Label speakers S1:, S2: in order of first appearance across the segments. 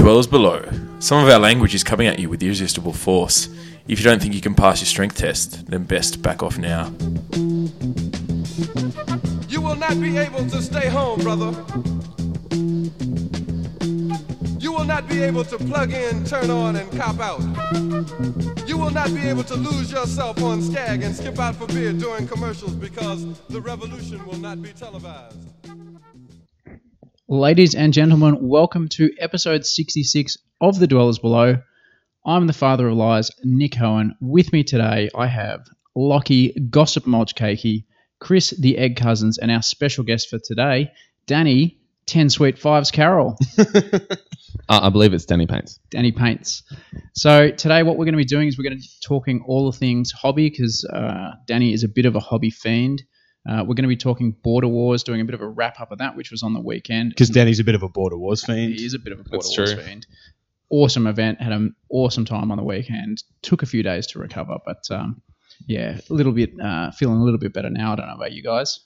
S1: well as below. Some of our language is coming at you with irresistible force. If you don't think you can pass your strength test, then best back off now.
S2: You will not be able to stay home, brother. You will not be able to plug in, turn on, and cop out. You will not be able to lose yourself on Skag and skip out for beer during commercials because the revolution will not be televised.
S3: Ladies and gentlemen, welcome to episode 66 of The Dwellers Below. I'm the father of lies, Nick Hohen. With me today, I have Lockie, Gossip Mulch Cakey, Chris, the Egg Cousins, and our special guest for today, Danny, 10 Sweet Fives Carol,
S4: Uh, I believe it's Danny Paints.
S3: Danny Paints. So today, what we're going to be doing is we're going to be talking all the things hobby because uh, Danny is a bit of a hobby fiend. Uh, we're going to be talking Border Wars, doing a bit of a wrap up of that, which was on the weekend.
S5: because Danny's a bit of a border wars fiend.
S3: He is a bit of a Border
S4: That's
S3: Wars
S4: true.
S3: fiend. Awesome event. Had an awesome time on the weekend. Took a few days to recover, but um, yeah, a little bit uh, feeling a little bit better now. I don't know about you guys.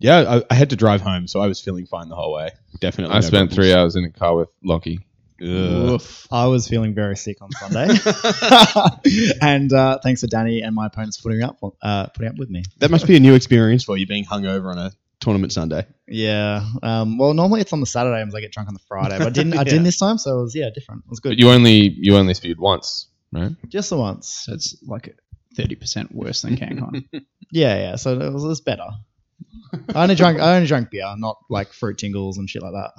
S5: Yeah, I, I had to drive home, so I was feeling fine the whole way. Definitely,
S4: I spent three hours in a car with Lockie.
S5: hours.
S3: Oof.
S6: I was feeling very sick on Sunday, and uh, thanks to Danny and my opponents putting up uh, putting up with me.
S5: That must be a new experience for you being hungover on a tournament Sunday.
S6: Yeah. Um, well, normally it's on the Saturday as I get drunk on the Friday, but I didn't. I didn't this time, so it was yeah different. It was
S4: But
S6: good.
S4: you only you only spewed once, right?
S6: Just the once.
S3: So it's like thirty percent worse than CanCon.
S6: Yeah, yeah. So it was, it was better. I only drank. I only drank beer, not like fruit tingles and shit like that.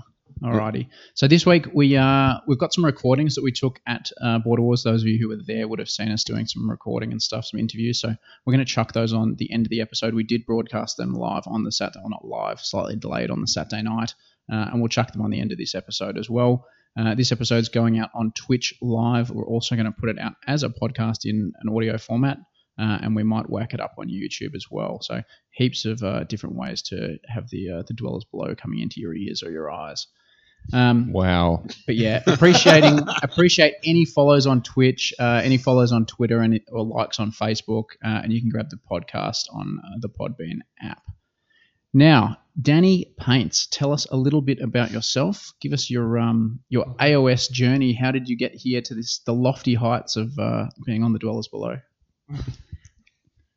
S3: Alrighty. So this week we uh we've got some recordings that we took at uh, Border Wars. Those of you who were there would have seen us doing some recording and stuff, some interviews. So we're going to chuck those on the end of the episode. We did broadcast them live on the Saturday, well not live, slightly delayed on the Saturday night, uh, and we'll chuck them on the end of this episode as well. Uh, this episode's going out on Twitch live. We're also going to put it out as a podcast in an audio format. Uh, and we might whack it up on YouTube as well. So heaps of uh, different ways to have the uh, the dwellers below coming into your ears or your eyes. Um,
S4: Wow.
S3: but yeah, appreciating appreciate any follows on Twitch, uh, any follows on Twitter, and or likes on Facebook, uh, and you can grab the podcast on uh, the Podbean app. Now, Danny Paints, tell us a little bit about yourself. Give us your um, your AOS journey. How did you get here to this the lofty heights of uh, being on the Dwellers Below?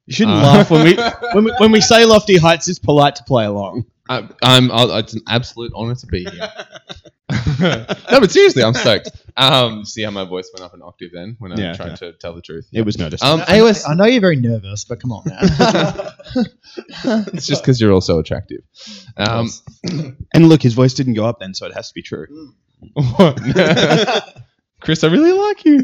S5: You shouldn't
S4: Uh.
S5: laugh when we, when we when we say lofty heights. It's polite to play along.
S4: I, I'm. I, it's an absolute honor to be here. no, but seriously, I'm stoked. Um, see how my voice went up an octave then when I
S5: Yeah,
S4: tried
S5: yeah.
S4: to tell the truth.
S5: It was noticed.
S4: Um,
S6: I,
S4: AOS.
S6: I know you're very nervous, but come on, man.
S4: it's just because you're all so attractive. Um,
S5: and look, his voice didn't go up then, so it has to be true.
S4: Chris, I really like you.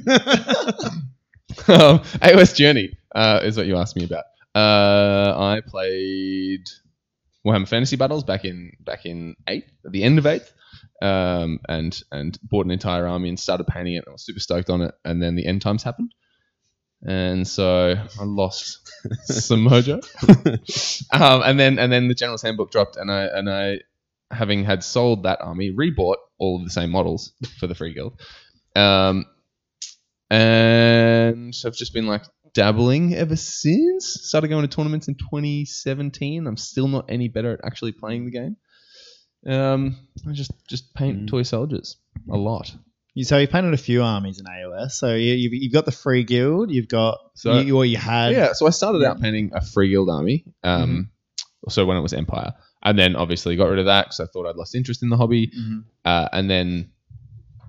S4: um, AOS Journey uh, is what you asked me about. Uh, I played Warhammer Fantasy Battles back in back in eighth, at the end of eighth, um, and and bought an entire army and started painting it. I was super stoked on it, and then the end times happened, and so I lost some mojo. um, and then and then the General's Handbook dropped, and I and I having had sold that army, rebought all of the same models for the Free Guild. Um, and I've just been like dabbling ever since. Started going to tournaments in 2017. I'm still not any better at actually playing the game. Um, I just just paint toy soldiers a lot.
S6: Hmm. You- So you painted a few armies in AOS. So you, you've, you've got the free guild. You've got
S4: So-
S6: you, or you had
S4: yeah, so I started out painting a free guild army. Um,
S6: Mm-hmm.
S4: so when it was Empire, and then obviously got rid of that because I thought I'd lost interest in the hobby.
S6: Mhm.
S4: uh, and then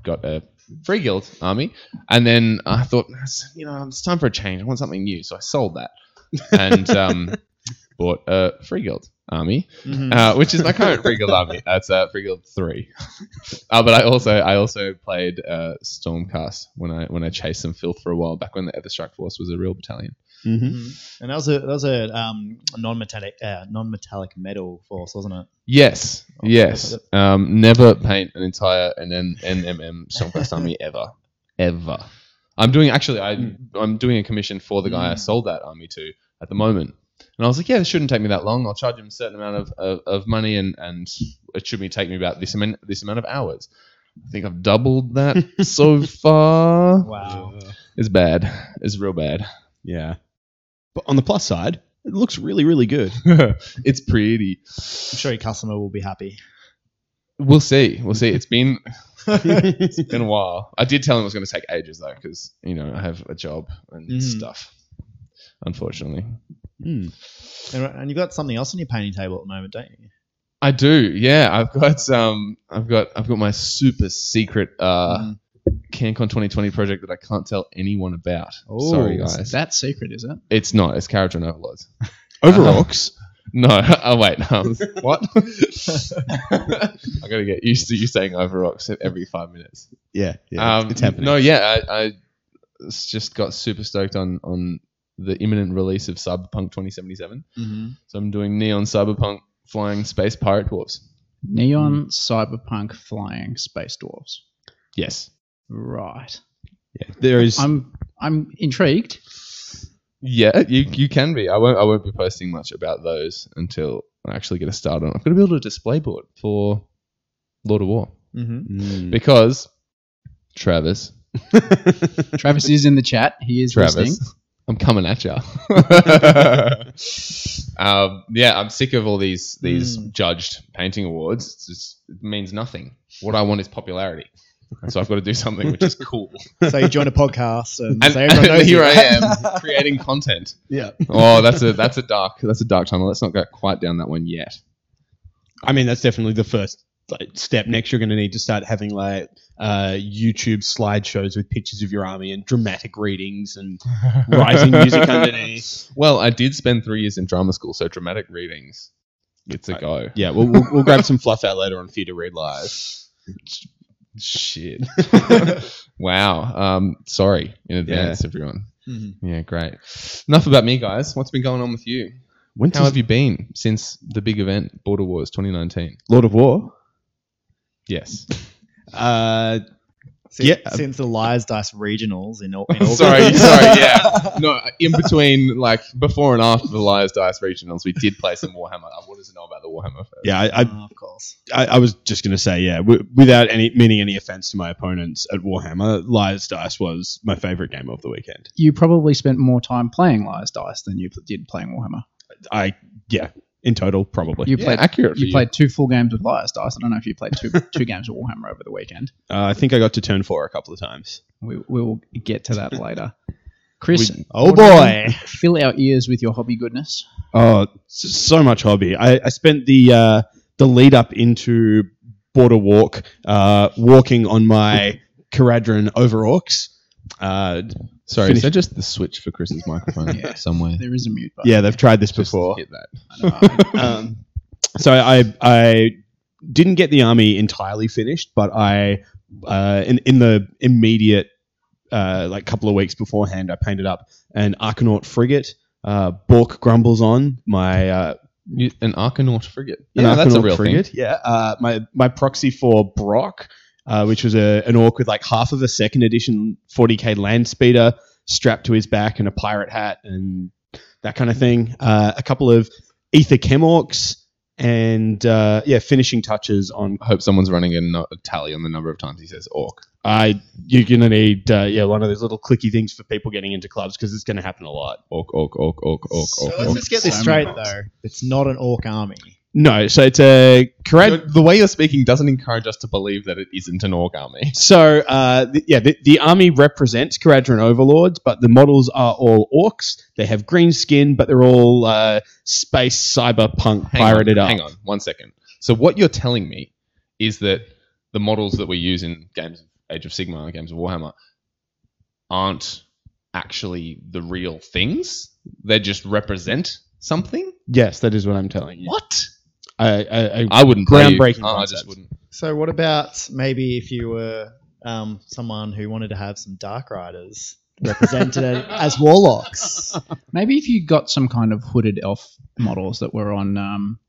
S4: got a free guild army. And then I thought, "That's- you know, it's time for a change. I want something new. So I sold that and um, bought a free guild army,
S6: Mhm.
S4: uh, which is my current free guild army. That's uh, free guild three. uh, but I also I also played uh, Stormcast when I when I chased some filth for a while back when the Everstrike Force was a real battalion.
S5: Mm-hmm.
S6: And that was a that was a um, non-metallic uh, non-metallic metal force, wasn't it?
S4: Yes, yes. Um, never paint an entire and then NMM Songfest Army ever, ever. I'm doing actually. I I'm doing a commission for the guy I sold that army to at the moment, and I was like, yeah, this shouldn't take me that long. I'll charge him a certain amount of, of, of money, and and it should be take me about this amount this amount of hours. I think I've doubled that so far.
S6: Wow.
S4: It's bad. It's real bad.
S5: Yeah. But on the plus side, it looks really, really good.
S4: it's pretty.
S6: I'm sure your customer will be happy.
S4: We'll see. We'll see. It's been it's been a while. I did tell him it was going to take ages though, because you know I have a job and
S6: Mm.
S4: stuff. Unfortunately, Hmm.
S6: And, and you've got something else on your painting table at the moment, don't you?
S4: I do. Yeah, I've got um, I've got I've got my super secret uh,
S6: Mm.
S4: CanCon 2020 project that I can't tell anyone about.
S6: Oh,
S4: Sorry
S6: it's
S4: guys,
S3: That secret is it?
S4: it's not. It's character and overlords.
S5: Overrocks.
S4: No, oh wait, um, what? I gotta get used to you saying overrocks every five minutes.
S5: Yeah, yeah, it's-
S4: Um,
S5: it's happening.
S4: No, yeah, I, I s- just got super stoked on on the imminent release of Cyberpunk 2077.
S6: Mm-hmm.
S4: So I'm doing Neon Cyberpunk flying space pirate dwarfs.
S3: Neon cyberpunk flying space dwarfs.
S4: Yes.
S3: Right.
S5: Yeah, there is.
S3: I'm I'm intrigued.
S4: Yeah, you you can be. I won't I won't be posting much about those until I actually get a start on. it. I'm gonna build a display board for Lord of War
S6: Mm-hmm.
S5: Mm.
S4: because Travis
S3: Travis is in the chat. He is listening.
S4: Travis. I'm coming at ya. um, yeah, I'm sick of all these these
S6: Mm.
S4: judged painting awards. It's just, it means nothing. What I want is popularity. And so I've got to do something which is cool.
S6: So you join a podcast and,
S4: And,
S6: Um, so everyone knows
S4: here
S6: you.
S4: I am creating content.
S5: Yeah.
S4: Oh, that's a that's a dark that's a dark tunnel. Let's not go quite down that one yet.
S5: I mean, that's definitely the first like, step. Next, you're going to need to start having like uh, YouTube slideshows with pictures of your army and dramatic readings and rising music underneath.
S4: Well, I did spend three years in drama school, so dramatic readings. It's a go.
S5: Yeah, we'll, we'll, we'll grab some fluff out later on for you to read live.
S4: Shit. wow. Um, sorry in advance, everyone.
S6: Mhm.
S4: Yeah, great. Enough about me, guys. What's been going on with you?
S5: When
S4: How have you been since the big event, Border Wars 2019?
S5: Lord of War?
S4: Yes.
S5: Uh,
S6: Since,
S5: Yeah.
S6: since the Liars Dice regionals in, Au- in August.
S4: sorry, sorry, yeah. No, in between, like before and after the Liars Dice regionals, we did play some Warhammer. I wanted to know about the Warhammer first.
S5: yeah, I, I,
S6: Oh, of course.
S5: I, I was just going to say, yeah, w- without any meaning any offense to my opponents at Warhammer, Liar's Dice was my favorite game of the weekend.
S3: You probably spent more time playing Liar's Dice than you pl- did playing Warhammer.
S5: I, yeah, in total, probably.
S3: You
S4: Yeah,
S3: played
S4: accurate. for
S3: you played two full games with Liar's Dice. I don't know if you played two two games of Warhammer over the weekend.
S5: Uh, I think I got to turn four a couple of times.
S3: We we will get to that later. Chris,
S6: Oh,
S3: Audrey,
S6: boy.
S3: fill our ears with your hobby goodness.
S5: Oh, s- so much hobby. I, I spent the uh, the lead up into Border Walk uh, walking on my Caradron Overorcs. Uh,
S4: Sorry,
S5: Finish.
S4: is that just the switch for Chris's microphone
S3: Yeah.
S4: somewhere?
S3: There is a mute button.
S5: yeah, they've tried this
S4: Just
S5: before.
S4: hit that.
S5: um, so I I didn't get the army entirely finished, but I uh, in in the immediate uh, like couple of weeks beforehand, I painted up an Arcanaut frigate. Uh, Bork grumbles on my uh,
S4: You- An Arcanaut frigate.
S5: an
S4: No, that's a
S5: Arcanaut
S4: real thing.
S5: frigate. Yeah, uh, my my proxy for Brock, uh, which was a, an orc with like half of a second edition 40k land speeder strapped to his back and a pirate hat and that kind of thing. Uh, a couple of ether chem orcs and uh, yeah, finishing touches on.
S4: I hope someone's running a, no- a tally on the number of times he says "Oh, orc.
S5: I you're gonna need uh, yeah one of those little clicky things for people getting into clubs because it's gonna happen a lot.
S4: Orc, orc, orc, orc, orc,
S6: So
S4: orc.
S6: let's
S4: orc.
S6: just get this
S3: So
S6: straight,
S3: many orcs.
S6: though. It's not an orc army.
S5: No, so it's a correct.
S4: Your- the way you're speaking doesn't encourage us to believe that it isn't an orc army.
S5: So, uh, th- yeah, the, the army represents Caradhran overlords, but the models are all orcs. They have green skin, but they're all uh, space cyberpunk
S4: Hang
S5: pirated
S4: on,
S5: up.
S4: Hang on, one second. So what you're telling me is that the models that we use in games of Age of Sigma and games of Warhammer aren't actually the real things. They just represent something.
S5: Yes, that is what I'm telling you.
S4: What?
S5: I, I, I,
S4: I wouldn't. play you.
S5: Groundbreaking
S4: Oh, I
S5: concept.
S4: just wouldn't.
S6: So what about maybe if you were um, someone who wanted to have some Dark Riders represented as warlocks?
S3: Maybe if you got some kind of hooded elf models that were on um,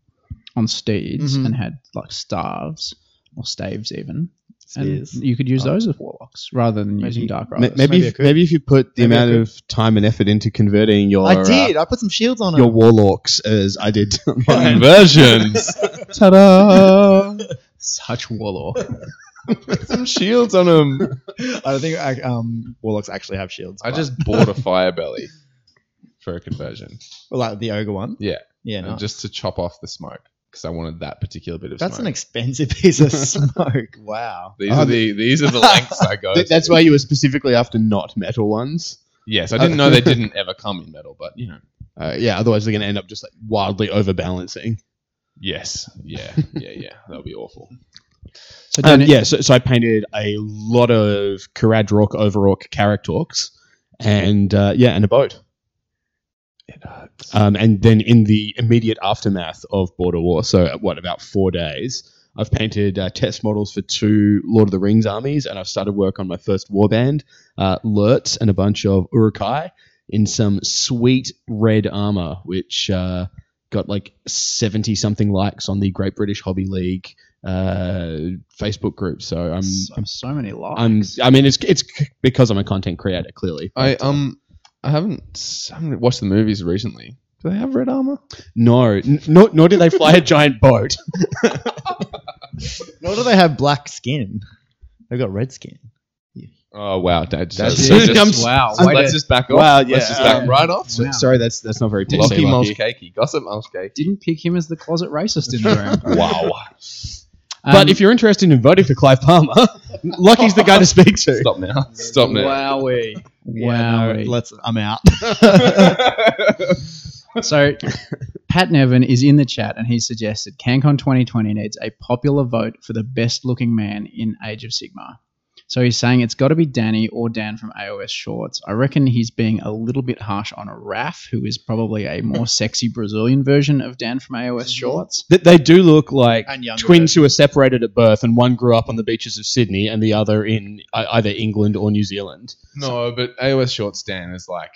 S3: on steeds
S6: Mhm.
S3: and had like staves or staves even,
S6: Spears.
S3: and you could use
S6: Oh.
S3: those as warlocks rather than
S6: Maybe-
S3: using dark
S5: Ma-
S3: riders.
S5: maybe,
S6: Maybe I
S5: if,
S6: could.
S5: maybe if you put the
S6: Maybe I
S5: amount
S6: could.
S5: of time and effort into converting your
S6: I did.
S5: uh,
S6: I put some shields on
S5: your
S6: them.
S5: warlocks as I did. on mine.
S4: Conversions.
S5: Ta-da!
S3: Such warlock.
S4: Some shields on them.
S6: I don't think I, um, warlocks actually have shields.
S4: I
S6: but-
S4: just bought a fire belly for a conversion,
S6: well, like the ogre one.
S4: Yeah.
S6: Yeah.
S4: And
S6: nice.
S4: just to chop off the smoke. because I wanted that particular bit of
S6: That's an
S4: smoke.
S6: expensive piece of smoke. Wow.
S4: these
S5: Oh,
S4: are the these are the lengths I go.
S5: Th- that's
S4: to.
S5: why you were specifically after not metal ones.
S4: Yes, I didn't know they didn't ever come in metal, but you know.
S5: Uh, yeah, otherwise they're going to end up just like wildly overbalancing.
S4: Yes. Yeah. Yeah. Yeah. that would be awful.
S3: So
S5: Um,
S3: Danny-
S5: yeah, so, so I painted a lot of Karadrok, Overork, Karaktorks, and uh, yeah, and a boat.
S4: It hurts.
S5: Um, and then in the immediate aftermath of Border War, so uh, what about four days, I've painted uh, test models for two Lord of the Rings armies, and I've started work on my first warband, uh, Lurts, and a bunch of Urukai in some sweet red armor, which uh, got like seventy something likes on the Great British Hobby League uh, Facebook group. So I'm.
S3: so, so many lives.
S5: I'm. I mean, it's it's c- because I'm a content creator, clearly. uh,
S4: I um I haven't, s- I haven't watched the movies recently. Do they have red armor?
S5: No, n- nor, nor do they fly a giant boat.
S6: Nor do they have black skin. They've got red skin.
S4: Oh wow, Dad,
S5: That's
S4: so
S5: it.
S4: just-
S5: I'm
S4: so
S3: wow.
S5: I'm-
S3: wait
S4: let's
S3: a-
S4: just back off.
S5: Wow,
S4: let's
S5: yeah,
S4: just back
S5: um,
S4: right off.
S5: So,
S3: Wow.
S5: Sorry, that's that's not very Um, PC.
S4: Lucky Mulch
S5: Lucky.
S4: Cakey, Gossip Mulch Cakey.
S3: didn't pick him as the closet racist in the room.
S4: Wow.
S5: But if you're interested in voting for Clive Palmer, Lucky's the guy to speak to.
S4: Stop now. Stop now.
S6: Wowie.
S3: wow,
S6: let's. I'm out.
S3: So Pat Nevin is in the chat and he suggested CanCon 2020 needs a popular vote for the best looking man in Age of Sigma. So he's saying it's got to be Danny or Dan from AOS Shorts. I reckon he's being a little bit harsh on Raf, who is probably a more sexy Brazilian version of Dan from AOS Shorts.
S5: That they do look like
S6: And younger
S5: twins who are separated at birth, and one grew up on the beaches of Sydney, and the other in uh, either England or New Zealand.
S4: No, but AOS short stand is like,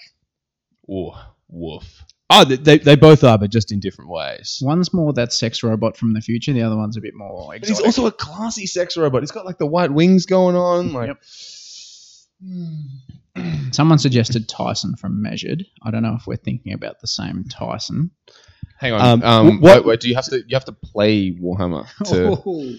S4: oh, woof.
S5: Oh, th- they, they both are, but just in different ways.
S3: One's more that sex robot from the future. The other one's a bit more
S4: But he's
S3: exotic.
S4: also a classy sex robot. He's got like the white wings going on. Like,
S3: Yep. Someone suggested Tyson from Measured. I don't know if we're thinking about the same Tyson.
S4: hang on. Um,
S5: Um, wh-
S4: what,
S5: what-
S4: wait, wait, do you have to you have to play Warhammer to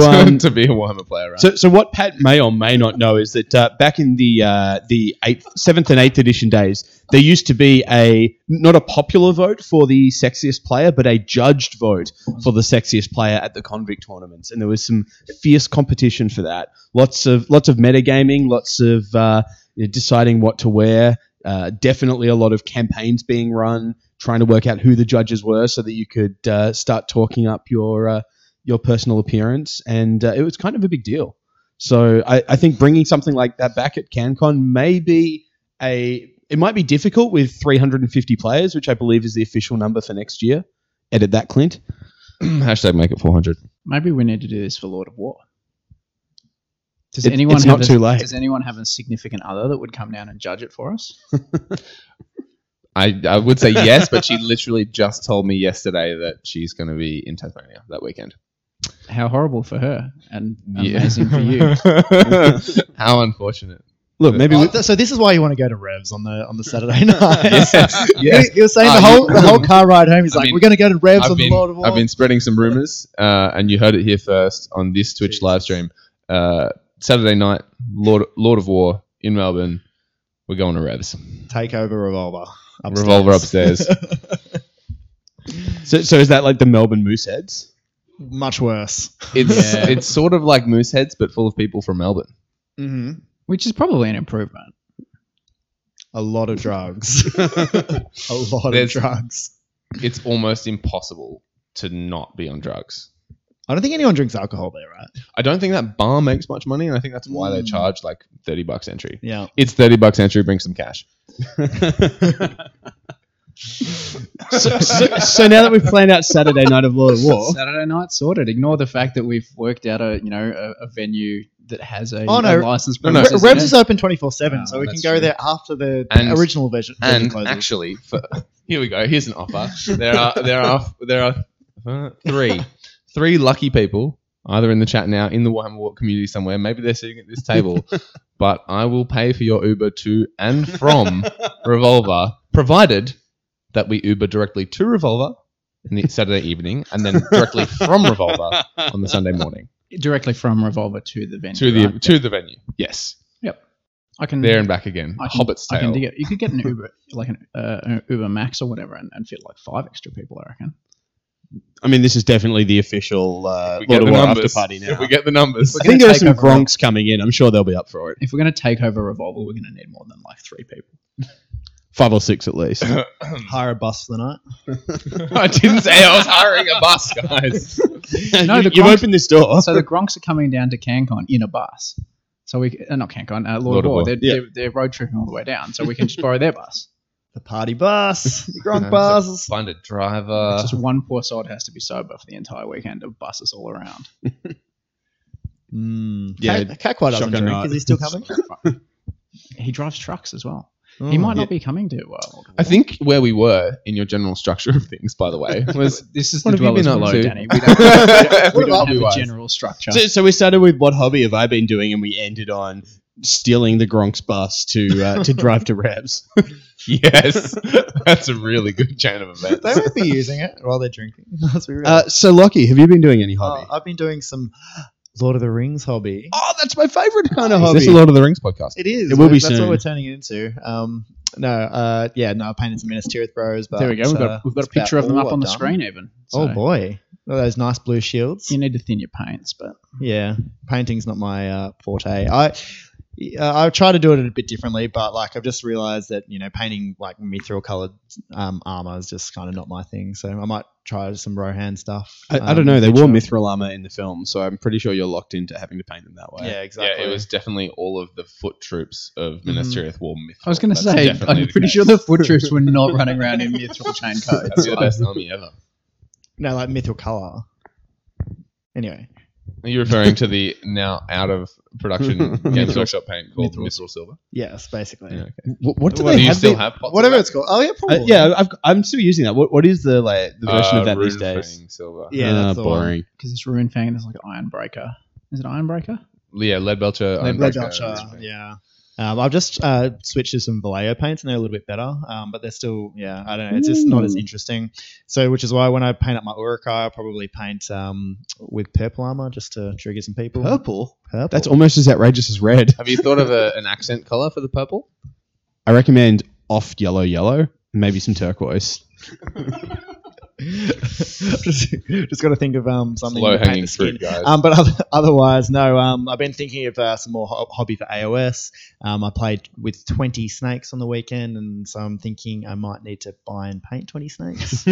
S4: to,
S5: um,
S4: to be a Warhammer player? Right?
S5: So, so what Pat may or may not know is that uh, back in the uh, the eighth, seventh and eighth edition days, there used to be a not a popular vote for the sexiest player, but a judged vote for the sexiest player at the convict tournaments, and there was some fierce competition for that. Lots of lots of metagaming, lots of uh, you know, deciding what to wear. Uh, definitely a lot of campaigns being run, trying to work out who the judges were, so that you could uh, start talking up your. Uh, your personal appearance, and uh, it was kind of a big deal. So I, I think bringing something like that back at CanCon may be a it might be difficult with 350 players, which I believe is the official number for next year. Edit that, Clint.
S4: hashtag make it four hundred.
S3: Maybe we need to do this for Lord of War. Does
S5: It-
S3: anyone
S5: it's
S3: have a,
S5: not too late.
S3: Does anyone have a significant other that would come down and judge it for us?
S4: I, I would say yes, but she literally just told me yesterday that she's going to be in Tasmania that weekend.
S3: How horrible for her and amazing for you.
S4: you. How unfortunate.
S5: Look, maybe
S6: Oh,
S5: we,
S6: th- so this is why you want to go to Revs on the on the Saturday night.
S4: Yes, yes.
S6: He, he was saying
S4: Uh,
S6: the whole
S4: you-
S6: the whole car ride home. He's
S4: I
S6: like,
S4: mean,
S6: "We're going to go to Revs
S4: I've
S6: on
S4: been,
S6: the Lord of War."
S4: I've been spreading some rumors, uh, and you heard it here first on this Twitch live stream. Uh, Saturday night, Lord, Lord of War in Melbourne. We're going to Revs.
S6: take over revolver. Upstairs.
S4: Revolver upstairs.
S5: so, so is that like the Melbourne Mooseheads?
S6: Much worse.
S4: It's
S3: Yeah.
S4: it's sort of like Mooseheads, but full of people from Melbourne.
S6: Mm-hmm.
S3: Which is probably an improvement.
S6: A lot of drugs. a lot
S4: There's-
S6: of drugs.
S4: It's almost impossible to not be on drugs.
S6: I don't think anyone drinks alcohol there, right?
S4: I don't think that bar makes much money, and I think that's why they
S6: Mm.
S4: charge like thirty bucks entry.
S6: Yeah.
S4: It's thirty bucks entry. Bring some cash.
S5: so, so, so now that we've planned out Saturday night of Lord of War,
S3: Saturday night sorted. Ignore the fact that we've worked out a you know a, a venue that has a,
S6: Oh,
S3: a
S6: no.
S3: license.
S4: No, no.
S3: premises in
S6: Revs
S3: it.
S6: is open 24 7,
S3: Oh,
S6: so we can
S4: that's
S6: go
S4: true.
S6: there after the
S4: And-
S6: original version, version
S4: And
S6: closes.
S4: actually, for, here we go. Here's an offer. There are there are there are uh, three three lucky people either in the chat now in the Warhammer Walk community somewhere. Maybe they're sitting at this table, but I will pay for your Uber to and from Revolver, provided that we Uber directly to Revolver in the Saturday evening and then directly from Revolver on the Sunday morning
S3: directly from Revolver to the venue.
S4: to the
S3: right?
S4: to the venue. Yes,
S3: I can
S4: there and back again.
S3: I can-
S4: Hobbit's
S3: I
S4: tale.
S3: can dig it. You could get an Uber, like an, uh, an Uber Max or whatever, and, and fit like five extra people. I reckon.
S5: I mean, this is definitely the official uh,
S4: we get
S5: Lord of
S4: the
S5: War after
S4: numbers.
S5: party now.
S4: If we get the numbers.
S5: I think there are some
S6: Take over.
S5: Gronks coming in. I'm sure they'll be up for it.
S3: If we're going to take over Revolver, we're going to need more than like three people.
S5: Five or six at least.
S6: Hire a bus for the night.
S4: I didn't say I was hiring a bus, guys.
S3: No, the
S5: you, have
S3: Gronks-
S5: opened this door.
S3: So the Gronks are coming down to CanCon in a bus. So we uh, not CanCon, uh, Lord, of War. They're,
S5: yeah.
S3: they're, they're road tripping all the way down, so we can just borrow their bus.
S6: The party bus. The
S4: Yeah,
S6: Gronk
S4: it's
S6: buses.
S4: Find a driver.
S3: just one poor sod has to be sober for the entire weekend of buses all around.
S6: Mm.
S5: Yeah,
S6: Cat, Cat quite doesn't
S5: shotgun
S6: drink.
S5: ride.
S6: Is he still coming?
S3: he drives trucks as well.
S5: Oh,
S3: He might not be coming to. Uh, Lord of
S4: I
S3: War.
S4: think where we were in your general structure of things, by the way, was
S3: this is
S4: What
S3: the
S4: have you been
S3: dwellers below,
S4: up to?
S3: Danny. We don't, we don't, we
S4: What about
S3: don't have
S4: we
S3: a
S4: wise?
S3: general structure.
S5: So, so we started with what hobby have I been doing, and we ended on stealing the Gronks bus to uh, to drive to Rebs.
S4: yes, that's a really good chain of events.
S6: they won't be using it while they're drinking. Let's be real.
S5: Uh, so Lockie, have you been doing any
S6: Oh,
S5: hobby?
S6: I've been doing some Lord of the Rings hobby.
S5: oh, that's my favorite kind of
S4: Is
S5: hobby.
S4: this a Lord of the Rings podcast?
S6: It is.
S5: It will be
S6: That's
S5: soon.
S6: what we're turning it into. Um, no, uh, yeah, no, I painted some Minas Tirith bros. But,
S3: there we go. We've
S6: uh,
S3: got, we've got a
S6: that's about
S3: picture of them
S6: all
S3: up on
S6: I've
S3: the
S6: done.
S3: screen, even.
S6: Oh
S3: So
S6: boy, All those nice blue shields.
S3: You need to thin your paints, but
S6: Yeah, painting's not my uh, forte. I uh, I try to do it a bit differently, but like I've just realised that you know painting like mithril coloured um, armor is just kind of not my thing. So I might try some Rohan stuff.
S5: I, I
S6: um,
S5: don't know.
S6: in
S5: They
S6: the
S5: wore
S6: future.
S5: mithril armor in the film, so I'm pretty sure you're locked into having to paint them that way.
S6: Yeah, exactly.
S4: Yeah, it was definitely all of the foot troops of Minas Tirith wore mithril.
S3: Mm. I was going to
S4: That's
S3: say,
S4: definitely
S3: I'm
S4: the
S3: pretty
S4: case.
S3: sure the foot troops were not running around in mithril chain
S4: That'd
S3: codes.
S4: be the best army ever.
S6: no like mithril color. Anyway,
S4: Are you referring to the now out of production Games Workshop paint called
S6: Mithril.
S4: mithril, silver?
S6: yes, basically.
S4: Yeah.
S5: What, what do
S4: Well,
S5: they
S4: do you
S5: have?
S4: still
S5: the-
S4: have pots of
S6: Whatever
S4: that?
S6: it's called. Oh yeah,
S5: Uh,
S6: probably.
S5: yeah, I've, I'm still using that. What, what is the like the version
S4: Uh,
S5: of that these
S4: Rune
S5: days?
S4: Fang silver.
S6: Yeah,
S5: Ah,
S6: that's the one.
S5: boring.
S3: Because it's Rune Fang, there's like an Ironbreaker. Is it Ironbreaker?
S4: Yeah, Leadbelcher.
S6: Red,
S4: Ironbreaker,
S6: Red
S4: Rune
S6: Vulture,
S4: Fang.
S6: uh, yeah. Um, I've just uh, switched to some Vallejo paints and they're a little bit better, um, but they're still, yeah, I don't know, it's just not
S5: Mm.
S6: as interesting. So, which is why when I paint up my Urukai, I probably paint um, with purple armor just to trigger some people.
S5: Purple.
S6: Purple.
S5: That's almost as outrageous as red.
S4: Have you thought of a, an accent color for the purple?
S5: I recommend off yellow, yellow, and maybe some turquoise.
S6: just, just got to think of um, something.
S4: Low
S6: to paint
S4: hanging
S6: the skin.
S4: fruit, guys.
S6: Um, but other, otherwise, no. Um, I've been thinking of uh, some more ho- hobby for AOS. Um, I played with 20 snakes on the weekend, and so I'm thinking I might need to buy and paint 20 snakes.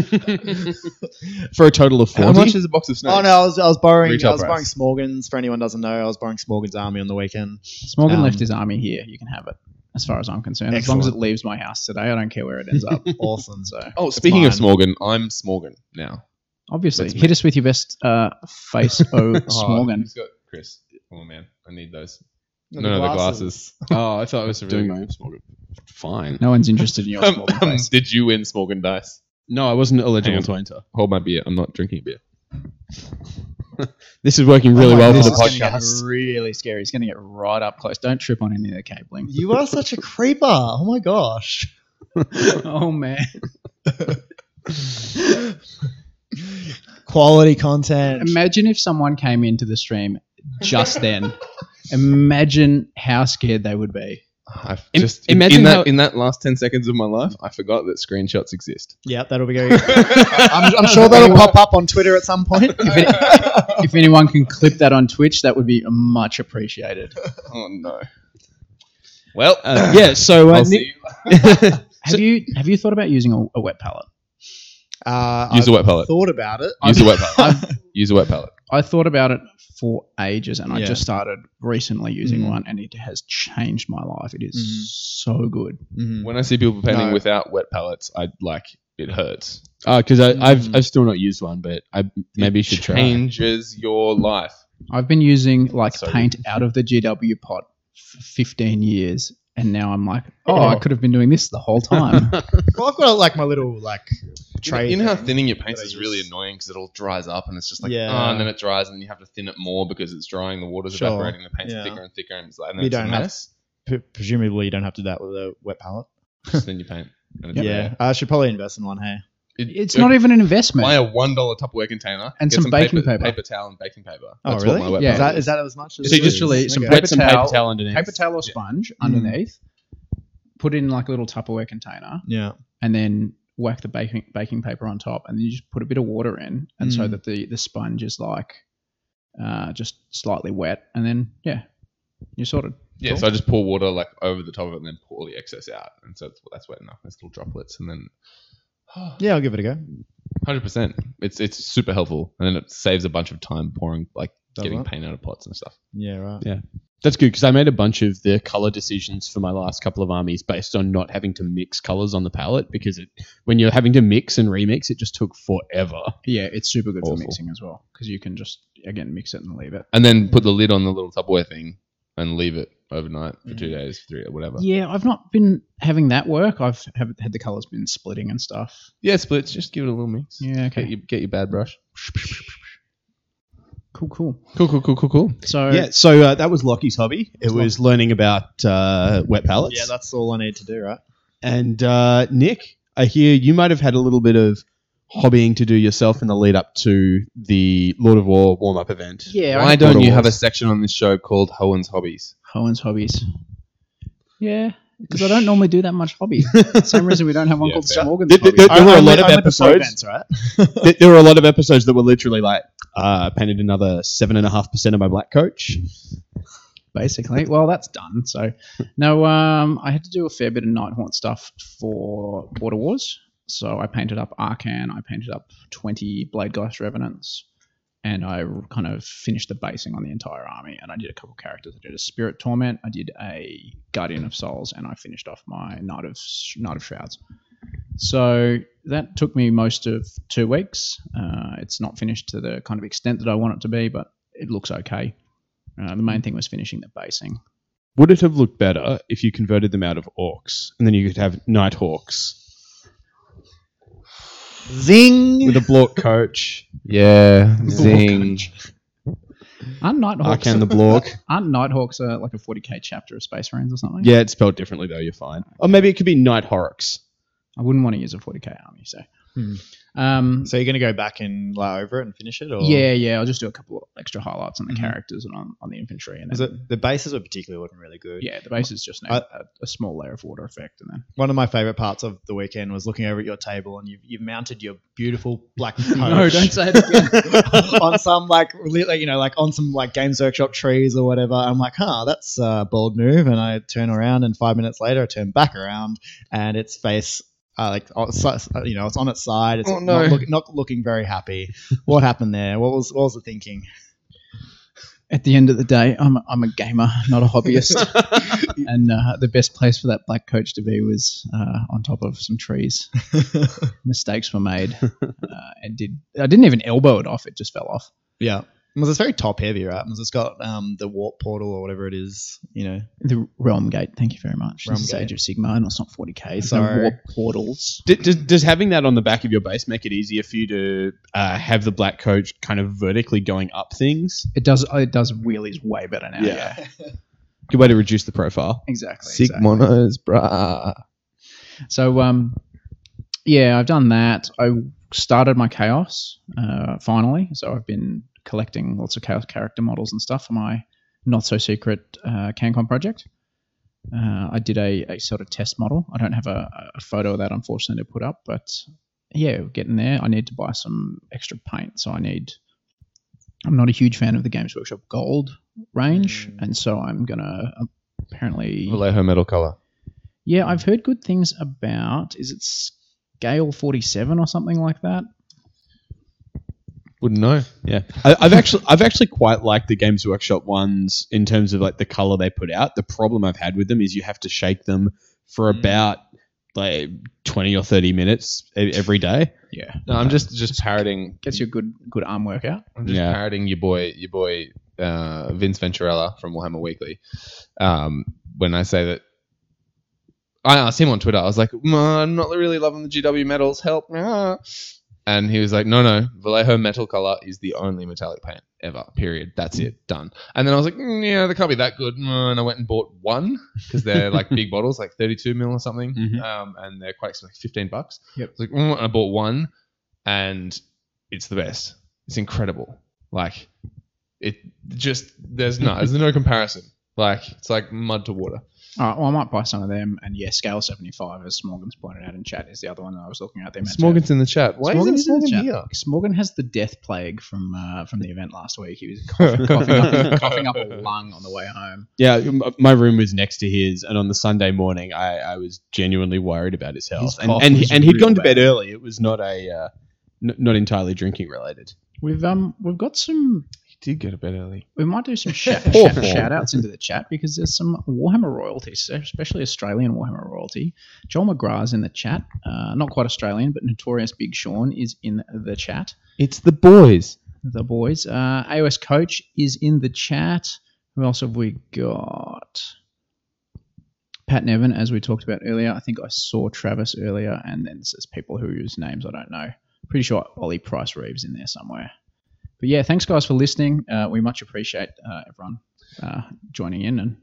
S5: For a total of
S4: How much
S5: 40.
S4: is a box of snakes?
S6: oh no, I was, I was borrowing
S4: Retail
S6: I was
S4: price.
S6: borrowing Smorgans. For anyone who doesn't know, I was borrowing Smorgans Army on the weekend.
S3: Smorgon
S6: Um,
S3: left his army here. You can have it, as far as I'm concerned. As long as
S6: Excellent.
S3: it leaves my house today, I don't care where it ends up.
S6: Awesome.
S3: so,
S4: Oh, speaking of
S6: mine.
S4: Smorgon, I'm Smorgon now.
S3: obviously,
S4: That's
S3: hit us with your best uh, face O
S4: Oh,
S3: Smorgon.
S4: who's got Chris? Come on, man. I need those.
S6: No,
S4: no,
S6: the
S4: the
S6: glasses.
S4: glasses. Oh, I thought it was a
S5: Doing
S4: really
S5: my own
S4: Smorgon.
S5: Fine.
S3: No one's interested in your
S4: Um,
S3: Smorgon
S4: um,
S3: face.
S4: did you win Smorgon dice?
S5: No, I wasn't eligible
S4: Hang
S5: to enter.
S4: Hold my beer. I'm not drinking beer.
S5: This is working really
S6: Oh my
S5: well for
S6: God, this
S5: the
S6: is gonna get
S5: podcast.
S3: really scary. It's going to get right up close. Don't trip on any of the cabling.
S6: You are such a creeper. Oh my gosh.
S3: oh, man.
S6: Quality content.
S3: Imagine if someone came into the stream just then. Imagine how scared they would be.
S4: I've
S5: Im-
S4: just in-
S5: imagine
S4: in
S5: how-
S4: that in that last ten seconds of my life, I forgot that screenshots exist.
S6: Yep, that'll be going. I'm, I'm sure that'll pop up on Twitter at some point.
S3: If anyone can clip that on Twitch, that would be much appreciated.
S4: Oh no. Well,
S5: Uh, yeah, so uh,
S4: I'll
S5: Nick,
S4: see you.
S3: Have you have you thought about using a, a wet palette?
S6: Uh,
S4: Use a
S6: I've
S4: wet palette.
S6: Thought about it.
S4: Use a wet palette. Use a wet palette.
S3: I thought about it for ages, and I
S6: Yeah.
S3: just started recently using
S6: Mm.
S3: one, and it has changed my life. It is
S6: Mm.
S3: so good.
S6: Mhm.
S4: When I see people painting
S6: No.
S4: without wet palettes, I like it hurts.
S5: because uh, I I've,
S4: Hmm.
S6: Mm.
S5: I've still not used one, but I maybe you should try.
S4: Changes your life.
S3: I've been using like
S4: So
S3: paint out of the GW pot for 15 years, and now I'm like, oh, I could have been doing this the whole time.
S6: Well, I've got like my little like
S4: You know,
S6: tray.
S4: you know how
S6: thing.
S4: thinning your paints
S6: that I
S4: is really
S6: use.
S4: annoying because it all dries up and it's just like,
S6: Yeah.
S4: ah, and then it dries and then you have to thin it more because it's drying, the water's
S6: Sure.
S4: evaporating, the paint's
S6: Yeah.
S4: thicker and thicker, and, it's like, and then
S6: You
S4: it's
S6: don't
S4: a
S6: have-
S4: mess.
S6: P- presumably you don't have to do that with a wet palette.
S4: Just then you paint. and it's
S6: Yeah,
S4: there.
S6: I should probably invest in one. Hey,
S4: It-
S3: It's
S4: it-
S3: not even an investment.
S4: Buy a one dollar Tupperware container
S3: And
S4: get
S3: some baking
S4: paper,
S3: paper.
S4: paper towel, and baking paper.
S6: Oh,
S4: That's
S6: really?
S4: What my wet
S3: Yeah.
S6: is
S4: palette
S6: that is that as much? As
S3: So
S6: it
S3: you just
S6: is?
S3: literally some
S6: Okay.
S3: paper
S5: Wet some paper
S3: towel-
S5: towel underneath.
S3: paper towel or
S4: Yeah.
S3: sponge underneath, put it in like a little Tupperware container,
S6: Yeah,
S3: and then whack the baking baking paper on top, and then you just put a bit of water in, and so
S6: Mm.
S3: that the the sponge is like uh, just slightly wet, and then yeah, you're sorted.
S4: Yeah, so I just pour water like over the top of it and then pour all the excess out, and so it's, that's wet enough. There's little droplets, and then
S6: Yeah, I'll give it a go.
S4: hundred percent, it's it's super helpful, and then it saves a bunch of time pouring like
S6: Does
S4: getting
S6: it?
S4: paint out of pots and stuff.
S6: Yeah, right.
S5: That's good because I made a bunch of the color decisions for my last couple of armies based on not having to mix colors on the palette because it, when you're having to mix and remix, it just took forever.
S3: Yeah, it's super good
S4: Awful.
S3: for mixing as well because you can just again mix it and leave it.
S4: And then put the lid on the little Tupperware thing and leave it overnight for two days, three, whatever.
S3: Yeah, I've not been having that work. I've have had the colors been splitting and stuff.
S4: Yeah, splits. Just give it a little mix.
S3: Yeah,
S4: Get
S3: okay,
S4: your, get your bad brush.
S3: cool, cool.
S4: Cool, cool, cool, cool, cool.
S3: So
S5: Yeah, so uh, that was Lockie's hobby. It was learning about uh, wet palettes.
S6: Yeah, that's all I need to do, right?
S5: and uh, Nick, I hear you might have had a little bit of hobbying to do yourself in the lead up to the Lord of War warm up event.
S3: yeah,
S4: Why
S3: I-
S4: don't
S5: Border
S4: you have a
S5: Wars.
S4: section on this show called Hohen's Hobbies?
S3: Hohen's hobbies. Yeah, because I don't normally do that much hobby. Same reason we don't have one
S4: Yeah,
S3: called
S4: fair.
S3: Smorgan's
S5: There- there-
S3: hobby.
S5: there were a lot of
S6: I'm at the show events,
S5: episodes.
S6: right?
S5: Th- there were a lot of episodes that were literally like uh, painted another seven and a half percent of my black coach.
S3: basically. Well, that's done. So, no, um, I had to do a fair bit of Night Haunt stuff for Border Wars. So I painted up Arcan, I painted up 20 Bladegeist Revenants, and I r- kind of finished the basing on the entire army. And I did a couple characters. I did a Spirit Torment, I did a Guardian of Souls, and I finished off my Knight of, Sh- Knight of Shrouds. So that took me most of two weeks. Uh, it's not finished to the kind of extent that I want it to be, but it looks okay. Uh, the main thing was finishing the basing.
S5: Would it have looked better if you converted them out of orcs and then you could have nighthawks
S6: Zing.
S5: with a blork coach,
S4: Yeah, zing.
S3: Aren't Nighthawks,
S5: Arcan the blork?
S3: aren't Nighthawks uh, like a 40k chapter of Space Marines or something?
S5: Yeah, it's spelled differently though. You're fine. Or maybe it could be night horrocks.
S3: I wouldn't want to use a 40k army, so. Um,
S6: So you're gonna go back and lie over it and finish it, or
S3: yeah, yeah, I'll just do a couple of extra highlights on the
S6: Mhm.
S3: characters and on, on the infantry. And
S6: Was
S3: then,
S6: it- the bases were particularly looking really good.
S3: yeah, the base is just an,
S6: I-
S3: a, a small layer of water effect. And then
S6: One of my favorite parts of the weekend was looking over at your table and you've, you've mounted your beautiful black coach.
S3: No, don't say it again.
S6: on some like, li- like, you know, like on some like Games Workshop trees or whatever. I'm like, huh, that's a bold move. And I turn around, and five minutes later, I turn back around, and its face, uh, like, on- so- you know, it's on its side. It's
S4: Oh, no.
S6: not, look, not looking very happy. What happened there? What was what was the thinking?
S3: At the end of the day, I'm a, I'm a gamer, not a hobbyist. and uh, the best place for that black coach to be was uh, on top of some trees. Mistakes were made. Uh, and did I didn't even elbow it off; it just fell off.
S6: Yeah. Because it's very top heavy, right? Because it's got um, the warp portal or whatever it is, you know.
S3: The realm gate. Thank you very much.
S6: Realm
S3: This is
S6: Gate.
S3: Age of Sigma, and it's not 40k. It's
S6: Sorry.
S3: no warp portals.
S5: D- does, does having that on the back of your base make it easier for you to uh, have the black coach kind of vertically going up things?
S3: It does. It does wheelies way better now.
S5: Yeah. Good way to reduce the profile.
S3: exactly. exactly.
S4: Sigmonos, brah.
S3: So um, yeah, I've done that. I started my chaos uh, finally. So I've been collecting lots of chaos character models and stuff for my not so secret uh, CanCon project. Uh, I did a, a sort of test model. I don't have a, a photo of that, unfortunately, to put up, but yeah, we're getting there. I need to buy some extra paint, so I need. I'm not a huge fan of the Games Workshop Gold range, and so I'm gonna apparently
S4: Vallejo metal color.
S3: yeah, I've heard good things about. Is it Scale 47 or something like that?
S4: Wouldn't know.
S5: Yeah, I, I've actually I've actually quite liked the Games Workshop ones in terms of like the color they put out. The problem I've had with them is you have to shake them for
S6: Mm.
S5: about like twenty or thirty minutes e- every day.
S3: Yeah.
S4: No, I'm just just parroting.
S3: Gets you a good good arm workout.
S4: I'm just
S5: Yeah.
S4: parroting your boy, your boy uh, Vince Venturella from Warhammer Weekly. Um, when I say that, I asked him on Twitter. I was like, "Mm, "I'm not really loving the GW metals. Help!" ah." And he was like, "No, no, Vallejo metal color is the only metallic paint ever. Period. That's it. Done." And then I was like, mm, "Yeah, they can't be that good." Mm, And I went and bought one because they're like big bottles, like 32 mil or something,
S5: Mhm.
S4: um, and they're quite expensive, like 15 bucks.
S3: Yep.
S4: I was like, mm, and I bought one, and it's the best. It's incredible. Like it just there's no there's no comparison. Like it's like mud to water.
S3: All right, Uh, well, I might buy some of them. And yeah, Scale 75, as Smorgon's pointed out in chat, is the other one that I was looking at. They're meant to-
S4: Smorgon's in the chat. Why
S3: Smorgon is in
S4: isn't
S3: the
S4: Smorgon
S3: chat.
S4: here?
S3: Smorgon has the death plague from uh, from the event last week. He was coughing, coughing, up, coughing up a lung on the way home.
S5: Yeah, m- my room was next to his, and on the Sunday morning, I, I was genuinely worried about his health, and
S3: cough
S5: and, he,
S3: was
S5: and he'd
S3: real
S5: gone to
S3: bad.
S5: bed early. It was not a uh, n- not entirely drinking related.
S3: We've um we've got some.
S4: He did get a bit early.
S3: We might do some shout,
S5: Poor
S3: shout,
S5: form.
S3: shout outs into the chat because there's some Warhammer royalty, especially Australian Warhammer royalty. Joel McGrath's in the chat. Uh, not quite Australian, but notorious Big Sean is in the chat.
S5: It's the boys.
S3: the boys. Uh, AOS coach is in the chat. Who else have we got? Pat Nevin, as we talked about earlier. I think I saw Travis earlier, and then there's people whose names I don't know. Pretty sure Ollie Price Reeves in there somewhere. But yeah, thanks guys for listening. Uh, we much appreciate uh, everyone uh, joining in. And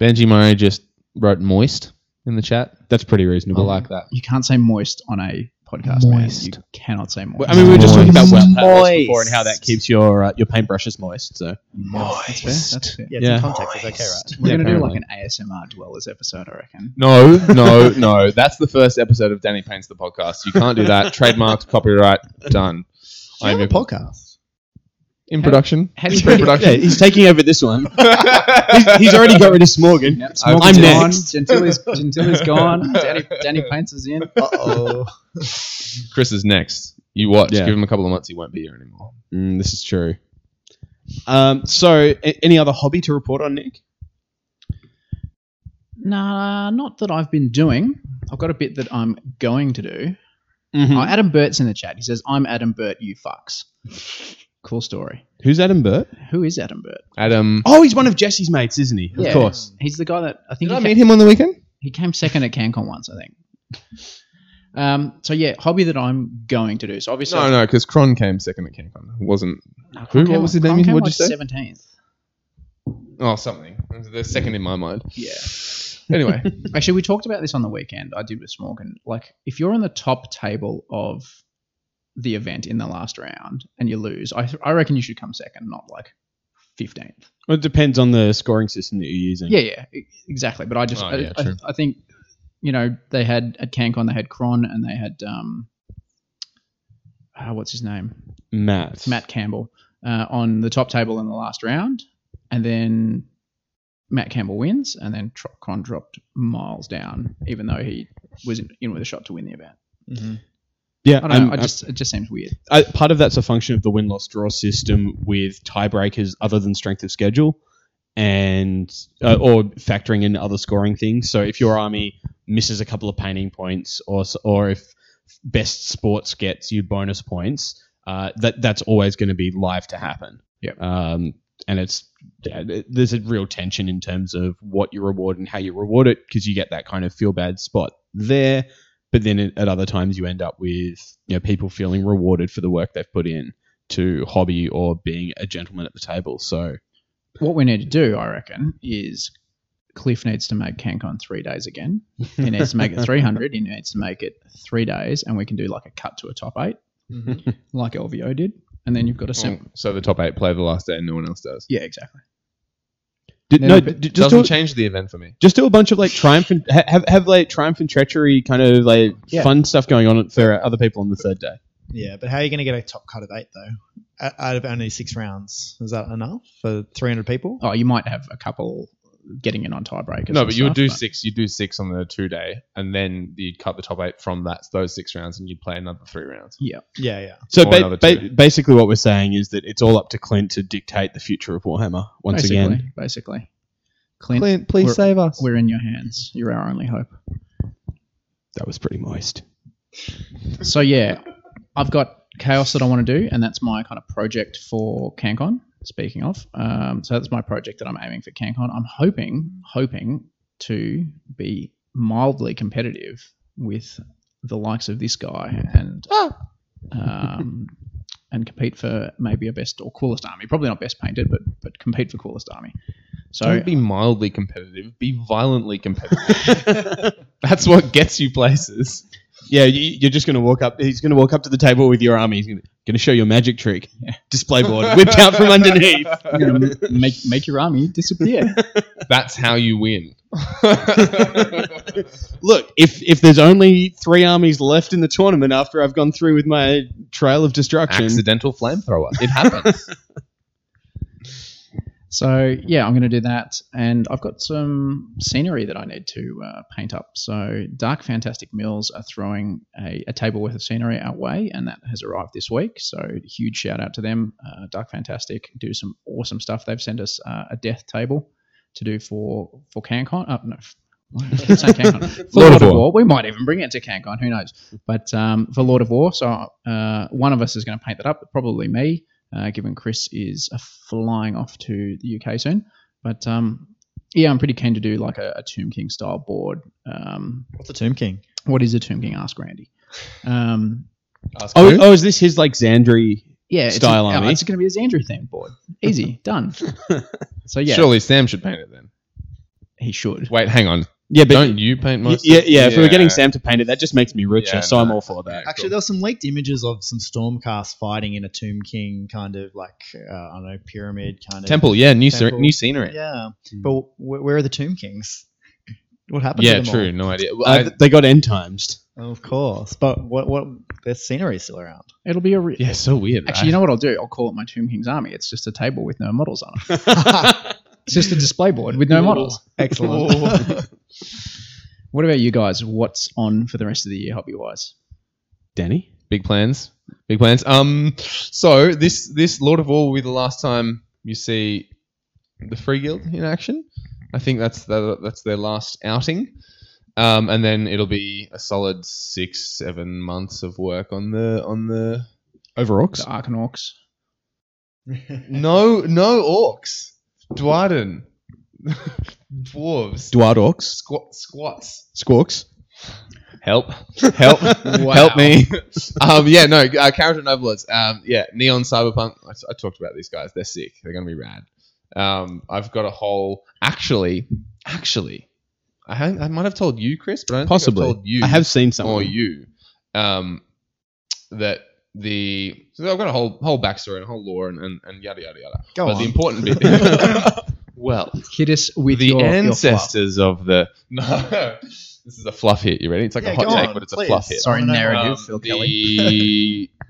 S4: Benji Murray just wrote moist in the chat.
S5: That's pretty
S4: I
S5: reasonable.
S4: like that.
S3: Um, you can't say moist on a podcast, man.
S4: Moist.
S3: You cannot say moist.
S5: Well, I mean, we were just talking about
S6: Moist.
S5: wet palette before and how that keeps your uh, your paintbrushes moist. So
S3: That's fair, that's fair.
S6: Yeah, it's
S5: Yeah.
S6: in context. It's okay, right?
S3: We're
S5: Yeah,
S3: gonna
S5: apparently.
S3: do like an ASMR dwellers episode, I reckon.
S4: No, no, no. That's the first episode of Danny Paints the Podcast. You can't do that. Trademarks, copyright, done.
S6: I have a podcast.
S4: in production.
S3: How do you-
S4: In production.
S5: yeah, he's taking over this one. he's, he's already got rid of Smorgon.
S3: Yep,
S5: I'm
S3: Smorgon's gone.
S5: next.
S3: Gentili's, Gentili's gone. Danny, Danny Paints is in.
S6: Uh oh.
S4: Chris is next. You watch.
S5: Yeah.
S4: Give him a couple of months. He won't be here anymore.
S5: Mm, this is true. Um, so, a- any other hobby to report on, Nick?
S3: Nah, not that I've been doing. I've got a bit that I'm going to do.
S5: Mhm.
S3: Oh, Adam Burt's in the chat. He says, I'm Adam Burt, you fucks. Cool story.
S5: Who's Adam Burt?
S3: Who is Adam Burt?
S4: Adam.
S5: Oh, he's one of Jesse's mates, isn't he?
S3: Yeah.
S5: Of course.
S3: He's the guy that I think he
S4: Did I
S3: ca-
S4: meet him on the weekend?
S3: He came second at CanCon once, I think. Um, so yeah, hobby that I'm going to do. So obviously,
S4: No, no, because Cron came second at CanCon. It wasn't.
S3: No,
S4: Who-
S3: Con came-
S4: what was his
S3: Con
S4: name?
S3: came
S4: What'd you
S3: like
S4: say?
S3: Seventeenth.
S4: Oh, something. They're second in my mind.
S3: Yeah.
S4: Anyway,
S3: Actually, we talked about this on the weekend. I did with Smorgan. Like, if you're on the top table of the event in the last round and you lose, I, I reckon you should come second, not like 15th.
S5: Well, it depends on the scoring system that you're using.
S3: Yeah, yeah, e- exactly. But I just,
S4: Oh,
S3: I,
S4: yeah,
S3: I,
S4: true.
S3: I think, you know, they had at CanCon, they had Kron and they had, um, uh, what's his name?
S5: Matt.
S3: Matt Campbell uh, on the top table in the last round. And then Matt Campbell wins, and then Tro- Kron dropped miles down, even though he was in, in with a shot to win the event.
S5: Yeah,
S3: I don't
S5: um,
S3: know. I just it just seems weird.
S5: I, part of that's a function of the win loss draw system with tiebreakers other than strength of schedule and uh, or factoring in other scoring things. So if your army misses a couple of painting points or s- or if best sports gets you bonus points, uh, that that's always going to be live to happen.
S3: Yep.
S5: Um, and it's yeah, th- there's a real tension in terms of what you reward and how you reward it because you get that kind of feel bad spot there but then at at other times you end up with you know people feeling rewarded for the work they've put in to hobby or being a gentleman at the table. So
S3: What we need to do, I reckon, is Cliff needs to make CanCon three days again. He needs to make it 300. He needs to make it three days, and we can do like a cut to a top 8 like LVO did. And then you've got a sim.
S4: Oh, so the top eight play the last day and no one else does.
S3: Yeah, exactly.
S5: Did-
S3: Yeah,
S5: no,
S3: but
S5: d- just
S4: Doesn't
S5: do,
S4: change the event for me.
S5: just do a bunch of like triumph and ha- have have like triumph and treachery kind of like
S3: Yeah.
S5: fun stuff going on for other people on the third day.
S6: Yeah, but how are you going to get a top cut of eight though? O- Out of only six rounds, is that enough for 300 people?
S3: Oh, you might have a couple getting in on tiebreakers.
S4: No,
S3: and
S4: but you would
S3: stuff,
S4: do six. You do six on the two day, and then you'd cut the top eight from that those six rounds, and you'd play another three rounds.
S6: Yeah, yeah.
S5: So
S4: Or
S5: ba-
S4: another
S5: ba-
S4: two.
S5: basically, what we're saying is that it's all up to Clint to dictate the future of Warhammer once
S3: basically,
S5: again.
S3: basically. Clint,
S5: Clint, please
S3: We're-
S5: save us.
S3: we're in your hands. You're our only hope.
S5: That was pretty moist.
S3: So yeah, I've got chaos that I want to do, and that's my kind of project for CanCon. Speaking of, um, so that's my project that I'm aiming for CanCon. I'm hoping, hoping to be mildly competitive with the likes of this guy and
S5: Ah!
S3: um, and compete for maybe a best or coolest army. Probably not best painted, but but compete for coolest army. So
S4: Don't be mildly competitive. Be violently competitive. That's what gets you places.
S5: Yeah, you, you're just going to walk up. He's going to walk up to the table with your army. He's going to show you a magic trick. Display board whipped out from underneath.
S3: I'm gonna make make your army disappear.
S4: That's how you win.
S5: Look, if if there's only three armies left in the tournament after I've gone through with my trail of destruction,
S4: Accidental flamethrower. It happens.
S3: So yeah, I'm going to do that, and I've got some scenery that I need to uh, paint up. So Dark Fantastic Mills are throwing a, a table worth of scenery our way, and that has arrived this week. So huge shout out to them. Uh, Dark Fantastic do some awesome stuff. They've sent us uh, a death table to do for for CanCon. Uh, no, why did I keep saying CanCon? for
S4: Lord
S3: Lord,
S4: of
S3: of
S4: War.
S3: War. We might even bring it to CanCon. Who knows? But um, for Lord of War, so uh, one of us is going to paint that up. Probably me uh, given Chris is uh, flying off to the UK soon. But um, yeah, I'm pretty keen to do like a, a Tomb King style board. Um,
S6: What's a Tomb King?
S3: what is a Tomb King? Ask Randy. Um,
S4: Ask
S5: oh,
S4: who?
S5: oh, is this his like Xandri?
S3: yeah, it's,
S5: Style
S3: a-
S5: army.
S3: it's going to be a Xandru themed board. Easy, done. So yeah,
S4: Surely Sam should paint it then.
S3: he should.
S4: Wait, hang on.
S5: Yeah, but
S4: Don't you paint my
S5: y-
S4: stuff?
S5: yeah, yeah, If we were getting Sam to paint it, that just makes me richer,
S4: Yeah,
S5: so
S4: no.
S5: I'm all for that.
S4: Actually,
S6: Actually, there were some leaked images of some Stormcast fighting in a Tomb King kind of like uh, I don't know pyramid kind of
S4: Temple, yeah, new, sce-
S6: Temple.
S4: new scenery. Yeah,
S6: Yeah, but wh- where are the Tomb Kings? What happened? to them
S4: true. No idea. Well,
S5: Uh,
S4: I,
S5: th- they got end times.
S6: All? Of course, but what what their scenery is still around.
S3: It'll be a re-
S4: yeah, it's so weird.
S3: Actually, you know what I'll do? I'll call it my Tomb King's Army. It's just a table with no models on it. It's just a display board with no models.
S6: Excellent.
S3: What about you guys? What's on for the rest of the year, hobby wise?
S5: Danny,
S4: Big plans. Big plans. Um, so this this Lord of War will be the last time you see the Free Guild in action. I think that's the, that's their last outing, um, and then it'll be a solid six seven months of work on the on the
S5: Overorks.
S3: The Arcanauts.
S4: no no orcs, Dwarden, dwarves,
S5: Dward orcs,
S4: squat squats.
S5: squawks.
S4: help help help me um yeah no uh, character overlords um yeah neon cyberpunk I, I talked about these guys they're sick they're gonna be rad um i've got a whole actually actually i ha- i might have told you chris but i don't
S5: Possibly.
S4: think I've told you
S5: I have seen
S4: or
S5: something.
S4: you um that the so i've got a whole whole backstory and a whole lore and, and, and yada yada yada
S6: Go
S4: but
S6: on.
S4: the important bit well
S3: Hit us with
S4: the
S3: your, your fluff.
S4: ancestors of the no this is a fluff hit you ready it's like
S6: Yeah,
S4: a hot
S6: go
S4: take
S6: on,
S4: but it's a
S6: please.
S4: fluff hit
S3: Sorry,
S6: Um,
S3: narrative,
S4: um,
S3: Phil
S4: the
S3: Kelly.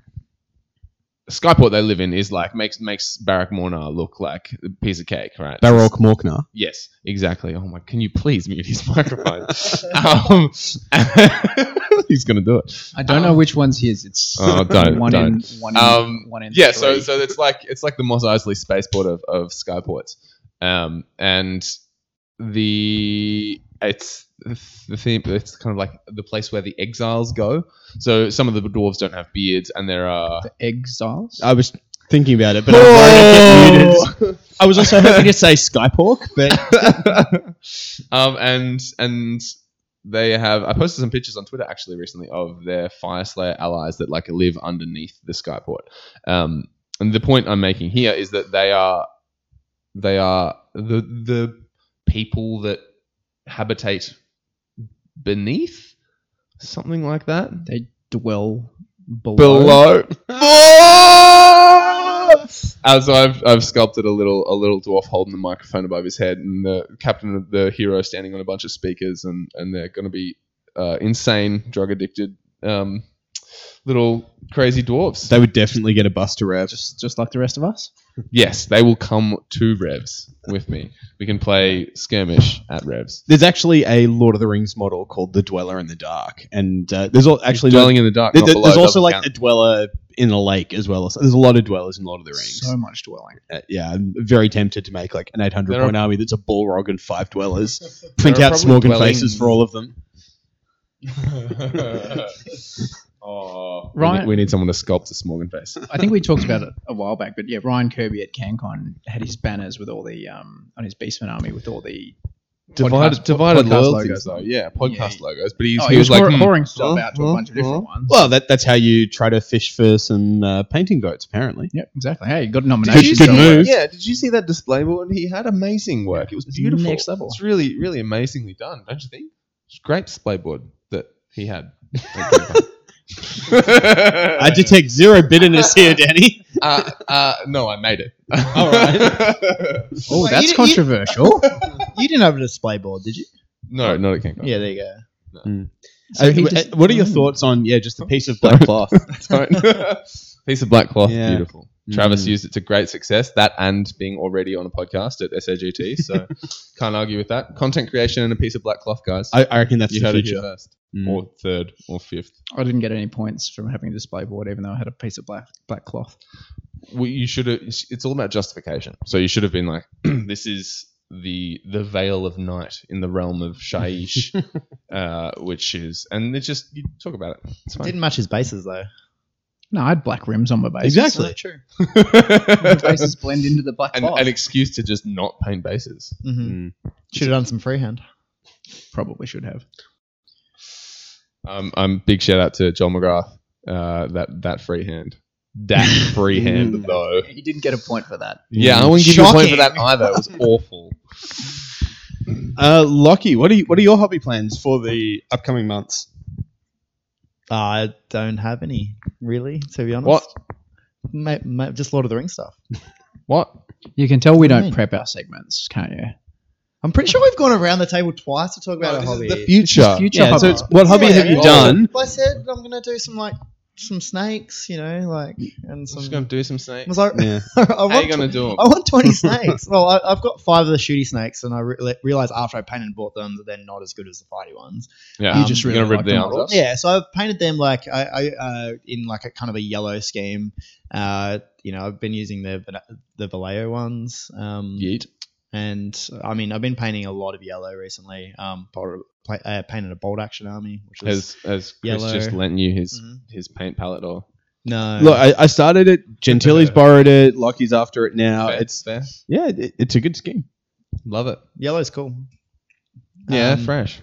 S4: skyport they live in is like makes makes barrack mornar look like a piece of cake right
S5: Barork Morknar.
S4: yes exactly oh my can you please mute his microphone um, he's gonna do it
S3: I don't know which one's his. It's
S4: Oh, don't,
S3: one in
S4: don't.
S3: one in
S4: um,
S3: one in
S4: yeah, so
S3: three.
S4: so it's like it's like the Mos Eisley spaceport of of skyports, um, and the it's the theme. It's kind of like the place where the exiles go. So some of the dwarves don't have beards, and there are.
S3: the exiles.
S5: I was thinking about it, but I'm worried I'd get muted. I was also hoping to say Skypork, but
S4: um, and and they have. I posted some pictures on Twitter actually recently of their Fire Slayer allies that like live underneath the Skyport. Um, and the point I'm making here is that they are they are the the people that habitate beneath something like that
S3: they dwell below.
S4: below.
S5: Mm-hmm.
S4: Uh, so I've, I've sculpted a little a little dwarf holding the microphone above his head, and the captain of the hero standing on a bunch of speakers, and and they're going to be uh, insane, drug addicted, um, little crazy dwarves.
S5: they would definitely get a Buster Rev.
S3: just just like the rest of us.
S4: yes, they will come to Revs with me. We can play skirmish at Revs.
S5: There's actually a Lord of the Rings model called the Dweller in the Dark, and uh, there's al- actually
S4: dwelling in the dark.
S5: there-
S4: not
S5: there-
S4: below
S5: there's also
S4: doesn't
S5: like
S4: count.
S5: a dweller in a lake as well. So There's a lot of dwellers in Lord of the Rings.
S3: So much dwelling.
S5: Uh, yeah, I'm very tempted to make like an 800
S4: There are-
S5: point army that's a Balrog and five dwellers. Print
S4: There are
S5: out
S4: probably
S5: Smorgon faces
S4: dwellings.
S5: for all of them.
S4: oh, We
S3: Ryan-
S4: need, we need someone to sculpt a Smorgon face.
S3: I think we talked about it a while back, but yeah, Ryan Kirby at CanCon had his banners with all the um on his Beastman army with all the
S4: divided,
S3: podcast-
S4: divided
S3: podcast
S4: loyalties
S3: logos.
S4: though. Yeah, podcast
S3: Yeah.
S4: logos. But he's,
S3: Oh,
S4: he, was, like,
S3: whor-
S4: hmm.
S3: whoring stuff
S4: Huh?
S3: out to a bunch of
S4: Huh?
S3: different ones.
S5: Well, that, that's how you try to fish for some uh, painting votes, apparently.
S3: yeah, exactly. Hey, you got a nomination.
S5: Good
S3: so-
S5: move.
S4: Yeah, did you see that display board? He had amazing work. It was
S3: It's
S4: beautiful.
S3: next level.
S4: It's really, really amazingly done, don't you think? It's a great display board that he had. Thank you.
S5: I detect zero bitterness here, Danny.
S4: uh, uh, no, I made it.
S5: All
S4: right.
S3: Oh,
S6: Wait,
S3: that's
S6: you- you-
S3: controversial.
S6: You didn't have a display board, did you?
S4: no, no, it can't go.
S6: Yeah, there you go.
S3: So
S5: Uh,
S3: he
S5: wh-
S3: just- Mm.
S5: uh, what are your thoughts on yeah, just a piece of black cloth?
S4: Don't. Piece of black cloth,
S5: Yeah.
S4: beautiful. Travis
S5: Mm.
S4: used it to great success. That and being already on a podcast at SAGT, so can't argue with that. Content creation and a piece of black cloth, guys.
S5: I, I reckon that's
S4: you
S5: the
S4: heard it here
S5: future.
S4: first,
S5: Mm.
S4: or third, or fifth.
S3: I didn't get any points from having a display board, even though I had a piece of black black cloth.
S4: well, you should have. It's it's all about justification. So you should have been like, "This is the the veil of night in the realm of Shaiish, uh, which is." And it's just you talk about it. It's fine.
S6: Didn't match his bases though.
S3: No, I had black rims on my bases.
S5: Exactly.
S6: true.
S3: My bases blend into the black
S4: an,
S3: cloth.
S4: an excuse to just not paint bases.
S6: hmm
S5: Mm.
S6: Should have done some freehand.
S3: Probably should have.
S4: Um, um, big shout out to John McGrath. Uh, that that freehand, that freehand though.
S3: He Mm. didn't get a point for that.
S4: Yeah, I wouldn't give you a point for that
S6: Shocking.
S4: either. It was awful.
S5: Uh, Lockie, what are you, what are your hobby plans for the upcoming months?
S6: I don't have any really, to be honest.
S4: What?
S6: Ma- ma- just Lord of the Rings stuff.
S4: What?
S3: You can tell we
S6: do you
S3: don't
S6: mean?
S3: prep our segments, can't you?
S6: I'm pretty sure we've gone around the table twice to talk about
S4: Oh,
S6: a
S4: this is
S6: hobby.
S4: the future.
S3: Future
S5: Yeah, so
S3: hobby.
S5: it's what hobby
S6: Yeah,
S5: have you
S6: yeah.
S5: done?
S6: I said I'm gonna do some like some snakes, you know, like and
S4: I'm
S6: some.
S4: just gonna do some snakes.
S6: I was like,
S5: Yeah.
S6: I
S4: How are you
S6: want
S4: gonna do them?
S6: I want 20 snakes. Well, I, I've got five of the shooty snakes, and I re- realized after I painted and bought them that they're not as good as the fighty ones.
S4: yeah,
S6: You just
S4: you're
S3: really
S4: gonna rip
S3: like
S4: the
S3: the
S4: arms off.
S3: models.
S6: Yeah, so I've painted them like I, I uh, in like a kind of a yellow scheme. Uh, you know, I've been using the Val- the Vallejo ones. Um,
S4: Yeet.
S6: And I mean, I've been painting a lot of yellow recently. Um, bold, pla uh, painted a bold action army, which is
S4: Has has Chris
S6: Mm. Yellow.
S4: just lent you his
S6: Mhm.
S4: his paint palette or
S6: no.
S5: Look, I, I started it. Gentili's borrowed it. Lockie's after it now.
S4: Fair,
S5: It's
S4: fair.
S5: yeah, it, it's a good scheme.
S4: Love it.
S6: yellow's cool.
S4: Yeah,
S6: Um,
S4: fresh.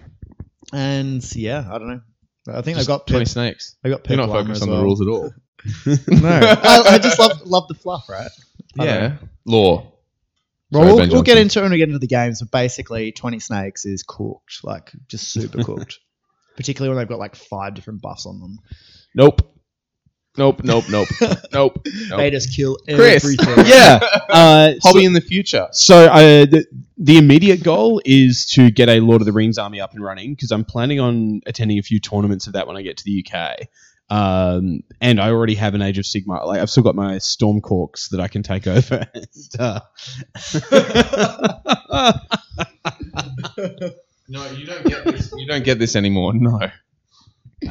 S6: And yeah, I don't know. I think I
S4: Just
S6: got
S4: twenty
S6: purp-
S4: snakes.
S6: I got
S4: You're not
S6: purple armor
S4: focused
S6: as
S4: on the
S6: well.
S4: rules at all.
S6: No, I, I just love love the fluff, right? I don't
S4: yeah, law.
S6: Well,
S4: Sorry,
S6: we'll,
S4: Ben
S6: we'll get
S4: Johnson.
S6: into it when we get into the games, but basically, 20 Snakes is cooked, like just super cooked. Particularly when they've got like five different buffs on them.
S4: Nope. Nope. Nope. Nope. nope.
S6: They
S4: nope.
S6: just kill
S4: Chris.
S6: everything.
S5: Yeah. Uh, so-
S4: Hobby in the future.
S5: So uh, the, the immediate goal is to get a Lord of the Rings army up and running because I'm planning on attending a few tournaments of that when I get to the UK. Um, and I already have an Age of Sigma. Like I've still got my Storm Corks that I can take over. and, uh,
S4: No, you don't get this. You don't get this anymore. No.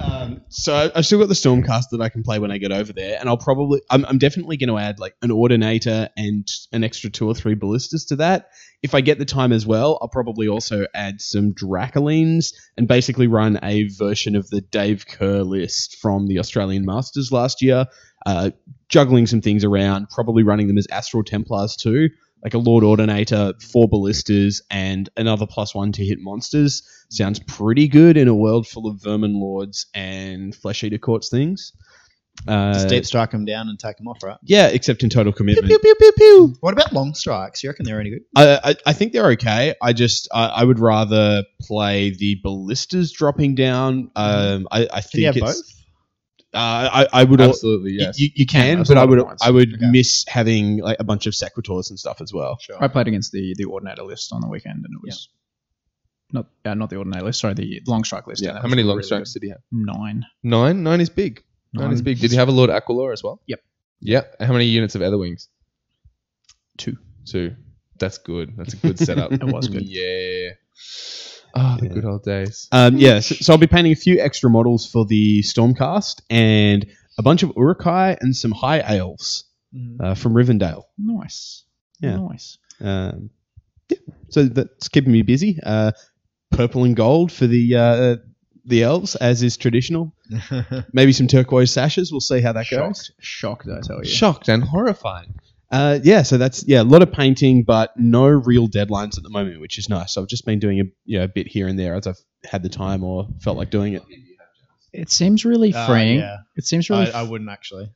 S5: um, so I- I've still got the Stormcast that I can play when I get over there, and I'll probably I'm, I'm definitely going to add like an Ordinator and an extra two or three ballistas to that. If I get the time as well, I'll probably also add some Dracolines and basically run a version of the Dave Kerr list from the Australian Masters last year, uh, juggling some things around, probably running them as Astral Templars too, like a Lord Ordinator, four ballistas, and another plus one to hit monsters. Sounds pretty good in a world full of vermin lords and flesh eater courts things. Uh,
S6: Just deep strike them down and take them off, right?
S5: yeah, except in total
S6: Pew,
S5: commitment.
S6: pew, pew, pew, pew. What about long strikes? You reckon they're any good?
S5: I, I, I think they're okay. I just I, I would rather play the ballistas dropping down. Um, I, I
S6: Can you
S5: think
S6: have
S5: it's Uh, I I would al-
S4: Absolutely.
S5: y-
S4: Yes.
S5: you, you can,
S4: that's
S5: but
S4: a
S5: I
S4: lot
S5: would
S4: of points.
S5: I would
S6: Okay.
S5: miss having like a bunch of sequiturs and stuff as well.
S6: Sure.
S3: I played against the the ordinator list on the weekend, and it was not uh, not the ordinator list. Sorry, the long strike list.
S4: yeah.
S3: and that
S4: How
S3: was
S4: many long
S3: really
S4: strikes did he have?
S3: good. Nine.
S4: Nine. Nine is big. Nine, is
S3: Nine.
S4: big. Did you have a Lord Aquilor as well?
S3: Yep.
S4: Yeah. How many units of Etherwings?
S3: Two.
S4: Two. That's good. That's a good setup.
S3: It was good.
S4: Yeah. Ah, the good old days.
S5: Um, yeah, so, so I'll be painting a few extra models for the Stormcast and a bunch of Urukai and some High Elves uh, from Rivendell.
S3: Nice.
S5: Yeah.
S3: Nice.
S5: Um, yeah, so that's keeping me busy. Uh, purple and gold for the uh, the elves, as is traditional. Maybe some turquoise sashes. We'll see how that goes.
S3: Shocked. Shocked. I tell you.
S4: Shocked and horrified.
S5: Uh, yeah, so that's yeah a lot of painting, but no real deadlines at the moment, which is nice. So I've just been doing a you know, a bit here and there as I've had the time or felt like doing it.
S3: It seems really
S6: Uh,
S3: freeing.
S6: yeah.
S3: It seems really.
S6: I, I wouldn't actually.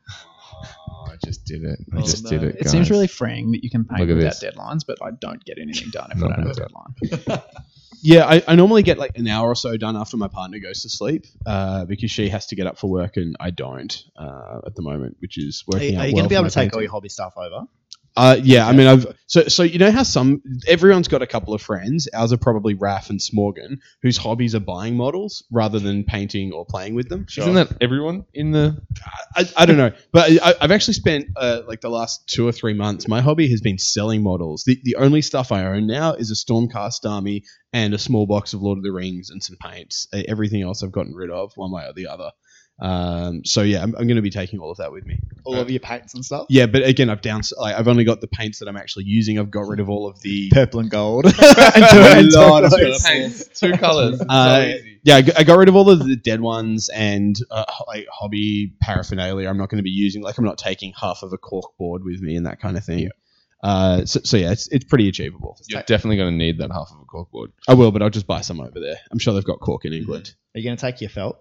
S4: I just did it. I
S6: Oh,
S4: just
S6: no.
S4: did it.
S6: It
S3: It seems
S4: guys.
S3: really freeing that you can paint
S4: Look at
S3: without
S4: this.
S3: deadlines, but I don't get anything done if
S4: Not
S3: I don't
S4: gonna
S3: have a
S4: do it.
S3: deadline.
S5: Yeah, I, I normally get like an hour or so done after my partner goes to sleep uh, because she has to get up for work and I don't uh, at the moment, which is
S6: Are,
S5: working.
S6: you
S5: going
S6: going to be able to take all your hobby stuff over?
S5: Uh, yeah, I mean, I've so so you know how some everyone's got a couple of friends. Ours are probably Raf and Smorgan, whose hobbies are buying models rather than painting or playing with them.
S4: Isn't that everyone in the?
S5: I, I don't know, but I, I've actually spent uh, like the last two or three months. My hobby has been selling models. The the only stuff I own now is a Stormcast army and a small box of Lord of the Rings and some paints. Uh, Everything else I've gotten rid of, one way or the other. Um, so yeah, I'm, I'm going to be taking all of that with me.
S6: All of your paints and stuff?
S5: Yeah, but again, I've down. Like, I've only got the paints that I'm actually using. I've got rid of all of the.
S6: Purple and gold.
S5: A lot of
S6: turquoise.
S4: two colors.
S5: Uh, yeah, I g- I got rid of all of the dead ones and uh, ho- like hobby paraphernalia. I'm not going to be using. Like, I'm not taking half of a cork board with me and that kind of thing. Uh, so, so yeah, it's, it's pretty achievable.
S4: You're definitely going to need that half of a corkboard.
S5: I will, but I'll just buy some over there. I'm sure they've got cork in England.
S6: Are you going to take your felt?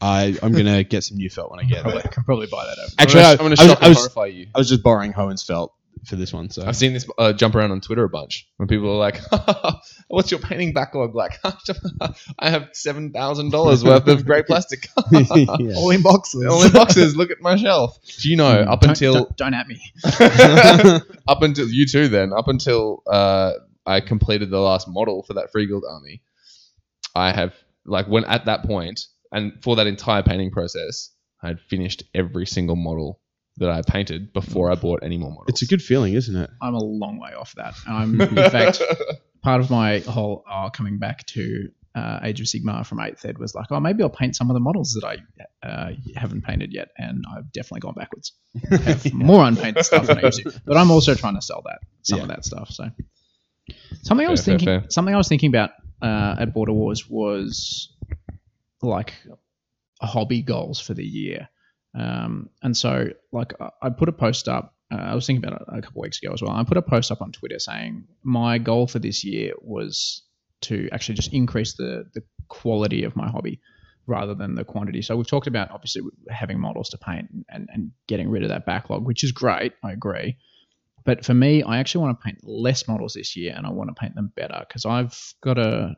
S5: I I'm gonna get some new felt when I get there.
S3: Probably, can probably buy that over.
S5: Actually,
S4: I'm
S5: I,
S4: going to
S5: I was,
S4: shock
S5: I,
S4: and
S5: was,
S4: horrify you.
S5: I was just borrowing Hohen's felt for this one. So
S4: I've seen this uh, jump around on Twitter a bunch when people are like, "What's your painting backlog like?" I have seven thousand dollars worth of grey plastic
S5: Yeah.
S6: All in boxes.
S4: all in boxes. Look at my shelf. Do you know
S5: Mm,
S4: up
S3: Don't-
S4: until
S3: don't, don't at me.
S4: up until you too then up until uh, i completed the last model for that freeguild army i have like when at that point and for that entire painting process i had finished every single model that i painted before i bought any more models
S5: It's a good feeling, isn't it?
S3: I'm a long way off that. I'm in fact part of my whole oh, coming back to uh, Age of Sigma from Eighth Ed was like, oh, maybe I'll paint some of the models that I uh, haven't painted yet, and I've definitely gone backwards. I have more unpainted stuff than I used to, but I'm also trying to sell that some of that stuff. So something I was
S4: Fair, fair,
S3: thinking,
S4: fair.
S3: something I was thinking about uh, at Border Wars was like hobby goals for the year. Um, and so, like, I- I put a post up. Uh, I was thinking about it a couple weeks ago as well. I put a post up on Twitter saying my goal for this year was to actually just increase the the quality of my hobby rather than the quantity. So we've talked about obviously having models to paint and, and getting rid of that backlog, which is great. I agree. But for me, I actually want to paint less models this year and I want to paint them better because I've got a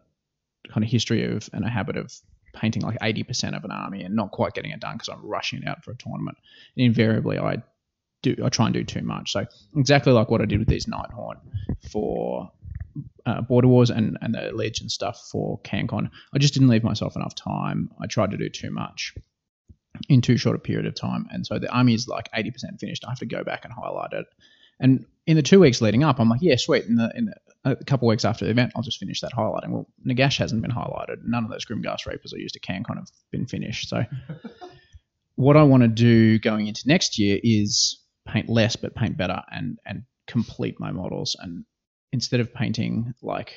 S3: kind of history of and a habit of painting like 80% of an army and not quite getting it done because I'm rushing it out for a tournament. And invariably, I do I try and do too much. So exactly like what I did with these Nighthorn for uh, Border Wars and and the Legion stuff for CanCon, I just didn't leave myself enough time. I tried to do too much in too short a period of time, and so the army is like 80% finished. I have to go back and highlight it. And in the two weeks leading up, I'm like, yeah, sweet. In the in the a couple weeks after the event, I'll just finish that highlighting. Well, Nagash hasn't been highlighted. None of those Grimghast Reapers I used to CanCon have been finished. So, what I want to do going into next year is paint less, but paint better, and and complete my models. And instead of painting like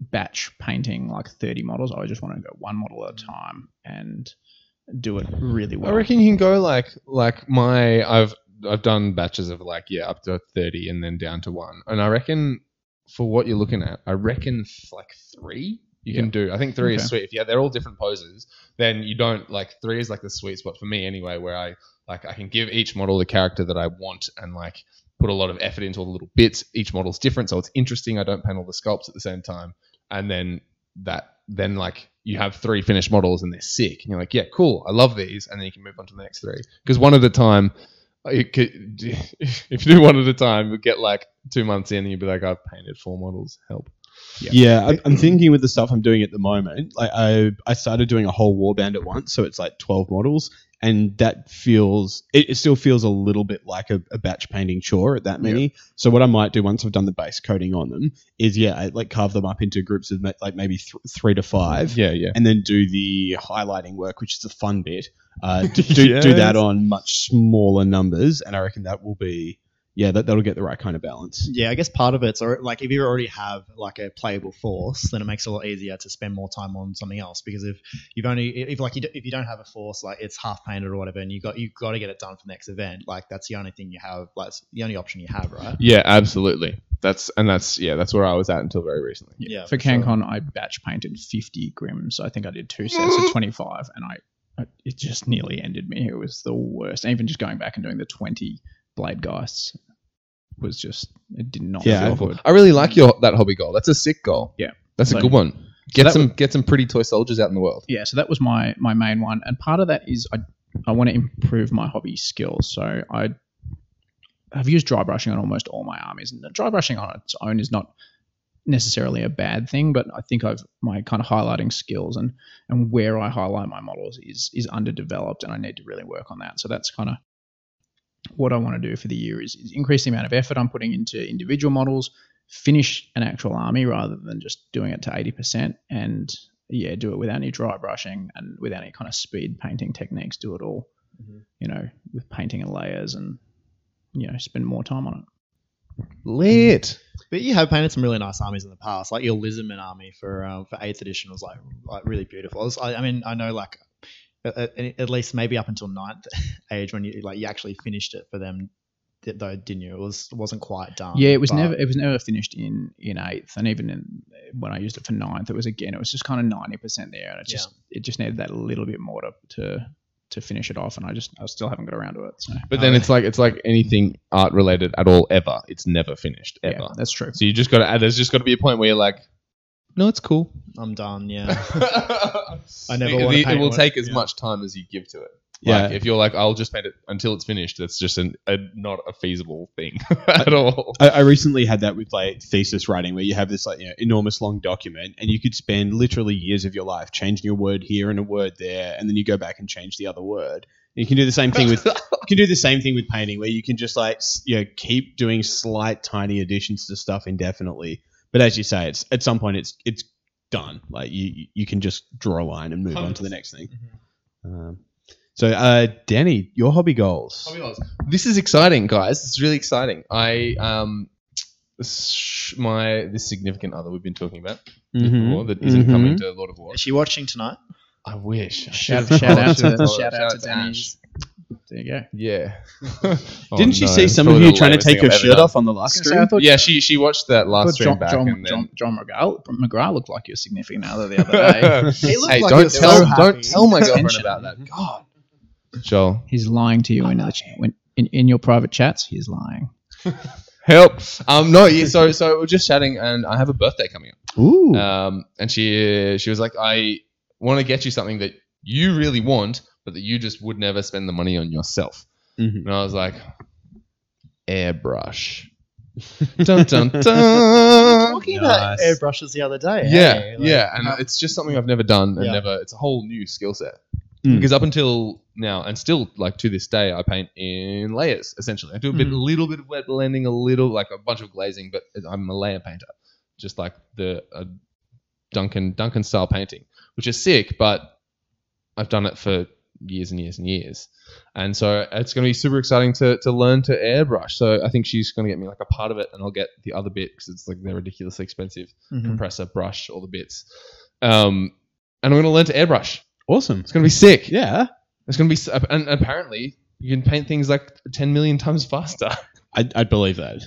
S3: batch painting like 30 models, I just want to go one model at a time and do it really well.
S4: I reckon you can go like like my I've I've done batches of like yeah up to thirty and then down to one, and I reckon for what you're looking at, I reckon f- like three you can do. I think three
S3: Okay.
S4: is sweet. If yeah, they're all different poses, then you don't like three is like the sweet spot for me anyway, where I like I can give each model the character that I want and like put a lot of effort into all the little bits. Each model's different, so it's interesting. I don't paint all the sculpts at the same time, and then that then like you have three finished models and they're sick and you're like yeah cool i love these and then you can move on to the next three because one at a time it could, if you do one at a time you'll get like two months in and you'll be like i've painted four models help
S5: Yeah, I'm,
S4: Mm.
S5: I'm thinking with the stuff I'm doing at the moment. Like I, I started doing a whole warband at once, so it's like 12 models, and that feels it, it still feels a little bit like a, a batch painting chore at that many. So what I might do once I've done the base coating on them is yeah, I like carve them up into groups of ma- like maybe th- three to five,
S4: yeah yeah
S5: and then do the highlighting work, which is the fun bit. Uh, do, do, do that on much smaller numbers, and I reckon that will be yeah, that that'll get the right kind of balance.
S6: Yeah, I guess part of it's or like if you already have like a playable force, then it makes it a lot easier to spend more time on something else. Because if you've only if like you do, if you don't have a force, like it's half painted or whatever, and you got you got to get it done for the next event. Like that's the only thing you have. Like it's the only option you have, right?
S4: yeah absolutely that's and that's yeah that's where i was at until very recently
S6: Yeah,
S3: for
S6: for sure.
S3: CanCon, I batch painted 50 grims. I think I did two sets of 25, and I it just nearly ended me. It was the worst. And even just going back and doing the twenty blade geists was just it did not
S5: Yeah,
S3: feel
S5: awful.
S3: good.
S4: I really like your that hobby goal. That's a sick goal.
S3: Yeah.
S4: that's a
S3: So-
S4: good one. Get
S3: that
S4: some get some pretty toy soldiers out in the world.
S3: yeah, so that was my my main one, and part of that is I I want to improve my hobby skills. So I have used dry brushing on almost all my armies, and dry brushing on its own is not necessarily a bad thing, but I think I've my kind of highlighting skills and and where I highlight my models is is underdeveloped, and I need to really work on that. So that's kind of what I want to do for the year is, is increase the amount of effort I'm putting into individual models, finish an actual army rather than just doing it to eighty percent, and yeah, do it without any dry brushing and without any kind of speed painting techniques. Do it all,
S6: Mm-hmm.
S3: you know, with painting and layers and you know, spend more time on it.
S4: Lit.
S6: But you have painted some really nice armies in the past, like your Lizardman army for um, for eighth edition was like like really beautiful. I, was- I, I mean, I know like at, at- at least maybe up until ninth age when you like you actually finished it for them, th- though, didn't you? It was it wasn't quite done.
S3: yeah, it was
S6: Um, but-
S3: never it was never finished in in eighth, and even in, when I used it for ninth, it was again it was just kind of ninety percent there, and it just it just needed that little bit more to to to finish it off, and I just I still haven't got around to it. So Uh,
S4: But then it's like it's like anything art related at all ever. It's never finished
S3: yeah,
S4: ever.
S3: that's true.
S4: So you just got to. There's just got to be a point where you're like, no, it's cool.
S6: I'm done. Yeah,
S4: I
S6: never
S4: it,
S6: wanna
S4: it,
S6: paint
S4: will
S6: one.
S4: take as
S6: Yeah.
S4: much time as you give to it.
S5: Yeah.
S4: Like if you're like, I'll just paint it until it's finished. That's just an, a not a feasible thing at all.
S5: I, I recently had that with like thesis writing, where you have this like you know, enormous long document, and you could spend literally years of your life changing a word here and a word there, and then you go back and change the other word. And you can do the same thing with you can do the same thing with painting, where you can just like s- you know keep doing slight tiny additions to stuff indefinitely. But as you say, it's at some point it's it's done. Like you you- you can just draw a line and move on to the next thing.
S4: Mm-hmm.
S5: Um, so, uh, Danny, your hobby goals.
S4: This is exciting, guys. It's really exciting. I um, sh- my this significant other we've been talking about before that isn't
S5: Mhm.
S4: coming to Lord of War.
S6: is she watching tonight?
S4: I wish. I
S3: Shout,
S4: should've
S3: shout out
S4: thought-
S3: to
S4: should've
S3: shout out
S4: thought-
S3: to Danny's. There you go.
S4: Yeah.
S5: Didn't
S4: Oh,
S5: she see some of you trying to take your shirt off on the last
S3: So I
S5: stream?
S3: thought-
S4: Yeah, she she watched that
S3: I
S4: last
S3: thought
S4: stream
S3: John,
S4: back
S3: John,
S4: and
S3: John,
S4: then.
S3: John McGraw, McGraw looked like your significant other the other day.
S6: He looked
S4: hey,
S6: like he
S4: don't
S6: was
S4: tell
S6: so happy.
S4: don't tell my girlfriend
S3: Tension.
S4: about that. God, Joel,
S3: He's lying to you in, the, when, in in your private chats. He's lying.
S4: help. Um, no, yeah, so so we we're just chatting, and I have a birthday coming up.
S5: Ooh.
S4: Um, and she she was like, I want to get you something that you really want, but that you just would never spend the money on yourself.
S5: Mhm.
S3: Mm-hmm.
S4: And I was like, airbrush. dun dun dun.
S6: Talking about
S5: Nice.
S6: airbrushes the other day.
S4: Yeah,
S6: hey, like-
S4: yeah, and it's just something I've never done, and
S6: Yeah. Hmm.
S4: never. It's a whole new skill set
S5: Mm.
S4: because up until now, and still like to this day, I paint in layers. Essentially, I do a
S6: Hmm.
S4: bit, a little bit of wet blending, a little like a bunch of glazing, but I'm a layer painter, just like the uh, Duncan Duncan style painting, which is sick. But I've done it for years and years and years, and so it's going to be super exciting to to learn to airbrush. So I think she's going to get me like a part of it, and I'll get the other bit because it's like they're ridiculously expensive
S5: Mm-hmm.
S6: Mhm.
S4: compressor, brush, all the bits. Um, and I'm going to learn to airbrush.
S5: Awesome.
S4: It's going to be sick.
S5: Yeah.
S4: It's going to be, s- and apparently you can paint things like 10 million times faster.
S5: I'd, I'd believe that.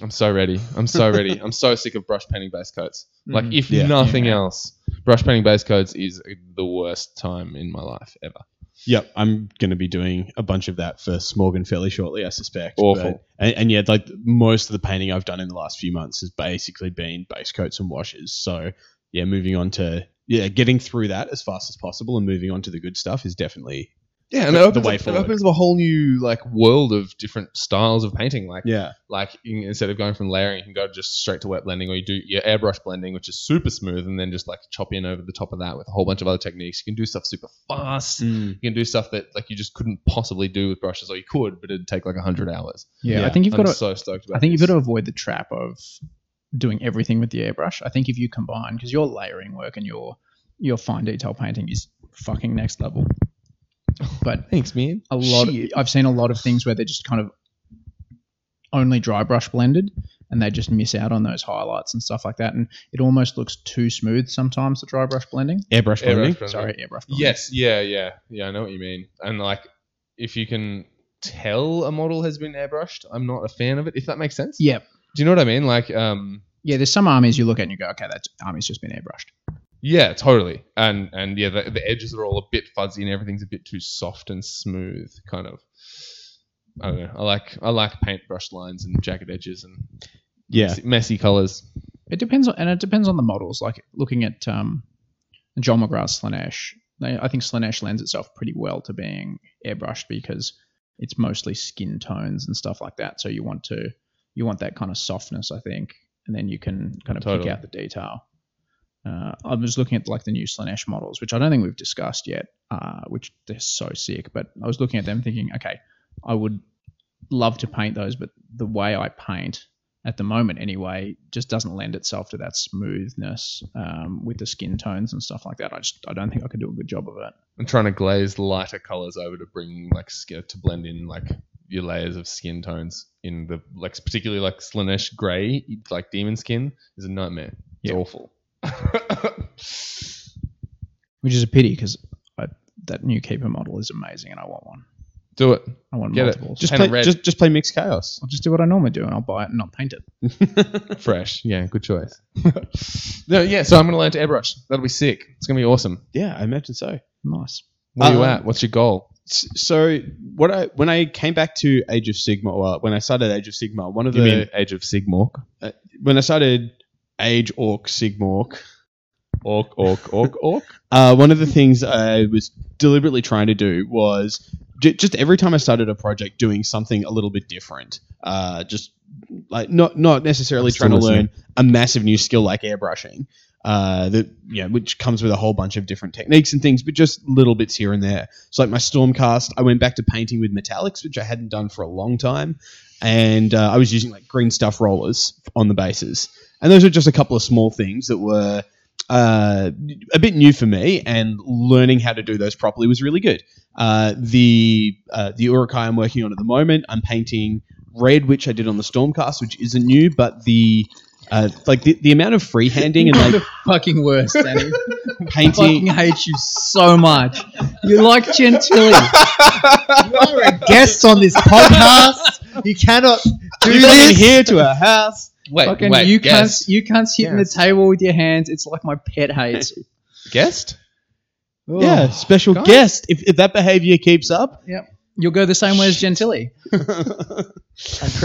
S4: I'm so ready. I'm so ready. I'm so sick of brush painting base coats. Like
S6: Mhm.
S4: if
S5: Mm. Yeah.
S4: nothing
S3: Yeah.
S4: else, brush painting base coats is the worst time in my life ever.
S5: Yep. I'm going to be doing a bunch of that for Smorgan fairly shortly, I suspect.
S4: Awful.
S5: But- and, and yeah, like most of the painting I've done in the last few months has basically been base coats and washes. So yeah, moving on to, yeah, getting through that as fast as possible and moving on to the good stuff is definitely,
S4: Yeah, and it
S5: The
S4: opens,
S5: way
S4: up, it
S5: forward.
S4: opens up a whole new like world of different styles of painting. Like
S5: yeah.
S4: like you- instead of going from layering, you can go just straight to wet blending, or you do your airbrush blending, which is super smooth, and then just like chop in over the top of that with a whole bunch of other techniques. You can do stuff super fast.
S3: Hmm.
S4: You can do stuff that like you just couldn't possibly do with brushes, or you could, but it'd take like hundred hours.
S3: Yeah,
S5: Yeah.
S3: I think you've
S4: I'm
S3: got to.
S4: so stoked about.
S3: I think you've
S4: this.
S3: got to avoid the trap of doing everything with the airbrush. I think if you combine, because your layering work and your your fine detail painting is fucking next level. But
S4: Thanks, man.
S3: a lot. I've seen a lot of things where they're just kind of only dry brush blended, and they just miss out on those highlights and stuff like that. And it almost looks too smooth sometimes. The dry brush blending.
S5: Airbrush blending.
S3: Sorry, airbrush. Blending.
S4: Yes. Yeah. Yeah. Yeah. I know what you mean. And like, if you can tell a model has been airbrushed, I'm not a fan of it. If that makes sense.
S3: Yeah.
S4: Do you know what I mean? Like, um,
S3: Yeah. There's some armies you look at and you go, okay, that army's just been airbrushed.
S4: Yeah, totally. And and yeah, the, the edges are all a bit fuzzy and everything's a bit too soft and smooth, kind of. I don't know. I like I like paintbrush lines and jagged edges and
S5: Yeah,
S4: messy colors.
S3: It depends on, and it depends on the models. Like looking at um, John McGrath Slanesh, they- I think Slanesh lends itself pretty well to being airbrushed because it's mostly skin tones and stuff like that. So you want to, you want that kind of softness, I think, and then you can kind of
S4: Totally.
S3: pick out the detail. Uh, I was looking at like the new Slanesh models, which I don't think we've discussed yet, uh, which they're so sick. But I was looking at them thinking, okay, I would love to paint those, but the way I paint at the moment, anyway, just doesn't lend itself to that smoothness um, with the skin tones and stuff like that. I just I don't think I could do a good job of it.
S4: I'm trying to glaze lighter colors over to bring like skin to blend in like your layers of skin tones in the like particularly like Slanesh gray like demon skin is a nightmare. It's
S3: Yeah.
S4: awful.
S3: Which is a pity because that new keeper model is amazing, and I want one.
S4: Do it.
S3: I want
S4: Get it.
S3: multiples.
S5: just
S4: Paint
S5: play,
S4: it red.
S5: just just play mixed chaos.
S3: I'll just do what I normally do, and I'll buy it and not paint it.
S4: Fresh. Yeah, good choice. no, yeah, so I'm going to learn to airbrush. That'll be sick. It's going to be awesome.
S5: Yeah, I imagine so.
S3: Nice.
S4: Where you
S5: Um,
S4: at? What's your goal?
S5: S- So what I when I came back to Age of Sigma, well, when I started Age of Sigma, one of the Uh,
S4: Age of Sigmorg?
S5: when I started Age Orc Sigmorc,
S4: Orc, orc, orc, orc?
S5: uh, one of the things I was deliberately trying to do was j- just every time I started a project, doing something a little bit different. Uh, just like not not necessarily
S4: I'm still
S5: trying to
S4: listening.
S5: learn a massive new skill like airbrushing, uh, that you know, which comes with a whole bunch of different techniques and things, but just little bits here and there. So like my stormcast, I went back to painting with metallics, which I hadn't done for a long time, and uh, I was using like green stuff rollers on the bases, and those are just a couple of small things that were. Uh, a bit new for me, and learning how to do those properly was really good. Uh, the uh, the urukai I'm working on at the moment, I'm painting red, which I did on the Stormcast, which isn't new, but the uh, like the, the amount of freehanding and like
S3: Fucking worst, Danny.
S5: painting
S3: hate you so much. You're like Gentilly.
S6: You're a guest on this podcast. You cannot do this.
S5: here to our house.
S4: Wait,
S3: Fucking
S4: wait,
S3: you
S4: guest?
S3: can't you can't sit in the
S4: Yes.
S3: table with your hands. It's like my pet hates.
S4: Guest?
S5: yeah,
S3: Ugh.
S5: special
S4: guys.
S5: guest. If, if that behavior keeps up,
S3: You'll go the same way as Gentilly.
S5: uh,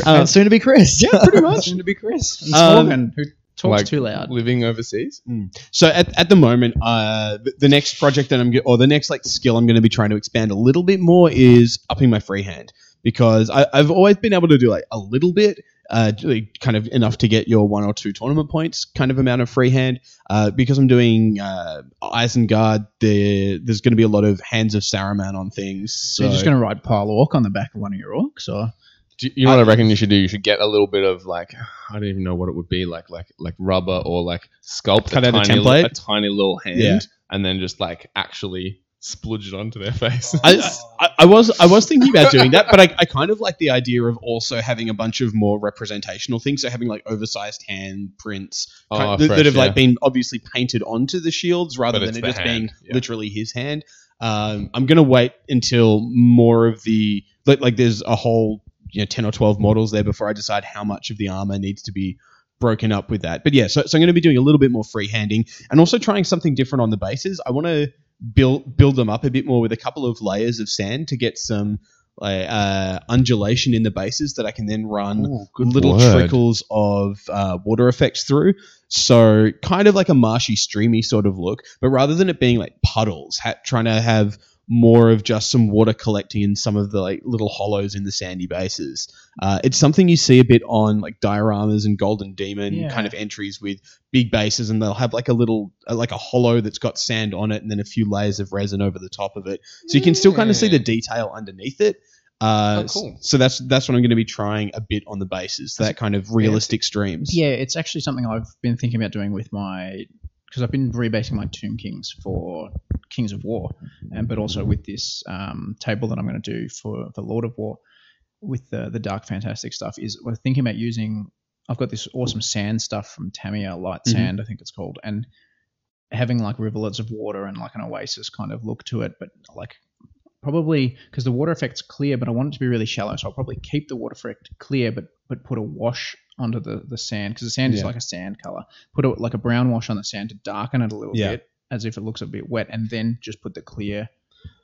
S6: and soon to be Chris. Yeah,
S3: Pretty much. to be Chris. And
S5: Um,
S3: Morgan, who talks
S4: like-
S3: too loud.
S4: Living overseas?
S5: Mm. so at, at the moment, uh, the, the next project that I'm go- or the next like skill I'm going to be trying to expand a little bit more is upping my freehand because I, I've always been able to do like a little bit, uh, like, kind of enough to get your one or two tournament points kind of amount of freehand. Uh, because I'm doing uh, Isengard, there, there's going to be a lot of hands of Saruman on things.
S3: So you're just going to write pile orc on the back of one of your orcs, or
S4: Do you, you know what I reckon you should do? You should get a little bit of like I don't even know what it would be like like like rubber or like sculpt
S5: Cut
S4: a
S5: out a
S4: tiny li-
S5: template?
S4: a tiny little hand,
S5: Yeah.
S4: and then just like actually spludge it onto their face.
S5: I, I, I was I was thinking about doing that, but I, I kind of like the idea of also having a bunch of more representational things. So having like oversized hand prints
S4: Oh,
S5: kind- that,
S4: fresh,
S5: that have
S4: yeah.
S5: like been obviously painted onto the shields
S4: But
S5: rather than
S4: it's
S5: it
S4: the
S5: just
S4: hand,
S5: being
S4: yeah.
S5: literally his hand. Um, I'm gonna wait until more of the like, like there's a whole you know ten or twelve models there before I decide how much of the armor needs to be broken up with that. But yeah, so, so I'm going to be doing a little bit more freehanding and also trying something different on the bases. I want to build build them up a bit more with a couple of layers of sand to get some like uh, undulation in the bases that I can then run little
S4: word.
S5: trickles of uh, water effects through. So kind of like a marshy, streamy sort of look, but rather than it being like puddles, ha- trying to have more of just some water collecting in some of the like little hollows in the sandy bases. Uh, it's something you see a bit on like dioramas and Golden Demon
S3: Yeah.
S5: kind of entries with big bases, and they'll have like a little uh, like a hollow that's got sand on it, and then a few layers of resin over the top of it, so you can still kind of see the detail underneath it. Uh,
S4: Mm. Oh, cool.
S5: So that's that's what I'm going to be trying a bit on the bases, that kind of realistic streams.
S3: Yeah, it's actually something I've been thinking about doing with my because I've been rebasing my Tomb Kings for Kings of War, and but also with this um, table that I'm going to do for the Lord of War with the the Dark Fantastic stuff. Is we're thinking about using. I've got this awesome sand stuff from Tamiya Light
S5: Mhm.
S3: Sand, I think it's called, and having like rivulets of water and like an oasis kind of look to it, but like probably because the water effect's clear, but I want it to be really shallow, so I'll probably keep the water effect clear, but but put a wash onto the, the sand because the sand is
S5: Yeah.
S3: like a sand color. Put a, like a brown wash on the sand to darken it a little
S5: Yeah.
S3: bit as if it looks a bit wet, and then just put the clear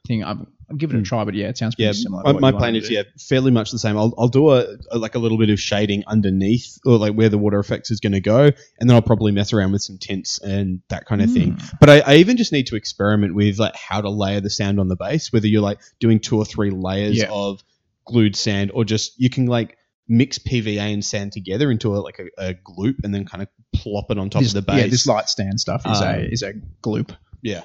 S3: thing. I'm, I'm giving it a try, but yeah, it sounds pretty
S5: Hmm. Yeah,
S3: similar. to
S5: my,
S3: what
S5: my
S3: you wanted
S5: plan
S3: to
S5: is
S3: do.
S5: yeah, fairly much the same. I'll, I'll do a, a- like a little bit of shading underneath, or like where the water effects is going to go, and then I'll probably mess around with some tints and that kind of thing.
S3: Hmm.
S5: But I, I even just need to experiment with like how to layer the sand on the base, whether you're like doing two or three layers
S3: Yeah.
S5: of glued sand, or just you can like mix PVA and sand together into a, like a, a gloop, and then kind of plop it on top
S3: This,
S5: of the base.
S3: yeah, this light stand stuff is
S5: Um,
S3: a is a gloop.
S5: Yeah.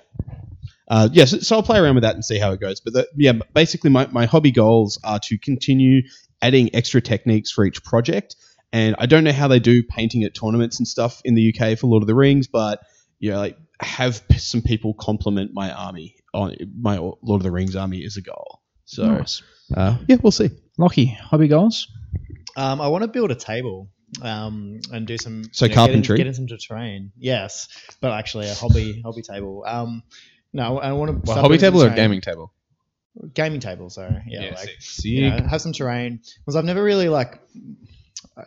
S5: Uh, yeah, so, so I'll play around with that and see how it goes. But the, yeah, but basically, my, my hobby goals are to continue adding extra techniques for each project. And I don't know how they do painting at tournaments and stuff in the UK for Lord of the Rings, but you know, like have p- some people compliment my army on my Lord of the Rings army is a goal. So
S3: Nice.
S5: uh, yeah, we'll see.
S3: Lockie, hobby goals.
S6: Um, I want to build a table um, and do some
S5: So
S6: you know, get in-
S5: carpentry?
S6: Get, into terrain, yes, but actually a hobby hobby table. Um, no, I want to
S4: Well, hobby table or gaming table?
S6: gaming table. Sorry, yeah, like
S4: sick.
S6: you know, have some terrain because I've never really like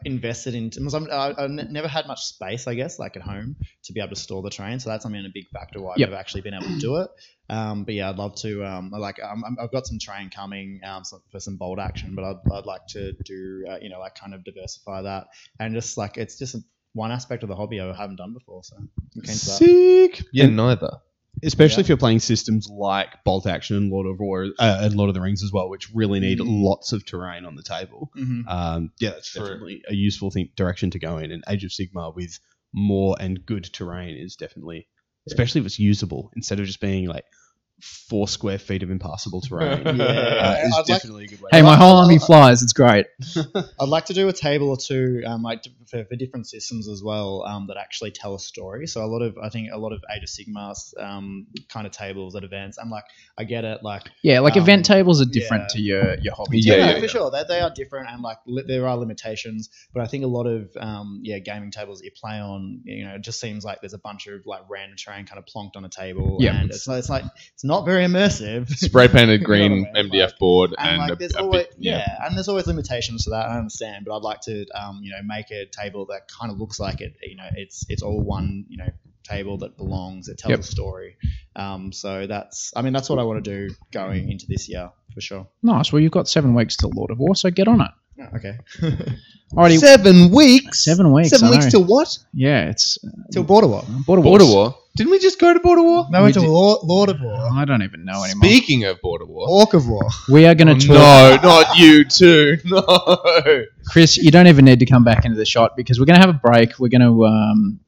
S6: invested in because I've, I- I've ne- never had much space I guess like at home to be able to store the terrain so that's something a big factor why
S3: Yep.
S6: I've actually been able to do it um, but yeah I'd love to um, I like um, I'm- I've got some terrain coming um, so- for some bold action but I'd, I'd like to do uh, you know like kind of diversify that and just like it's just one aspect of the hobby I haven't done before so I'm keen for that.
S5: Sick.
S4: Yeah, neither.
S6: Yeah.
S5: especially if you're playing systems like Bolt Action and Lord of War uh, and Lord of the Rings as well, which really need
S3: Mm-hmm.
S6: Mm.
S5: lots of terrain on the table.
S6: Mhm.
S5: Um, yeah, that's
S4: True.
S5: definitely a useful thing, direction to go in. And Age of Sigma with more and good terrain is definitely, especially if it's usable instead of just being like four square feet of impassable terrain.
S6: Yeah.
S5: Uh,
S6: I'd
S5: is
S6: like-
S5: definitely a good way.
S3: Hey,
S5: to
S3: my
S6: like-
S3: whole army flies. It's great.
S6: I'd like to do a table or two, um, like d- for, for different systems as well, um, that actually tell a story. So a lot of, I think, a lot of Age of Sigma um, kind of tables at events. I'm like, I get it, like
S3: Yeah, like
S6: Um,
S3: event tables are different
S6: yeah.
S3: to your your hobby.
S4: Yeah,
S6: yeah,
S4: yeah,
S6: for
S4: yeah.
S6: sure. They, they are different, and like li- there are limitations. But I think a lot of um, yeah gaming tables that you play on, you know, it just seems like there's a bunch of like random terrain kind of plonked on a table.
S3: Yeah.
S6: and it's, like- it's like it's not very immersive.
S4: Spray painted
S6: You
S4: green
S6: know what I mean?
S4: MDF board
S6: and,
S4: and,
S6: like
S4: a,
S6: there's
S4: a
S6: always
S4: bit-
S6: yeah. and there's always limitations to that. I understand, but I'd like to um, you know make a table that kind of looks like it. You know, it's it's all one you know table that belongs. It tells
S3: Yep.
S6: a story. Um, so that's I mean that's what I want to do
S4: Mm.
S6: going into this year for sure.
S3: Nice. Well, you've got seven weeks till Lord of War, so get on it.
S6: Okay,
S3: Alrighty,
S6: seven weeks.
S3: seven weeks. I know.
S6: what?
S3: yeah, it's uh,
S6: Till Border War.
S3: Border Wars.
S4: Border War. Didn't we just go to Border War?
S6: No,
S3: We
S6: until
S3: did-
S6: Lord, Lord of War.
S3: I don't even know anymore.
S4: Speaking of Border War.
S6: Orc of War.
S3: We are going to talk.
S4: No, not you too. No.
S3: Chris, you don't even need to come back into the shot because we're going to have a break. We're going to um,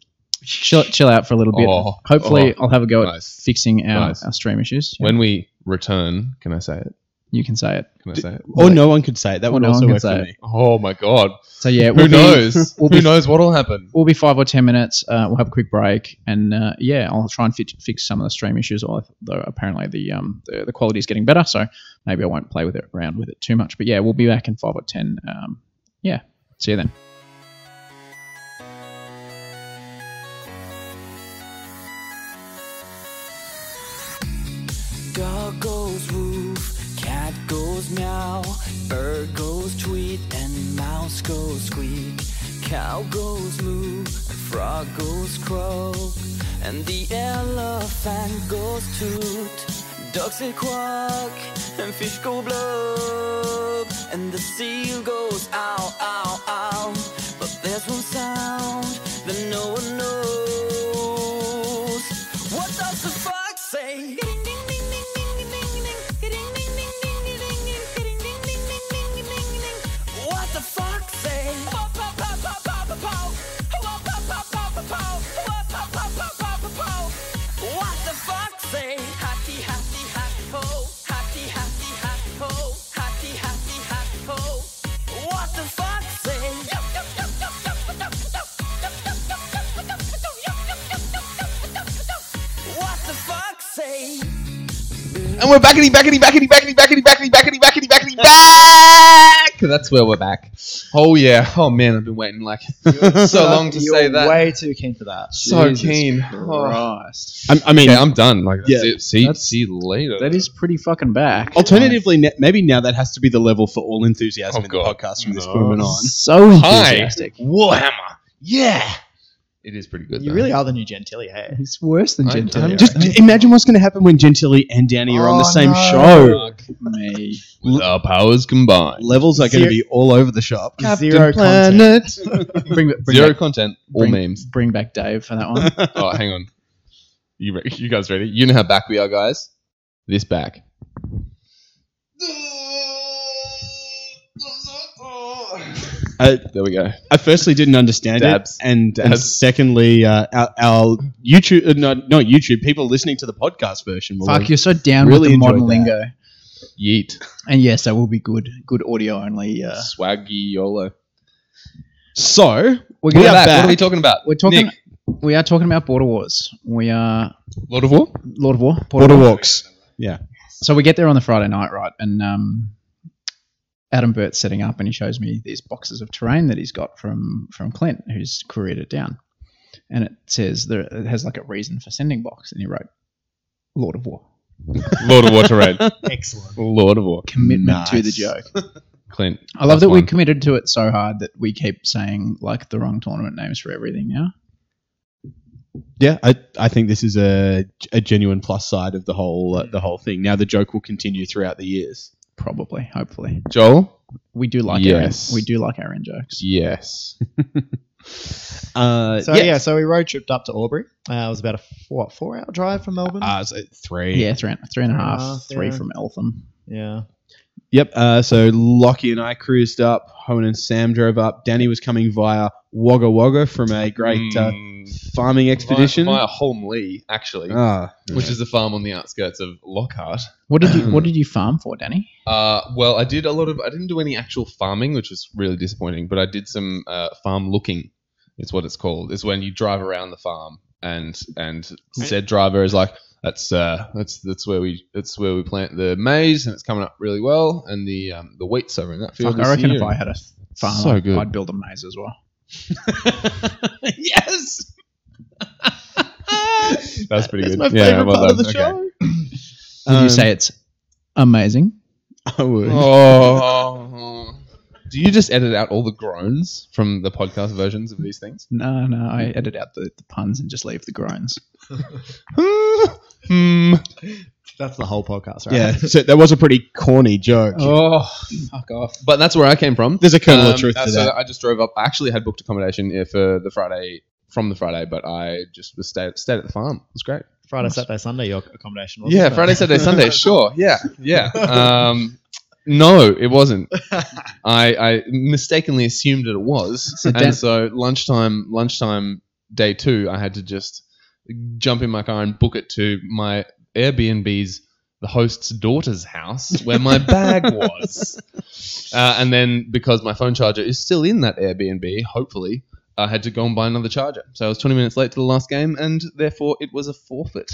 S3: chill, chill out for a little bit.
S4: Oh,
S3: Hopefully,
S4: oh,
S3: I'll have a go at
S4: nice.
S3: fixing our,
S4: Nice.
S3: our stream issues. Yeah,
S4: When we return, can I say it?
S3: you can say it.
S4: Can I say it?
S5: Or no one could say it. That
S3: Or
S5: would
S3: no one
S5: also
S3: could
S5: work
S3: say
S5: for
S3: it.
S5: me.
S4: Oh my god.
S3: So yeah,
S4: Who
S3: we'll be-
S4: knows?
S3: we'll
S4: Who
S3: be-
S4: knows what'll happen?
S3: We'll be five or ten minutes. Uh, we'll have a quick break, and uh, yeah, I'll try and fit, fix some of the stream issues. Although apparently the um the, the quality is getting better, so maybe I won't play with it around with it too much. But yeah, we'll be back in five or ten. Um, yeah, see you then.
S2: Dog goes woof, cat goes meow, bird goes tweet, and mouse goes squeak. Cow goes moo, and frog goes croak, and the elephant goes toot. Ducks say quack, and fish go blub, and the seal goes ow, ow, ow. But there's one sound that no one knows. What does the fox say? What the fuck say? What the fuck say? Happy, happy, happy ho. Happy, happy, happy ho. Happy, happy, happy ho. What the fuck say? What the fuck say?
S4: And we're backity, backity, backity, backity, backity, backity, backity, backity, backity, backity, back. that's where we're back. Oh yeah. Oh man, I've been waiting like so long to
S6: You're
S4: say that.
S6: Way too keen for that.
S4: so
S3: Jesus
S4: keen. Oh.
S3: Christ.
S5: I'm, I mean,
S4: Okay, I'm done. Like that's
S5: Yeah,
S4: it. See,
S3: that's-
S4: see you later.
S3: That is pretty fucking back.
S5: alternatively, ne- maybe now that has to be the level for all
S4: Oh,
S5: enthusiasm in the
S4: God.
S5: podcast from this
S4: No.
S5: moment on.
S3: so
S4: Hi,
S3: enthusiastic.
S4: Warhammer. Yeah. It is pretty good.
S6: You
S4: though.
S6: really are the new eh? Gentili, hey?
S3: It's worse than
S4: I'm-
S3: Gentile.
S4: I'm
S5: Just j- imagine what's going to happen when Gentili and Danny are on the
S6: Oh,
S5: same
S6: no.
S5: show.
S3: me.
S4: With our powers combined.
S5: Levels are going to
S6: Zero-
S5: be all over the shop.
S6: Zero content.
S3: Bring, bring,
S4: Zero
S3: back,
S4: content, all
S3: bring-
S4: memes.
S3: bring back Dave for that one.
S4: oh, hang on. You re- you guys ready? You know how back we are, guys. This back.
S5: I,
S4: There we go.
S5: I firstly didn't understand
S4: Dabs.
S5: it, and, and
S4: Dabs.
S5: secondly, uh, our, our YouTube, uh, not, not YouTube, people listening to the podcast version. will
S3: Fuck,
S5: like-
S3: you're so down
S5: Really
S3: with the
S5: enjoyed
S3: modern
S5: that.
S3: lingo.
S4: Yeet.
S3: And yes, that will be good. Good audio only. Uh,
S4: Swaggy YOLO.
S5: So
S3: we're,
S4: We
S3: gonna-
S4: are back. What are we talking about?
S3: We're talking.
S4: Nick.
S3: We are talking about Border Wars. We are
S4: Lord of War?
S3: Lord of War.
S5: border walks. Yeah,
S3: So we get there on the Friday night, right? And um, Adam Burt's setting up, and he shows me these boxes of terrain that he's got from from Clint, who's couriered it down. And it says there it has like a reason for sending box, and he wrote Lord of War
S4: Lord of War terrain.
S6: Excellent.
S4: Lord of War.
S3: commitment to the
S5: Nice.
S3: joke.
S4: Clint.
S3: I love that
S4: That's
S3: we
S4: one.
S3: committed to it so hard that we keep saying like the wrong tournament names for everything now.
S5: yeah. I, I think this is a, a genuine plus side of the whole uh, the whole thing. Now the joke will continue throughout the years.
S3: Probably, hopefully,
S4: Joel?
S3: we do like
S4: Yes.
S3: our, we do like our in jokes.
S4: Yes.
S5: Uh,
S6: So yeah, so we road tripped up to Albury. Uh, it was about a four, four hour drive from Melbourne.
S5: uh, so three.
S3: Yeah, three, three and a half,
S6: half,
S3: three
S6: yeah.
S3: from Eltham.
S6: yeah.
S5: Yep. Uh, so Lockie and I cruised up. Honan and Sam drove up. Danny was coming via Wagga Wagga from a great uh,
S4: Mm.
S5: farming expedition.
S4: Via, via Holmley, actually,
S5: Ah,
S4: which is a farm on the outskirts of Lockhart.
S3: What did you What did you farm for, Danny?
S4: Uh, well, I did a lot of. I didn't do any actual farming, which was really disappointing. But I did some uh, farm looking. Is what it's called. It's when you drive around the farm, and and said driver is like, that's uh, that's that's where we that's where we plant the maize, and it's coming up really well, and the um, the wheat's over in that field.
S3: Fuck, I
S4: this
S3: reckon if
S4: year.
S3: I had a farm,
S4: So good.
S3: I'd build a maze as well.
S4: yes. That's pretty
S6: That's
S4: good.
S6: my
S4: Yeah,
S6: favorite
S4: well
S6: part of the
S4: done. Okay.
S6: show.
S3: Would
S5: Um,
S3: you say it's amazing?
S5: I would.
S4: Oh. Do you just edit out all the groans from the podcast versions of these things?
S3: No, no, I edit out the, the puns and just leave the groans.
S4: Hmm.
S6: That's the whole podcast, right?
S5: Yeah. So that was a pretty corny joke.
S4: Oh, fuck off. But that's where I came from.
S5: There's a kernel
S4: Um,
S5: of truth
S4: uh,
S5: to
S4: so
S5: that.
S4: I just drove up. I actually had booked accommodation uh, for the Friday, from the Friday, but I just was stayed, stayed at the farm. It was great.
S6: Friday, Saturday, Sunday, your accommodation was
S4: Yeah, Friday, Saturday, Sunday. Sure. Yeah, yeah. Um, no, it wasn't. I, I mistakenly assumed that it was,
S3: So Dan-
S4: and so lunchtime, lunchtime day two, I had to just jump in my car and book it to my Airbnb's the host's daughter's house where my bag was. Uh, and then because my phone charger is still in that Airbnb, hopefully, I had to go and buy another charger. So I was 20 minutes late to the last game, and therefore it was a forfeit.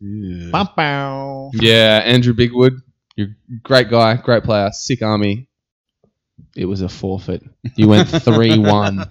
S6: Bum, bow.
S4: Yeah, Andrew Bigwood, you're a great guy, great player, sick army. It was a forfeit. You went three one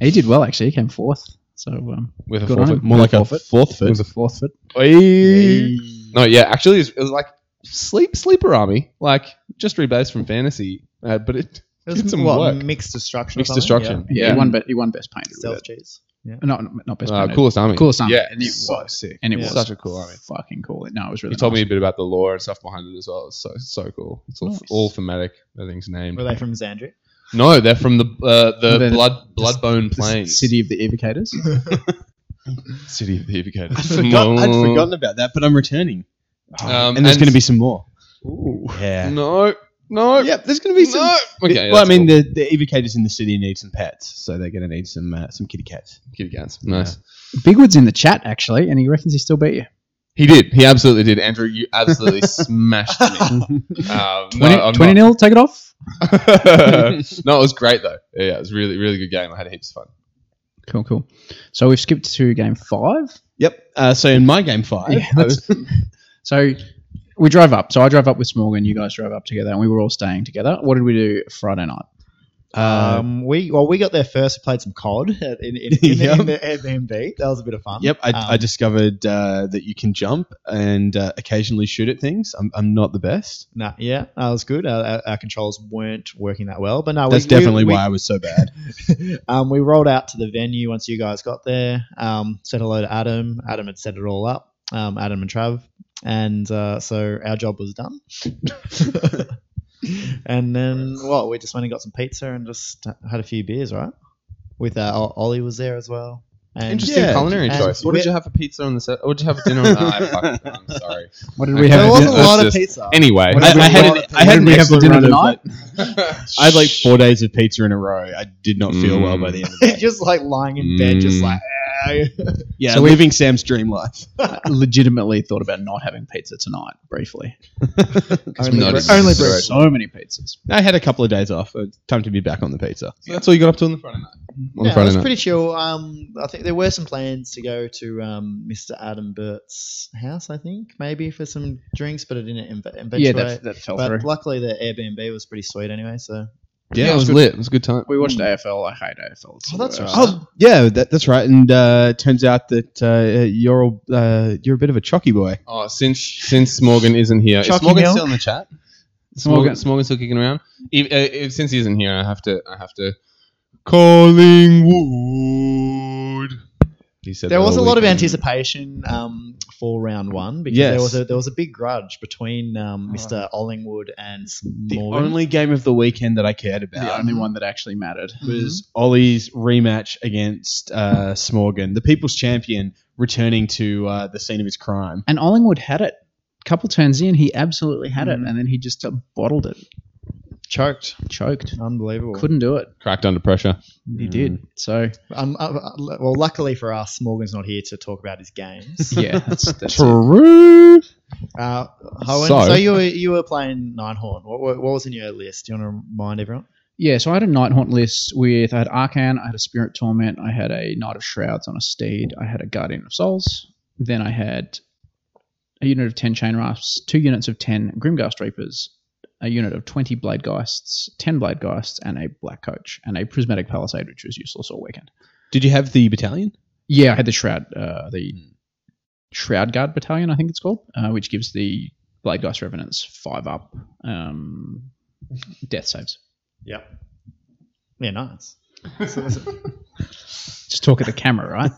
S3: He did well actually. He came fourth. So um,
S4: with a
S3: Good on
S4: forfeit.
S3: him.
S5: More like a fourth
S3: it
S5: fit.
S3: was a fourth foot.
S4: No, yeah, actually, it was, it was like sleep sleeper army, like just rebased from fantasy, uh, but it
S6: It
S4: did
S6: was
S4: some
S6: what,
S4: work.
S6: mixed destruction. or
S4: Mixed
S6: something?
S4: destruction.
S3: Yeah, he won. But he won best painted.
S6: Yeah.
S3: With
S6: Stealth
S3: it.
S6: cheese.
S3: No, not- not best
S4: Uh,
S3: painted.
S4: coolest army.
S3: Coolest army.
S4: Yeah,
S3: And it
S4: so
S3: was-
S4: sick.
S3: And it
S6: Yeah.
S3: was
S4: Such a cool army.
S3: Fucking cool. No, it was really.
S4: You told
S3: nice.
S4: me a bit about the lore and stuff behind it as well. It's so so cool. It's all,
S3: Nice.
S4: all thematic. Everything's named.
S6: Were they from Xandria?
S4: No, oh, they're from the uh, the
S3: They're the-
S4: blood bloodbone plains.
S3: City of the Evocators.
S4: city of the Evocators.
S5: I forgot, I'd forgotten about that, but I'm returning.
S4: Hmm. Um,
S5: and there's
S4: and-
S5: going to be some more. Yeah.
S4: No, no,
S5: Yep, there's going to be some.
S4: no. Okay,
S5: well, I
S4: that's
S5: mean,
S4: cool.
S5: the, the evocators in the city need some pets, so they're going to need some uh, some kitty cats.
S4: kitty cats. Nice.
S3: Bigwood's in the chat actually, and he reckons he still beat you.
S4: He did. He absolutely did. Andrew, you absolutely smashed me. Uh,
S3: 20
S4: no, I'm
S3: 20
S4: not-
S3: nil. Take it off.
S4: no, it was great though. Yeah, it was a really, really good game. I had heaps of fun.
S3: Cool, cool. So we've skipped to game five.
S5: Yep. Uh, so in my game five,
S3: Yeah, that's- so we drove up. So I drove up with Smorgan. You guys drove up together, and we were all staying together. What did we do Friday night? Uh,
S6: Um, we well, we got there first. We played some COD at- in, in, in,
S5: Yep.
S6: the, in the Airbnb. That was a bit of fun.
S5: Yep, I,
S6: Um,
S5: I discovered uh, that you can jump and uh, occasionally shoot at things. I'm, I'm not the best.
S6: Nah, yeah, that was good. Our, our, our controls weren't working that well, but no,
S5: That's
S6: we,
S5: definitely
S6: we,
S5: why I was so bad.
S6: um, we rolled out to the venue once you guys got there. Um, said hello to Adam. Adam had set it all up. Um, Adam and Trav, and uh, so our job was done. and then what? We just went and got some pizza and just had a few beers, right? With uh, O- Ollie was there as well. And
S4: Interesting
S5: Yeah,
S4: culinary
S6: and
S4: choice. What
S6: we-
S4: did you have for pizza on the set? What did you have for dinner? on the- I fucked it. I'm sorry.
S3: What did we
S6: There
S3: have?
S6: was
S4: That's
S6: a lot of
S4: just-
S6: pizza.
S4: Anyway,
S3: What
S5: I,
S3: did we
S5: I had
S3: have-
S5: an, I had
S3: what did
S5: an
S3: we have for
S5: excellent
S3: dinner
S5: run of
S3: tonight?
S5: like- I had like four days of pizza in a row. I did not feel well by the end of it.
S6: just like lying
S4: Mm.
S6: in bed, just like. "Ah."
S5: Mm. Yeah,
S3: So we-
S5: living Sam's dream life.
S3: legitimately thought about not having pizza tonight briefly.
S6: only
S4: not
S6: bre- only
S4: even Right.
S3: There's so many pizzas.
S5: I had a couple of days off. It's time to be back on the pizza.
S4: So that's all you got up to on the Friday night. On
S3: Mm.
S6: yeah,
S4: Friday
S6: it was
S4: night.
S6: pretty chill. Um, I think there were some plans to go to um, Mr. Adam Burt's house. I think maybe for some drinks, but it didn't inve- eventuate.
S3: Yeah, that, that fell
S6: but
S3: through.
S6: luckily the Airbnb was pretty sweet anyway. So
S4: yeah,
S3: Yeah,
S4: it was
S3: good.
S4: lit. It was a good time.
S3: we watched AFL. I hate AFL. It's the
S6: Oh, that's
S4: uh,
S3: worst.
S6: right.
S5: Oh yeah, that, that's right. And uh, turns out that uh, you're all, uh, you're a bit of a chocky boy.
S4: Oh, since since Morgan isn't here, is
S6: Chucky
S4: Morgan
S6: Mill?
S4: still in the chat? Is
S3: Morgan-
S4: Morgan, is Morgan still kicking around? If, uh, if, since he isn't here, I have to I have to Collingwood. He said
S6: there
S4: that
S6: was a
S4: all
S6: lot of
S4: weekend.
S6: anticipation um, for round one because there
S5: Yes.
S6: was a there was a big grudge between um, Mr. Ollingwood and
S5: The
S6: Morgan.
S5: only game of the weekend that I cared about. Mm-hmm.
S3: The only one that actually mattered.
S5: was Ollie's rematch against uh, Smorgan, the People's Champion, returning to uh, the scene of his crime.
S3: And Ollingwood had it. Couple turns in, he absolutely had
S6: Mm.
S3: it, and then he just uh, bottled it,
S6: choked,
S3: choked,
S6: unbelievable.
S3: couldn't do it.
S4: cracked under pressure. Mm.
S3: He did. So
S6: Um, uh, uh, well, luckily for us, Morgan's not here to talk about his games.
S3: yeah, that's, that's it.
S4: True.
S6: Uh, Hohen, so,
S4: So-
S6: you were you were playing nine horn. What, what, what was in your list? Do you want to remind everyone?
S3: yeah. So I had a night haunt list with I had Arcan, I had a Spirit Torment, I had a Knight of Shrouds on a steed, I had a Guardian of Souls, then I had a unit of ten Chain Rafts, two units of ten Grimghast Reapers, a unit of twenty Blade Geists, ten Blade Geists, and a Black Coach and a Prismatic Palisade, which was useless all weekend.
S5: Did you have the battalion?
S3: Yeah, I had the Shroud, uh, the Shroud Guard Battalion, I think it's called, uh, which gives the Blade Geist Revenants five up um, death saves.
S6: Yeah. Yeah, nice.
S3: Just talk at the camera, right?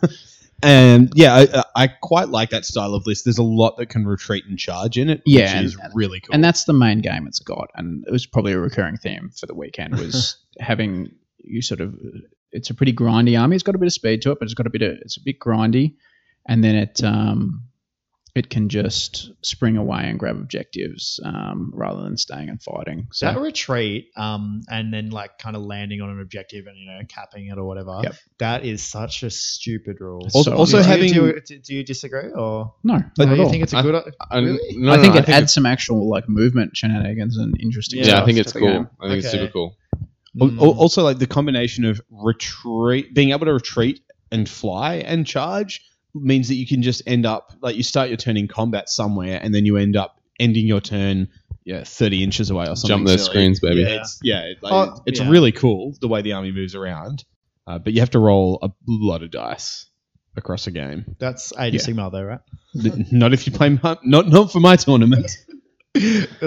S5: And yeah, I- I, I quite like that style of list. There's a lot that can retreat and charge in it,
S3: Yeah,
S5: which
S3: and-
S5: is really cool.
S3: and that's the main game it's got. And it was probably a recurring theme for the weekend was having you sort of. It's a pretty grindy army. It's got a bit of speed to it, but it's got a bit of. It's a bit grindy, and then it um, it can just spring away and grab objectives um, rather than staying and fighting. So
S6: that retreat, um, and then like kind of landing on an objective and you know capping it or whatever.
S3: Yep.
S6: That is such a stupid rule.
S3: Al- so also
S6: do, you-
S5: having-
S6: do, you- do, do you disagree or
S3: no,
S6: do
S3: not at
S6: you
S3: all.
S6: think it's a
S4: I-
S6: good?
S4: I, no,
S6: Really?
S4: no,
S3: I think
S4: no,
S3: it adds some actual like movement shenanigans and interesting.
S4: Yeah,
S3: stuff
S4: I think
S3: to
S4: it's
S3: the
S4: cool. I
S3: game.
S4: think it's
S6: Okay.
S4: super cool.
S5: Al-
S6: Mm.
S5: al- Also, like the combination of retreat, being able to retreat and fly and charge means that you can just end up like you start your turn in combat somewhere, and then you end up ending your turn, yeah, thirty inches away or something.
S4: Jump those
S5: silly.
S4: screens, baby.
S6: Yeah.
S5: It's, yeah, it- like,
S6: Oh,
S5: it's
S6: yeah.
S5: really cool the way the army moves around, uh, but you have to roll a lot of dice across a game.
S6: That's Age of
S3: Yeah.
S6: Sigmar though, right?
S5: not if you play my, not not for my tournament.
S6: That's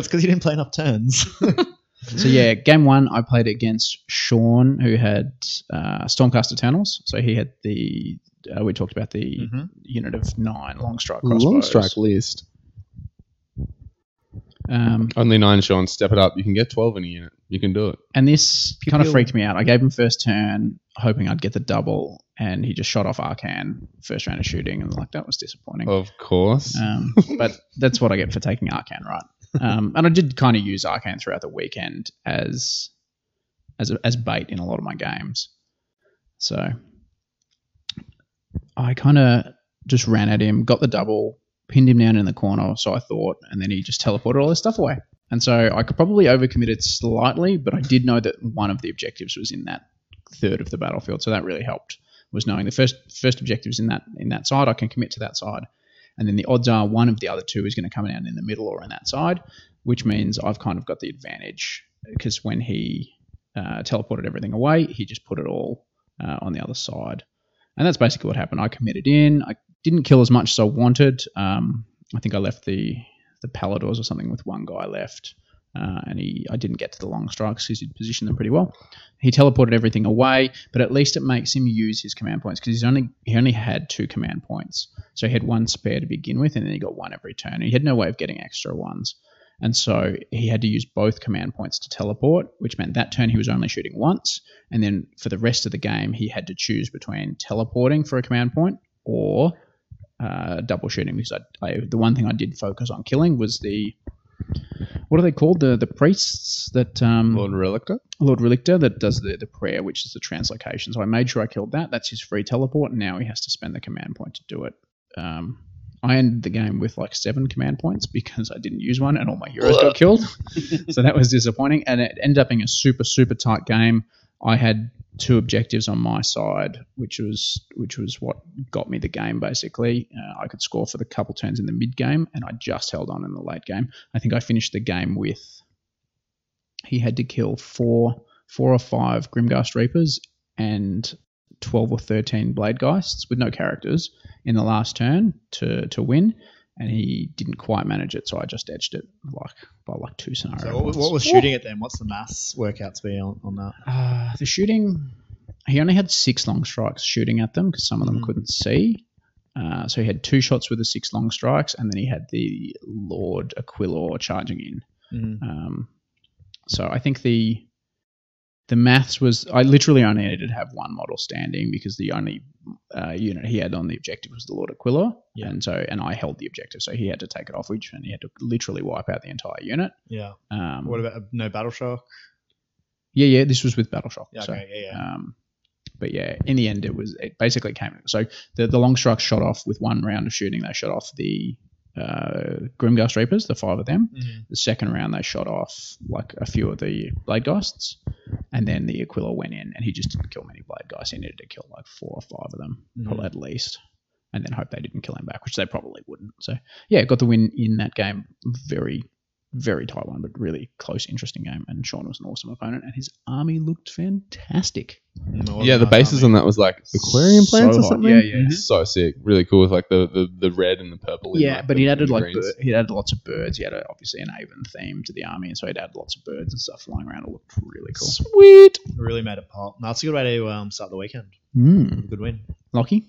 S6: because you didn't play enough turns.
S3: So yeah, game one I played against Sean, who had uh, Stormcast Eternals. So he had the uh, we talked about the
S6: Mhm.
S3: unit of nine long strike crossbows.
S4: Long strike list.
S3: Um,
S4: Only nine, Sean. Step it up. You can get twelve in a unit. You can do it.
S3: and this
S6: Pew
S3: kind of
S6: pew.
S3: freaked me out. I gave him first turn, hoping I'd get the double, and he just shot off Arcan first round of shooting, and like that was disappointing.
S4: Of course.
S3: Um, but that's what I get for taking Arcan, right? Um, and I did kind of use Arcan throughout the weekend as as as bait in a lot of my games. So I kind of just ran at him, got the double, pinned him down in the corner. So I thought, and then he just teleported all his stuff away. And so I could probably overcommitted slightly, but I did know that one of the objectives was in that third of the battlefield, so that really helped. Was knowing the first first objectives in that in that side, I can commit to that side And then the odds are one of the other two is going to come out in the middle or on that side, which means I've kind of got the advantage because when he uh, teleported everything away, he just put it all uh, on the other side. And that's basically what happened. I committed in. I didn't kill as much as I wanted. Um, I think I left the the Paladors or something with one guy left, uh, and he I didn't get to the long strikes because he'd positioned them pretty well. He teleported everything away, but at least it makes him use his command points because he's only he only had two command points, so he had one spare to begin with, and then he got one every turn. He had no way of getting extra ones, and so he had to use both command points to teleport, which meant that turn he was only shooting once, and then for the rest of the game he had to choose between teleporting for a command point or uh, double shooting because I, I the one thing I did focus on killing was the what are they called the the priests that um,
S4: Lord Relictor.
S3: Lord Relictor that does the, the prayer, which is the translocation. So I made sure I killed that. That's his free teleport. and Now he has to spend the command point to do it. Um, I ended the game with like seven command points because I didn't use one and all my heroes got killed. so that was disappointing. And it ended up being a super, super tight game. I had two objectives on my side, which was which was what got me the game. Basically, uh, I could score for the couple turns in the mid game, and I just held on in the late game. I think I finished the game with he had to kill four four or five Grimghast Reapers and twelve or thirteen Bladegeists with no characters in the last turn to to win. And he didn't quite manage it, so I just edged it like by like two scenarios.
S6: So what, what was shooting at them? What's the mass workout to be on, on that?
S3: Uh, the shooting, he only had six long strikes shooting at them because some of
S6: Mm.
S3: them couldn't see. Uh, so he had two shots with the six long strikes, and then he had the Lord Aquilor charging in.
S6: Mm.
S3: Um, so I think the the maths was I literally only needed to have one model standing because the only uh, unit he had on the objective was the Lord Aquila, and so and I held the objective, so he had to take it off, which and he had to literally wipe out the entire unit.
S6: Yeah.
S3: Um,
S6: What about no battle shock?
S3: yeah, yeah, this was with Battleshock.
S6: Yeah,
S3: so,
S6: okay, yeah, yeah.
S3: Um, but yeah, in the end, it was it basically came. So the the long strikes shot off with one round of shooting. They shot off the uh, Grimghast Reapers, the five of them.
S6: Mm-hmm.
S3: The second round, they shot off like a few of the Blade Geists, and then the Aquila went in, and he just didn't kill many Blade Geists. He needed to kill like four or five of them,
S6: Mm-hmm.
S3: probably at least, and then hope they didn't kill him back, which they probably wouldn't. So yeah, got the win in that game. Very very tight one, but really close, interesting game. And Sean was an awesome opponent, and his army looked fantastic.
S6: Mm,
S4: Yeah, the bases on that was like aquarium plants
S3: So
S4: or
S3: hot.
S4: something.
S3: Yeah, yeah.
S4: So sick, really cool with like the, the, the red and the purple. in,
S3: Yeah,
S4: like,
S3: but
S4: the-
S3: he added
S4: the
S3: like
S4: greens.
S3: bir- he added lots of birds. He had a, obviously an Avon theme to the army, and so he'd add lots of birds and stuff flying around. It looked really cool.
S6: Really made it pop. No, it's a good way to um, start the weekend.
S3: Mm.
S6: Good win.
S3: Lockie,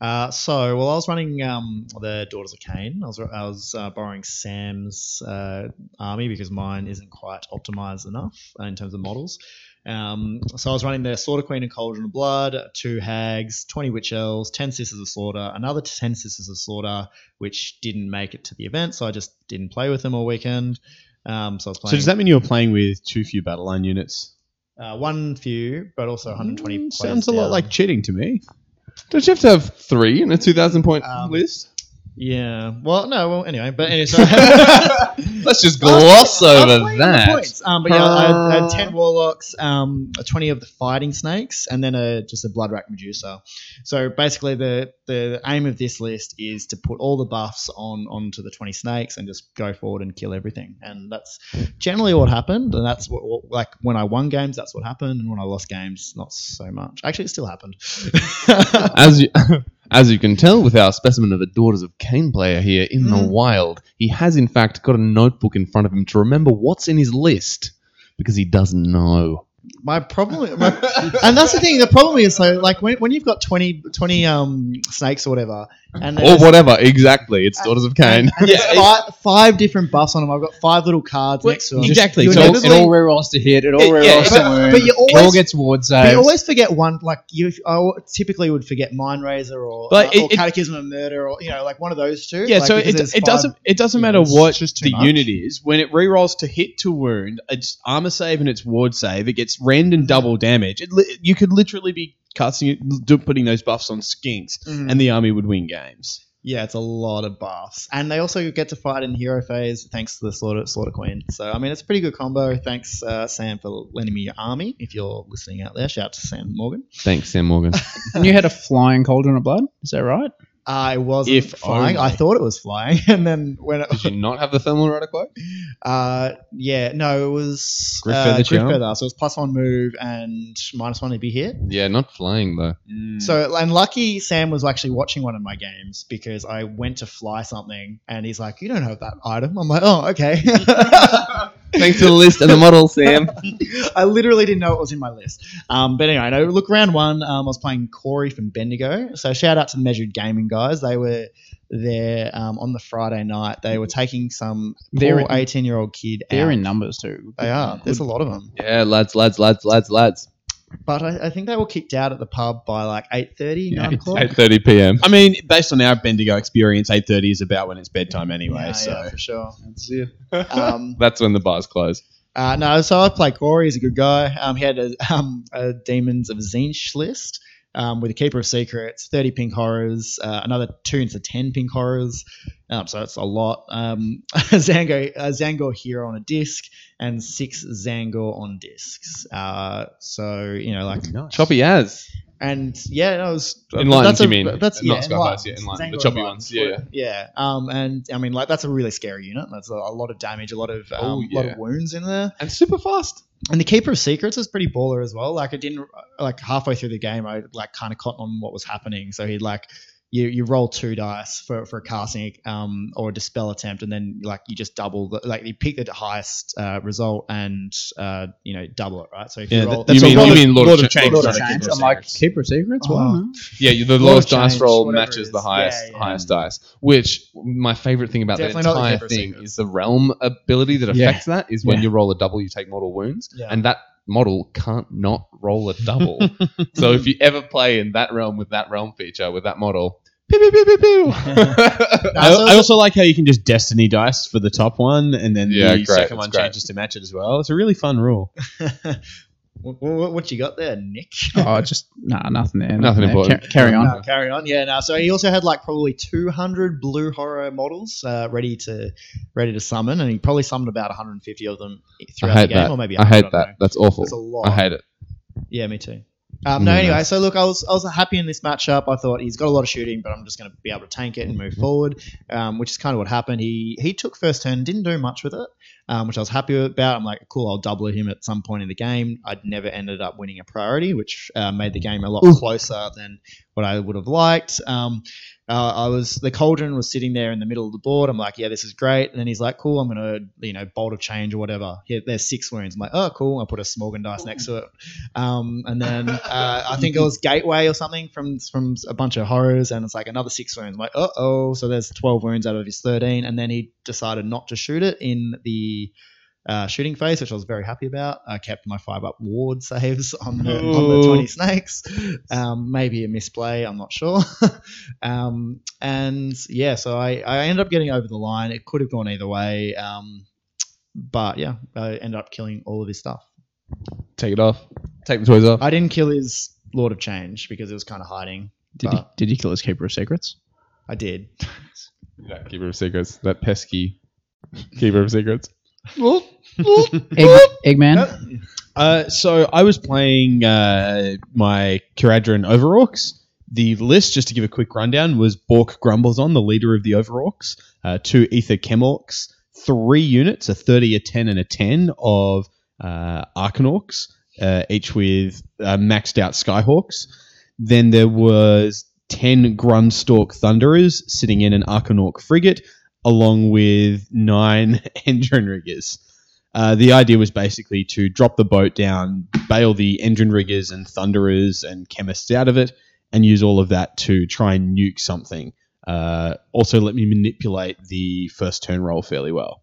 S6: Uh, so, well, I was running um, the Daughters of Cain. I was, I was uh, borrowing Sam's uh, army because mine isn't quite optimized enough uh, in terms of models. Um, so I was running the Slaughter Queen and Cauldron of Blood, two Hags, 20 Witch Elves, 10 Sisters of Slaughter, another 10 Sisters of Slaughter, which didn't make it to the event, so I just didn't play with them all weekend. Um, so I was playing
S5: So does that mean you were playing with too few battle line units?
S6: uh, one few, but also 120 players
S5: Sounds a lot
S6: down.
S5: like cheating to me.
S4: Don't you have to have three in a two thousand point
S6: Um,
S4: list?
S6: Yeah. Well, no. Well, anyway, but anyway, so
S4: Let's just
S6: I was
S4: gloss over
S6: playing the
S4: that. Uh.
S6: points. Um, but yeah, I, had, I had ten warlocks, um, twenty of the fighting snakes, and then a just a blood rack medusa. So basically, the the aim of this list is to put all the buffs on onto the twenty snakes and just go forward and kill everything. And that's generally what happened. And that's what, what like when I won games, that's what happened, and when I lost games, not so much. Actually, it still happened.
S4: As you, as you can tell with our specimen of a Daughters of Cain player here in the
S6: Mm.
S4: wild, he has in fact got a notebook in front of him to remember what's in his list because he doesn't know.
S6: my problem my, and that's the thing the problem is so like when, when you've got 20, 20 um snakes or whatever and
S4: Or
S6: there's-
S4: whatever, exactly. It's Daughters of Cain.
S6: and there's fi- five different buffs on them i've got five little cards next to them
S5: Exactly.
S6: You
S5: So
S6: know,
S5: it's
S6: this
S5: all-
S6: way-
S3: rare rolls to hit. It all rare
S4: yeah, rolls
S6: to but- wound, but you it all always-
S3: gets ward
S6: but you always forget one like you i w- typically would forget mind razor or,
S5: But
S6: uh, or
S5: it- it-
S6: catechism of murder or you know like one of those two
S5: Yeah,
S6: like,
S5: so
S6: because
S5: it,
S6: there's
S5: it
S6: five-
S5: doesn't it doesn't
S6: you
S5: matter
S6: know, it's
S5: what
S6: just too
S5: the
S6: much.
S5: unit is when it rerolls to hit to wound, it's armor save and it's ward save. It gets rend and double damage. It li- you could literally be casting it, do- putting those buffs on skinks,
S6: Mm.
S5: and the army would win games.
S6: yeah it's a lot of buffs and they also get to fight in hero phase thanks to the slaughter slaughter queen so i mean it's a pretty good combo thanks uh, sam for lending me your army if you're listening out there shout out to sam morgan
S4: Thanks, Sam Morgan.
S3: and you had a flying cauldron of blood. Is that right?
S6: I wasn't
S4: If
S6: flying. I
S4: only.
S6: thought it was flying, and then when it,
S4: Did you not have the thermal rider quote?
S6: uh, yeah, no, it was
S4: Grid
S6: uh,
S4: feather
S6: grid
S4: jump?
S6: feather. So it was plus one move and minus one to be hit.
S4: Yeah, not flying though.
S3: Mm.
S6: So and lucky Sam was actually watching one of my games because I went to fly something and he's like, "You don't have that item." I'm like, "Oh, okay."
S4: Thanks to the list and the model, Sam.
S6: I literally didn't know it was in my list. Um, but anyway, no, look, round one, um, I was playing Corey from Bendigo. So shout out to the Measured Gaming guys. They were there um, on the Friday night. They were taking some
S3: They're
S6: poor
S3: in-
S6: 18 year old kid
S3: They're
S6: out.
S3: in numbers too.
S6: They are. There's a lot of them.
S4: Yeah, lads, lads, lads, lads, lads.
S6: But I, I think they were kicked out at the pub by like 8.30, 9 o'clock.
S4: 8:30 p.m.
S5: I mean, based on our Bendigo experience, eight thirty is about when it's bedtime anyway.
S6: Yeah,
S5: so
S6: yeah, for sure.
S3: That's it.
S6: Um,
S4: That's when the bars close.
S6: Uh, no, so I played Corey. He's a good guy. Um, he had a, um, a Demons of Zinch list um, with a Keeper of Secrets, 30 pink horrors, uh, another two into 10 pink horrors. Um, so that's a lot. Um, Zango, uh, Zangor Hero on a disc and six Zangor on discs. Uh, so, you know, like,
S4: Choppy as.
S6: and yeah, that was
S4: Enlightened,
S6: that's a-
S4: you mean?
S6: That's yeah,
S4: Not Skyfires,
S6: enlightened.
S4: yeah, enlightened. The
S6: Zangor
S4: choppy
S6: enlightened.
S4: ones, yeah, yeah.
S6: yeah. Um, and I mean, like, that's a really scary unit. That's a, a lot of damage, a lot of um,
S4: Oh,
S6: lot
S4: yeah.
S6: of wounds in there.
S4: And super fast.
S6: And the Keeper of Secrets was pretty baller as well. Like I didn't like halfway through the game, I like kind of caught on what was happening. So he'd like you you roll two dice for for a casting um or a dispel attempt, and then like you just double the, like you pick the highest uh, result and uh you know double it right. So if
S5: Yeah,
S6: you roll,
S5: that- that's
S4: you mean,
S5: a lot
S4: you
S5: of-
S4: mean Lord,
S5: Lord
S4: of
S5: of Change,
S4: Change?
S5: Lord of
S4: Change.
S5: Change.
S3: I'm like keeper of secrets. Wow.
S6: Oh.
S4: Yeah, you- the
S6: Lord of
S4: lowest dice
S6: Change,
S4: roll
S6: whatever
S4: matches
S6: it
S4: the
S6: is.
S4: highest
S6: Yeah, yeah.
S4: highest dice. Which my favorite thing about
S6: Definitely not
S4: that
S6: the
S4: entire
S6: Keeper of
S4: thing
S6: Secrets.
S4: is the realm ability that
S3: Yeah.
S4: affects that is when
S3: Yeah.
S4: you roll a double, you take mortal wounds,
S6: Yeah.
S4: and that model can't not roll a double. so if you ever play in that realm with that realm feature with that model, pew pew pew pew pew.
S5: I, I also like how you can just destiny dice for the top one, and then
S4: Yeah,
S5: the
S4: great,
S5: second
S4: it's
S5: one
S4: great.
S5: changes to match it as well. It's a really fun rule.
S6: what, what, what you got there, Nick?
S3: Oh, just nah, nothing there. Nothing, there.
S4: important.
S3: Ca- carry on.
S6: No, carry on. Yeah, no. So he also had like probably 200 blue horror models uh, ready to ready to summon, and he probably summoned about 150 of them
S4: I
S6: throughout the
S4: hate
S6: game,
S4: that.
S6: or maybe
S4: I
S6: 100,
S4: hate that.
S6: don't know.
S4: That's awful.
S6: It's a lot.
S4: I hate it.
S6: Yeah, me too. Um, no,
S4: Yeah.
S6: anyway, so look, I was I was happy in this matchup. I thought he's got a lot of shooting, but I'm just going to be able to tank it and move forward, um, which is kind of what happened. He he took first turn, didn't do much with it, um, which I was happy about. I'm like, cool, I'll double him at some point in the game. I'd never ended up winning a priority, which uh, made the game a lot closer than what I would have liked. Um, uh, I was the cauldron was sitting there in the middle of the board. I'm like, yeah, this is great. And then he's like, cool, I'm gonna you know bolt of change or whatever. Here, there's six wounds. I'm like, oh, cool. I put a smorgon dice next to it, um, and then uh, I think it was gateway or something from from a bunch of horrors, and it's like another six wounds. I'm like, uh oh, so there's twelve wounds out of his thirteen, and then he decided not to shoot it in the. Uh, shooting phase, which I was very happy about. I kept my five up ward saves on the, on the
S4: Ooh.
S6: 20 snakes. Um, maybe a misplay, I'm not sure. Um, and yeah, so I, I ended up getting over the line. It could have gone either way. Um, but yeah, I ended up killing all of his stuff.
S4: Take it off. Take the toys off.
S6: I didn't kill his Lord of Change because it was kind of hiding.
S3: Did he, did he kill his keeper of secrets?
S6: I did.
S4: Yeah, keeper of secrets. That pesky keeper of secrets.
S3: Egg, Eggman.
S5: Uh, so I was playing uh, my Caradron Overorcs. The list, just to give a quick rundown, was Bork Grumbles on, the leader of the Overorcs, uh, two Ether Chemorcs, three units, a 30, a 10, and a 10 of uh, Arcanorcs, uh, each with uh, maxed out Skyhawks. Then there was 10 Grundstalk Thunderers sitting in an Arcanorc frigate, along with nine engine riggers. Uh, the idea was basically to drop the boat down, bail the engine riggers and thunderers and chemists out of it, and use all of that to try and nuke something. Uh, also, let me manipulate the first turn roll fairly well.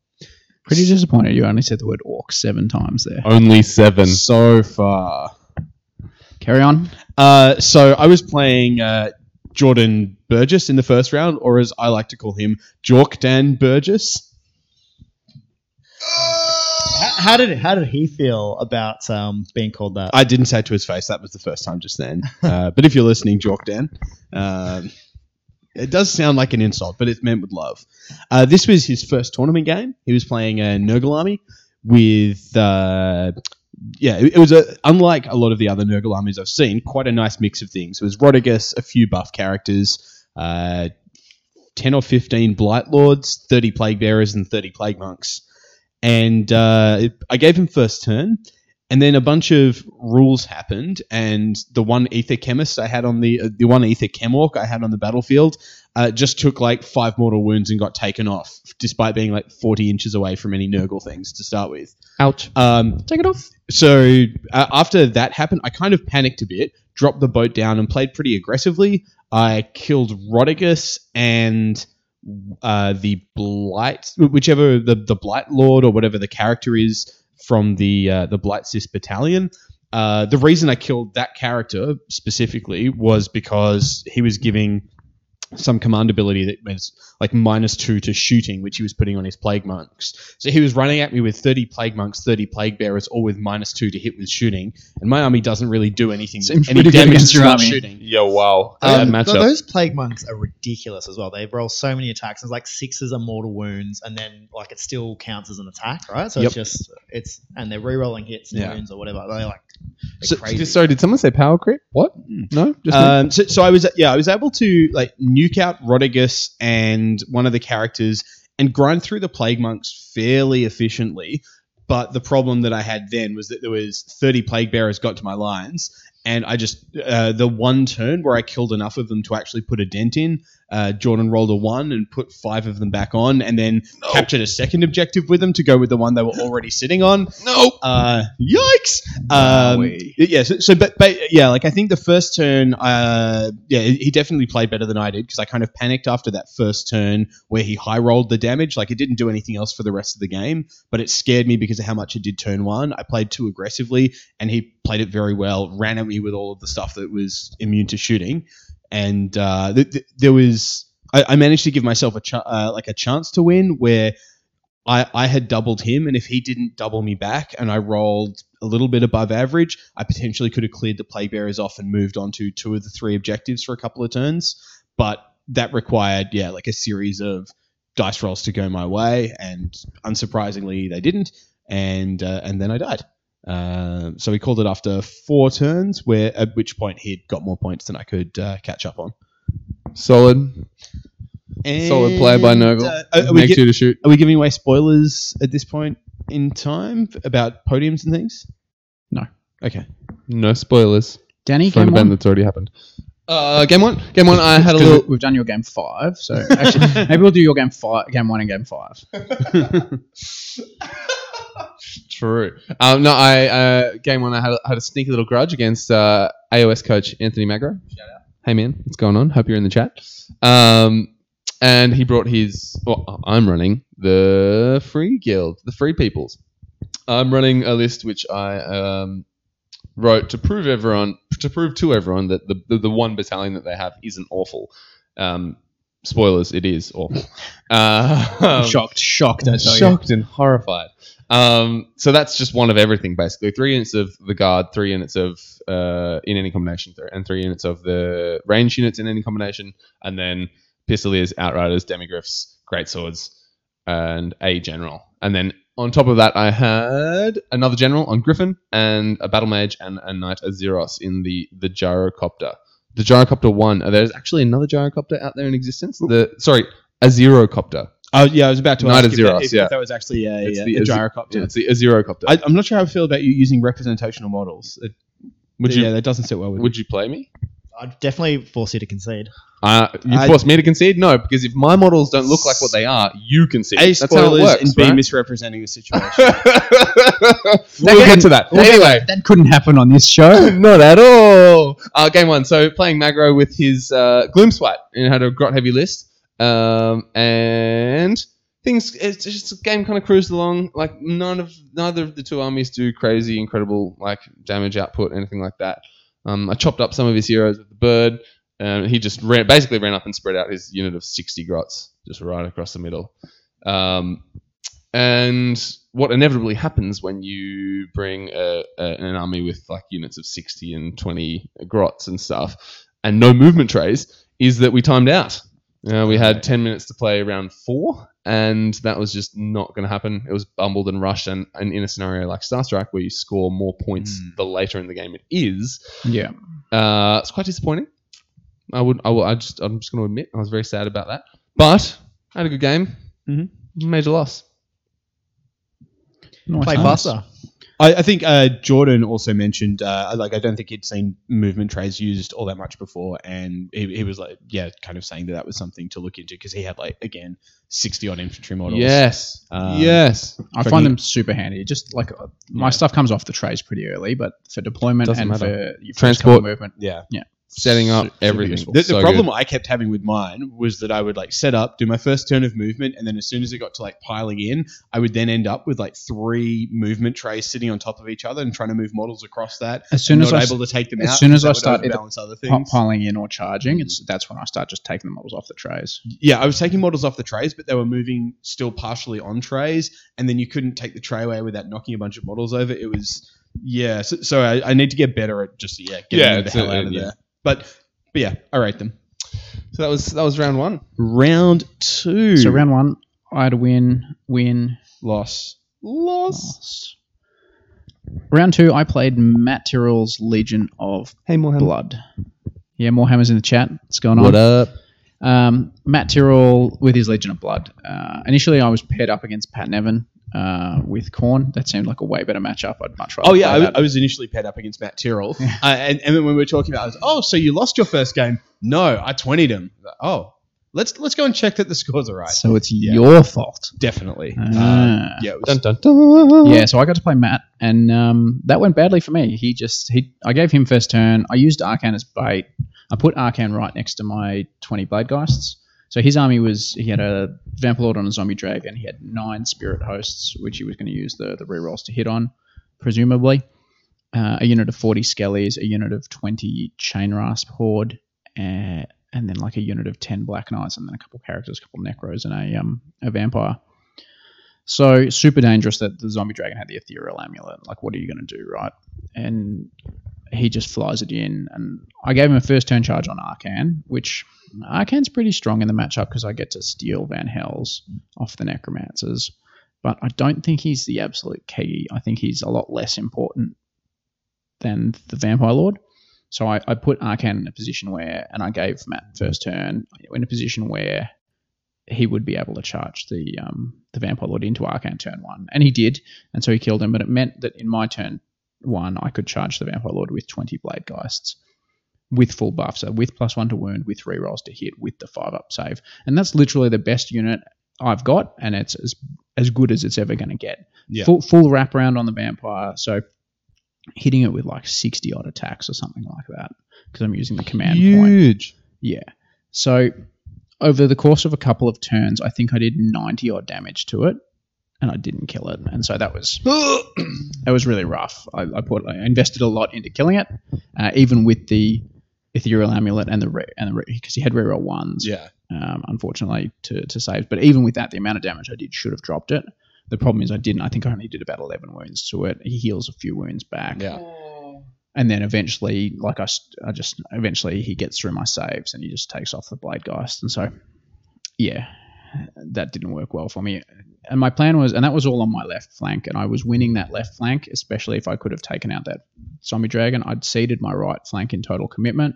S3: Pretty disappointed you only said the word orc seven times there.
S4: Only seven.
S5: So far.
S3: Carry on.
S5: Uh, so I was playing uh, Jordan Burgess in the first round, or as I like to call him, Jorkdan Burgess.
S6: How, how did how did he feel about um, being called that?
S5: I didn't say it to his face. That was the first time just then. Uh, but if you're listening, Jorkdan, um, it does sound like an insult, but it's meant with love. Uh, this was his first tournament game. He was playing a Nurgle army with, uh, yeah, it it was a, unlike a lot of the other Nurgle armies I've seen, quite a nice mix of things. It was Rodigus, a few buff characters, uh, 10 or 15 Blight Lords, 30 Plague Bearers, and 30 Plague Monks. And uh, it- I gave him first turn, and then a bunch of rules happened, and the one Ether Chemist I had on the uh, the one Ether Chemork I had on the battlefield uh, just took like five mortal wounds and got taken off, despite being like 40 inches away from any Nurgle things to start with.
S6: Ouch.
S5: Um,
S6: Take it off.
S5: so uh, after that happened, I kind of panicked a bit, dropped the boat down, and played pretty aggressively. I killed Rodicus and uh, the Blight, whichever the, the Blight Lord or whatever the character is from the uh, the Blight Sis Battalion. Uh, the reason I killed that character specifically was because he was giving some command ability that was like minus two to shooting, which he was putting on his plague monks. So he was running at me with 30 plague monks, 30 plague bearers, all with minus two to hit with shooting. And my army doesn't really do anything.
S3: Seems
S5: any
S3: pretty good
S5: damage
S3: against
S5: to
S3: your
S5: not
S3: army.
S5: shooting.
S4: Yo, wow.
S5: Um,
S4: Bad
S6: Th-
S4: matchup.
S6: those plague monks are ridiculous as well. They roll so many attacks. There's like sixes are mortal wounds, and then like it still counts as an attack, right? So it's just it's and they're re-rolling hits and
S5: Yeah.
S6: wounds or whatever. They're like they're
S5: So-
S6: crazy.
S4: Sorry, did someone say power creep? What? No? Just me?
S5: Um, so, so I was yeah I was able to like nuke out Rodigus and one of the characters and grind through the plague monks fairly efficiently. But the problem that I had then was that there was thirty plague bearers got to my lines, and I just uh, the one turn where I killed enough of them to actually put a dent in. Uh, Jordan rolled a one and put five of them back on, and then captured a second objective with them to go with the one they were already sitting on.
S1: No.
S5: Uh, yikes! Um,
S4: Wowee.
S5: yeah. So, so but, but yeah, like I think the first turn, uh, yeah, he definitely played better than I did because I kind of panicked after that first turn where he high rolled the damage. Like it didn't do anything else for the rest of the game, but it scared me because of how much it did turn one. I played too aggressively, and he played it very well. Ran at me with all of the stuff that was immune to shooting, and uh, th- th- there was. I, I managed to give myself a ch- uh, like a chance to win where I, I had doubled him, and if he didn't double me back and I rolled a little bit above average, I potentially could have cleared the play bearers off and moved on to two of the three objectives for a couple of turns. But that required, yeah, like a series of dice rolls to go my way, and unsurprisingly, they didn't. And uh, and then I died. Uh, so we called it after four turns, where at which point he'd got more points than I could uh, catch up on.
S4: Solid. Solid play by
S5: And,
S4: Nurgle.
S5: uh, are- are we
S4: Make
S5: get-
S4: two to shoot.
S5: are we giving away spoilers at this point in time about podiums and things?
S3: No.
S5: Okay.
S4: No spoilers
S3: Danny,
S4: for an
S3: game
S4: event
S3: one.
S4: that's already happened. Uh, game one. Game one. I had a little.
S3: We've done your game five, so actually, maybe we'll do your game five, game one, and game five.
S4: True. Um, no, I uh, game one. I had a, had a sneaky little grudge against uh, AOS coach Anthony Magro. Shout out. Hey man, what's going on? Hope you're in the chat. Um, and he brought his. Well, I'm running the free guild, the free peoples. I'm running a list which I um, wrote to prove everyone to prove to everyone that the the, the one battalion that they have isn't awful. Um, spoilers, it is awful. Uh,
S3: shocked, shocked. I tell
S4: shocked and horrified. Um, so that's just one of everything, basically. Three units of the guard, three units of uh, in any combination, th- and three units of the range units in any combination, and then pistoliers, outriders, demigriffs, greatswords, and a general. And then on top of that, I had another general on Griffin and a battle mage and a knight Azeros in the the gyrocopter. The gyrocopter one. uh, There's actually another gyrocopter out there in existence. The sorry, a zerocopter.
S5: Oh yeah, I was about to
S4: Knight
S5: ask
S4: of
S5: if that-
S4: Xeros,
S5: if,
S4: yeah.
S5: that was actually a,
S4: It's
S5: a,
S4: the-
S5: a
S4: it's the-
S5: gyrocopter.
S4: Yeah, it's the Azerocopter.
S5: I, I'm not sure how I feel about you using representational models. It,
S4: Would you
S5: yeah, that doesn't sit well with me.
S4: would you play me?
S6: I'd definitely force you to concede.
S4: Uh, you
S5: I-
S4: force me to concede? No, because if my models don't look like what they are, you concede.
S5: A
S4: That's how it
S5: spoilers
S4: works,
S5: and B
S4: right?
S5: misrepresenting the situation.
S4: we'll get to that. Anyway,
S3: That couldn't happen on this show.
S4: not at all. Uh, game one. So playing Magro with his uh, Gloom Swat and had a grot heavy list. Um, and things. It's just the game kind of cruised along. Like none of neither of the two armies do crazy, incredible like damage output, anything like that. Um, I chopped up some of his heroes with the bird. Um, he just ran, basically ran up and spread out his unit of sixty grots just right across the middle. Um, and what inevitably happens when you bring a, a, an army with like units of 60 and 20 grots and stuff and no movement trays is that we timed out. Uh, we had 10 minutes to play round four, and that was just not going to happen. It was bumbled and rushed, and, and in a scenario like Starstrike, where you score more points the later in the game it is,
S3: yeah.
S4: uh, it's quite disappointing. I would. I will. I just. I'm just going to admit I was very sad about that. But I had a good game. Mm-hmm. Major loss.
S3: Nice.
S6: Play
S3: Nice.
S6: faster.
S5: I, I think uh, Jordan also mentioned uh, like I don't think he'd seen movement trays used all that much before, and he, he was like, yeah, kind of saying that that was something to look into because he had like again sixty odd infantry models.
S4: Yes.
S5: Um,
S4: yes.
S3: I find them super handy. Just like uh, my stuff comes off the trays pretty early, but for deployment
S4: Doesn't
S3: and
S4: matter.
S3: for your
S4: Transport.
S3: first couple movement,
S5: yeah.
S4: Setting up
S3: super
S4: everything.
S3: useful.
S5: The, the
S4: So
S5: problem
S4: good.
S5: I kept having with mine was that I would like set up, do my first turn of movement, and then as soon as it got to like piling in, I would then end up with like three movement trays sitting on top of each other and trying to move models across that.
S3: As soon
S5: not
S3: as I s-
S5: able to take them
S3: as
S5: out,
S3: soon as I
S5: because that would
S3: started
S5: overbalance other
S3: pi-
S5: things.
S3: piling in or charging, it's that's when I start just taking the models off the trays.
S5: Yeah, I was taking models off the trays, but they were moving still partially on trays, and then you couldn't take the tray away without knocking a bunch of models over. It was yeah, so, so I, I need to get better at just yeah getting
S4: Yeah,
S5: them the
S4: it's
S5: hell
S4: a-
S5: out of
S4: yeah.
S5: there. But but yeah, I rate them.
S4: So that was that was round one.
S5: Round two,
S3: So round one, I had a win, win,
S5: loss, loss.
S3: loss. Round two, I played Matt Tyrrell's Legion of
S4: Hey, more
S3: Blood. Yeah, more hammers in the chat. What's going on?
S4: What up?
S3: Um, Matt Tyrrell with his Legion of Blood. Uh, initially, I was paired up against Pat Nevin uh, with Corn. That seemed like a way better matchup. I'd much rather.
S5: Oh yeah,
S3: play
S5: I, w-
S3: that.
S5: I was initially paired up against Matt Tyrrell, uh, and, and then when we were talking about, it, I was, oh, so you lost your first game? No, I twentyed him. Oh, let's let's go and check that the scores are right.
S3: so it's your fault.
S5: Definitely.
S3: Ah.
S5: Uh, yeah, it was-
S4: Dun dun dun.
S3: Yeah, so I got to play Matt, and um, that went badly for me. He just he I gave him first turn. I used Arcan as bait. I put Arcan right next to my twenty blade geists. So his army was he had a Vampirlord on a zombie dragon. He had nine spirit hosts, which he was going to use the the rerolls to hit on, presumably. Uh, a unit of forty skellies, a unit of twenty chain rasp horde, uh, and then like a unit of ten black knights, and then a couple characters, a couple necros, and a um a vampire. So super dangerous that the zombie dragon had the ethereal amulet. Like, what are you going to do, right? And he just flies it in, and I gave him a first turn charge on Arcan, which Arcan's pretty strong in the matchup because I get to steal Van Hell's off the Necromancers, but I don't think he's the absolute key. I think he's a lot less important than the Vampire Lord. So I, I put Arcan in a position where, and I gave Matt first turn in a position where he would be able to charge the um, the vampire lord into Arcan turn one, and he did, and so he killed him. But it meant that in my turn one, I could charge the vampire lord with twenty blade geists, with full buffs, so with plus one to wound, with rerolls to hit, with the five up save, and that's literally the best unit I've got, and it's as as good as it's ever going to get.
S5: Yeah.
S3: Full full wraparound on the vampire, so hitting it with like sixty odd attacks or something like that, because I'm using the command point.
S4: Huge.
S3: Yeah. So over the course of a couple of turns, I think I did 90 odd damage to it and I didn't kill it. And so that was that was really rough. I, I put I invested a lot into killing it, uh, even with the ethereal amulet and the re- and the because he had reroll ones
S5: yeah,
S3: um, unfortunately, to, to save. But even with that, the amount of damage I did should have dropped it. The problem is I didn't. I think I only did about 11 wounds to it. He heals a few wounds back.
S5: Yeah.
S3: And then eventually, like I, s- I just, eventually he gets through my saves and he just takes off the Blade Geist. And so, yeah, that didn't work well for me. And my plan was, and that was all on my left flank, and I was winning that left flank, especially if I could have taken out that zombie dragon. I'd ceded my right flank in total commitment,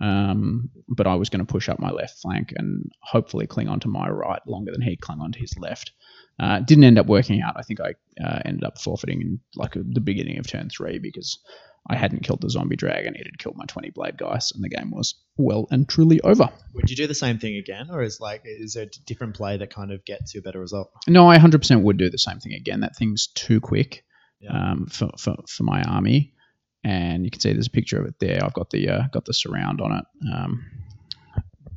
S3: um, but I was going to push up my left flank and hopefully cling onto my right longer than he clung onto his left. Uh, it didn't end up working out. I think I uh, ended up forfeiting in like the beginning of turn three because I hadn't killed the zombie dragon. It had killed my twenty blade guys, and the game was well and truly over.
S6: Would you do the same thing again, or is like is there a different play that kind of gets you a better result?
S3: No, I 100% would do the same thing again. That thing's too quick
S6: Yeah.
S3: um, for, for, for my army. And you can see there's a picture of it there. I've got the uh, got the surround on it. Um,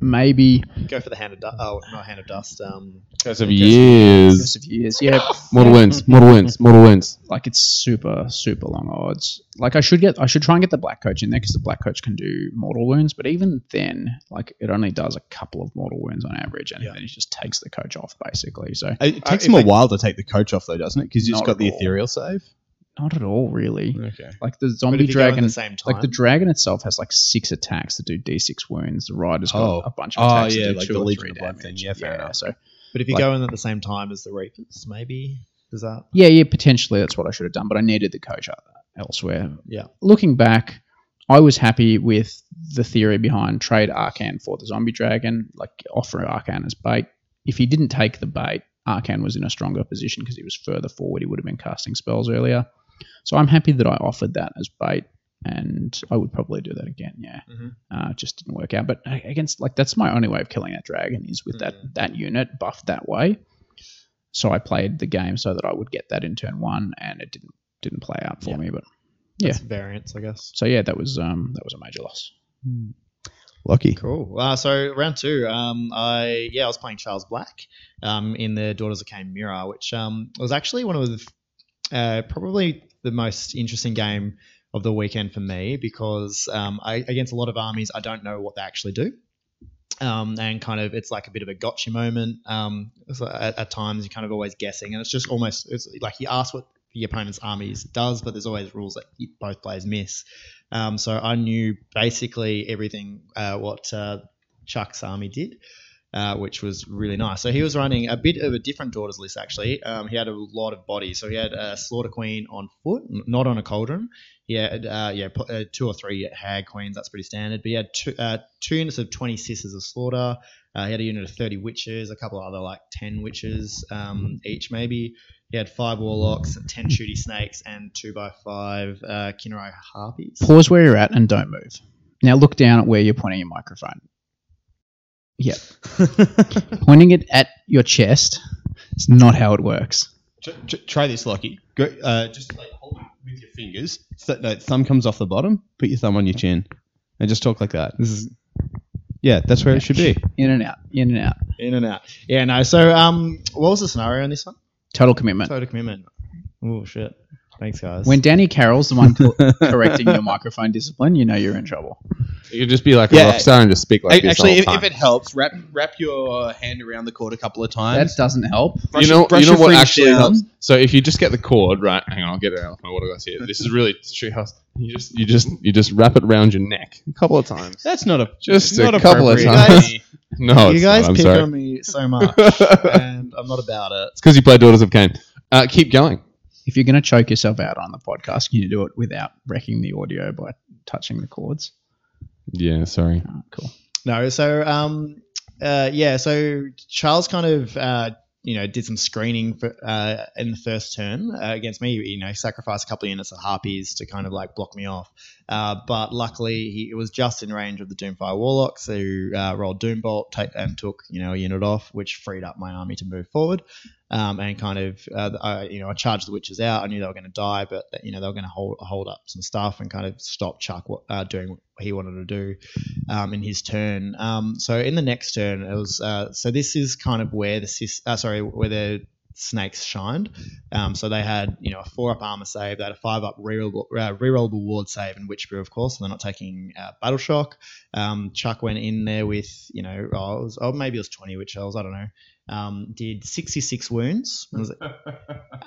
S3: maybe
S6: Go for the hand of dust. Oh, not hand of dust. Um,
S4: Because of years.
S3: years of years. Yeah,
S4: Model wins. Model wins. Model wins.
S3: like it's super super long odds. Like I should get I should try and get the black coach in there because the black coach can do mortal wounds. But even then, like it only does a couple of mortal wounds on average, and
S6: Yeah.
S3: then it just takes the coach off basically. So
S5: it
S6: Uh, if
S5: takes them a
S6: they-
S5: while to take the coach off though, doesn't it? Because you just
S3: Not
S5: got the
S3: at all.
S5: ethereal save.
S3: not at all really.
S5: Okay.
S3: Like the
S6: but
S3: zombie
S6: if you go in
S3: dragon
S6: the same time.
S3: Like the dragon itself has like six attacks that do d6 wounds. The rider's got
S5: Oh.
S3: a bunch of
S5: Oh,
S3: attacks.
S5: yeah,
S3: that do
S5: like
S3: two
S5: the
S3: or
S5: Legion
S3: three
S5: of Blood
S3: damage.
S5: thing. Yeah, fair enough.
S3: So
S6: but if you
S3: like-
S6: go in at the same time as the reapers, maybe does that?
S3: yeah, yeah, potentially that's what I should have done, but I needed the coach elsewhere.
S6: Yeah.
S3: Looking back, I was happy with the theory behind trade Arcan for the zombie dragon, like offer Arcan as bait. If he didn't take the bait, Arcan was in a stronger position because he was further forward. He would have been casting spells earlier. So I'm happy that I offered that as bait, and I would probably do that again. Yeah, uh, it just didn't work out. But a- against like that's my only way of killing that dragon is with
S6: Mm.
S3: that that unit buffed that way. So I played the game so that I would get that in turn one, and it didn't didn't play out for me. But yeah,
S6: It's variance, I guess.
S3: so yeah, that was um that was a major loss.
S5: Hmm. Lucky.
S6: Cool. Uh, so round two, um, I yeah, I was playing Charles Black, um, in the Daughters of Cain Mirror, which um was actually one of the, uh, probably the most interesting game of the weekend for me because um, I against a lot of armies, I don't know what they actually do. Um, and kind of, it's like a bit of a gotcha moment. Um, so at, at times, you're kind of always guessing, and it's just almost it's like you ask what the opponent's army does, but there's always rules that you- both players miss. Um, so I knew basically everything uh, what uh, Chuck's army did, uh, which was really nice. So he was running a bit of a different daughters list actually. Um, he had a lot of bodies. So he had a slaughter queen on foot, n- not on a cauldron. He had uh, yeah pl- uh, two or three hag queens. That's pretty standard. But he had two, uh, two units of twenty sisters of slaughter. Uh, he had a unit of thirty witches, a couple of other like ten witches um, each maybe. He had five warlocks, ten shooty snakes, and two by five uh, Kinrai harpies.
S3: Pause where you're at and don't move. Now look down at where you're pointing your microphone. Yeah, pointing it at your chest is not how it works.
S5: Tr- tr- try this, Lucky. Go, uh, just like hold it with your fingers. So, no, thumb comes off the bottom. Put your thumb on your chin, and just talk like that. This is. Yeah, that's where it should be.
S3: In and out, in and out.
S6: In and out. Yeah, no. So, um, what was the scenario on this one?
S3: Total commitment.
S6: Total commitment. Oh shit! Thanks, guys.
S3: When Danny Carroll's the one co- correcting your microphone discipline, you know you're in trouble.
S4: You could just be like
S5: Yeah.
S4: a rock star and just speak like this
S5: Actually,
S4: the
S5: if,
S4: whole
S5: if
S4: time.
S5: it helps, wrap wrap your hand around the cord a couple of
S3: That
S5: times.
S3: doesn't help.
S5: brush
S4: you
S5: your-
S4: know,
S5: brush
S4: you know
S5: your
S4: what
S5: fringe
S4: actually
S5: down.
S4: helps. So if you just get the cord right, hang on, I'll get it out of my water glass here. This is really true house. You just you just you just wrap it round your neck a couple of times.
S5: That's not a
S4: Just
S5: not
S4: a couple of
S5: appropriate.
S4: times. No,
S6: you
S4: it's
S6: guys
S4: not, I'm
S6: pick
S4: sorry.
S6: on me so much,
S4: it's
S6: and I'm not about it.
S4: because you play Daughters of Cain. Uh, keep going.
S3: If you're going to choke yourself out on the podcast, can you do it without wrecking the audio by touching the cords?
S4: Yeah, sorry.
S3: Oh, cool.
S6: No, so um, uh, yeah, so Charles kind of uh, you know did some screening for, uh, in the first turn uh, against me. You know, sacrificed a couple of units of harpies to kind of like block me off. Uh, but luckily, he it was just in range of the Doomfire Warlocks who uh, rolled Doombolt ta- and took you know a unit off, which freed up my army to move forward. Um, and kind of, uh, I, you know, I charged the witches out. I knew they were going to die, but you know they were going to hold hold up some stuff and kind of stop Chuck what- uh, doing what he wanted to do um, in his turn. Um, so in the next turn, it was uh, so this is kind of where the sis, uh, sorry where the snakes shined. Um, so they had you know a four up armor save, they had a five up rerollable, uh, rerollable ward save, and witch brew of course. And they're not taking uh, battle shock. Um, Chuck went in there with you know oh, it was, oh maybe it was twenty witch elves, I don't know. Um, did sixty six wounds. That was it.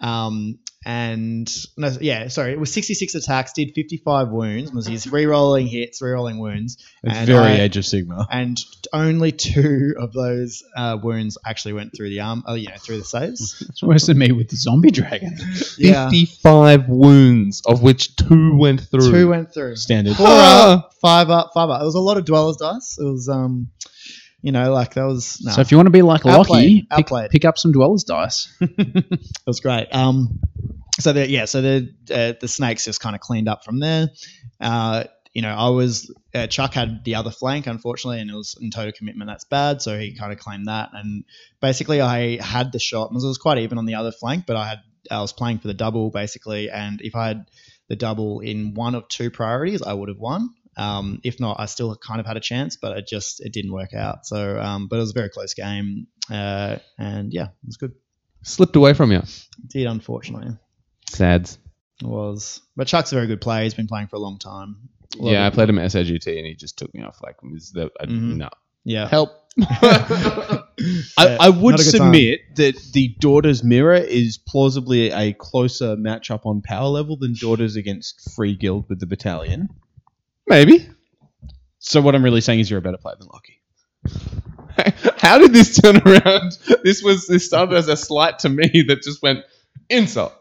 S6: um, and no, yeah, sorry, it was sixty six attacks, did fifty five wounds. Was his rerolling hits, rerolling wounds.
S5: It's
S6: And
S5: very
S6: I-
S5: Age of Sigma.
S6: and only two of those uh, wounds actually went through the arm. Oh, you know, through the saves.
S3: It's worse than me with the zombie dragon.
S6: Yeah,
S4: Fifty-five wounds, of which two went through.
S6: two went through.
S5: Standard.
S6: Four
S3: Ah!
S6: up, five up, five up. It was a lot of dwellers dice. It was, um, you know, like that was. No,
S3: So if you want to be like Lockie,
S6: Outplayed,
S3: pick,
S6: outplayed.
S3: pick up some dwellers dice.
S6: it was great. Um, so the, yeah, so the uh, the snakes just kind of cleaned up from there. Uh, you know, I was uh, Chuck had the other flank, unfortunately, and it was in total commitment. That's bad. So he kind of claimed that, and basically I had the shot. It was quite even on the other flank, but I had I was playing for the double basically, and if I had the double in one of two priorities, I would have won. Um, if not, I still kind of had a chance, but it just it didn't work out. So, um, but it was a very close game, uh, and yeah, it was good.
S4: Slipped away from you.
S6: Did unfortunately.
S4: Sads.
S6: It was. But Chuck's a very good player. He's been playing for a long time. Love
S4: Yeah, I
S6: it.
S4: played him at SAGT and he just took me off. Like, is that, I,
S6: Mhm.
S4: no.
S6: yeah.
S5: Help.
S6: Yeah,
S5: I, I would
S6: not a good
S5: submit that the Daughter's Mirror is plausibly a closer matchup on power level than Daughters against Free Guild with the Battalion.
S4: Maybe.
S5: So what I'm really saying is you're a better player than Lockie.
S4: How did this turn around? This was this started as a slight to me that just went insult.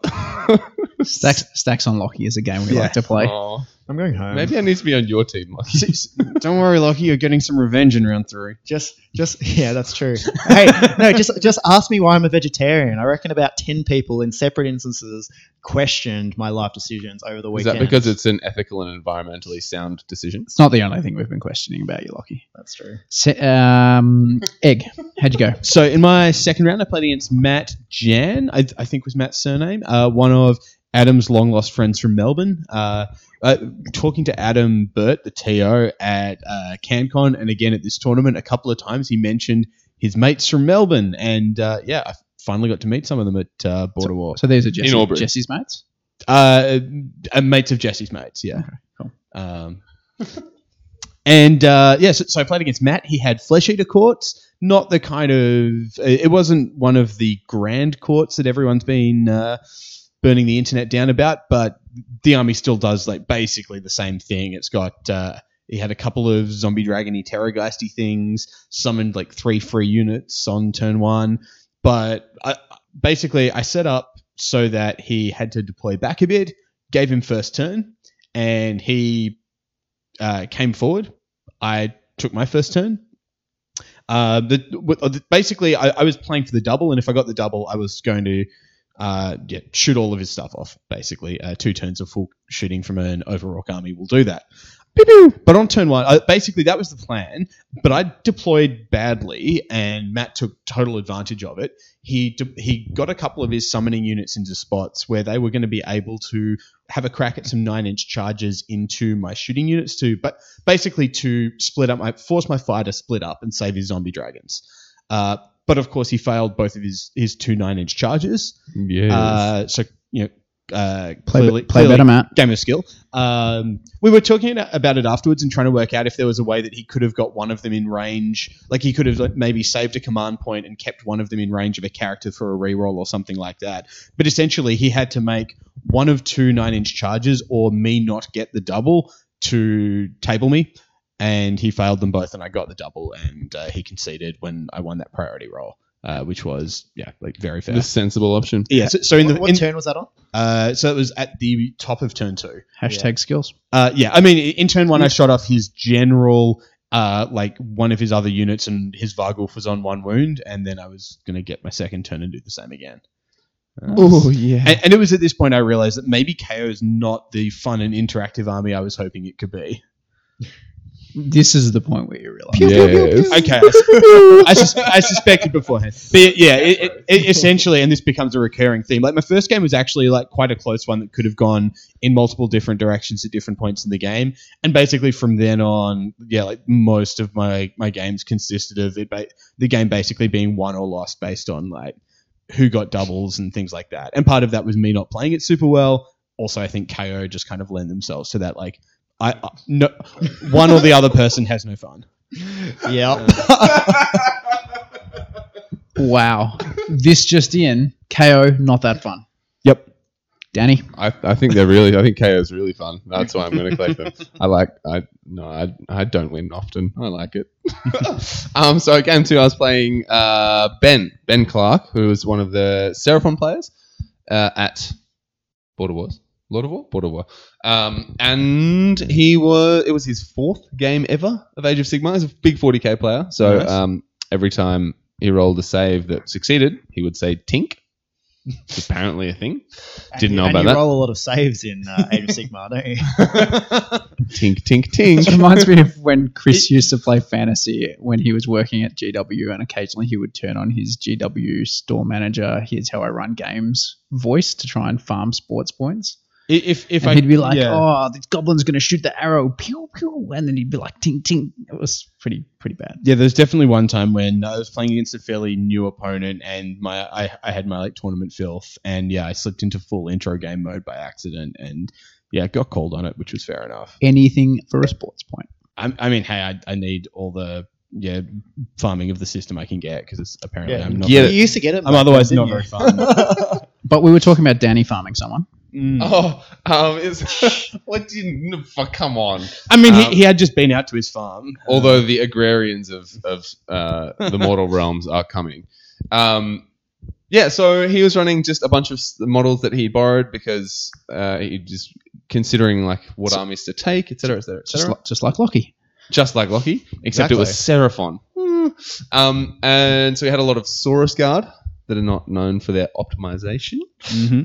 S3: Stacks, Stacks on Lockie is a game we
S5: Yeah.
S3: like to play.
S4: Aw.
S6: I'm going home.
S4: Maybe I need to be on your team, Mike.
S5: Don't worry, Lockie. You're getting some revenge in round three.
S6: Just, just yeah, that's true. hey, no, just just ask me why I'm a vegetarian. I reckon about ten people in separate instances questioned my life decisions over the
S4: Is
S6: weekend.
S4: that because it's an ethical and environmentally sound decision?
S3: It's not the only thing we've been questioning about you, Lockie.
S6: that's true?
S3: Se- um, egg, how'd you go?
S5: So in my second round, I played against Matt Jan. I, I think was Matt's surname. Uh, one of Adam's long lost friends from Melbourne. Uh, uh, talking to Adam Burt, the TO at uh, CanCon, and again at this tournament, a couple of times he mentioned his mates from Melbourne, and uh, yeah, I finally got to meet some of them at uh, Border War.
S3: So these are
S4: In
S3: Jesse,
S4: Albury.
S3: Jesse's mates.
S5: uh, uh, mates of Jesse's mates. Yeah.
S3: cool.
S5: Um, and uh, yeah, so, so I played against Matt. He had flesh eater courts, not the kind of. uh, It wasn't one of the grand courts that everyone's been uh, burning the internet down about, but the army still does like basically the same thing. It's got. Uh, he had a couple of zombie dragony terrorgeisty things, summoned like three free units on turn one. But I, basically, I set up so that he had to deploy back a bit, gave him first turn, and he uh, came forward. I took my first turn. Uh, the, w- uh, the- basically, I, I was playing for the double, and if I got the double, I was going to uh, yeah, shoot all of his stuff off. Basically, uh, two turns of full shooting from an overall army will do that. Pew, pew. But on turn one, uh, basically that was the plan. But I deployed badly, and Matt took total advantage of it. He de- he got a couple of his summoning units into spots where they were going to be able to have a crack at some nine inch charges into my shooting units too. But basically to split up my force my fire to split up and save his zombie dragons. Uh, but of course, he failed both of his his two nine inch charges.
S4: Yeah.
S5: Uh, so you know, uh,
S3: Play,
S5: clearly-
S3: play
S5: clearly-
S3: better, Matt.
S5: game of skill. Um, we were talking about it afterwards and trying to work out if there was a way that he could have got one of them in range. Like he could have like maybe saved a command point and kept one of them in range of a character for a reroll or something like that. But essentially, he had to make one of two nine inch charges or me not get the double to table me. And he failed them both, and I got the double, and uh, he conceded when I won that priority roll, uh, which was yeah, like very fair.
S4: the sensible option.
S5: yeah. So, so in the
S6: what
S5: in,
S6: turn was that on?
S5: uh, so it was at the top of turn two.
S3: Hashtag skills.
S5: Uh, yeah, I mean, in turn one, I shot off his general, uh, like one of his other units, and his Vargulf was on one wound, and then I was going to get my second turn and do the same again. Uh,
S3: yeah.
S5: and, and it was at this point I realized that maybe KO is not the fun and interactive army I was hoping it could be.
S3: this is the point where you realize.
S4: Yes.
S5: Okay, I, sus- I, sus- I suspected beforehand. But yeah, it, it, it essentially, and this becomes a recurring theme. Like my first game was actually like quite a close one that could have gone in multiple different directions at different points in the game. And basically from then on, yeah, like most of my my games consisted of it ba- the game basically being won or lost based on like who got doubles and things like that. And part of that was me not playing it super well. Also, I think KO just kind of lend themselves to that like. I, I no, one or the other person has no fun.
S6: Yeah.
S3: Wow. this just in. KO, not that fun.
S5: Yep.
S3: Danny,
S4: I, I think they're really. I think KO is really fun. That's why I'm going to collect them. I like. I no. I, I don't win often. I like it. um. So game two, I was playing uh Ben Ben Clark, who was one of the Seraphon players uh, at Border Wars. Lord of War, Border War, um, and he was. It was his fourth game ever of Age of Sigma. He's a big 40k player, so
S5: Nice.
S4: um, every time he rolled a save that succeeded, he would say "tink." It's apparently a thing. Didn't know
S6: and
S4: about
S6: you
S4: that.
S6: roll a lot of saves in uh, Age of Sigmar, don't you?
S4: tink tink
S3: this
S4: tink.
S3: reminds me of when Chris used to play fantasy when he was working at GW, and occasionally he would turn on his GW store manager, here's how I run games voice to try and farm sports points.
S5: I- If if
S3: And
S5: I
S3: he'd be like,
S5: yeah.
S3: "Oh, this goblin's going to shoot the arrow, pew pew," and then he'd be like, "Ting ting." It was pretty pretty bad.
S5: yeah, there's definitely one time when I was playing against a fairly new opponent and my I, I had my like tournament filth and yeah, I slipped into full intro game mode by accident and yeah, got called on it, which was fair enough.
S3: Anything for a sports point.
S5: I, I mean, hey, I, I need all the yeah farming of the system I can get because apparently I'm not.
S4: Get
S6: you used to get it.
S5: I'm
S6: back
S5: otherwise
S6: then,
S5: not
S6: didn't
S5: very fun.
S3: But we were talking about Danny farming someone.
S4: Oh, um, it's, what didn't? Fuck, come on.
S5: I mean,
S4: Um,
S5: he, he had just been out to his farm.
S4: Although the agrarians of of uh, the mortal realms are coming. Um, yeah, so he was running just a bunch of s- models that he borrowed because uh, he just considering like what armies to take, etc., etc.,
S3: Just,
S4: etc.
S3: like just like Lockie.
S4: Just like Loki, except it was Seraphon. Hmm. Um, and so we had a lot of Saurus Guard that are not known for their optimization,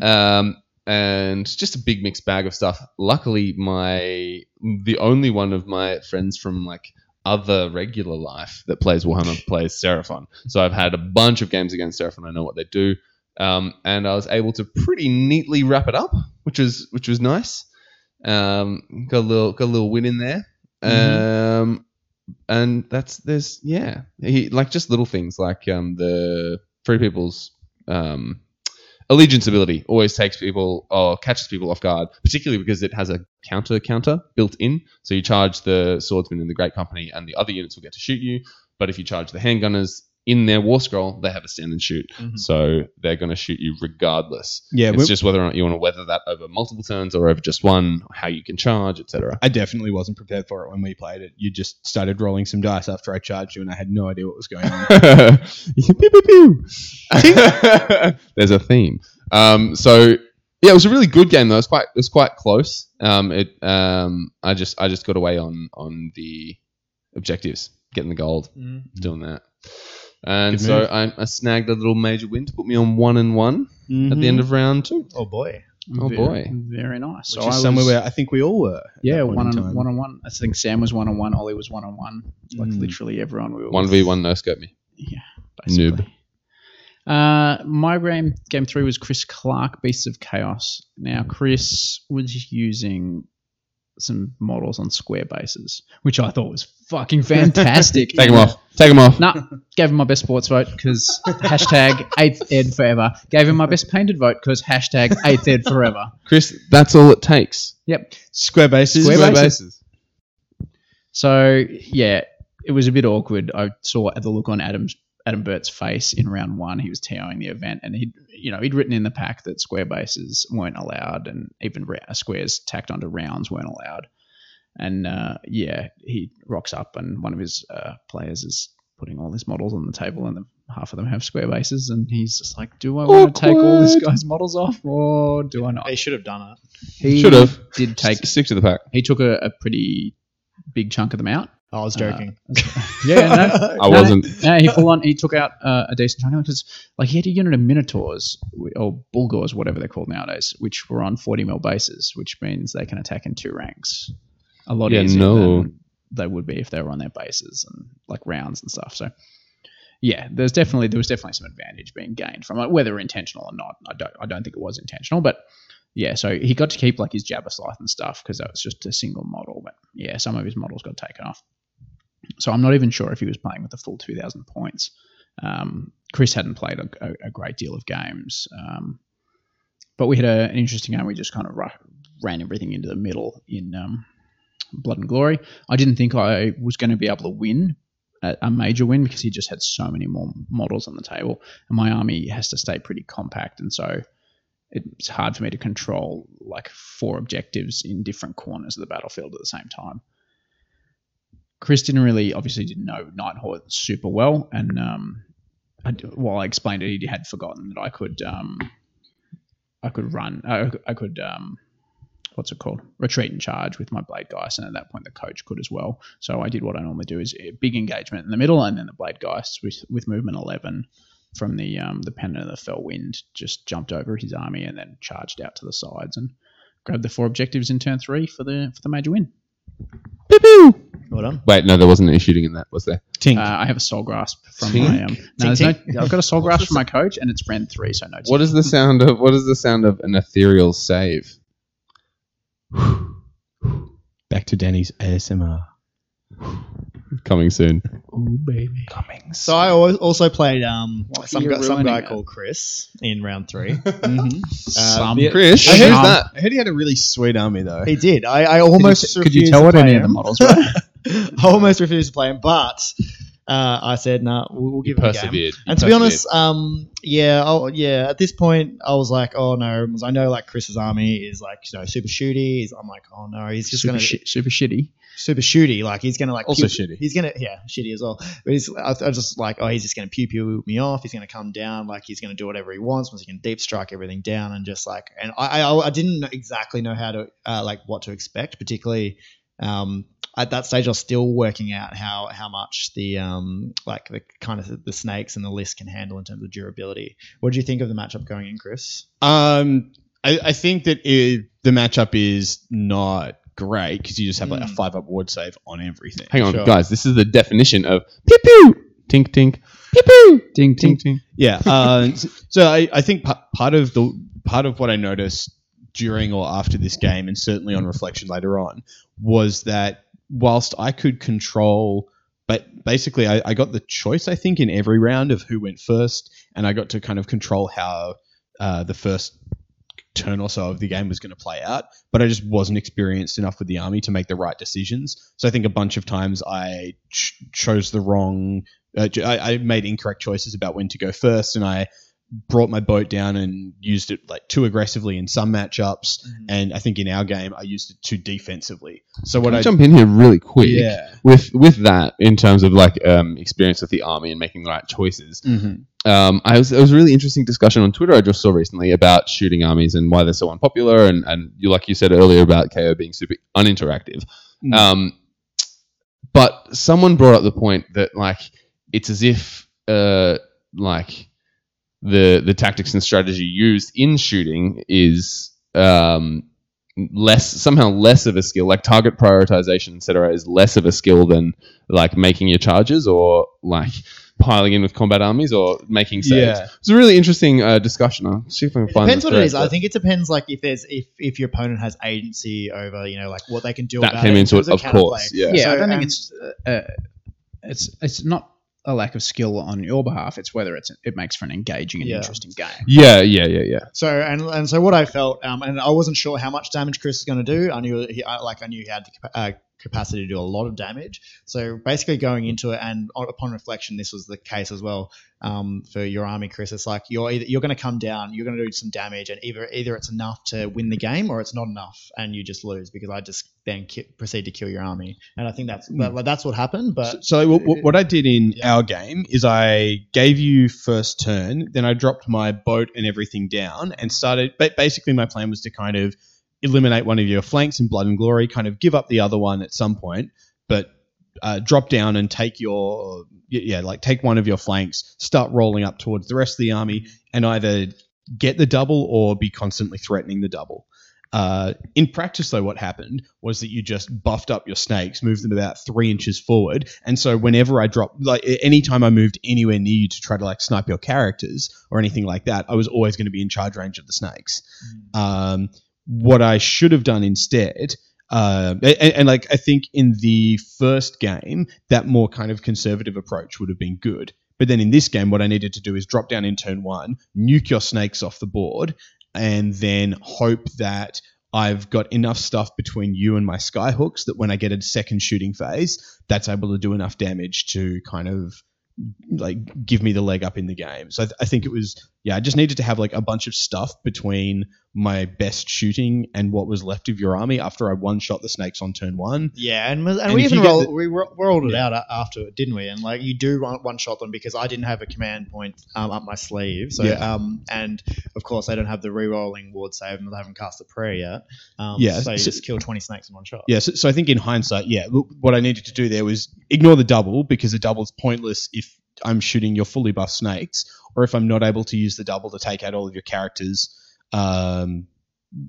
S4: um, and just a big mixed bag of stuff. Luckily, my the only one of my friends from like other regular life that plays Warhammer plays Seraphon. So I've had a bunch of games against Seraphon. I know what they do, um, and I was able to pretty neatly wrap it up, which was which was nice. Um, got a little got a little win in there. Um, and that's there's yeah, he like just little things like um the free people's um allegiance ability always takes people or catches people off guard, particularly because it has a counter counter built in. So you charge the swordsman in the great company, and the other units will get to shoot you. But if you charge the handgunners in their war scroll, they have a stand and shoot, so they're going to shoot you regardless.
S5: Mm-hmm. Yeah,
S4: it's
S5: we-
S4: just whether or not you want to weather that over multiple turns or over just one, how you can charge, etc.
S5: I definitely wasn't prepared for it when we played it. You just started rolling some dice after I charged you, and I had no idea what was going on.
S4: Pew, pew, pew. There's a theme. Um, so yeah, it was a really good game though. It was quite it was quite close. Um, it um, I just I just got away on on the objectives, getting the gold,
S3: Mm.
S4: doing that. And
S5: Good
S4: so
S5: move.
S4: I, I snagged a little major win to put me on one and one at the end of round two.
S6: Oh boy.
S4: Oh,
S3: Ve-
S4: boy.
S3: Mm-hmm. very nice.
S5: Which is somewhere where I think we all were. at
S3: yeah,
S5: that point
S3: one
S5: in
S3: on
S5: time.
S3: one on one. I think Sam was one on one. Ollie was one on one. Like
S5: Mm.
S3: literally everyone we were
S4: One
S3: with.
S4: v one no scope me.
S3: Yeah,
S4: Noob.
S3: basically. Uh, my game game three was Chris Clark, Beasts of Chaos. Now
S5: Mm.
S3: Chris was using some models on square bases, which I thought was fucking fantastic.
S4: Take him off. Take him off.
S3: Nah, gave him my best sports vote because hashtag eighth ed forever. Gave him my best painted vote because hashtag eighth ed forever.
S4: Chris, that's all it takes.
S3: Yep.
S5: Square bases.
S3: Square
S4: Square
S3: bases.
S4: bases.
S3: So yeah, it was a bit awkward. I saw the look on Adam's Adam Burt's face in round one. He was TOing the event, and he'd you know he'd written in the pack that square bases weren't allowed, and even ra- squares tacked onto rounds weren't allowed. And uh, yeah, he rocks up, and one of his uh, players is putting all his models on the table, and the, half of them have square bases, and he's just like, "Do I want to take all this guy's models off, or do I not?"
S6: They should have done it.
S3: He
S4: Should have.
S3: did take.
S4: Stick to the pack.
S3: He took a, a pretty big chunk of them out.
S6: I was joking.
S3: Uh, Yeah, no,
S4: I
S3: No, no.
S4: wasn't.
S3: yeah, he full on. He took out uh, a decent chunk of because, like, he had a unit of minotaurs wi- or bulgors, whatever they're called nowadays, which were on forty mil bases, which means they can attack in two ranks. A lot
S4: Yeah,
S3: easier
S4: no.
S3: than they would be if they were on their bases and like rounds and stuff. So, yeah, there's definitely there was definitely some advantage being gained from it, whether intentional or not. I don't I don't think it was intentional, but yeah, so he got to keep like his Jabba Slice and stuff because that was just a single model. But yeah, some of his models got taken off. So I'm not even sure if he was playing with the full 2,000 points. Um, Chris hadn't played a, a- a great deal of games, um, but we had a, an interesting game. We just kind of ru- ran everything into the middle in um, Blood and Glory. I didn't think I was going to be able to win a, a major win because he just had so many more models on the table, and my army has to stay pretty compact, and so it's hard for me to control like four objectives in different corners of the battlefield at the same time. Chris didn't really, obviously, didn't know Nighthawk super well, and um, I, while I explained it, he had forgotten that I could, um, I could run, I, I could, um, what's it called, retreat and charge with my blade geist, and at that point the coach could as well. So I did what I normally do: is a big engagement in the middle, and then the blade geists with with movement eleven from the um, the pendant of the fell wind just jumped over his army and then charged out to the sides and grabbed the four objectives in turn three for the for the major win.
S6: Well done.
S4: Wait, no, there wasn't any shooting in that, was there?
S5: Tink.
S3: Uh, I have a soul grasp from
S4: Tink.
S3: my um, no, there's
S6: Tink,
S3: no, I've got a soul grasp from my coach and it's round three, so no.
S4: What is the sound of what is the sound of an ethereal save?
S5: Back to Danny's ASMR.
S4: Coming soon.
S3: oh baby.
S6: So I al- also played um some
S3: You're
S6: guy, some
S3: ruining
S6: guy
S3: it.
S6: called Chris in round 3
S5: Mm-hmm.
S3: Some
S4: Chris,
S5: Um, I heard,
S4: who's
S3: Um,
S4: that?
S5: I heard he had a really sweet army though.
S6: He did. I, I almost
S3: Could you
S6: refused
S3: tell
S6: to
S3: what
S6: play
S3: any of
S6: him.
S3: the models were?
S6: I almost refused to play him, but uh, I said, "Nah, we'll, we'll
S4: You
S6: give it a game."
S4: persevered. You
S6: And to be
S4: persevered.
S6: honest, um, yeah, i yeah. At this point, I was like, "Oh no!" 'cause I know like Chris's army is like you know super shooty. He's, I'm like, "Oh no!" He's just
S3: super,
S6: gonna
S3: shi- super shitty.
S6: super shooty. Like he's gonna like pew-
S4: Also shitty.
S6: He's gonna yeah shitty as well. But he's I, I was just like oh he's just gonna pew pew me off. He's gonna come down like he's gonna do whatever he wants. Once he can deep strike everything down and just like and I I, I didn't know- exactly know how to uh, like what to expect. Particularly um, at that stage, I was still working out how how much the um like the kind of the snakes and the list can handle in terms of durability. What do you think of the matchup going in, Chris?
S5: Um, I, I think that it, the matchup is not great because you just have like a
S6: Mm.
S5: five up ward save on everything.
S4: Hang on,
S6: Sure.
S4: guys. This is the definition of pew pew, tink tink, pew pew,
S3: Ding ding.
S4: tink tink.
S5: Yeah. Um, s- so I, I think pa- part of the part of what I noticed during or after this game, and certainly on reflection later on, was that whilst I could control, but basically I, I got the choice. I think in every round of who went first, and I got to kind of control how uh, the first turn or so of the game was going to play out. But I just wasn't experienced enough with the army to make the right decisions. So I think a bunch of times I ch- chose the wrong uh, j- I, I made incorrect choices about when to go first, and I brought my boat down and used it like too aggressively in some matchups.
S4: Mm-hmm.
S5: And I think in our game, I used it too defensively. So what
S4: Can I
S5: I
S4: jump in here really quick?
S5: yeah,
S4: With with that, in terms of like um, experience with the army and making the right choices,
S5: Mm-hmm.
S4: um, I was, it was a really interesting discussion on Twitter I just saw recently about shooting armies and why they're so unpopular. And, and you, like you said earlier about KO being super uninteractive.
S5: Mm.
S4: Um, but someone brought up the point that like it's as if uh, like the the tactics and strategy used in shooting is um, less somehow less of a skill like target prioritization etc is less of a skill than like making your charges or like piling in with combat armies or making saves.
S5: Yeah.
S4: It's a really interesting uh, discussion. I'll see if I can
S6: It
S4: find
S6: depends
S4: the
S6: what it
S4: thread,
S6: is. I
S4: but
S6: think it depends, like if there's if if your opponent has agency over, you know, like what they can do.
S4: that
S6: about
S4: came
S6: it in
S4: into
S6: terms
S4: it, of
S6: counterplay.
S4: course. Yeah.
S3: Yeah, I
S6: So,
S3: don't
S6: um,
S3: think it's uh, uh, it's it's not a lack of skill on your behalf. It's whether it's it makes for an engaging and
S6: Yeah.
S3: interesting game.
S4: yeah, yeah, yeah, yeah.
S6: So and and so what I felt, um, and I wasn't sure how much damage Chris was going to do. I knew he, I, like I knew he had the capa- uh, capacity to do a lot of damage. So basically, going into it, and on, upon reflection, this was the case as well um, for your army, Chris. It's like you're either, you're going to come down, you're going to do some damage, and either either it's enough to win the game or it's not enough, and you just lose because I just then ki- proceed to kill your army, and I think that's that, that's what happened. But
S5: So, so what- what, what I did in our game is I gave you first turn, then I dropped my boat and everything down and started. But basically, my plan was to kind of eliminate one of your flanks in Blood and Glory, kind of give up the other one at some point, but uh, drop down and take your y- yeah, like take one of your flanks, start rolling up towards the rest of the army, and either get the double or be constantly threatening the double. Uh, in practice, though, what happened was that you just buffed up your snakes, moved them about three inches forward, and so whenever I dropped, like a- anytime I moved anywhere near you to try to like snipe your characters or anything like that, I was always going to be in charge range of the snakes. Um, what I should have done instead, uh, and, and like I think in the first game, that more kind of conservative approach would have been good. But then in this game, what I needed to do is drop down in turn one, nuke your snakes off the board, and then hope that I've got enough stuff between you and my skyhooks that when I get a second shooting phase, that's able to do enough damage to kind of like give me the leg up in the game. So I, th- I think it was yeah, I just needed to have like a bunch of stuff between my best shooting and what was left of your army after I one shot the snakes on turn one.
S6: Yeah, and, and,
S5: And
S6: we
S5: if you
S6: even
S5: get
S6: roll,
S5: the-
S6: we ro- rolled it out out a- after it, didn't we? And like you do one, one shot them because I didn't have a command point um, up my sleeve. So
S5: Yeah.
S6: um, and of course I don't have the re-rolling ward save and I haven't cast the prayer yet. Um,
S5: Yeah,
S6: so you
S5: so-
S6: just kill twenty snakes in one shot.
S5: Yeah, so, so I think in hindsight, yeah, w- what I needed to do there was ignore the double because the double's pointless if I'm shooting your fully buff snakes or if I'm not able to use the double to take out all of your characters. Um,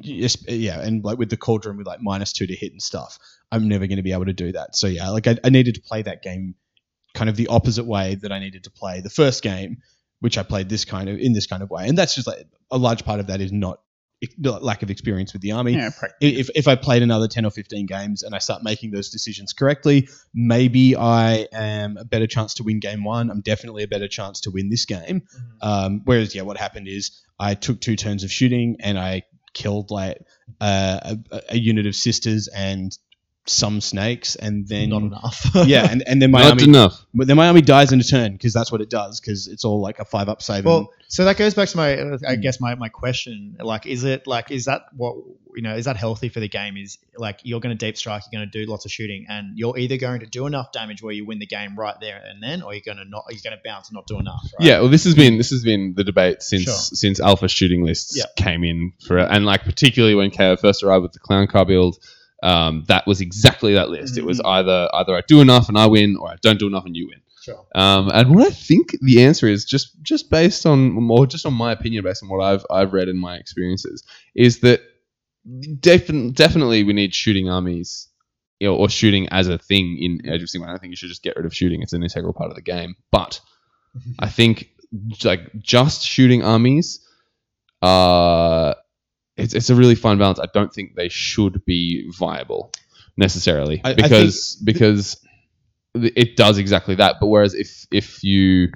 S5: yes, yeah, and like with the cauldron with like minus two to hit and stuff, I'm never going to be able to do that. So yeah, like I, I needed to play that game kind of the opposite way that I needed to play the first game, which I played this kind of in this kind of way, and that's just like a large part of that is not lack of experience with the army
S3: Yeah, pra-
S5: if, if I played another 10 or 15 games and I start making those decisions correctly, maybe I am a better chance to win game one. I'm definitely a better chance to win this game.
S6: Mm-hmm.
S5: Um, whereas, yeah, what happened is I took two turns of shooting and I killed like uh, a, a unit of sisters and some snakes, and then
S6: Not enough.
S5: yeah, and, and then my
S4: Not
S5: army,
S4: enough.
S5: but then my army dies in a turn because that's what it does because it's all like a five up save.
S6: Well, so that goes back to my, uh,
S5: Hmm.
S6: I guess my, my question. Like, is it like, is that what you know? Is that healthy for the game? Is like you're going to deep strike, you're going to do lots of shooting, and you're either going to do enough damage where you win the game right there and then, or you're going to not, you're going to bounce and not do enough. Right?
S4: Yeah, well, this has been this has been the debate since
S6: Sure.
S4: since alpha shooting lists
S6: Yeah.
S4: came in for and like particularly when KO first arrived with the clown car build, um, that was exactly that list.
S6: Mm-hmm.
S4: It was either either I do enough and I win, or I don't do enough and you win.
S6: Sure.
S4: Um, and what I think the answer is just just based on or just on my opinion, based on what I've I've read and my experiences, is that defin- definitely we need shooting armies you know, or shooting as a thing in Age of Sigmar. I don't think you should just get rid of shooting; it's an integral part of the game. But I think like just shooting armies, uh, it's it's a really fine balance. I don't think they should be viable necessarily
S5: I- I think-
S4: because because th- it does exactly that. But whereas if if you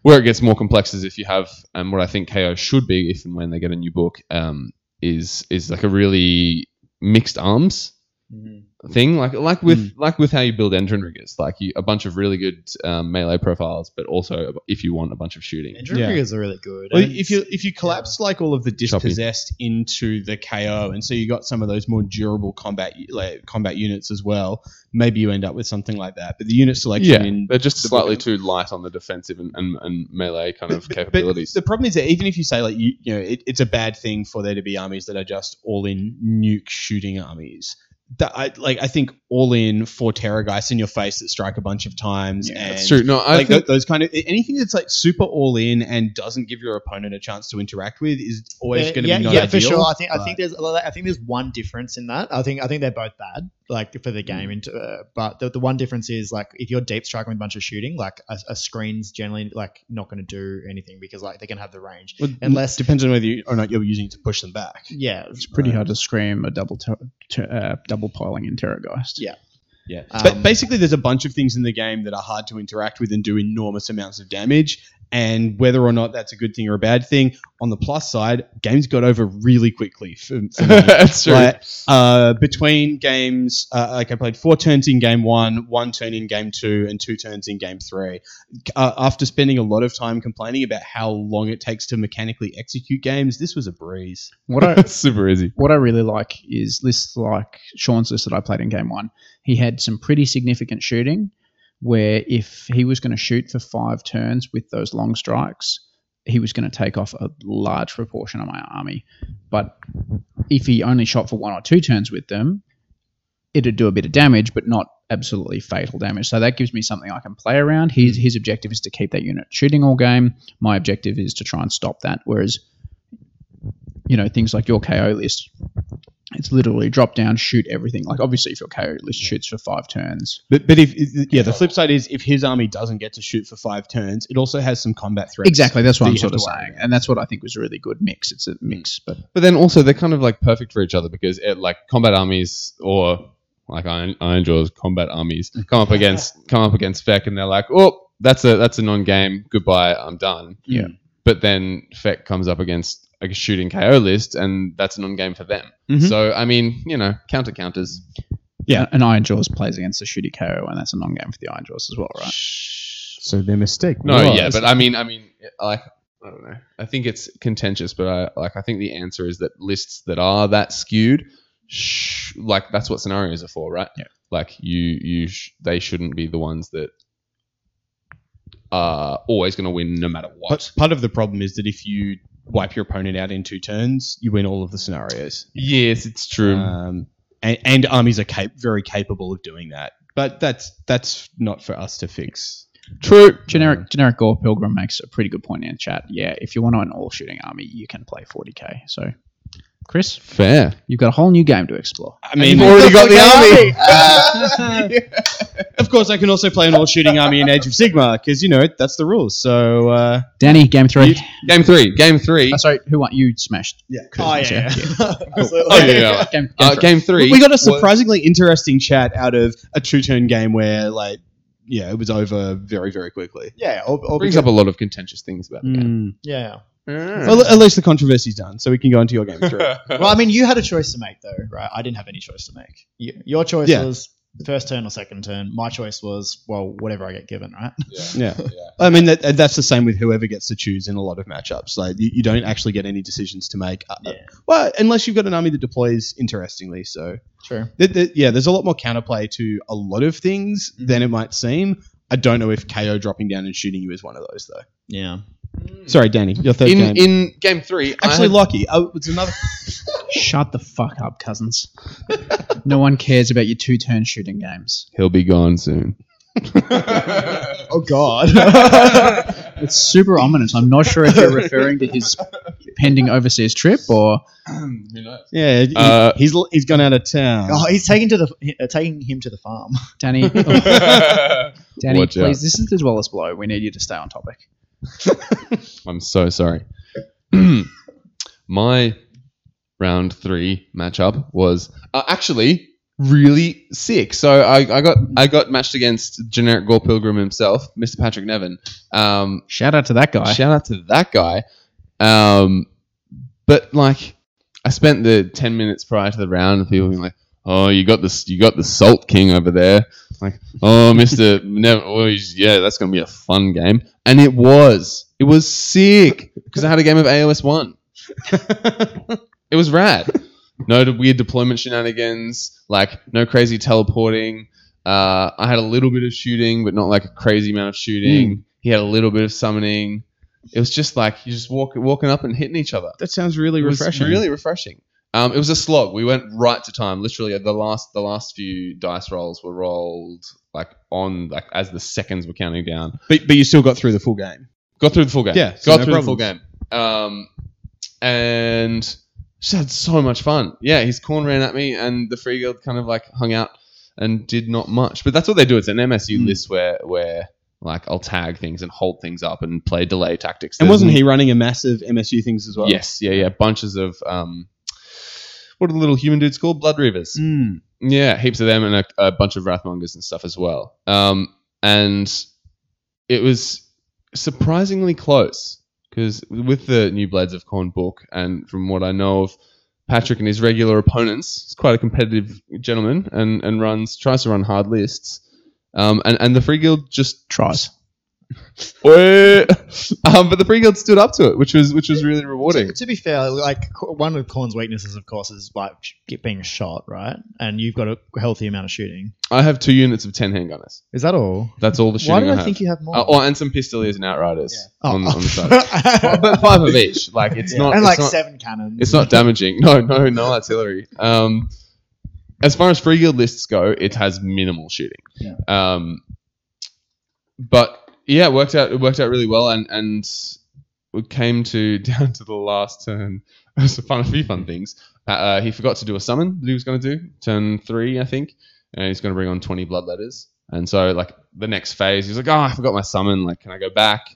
S4: where it gets more complex is if you have and what I think KO should be if and when they get a new book um, is is like a really mixed arms
S5: Mm-hmm.
S4: thing like like with
S5: Mm.
S4: like with how you build engine riggers like you, a bunch of really good um, melee profiles but also ab- if you want a bunch of shooting
S6: And Drew
S5: Yeah.
S6: Riggers are really good.
S5: Well,
S6: and
S5: if you if you collapse like all of the dispossessed into the KO, and so you got some of those more durable combat u- like, combat units as well, maybe you end up with something like that. But the unit selection
S4: yeah
S5: in
S4: they're just
S5: the
S4: slightly
S5: book-
S4: too light on the defensive and, and, and melee kind of
S5: But- but-
S4: capabilities
S5: But the problem is that even if you say like you, you know it, it's a bad thing for there to be armies that are just all in nuke shooting armies. That I like I think all in four terror guys in your face that strike a bunch of times. and
S4: that's true no I
S5: like
S4: think
S5: tho- those kind of anything that's like super all in and doesn't give your opponent a chance to interact with is always
S6: Yeah,
S5: going to
S6: Uh, yeah,
S5: be not
S6: yeah,
S5: ideal.
S6: for sure. I think I
S5: but-
S6: think there's I think there's one difference in that. I think I think they're both bad, like for the
S5: Mm.
S6: game. And uh, but the, the one difference is like if you're deep striking with a bunch of shooting, like a, a screen's generally like not going to do anything because like they can have the range.
S5: Well,
S6: Unless-
S5: depends on whether you, or not you're using it to push them back.
S6: Yeah,
S3: It's pretty hard to scream a double ter- ter- uh, double piling in Terrorgeist.
S6: Yeah.
S5: Yeah,
S6: Um,
S5: but basically, there's a bunch of things in the game that are hard to interact with and do enormous amounts of damage. And whether or not that's a good thing or a bad thing, on the plus side, games got over really quickly. For, for me.
S4: that's true
S5: Like, uh, between games, uh, like I played four turns in game one, one turn in game two, and two turns in game three. Uh, after spending a lot of time complaining about how long it takes to mechanically execute games, this was a breeze.
S3: What I
S4: It's super easy
S3: what I really like is lists like Sean's list that I played in game one. He had some pretty significant shooting where if he was going to shoot for five turns with those long strikes, he was going to take off a large proportion of my army. But if he only shot for one or two turns with them, it'd do a bit of damage, but not absolutely fatal damage. So that gives me something I can play around. His his objective is to keep that unit shooting all game. My objective is to try and stop that. Whereas you know, things like your KO list, it's literally drop down, shoot everything. Like obviously if your KO list shoots for five turns.
S5: But, but if yeah, the flip side is if his army doesn't get to shoot for five turns, it also has some combat threats.
S3: Exactly, that's what
S5: that
S3: I'm
S5: you have
S3: sort of
S5: to worry
S3: saying. And that's what I think was a really good mix. It's a mix, but
S4: But then also they're kind of like perfect for each other because it, like combat armies or like Iron, Iron Jaws combat armies come up against come up against Feck and they're like, oh, that's a that's a non-game. Goodbye, I'm done.
S3: Yeah.
S4: But then Feck comes up against a shooting KO list and that's a non-game for them.
S5: Mhm.
S4: So I mean, you know, counter counters.
S5: Yeah.
S3: an Iron Jaws plays against the shooty KO and that's a non game for the Iron Jaws as well, right?
S5: So their mistake.
S4: No,
S5: was-
S4: yeah, but I mean, I mean, like I don't know. I think it's contentious, but I like I think the answer is that lists that are that skewed, sh- like that's what scenarios are for, right?
S3: Yeah.
S4: Like you, you, sh- they shouldn't be the ones that are always going to win no matter what.
S5: But part of the problem is that if you wipe your opponent out in two turns, you win all of the scenarios.
S4: yes, it's true.
S5: Um, and, and armies are cap- very capable of doing that. But that's that's not for us to fix.
S4: true.
S3: Generic generic Gore Pilgrim makes a pretty good point in the chat. Yeah, if you want an all shooting army, you can play forty K. So Chris,
S4: Fair.
S3: you've got a whole new game to explore.
S5: I mean,
S4: already got the army.
S5: of course, I can also play an all shooting army in Age of Sigma because you know that's the rules. So uh,
S3: Danny, game three.
S4: Game three. Game three.
S3: Oh, sorry, who want you smashed?
S5: yeah,
S6: Oh yeah, yeah. Absolutely.
S4: Oh, yeah, yeah.
S3: Game, game
S4: Uh,
S3: three.
S4: game three.
S5: we got a
S4: was-
S5: surprisingly interesting chat out of a two turn game where like yeah, it was over very very quickly. Hmm.
S6: Yeah, or, or
S4: brings
S6: because-
S4: up a lot of contentious things about the game.
S6: yeah.
S5: Well, at least the controversy's done, so we can go into your game of through.
S6: Well, I mean, you had a choice to make, though, right? I didn't have any choice to make. You, your choice
S5: Yeah.
S6: was first turn or second turn. My choice was, well, whatever I get given, right?
S5: yeah. I mean, that, that's the same with whoever gets to choose in a lot of matchups. Like, you, you don't actually get any decisions to make. Uh, uh,
S6: Yeah.
S5: Well, unless you've got an army that deploys interestingly. So,
S6: True.
S5: th- th- yeah, there's a lot more counterplay to a lot of things
S4: Mm-hmm.
S5: than it might seem. I don't know if KO dropping down and shooting you is one of those, though.
S6: Yeah.
S4: Mm.
S5: Sorry, Danny, your third
S4: in
S5: game.
S4: in game three, I
S5: actually,
S4: had-
S5: Lockie, oh, it's another.
S3: Shut the fuck up, cousins. no one cares about your two turn shooting games.
S4: he'll be gone soon.
S6: Oh, God.
S3: It's super ominous. I'm not sure if you're referring to his pending overseas trip or
S5: yeah, he-
S4: Uh,
S5: he's l- he's gone out of town.
S4: Um,
S6: oh, he's taking, to the, uh, taking him to the farm.
S3: Danny. oh. Danny,
S4: Watch
S3: please,
S4: out.
S3: this is the dwellers blow. We need you to stay on topic.
S4: I'm so sorry. My round three matchup was uh, actually really sick. So I, I got I got matched against generic Gore Pilgrim himself, Mr. Patrick Nevin. Um,
S3: Shout out to that guy.
S4: Shout out to that guy. Um, but like, I spent the ten minutes prior to the round, and people being like, "Oh, you got this, you got the Salt King over there." Like, "Oh, Mister, no, oh, he's- yeah, that's gonna be a fun game," and it was. It was sick because I had a game of AOS one. it was rad. No weird deployment shenanigans, like no crazy teleporting. Uh, I had a little bit of shooting, but not like a crazy amount of
S5: Hmm.
S4: shooting. He had a little bit of summoning. It was just like you just walk, walking up and hitting each other.
S5: That sounds really
S4: It was
S5: refreshing.
S4: Really refreshing. Um, it was a slog. We went right to time. Literally, the last the last few dice rolls were rolled like on like as the seconds were counting down
S5: But, but you still got through the full game.
S4: got through the full game.
S5: Yeah, so
S4: got
S5: no
S4: through the full game. Um, and just had so much fun. Yeah, his corn ran at me, and the free guild kind of like hung out and did not much. But that's what they do. It's an MSU
S5: Hmm.
S4: list where where like I'll tag things and hold things up and play delay tactics.
S5: And
S4: There's
S5: wasn't
S4: n-
S5: he running a massive MSU things as well?
S4: Yes, yeah, yeah. Bunches of um, what are the little human dudes called? Blood reavers.
S5: Mm.
S4: Yeah, heaps of them and a, a bunch of Wrathmongers and stuff as well. Um, and it was surprisingly close because with the new Blades of Corn book, and from what I know of Patrick and his regular opponents, he's quite a competitive gentleman and, and runs tries to run hard lists. Um, and, and the Free Guild just
S3: Tries.
S4: um, but the Free Guild stood up to it, which was which was really
S6: To,
S4: rewarding.
S6: to be fair, like Co- one of Corn's weaknesses, of course, is like sh- get being shot, right? And you've got a healthy amount of shooting.
S4: I have two units of ten handgunners.
S6: Is that all?
S4: That's all the shooting
S6: Why did
S4: I,
S6: I,
S4: have.
S6: think you had more?
S4: Uh, oh, and some pistoliers and outriders on, on the side.
S6: Oh. side.
S4: but five of each. Like it's not.
S6: and
S4: it's
S6: like
S4: not,
S6: seven cannons.
S4: It's not damaging. No, no, no artillery. Um, as far as free guild lists go, it has minimal shooting.
S6: Yeah.
S4: Um, but yeah, it worked out. It worked out really well, and and we came to down to the last turn. It was a fun, a few fun things. Uh, Uh, he forgot to do a summon that he was going to do turn three, I think, and he's going to bring on twenty blood letters. And so like the next phase, he's like, oh, I forgot my summon. Like, can I go back?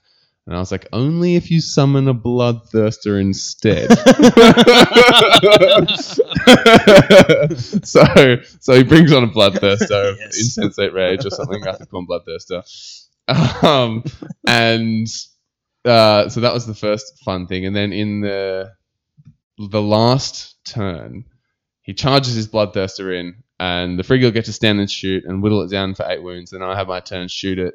S4: And I was like, only if you summon a bloodthirster instead. so, so he brings on a bloodthirster, of
S6: Yes.
S4: insensate rage or something. I think call him bloodthirster. Um, and uh, so that was the first fun thing. And then in the the last turn, he charges his bloodthirster in, and the free guild get to stand and shoot and whittle it down for eight wounds. And I have my turn shoot it.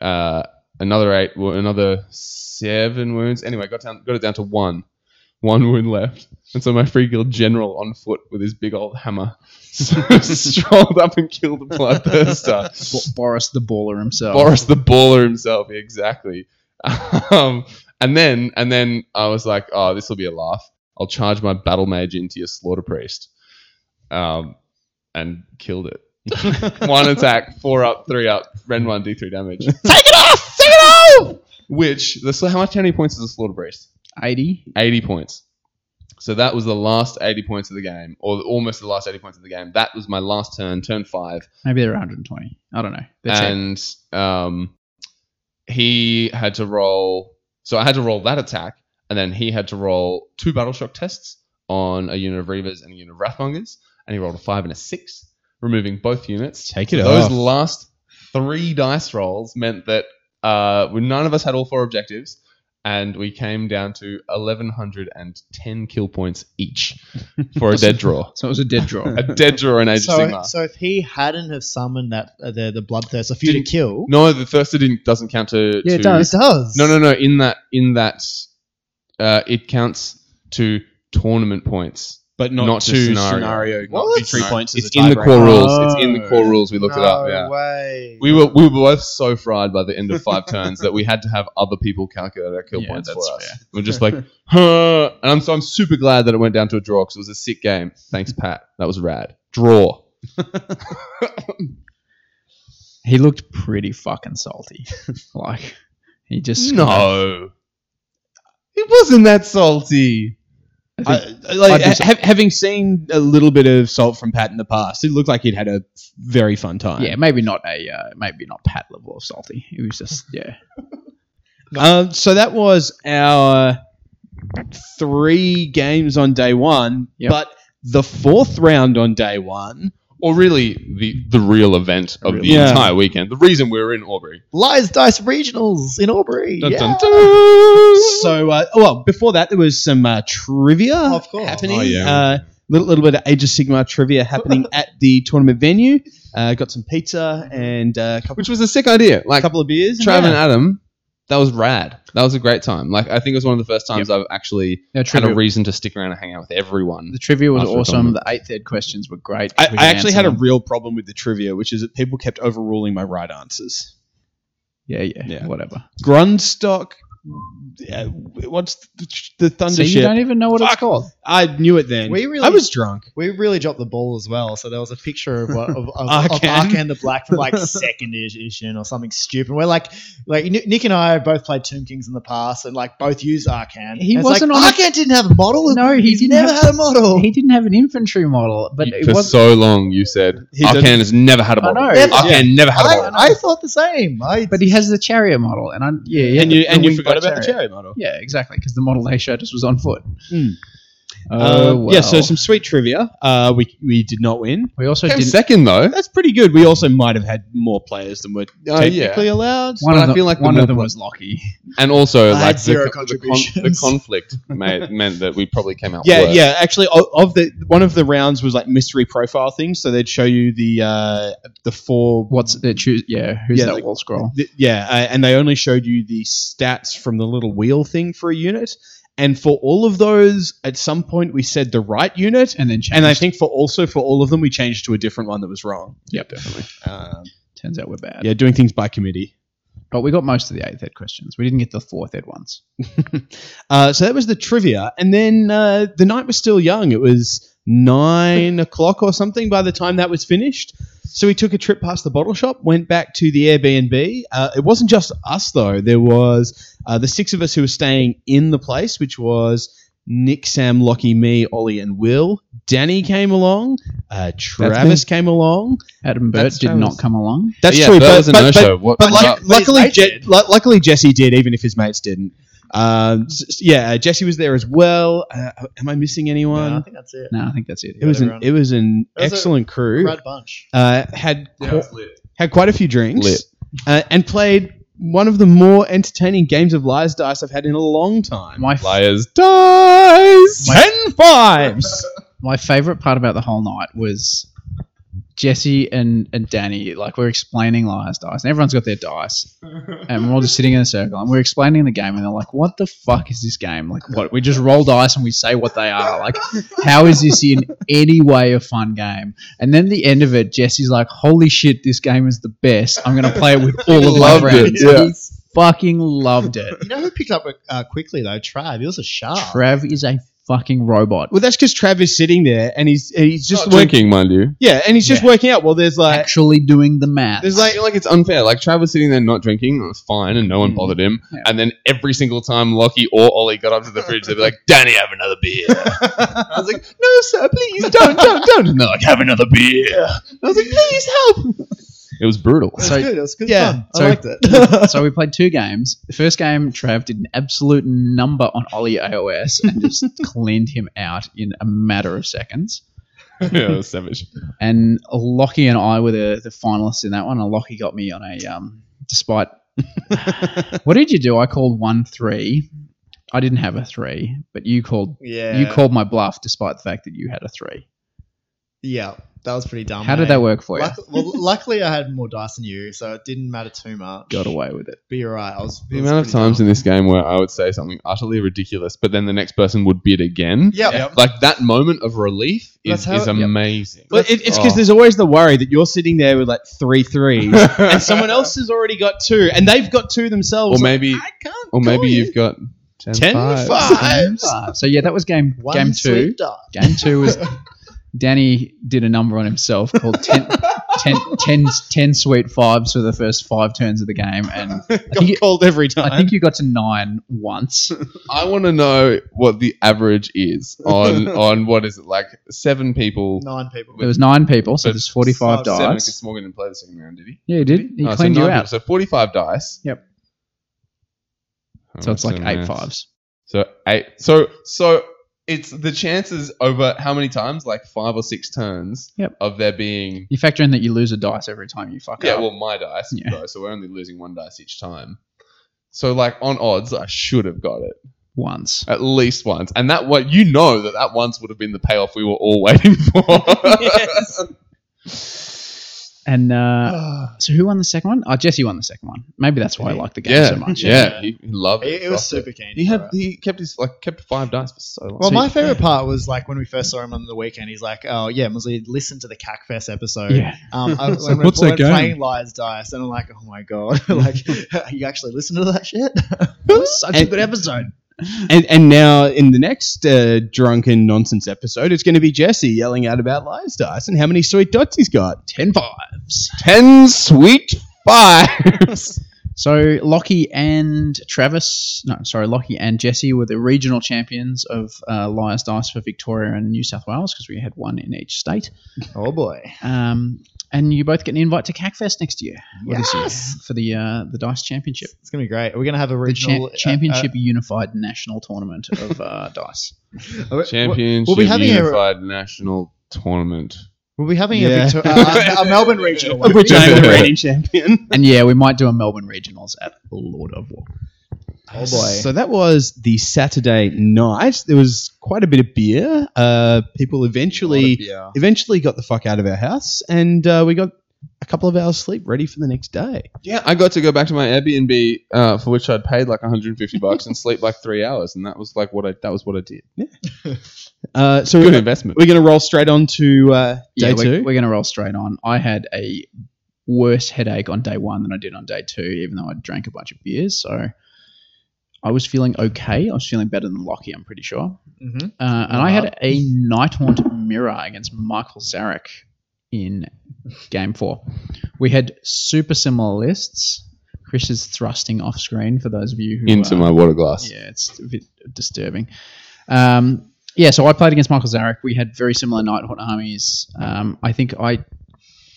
S4: Uh, another eight, wo- another seven wounds. Anyway, got down, got it down to one, one wound left. And so my free guild general on foot with his big old hammer strolled up and killed the bloodthirster.
S3: Bo- Boris the baller himself.
S4: Boris the baller himself, exactly. Um, and then and then I was like, oh, this will be a laugh. I'll charge my battle mage into your slaughter priest, um, and killed it. one attack, four up, three up, rend one, d three damage. take it off, take it off. Which the sla- how much how many points is the slaughter priest?
S3: 80.
S4: Eighty points. So that was the last eighty points of the game, or almost the last eighty points of the game. That was my last turn, turn five
S3: Maybe they're 120. I don't know. That's it.
S4: and um, he had to roll. So I had to roll that attack, and then he had to roll two battle shock tests on a unit of Reavers and a unit of Wrathmongers, and he rolled a five and a six, removing both units.
S5: Take it
S4: Those
S5: off.
S4: last three dice rolls meant that uh, we- none of us had all four objectives, and we came down to 1110 kill points
S5: e-
S4: each for a dead draw.
S3: So it was a dead draw.
S4: A dead draw in Age of
S6: So,
S4: Sigmar.
S6: so if he hadn't have summoned that uh, the the bloodthirster for you to
S4: Didn't-
S6: kill,
S4: no, the Thirster didn't, doesn't count to.
S3: Yeah, it
S4: to-
S3: does.
S6: it does.
S4: No, no, no. In that, in that, uh, it counts to tournament points.
S5: but not,
S4: Not
S5: to
S4: to
S5: scenario.
S4: scenario.
S5: Not
S4: What?
S5: be three
S4: No.
S5: points. as
S4: It's
S5: a
S4: in the
S5: tiebreaker.
S4: core rules. It's in the core rules. We looked it up.
S6: No
S4: Yeah.
S6: way.
S4: We were we were both so fried by the end of five turns that we had to have other people calculate our kill
S3: Yeah,
S4: points for
S3: that's
S4: us. We're just like, huh. And I'm so I'm super glad that it went down to a draw because it was a sick game. Thanks, Pat. That was rad. Draw.
S3: he looked pretty fucking salty. like he just
S4: No. It wasn't that salty.
S5: I, like,
S3: I think so.
S5: ha- having seen a little bit of salt from Pat in the past, it looked like he'd had a very fun time.
S3: Yeah, maybe not a uh, maybe not pat level of salty. It was just yeah.
S5: Um, so that was our three games on day one,
S3: Yep.
S5: but the fourth round on day one.
S4: Or really the the real event of the
S5: Yeah.
S4: entire weekend. The reason we were in Aubrey.
S6: Lies Dice Regionals in Aubrey.
S4: Dun,
S6: yeah.
S4: dun, dun.
S5: So, uh, well, before that, there was some uh, trivia
S6: Of course.
S5: happening.
S4: Oh, yeah.
S5: uh, little, little bit of Age of Sigma trivia happening at the tournament venue. Uh, got some pizza and uh, a couple,
S4: Which was a sick idea. Like
S5: couple of beers.
S4: Trav and
S5: yeah.
S4: Adam, that was rad. That was a great time. Like I think it was one of the first times I've actually
S3: The
S4: had a
S3: trivia,
S4: reason to stick around and hang out with everyone.
S3: the trivia was
S4: After the
S3: awesome. The
S4: tournament.
S3: eighth ed questions were great.
S5: I,
S3: We
S5: I actually had a
S3: answered them.
S5: real problem with the trivia, which is that people kept overruling my right answers.
S3: yeah, yeah
S5: Yeah.
S3: whatever.
S5: Grundstock. Uh, what's the, the
S3: So
S5: Thunder
S3: you
S5: ship?
S3: don't even know what it's
S5: Fuck.
S3: called.
S5: I knew it then.
S6: We really-
S5: I was drunk.
S6: We really dropped the ball as well. So there was a picture of what, of, of, of
S5: Arcan.
S6: Arcan the Black from like second edition or something stupid. We're like, like Ni- Nick and I have both played Tomb Kings in the past, and like both used Arcan.
S3: He
S6: And it's
S3: wasn't
S6: like,
S3: on a-
S6: Arcan didn't have a model.
S3: No, he
S6: He's
S3: didn't
S6: never
S3: have-
S6: had a model.
S3: He didn't have an infantry model, but it
S4: For
S3: was
S4: so long, you said
S5: He
S4: Arcan
S5: didn't-
S4: has never had a
S3: I
S4: model.
S3: know.
S6: Never.
S4: Arcan never had a
S6: I,
S4: model.
S6: I thought the same. I,
S3: But he has the chariot model, and I yeah, yeah
S5: and you
S3: the-
S5: and
S3: the
S5: you forgot
S3: Wingfoot
S5: about the cherry model.
S3: Yeah, exactly, because the model they showed us was on foot.
S5: Mm.
S3: Oh,
S5: Um, Yeah. So
S3: well.
S5: some sweet trivia. Uh, we we did not win.
S3: we also
S4: Came
S3: didn't.
S4: second though.
S5: That's pretty good. We also might have had more players than were
S4: Oh, yeah.
S5: technically allowed.
S3: One
S4: but
S3: of
S4: I
S3: them,
S4: feel like the
S3: one
S4: more
S3: of them
S4: pla-
S3: was lucky.
S4: And also,
S6: I
S4: like
S6: had
S4: the
S6: zero
S4: co- the, con- the
S6: contributions.
S4: conflict made, meant that we probably came out.
S5: Yeah,
S4: worse.
S5: yeah. Actually, o- of the one of the rounds was like mystery profile things. So they'd show you the uh, the four
S3: What's the choose? Yeah, who's
S5: Yeah,
S3: that
S5: like-
S3: wall scroll?
S5: Th- yeah, uh, and they only showed you the stats from the little wheel thing for a unit. And for all of those, at some point we said the right unit,
S3: And then changed.
S5: and I think for also for all of them we changed to a different one that was wrong.
S3: yep, definitely. Turns out we're bad.
S5: yeah, doing things by committee.
S3: But we got most of the eighth ed questions. We didn't get the fourth ed ones.
S5: Uh, so that was the trivia, and then uh, the night was still young. It was nine o'clock or something by the time that was finished. So we took a trip past the bottle shop, went back to the Airbnb. Uh, it wasn't just us though. There was uh, the six of us who were staying in the place, which was Nick, Sam, Lockie, me, Ollie, and Will. Danny came along. Uh, Travis came along.
S3: Adam Burt
S4: That's
S3: did
S4: Travis.
S3: not come along.
S5: That's
S4: yeah,
S5: true.
S4: That
S5: but,
S4: was a
S5: but-
S4: no
S5: but-
S4: show. What?
S5: but luck-
S4: what-
S5: luckily,
S6: his mates
S5: Je- lu- luckily Jesse did, even if his mates didn't. Um, s- s- yeah, Jesse was there as well. Uh, am I missing anyone?
S6: No, I think that's it.
S3: No, I think that's it.
S5: it was an
S6: everyone.
S5: it was an
S6: It was a
S5: excellent crew.
S6: Rad bunch.
S5: Uh, had
S4: Yeah,
S5: qu-
S4: it's lit.
S5: had quite a few drinks
S4: Lit.
S5: Uh, and played one of the more entertaining games of lies dice I've had in a long time.
S3: my f-
S4: Liars.
S5: Dice ten fives.
S3: my favorite part about the whole night was Jesse and, and Danny, like we're explaining liar's dice, and everyone's got their dice, and we're all just sitting in a circle, and we're explaining the game, and they're like, "What the fuck is this game? Like, what? We just roll dice and we say what they are. Like, how is this in any way a fun game?" And then the end of it, Jesse's like, "Holy shit, this game is the best. I'm gonna play it with all of my
S4: Loved it,
S3: friends."
S4: yeah.
S3: He fucking loved it.
S6: You know who picked up uh, quickly though? Trav. He was a shark.
S3: Trav is a fucking robot.
S5: Well, that's because Trav is sitting there and he's and he's just
S4: Not
S5: working.
S4: drinking, mind you.
S5: Yeah, and he's just
S3: Yeah.
S5: working out. Well, there's like
S3: Actually doing the math.
S4: There's like like it's unfair. Like Travis sitting there not drinking, it was fine, and no one bothered him.
S3: Yeah.
S4: And then every single time Lockie or Ollie got up to the fridge, they'd be like, "Danny, have another beer." I was like, "No, sir, please don't, don't, don't." And they're like, "Have another beer." I was like, "Please help." It was brutal.
S6: It was
S3: So-
S6: good. It was good
S5: Yeah,
S6: fun.
S3: so-
S6: I liked it.
S3: so we played two games. The first game, Trav did an absolute number on Ollie AOS and just cleaned him out in a matter of seconds.
S4: yeah, it was savage.
S3: And Lockie and I were the, the finalists in that one. And Lockie got me on a, um, despite What did you do? I called one three. I didn't have a three, but you called.
S6: Yeah.
S3: You called my bluff, despite the fact that you had a three.
S6: Yeah, that was pretty dumb.
S3: How did
S6: eh?
S3: that work for you?
S6: Luck- well, luckily, I had more dice than you, so it didn't matter too much.
S3: Got away with it.
S6: But you're right. I was it
S4: The
S6: was
S4: amount of
S6: pretty
S4: times
S6: dumb.
S4: in this game where I would say something utterly ridiculous, but then the next person would bid again.
S6: Yep. Yep.
S4: Like that moment of relief
S6: That's
S4: is,
S6: how
S4: is
S6: it- yep.
S4: amazing.
S5: But it, it's because
S4: Oh.
S5: there's always the worry that you're sitting there with like three threes, and someone else has already got two, and they've got two
S4: or
S5: themselves.
S4: maybe,
S6: can't
S4: or maybe you've got ten,
S5: Ten
S4: fives.
S6: fives.
S3: So yeah, that was game
S6: One
S3: game two.
S6: sweet die.
S3: Game two was Danny did a number on himself called 10, 10, 10, 10 sweet fives for the first five turns of the game, and I
S5: got
S3: think, you-
S5: called every time.
S3: I think you got to nine once.
S4: I want to know what the average is on on what is it like seven people.
S6: Nine people.
S3: There was nine people, so
S4: But
S3: there's forty-five
S6: five,
S4: Seven,
S3: dice.
S4: because Morgan didn't play the second round, did he?
S3: Yeah, he did. He
S4: Oh, so
S3: cleaned you
S4: nine people.
S3: out.
S4: So forty-five dice.
S3: Yep.
S4: Oh,
S3: So it's like
S4: that's
S3: eight
S4: nice.
S3: fives.
S4: So eight. So so it's the chances over how many times, like five or six turns,
S3: Yep.
S4: of there being
S3: You factor in that you lose a dice every time you fuck
S4: yeah,
S3: up.
S4: well, my dice
S3: Yeah.
S4: though, so we're only losing one dice each time. So like on odds, I should have got it
S3: once.
S4: at least once, and that what you know that that once would have been the payoff we were all waiting for.
S3: And uh, so who won the second one? Oh, Jesse won the second one. Maybe that's why I like the game
S4: yeah,
S3: so much.
S4: yeah, he, he loved
S6: It,
S4: it.
S6: it was
S4: dropped
S6: super
S4: it.
S6: keen.
S4: He
S6: for
S4: had
S6: it.
S4: he kept his like kept five dice for so long.
S6: Well,
S3: So
S6: my
S3: you-
S6: favorite part was like when we first saw him on the weekend. He's like, "Oh yeah, Mosley, listen to the Cackfest episode."
S3: Yeah.
S6: Um, I,
S5: So
S6: when we're-
S5: what's
S6: when
S5: that
S6: we're
S5: game?
S6: Playing Lies Dice, and I'm like, "Oh my god!" like, you actually listen to that shit?
S3: It was such a
S5: And-
S3: good episode.
S5: and, and now in the next uh, drunken nonsense episode, it's going to be Jesse yelling out about lies dice and how many sweet dots he's got.
S3: Ten fives.
S5: Ten sweet fives.
S3: So Lockie and Travis, no, sorry, Lockie and Jesse were the regional champions of uh, Liars Dice for Victoria and New South Wales because we had one in each state.
S6: oh boy!
S3: Um, and you both get an invite to CACFest next year, or this year,
S6: Yes.
S3: for the uh, the Dice Championship.
S6: It's gonna be great. We're gonna have a
S3: the
S6: regional uh,
S3: cha- championship unified national tournament of uh, dice.
S6: uh, uh,
S4: Championship
S6: We'll be having a
S4: Unified National Tournament.
S6: we'll be having a,
S5: Yeah.
S6: Victor- uh, a, a Melbourne regional. one.
S5: Which I'm the reigning champion.
S3: And yeah, we might do a Melbourne regionals at Lord of War.
S6: Oh boy!
S5: So that was the Saturday night. There was quite a bit of beer. Uh, people eventually
S6: yeah.
S5: eventually got the fuck out of our house, and uh, we got a couple of hours sleep ready for the next day.
S4: Yeah, I got to go back to my Airbnb uh, for which I'd paid like 150 bucks and sleep like three hours, and that was like what I that was what I did.
S5: Uh, so
S4: Good
S5: we're,
S4: investment.
S5: we're going to roll straight on to uh, day
S3: Yeah, we're,
S5: two.
S3: we're going to roll straight on. I had a worse headache on day one than I did on day two, even though I drank a bunch of beers. So I was feeling okay. I was feeling better than Lockie, I'm pretty sure.
S6: Mm-hmm.
S3: Uh, and I had a Night Haunt mirror against Michael Zarek in game four. We had super similar lists. Chris is thrusting off screen for those of you who
S4: Into
S3: uh,
S4: my water glass.
S3: Yeah, it's a bit disturbing. Um, yeah, so I played against Michael Zarek. We had very similar Night Haunt armies. Um, I think I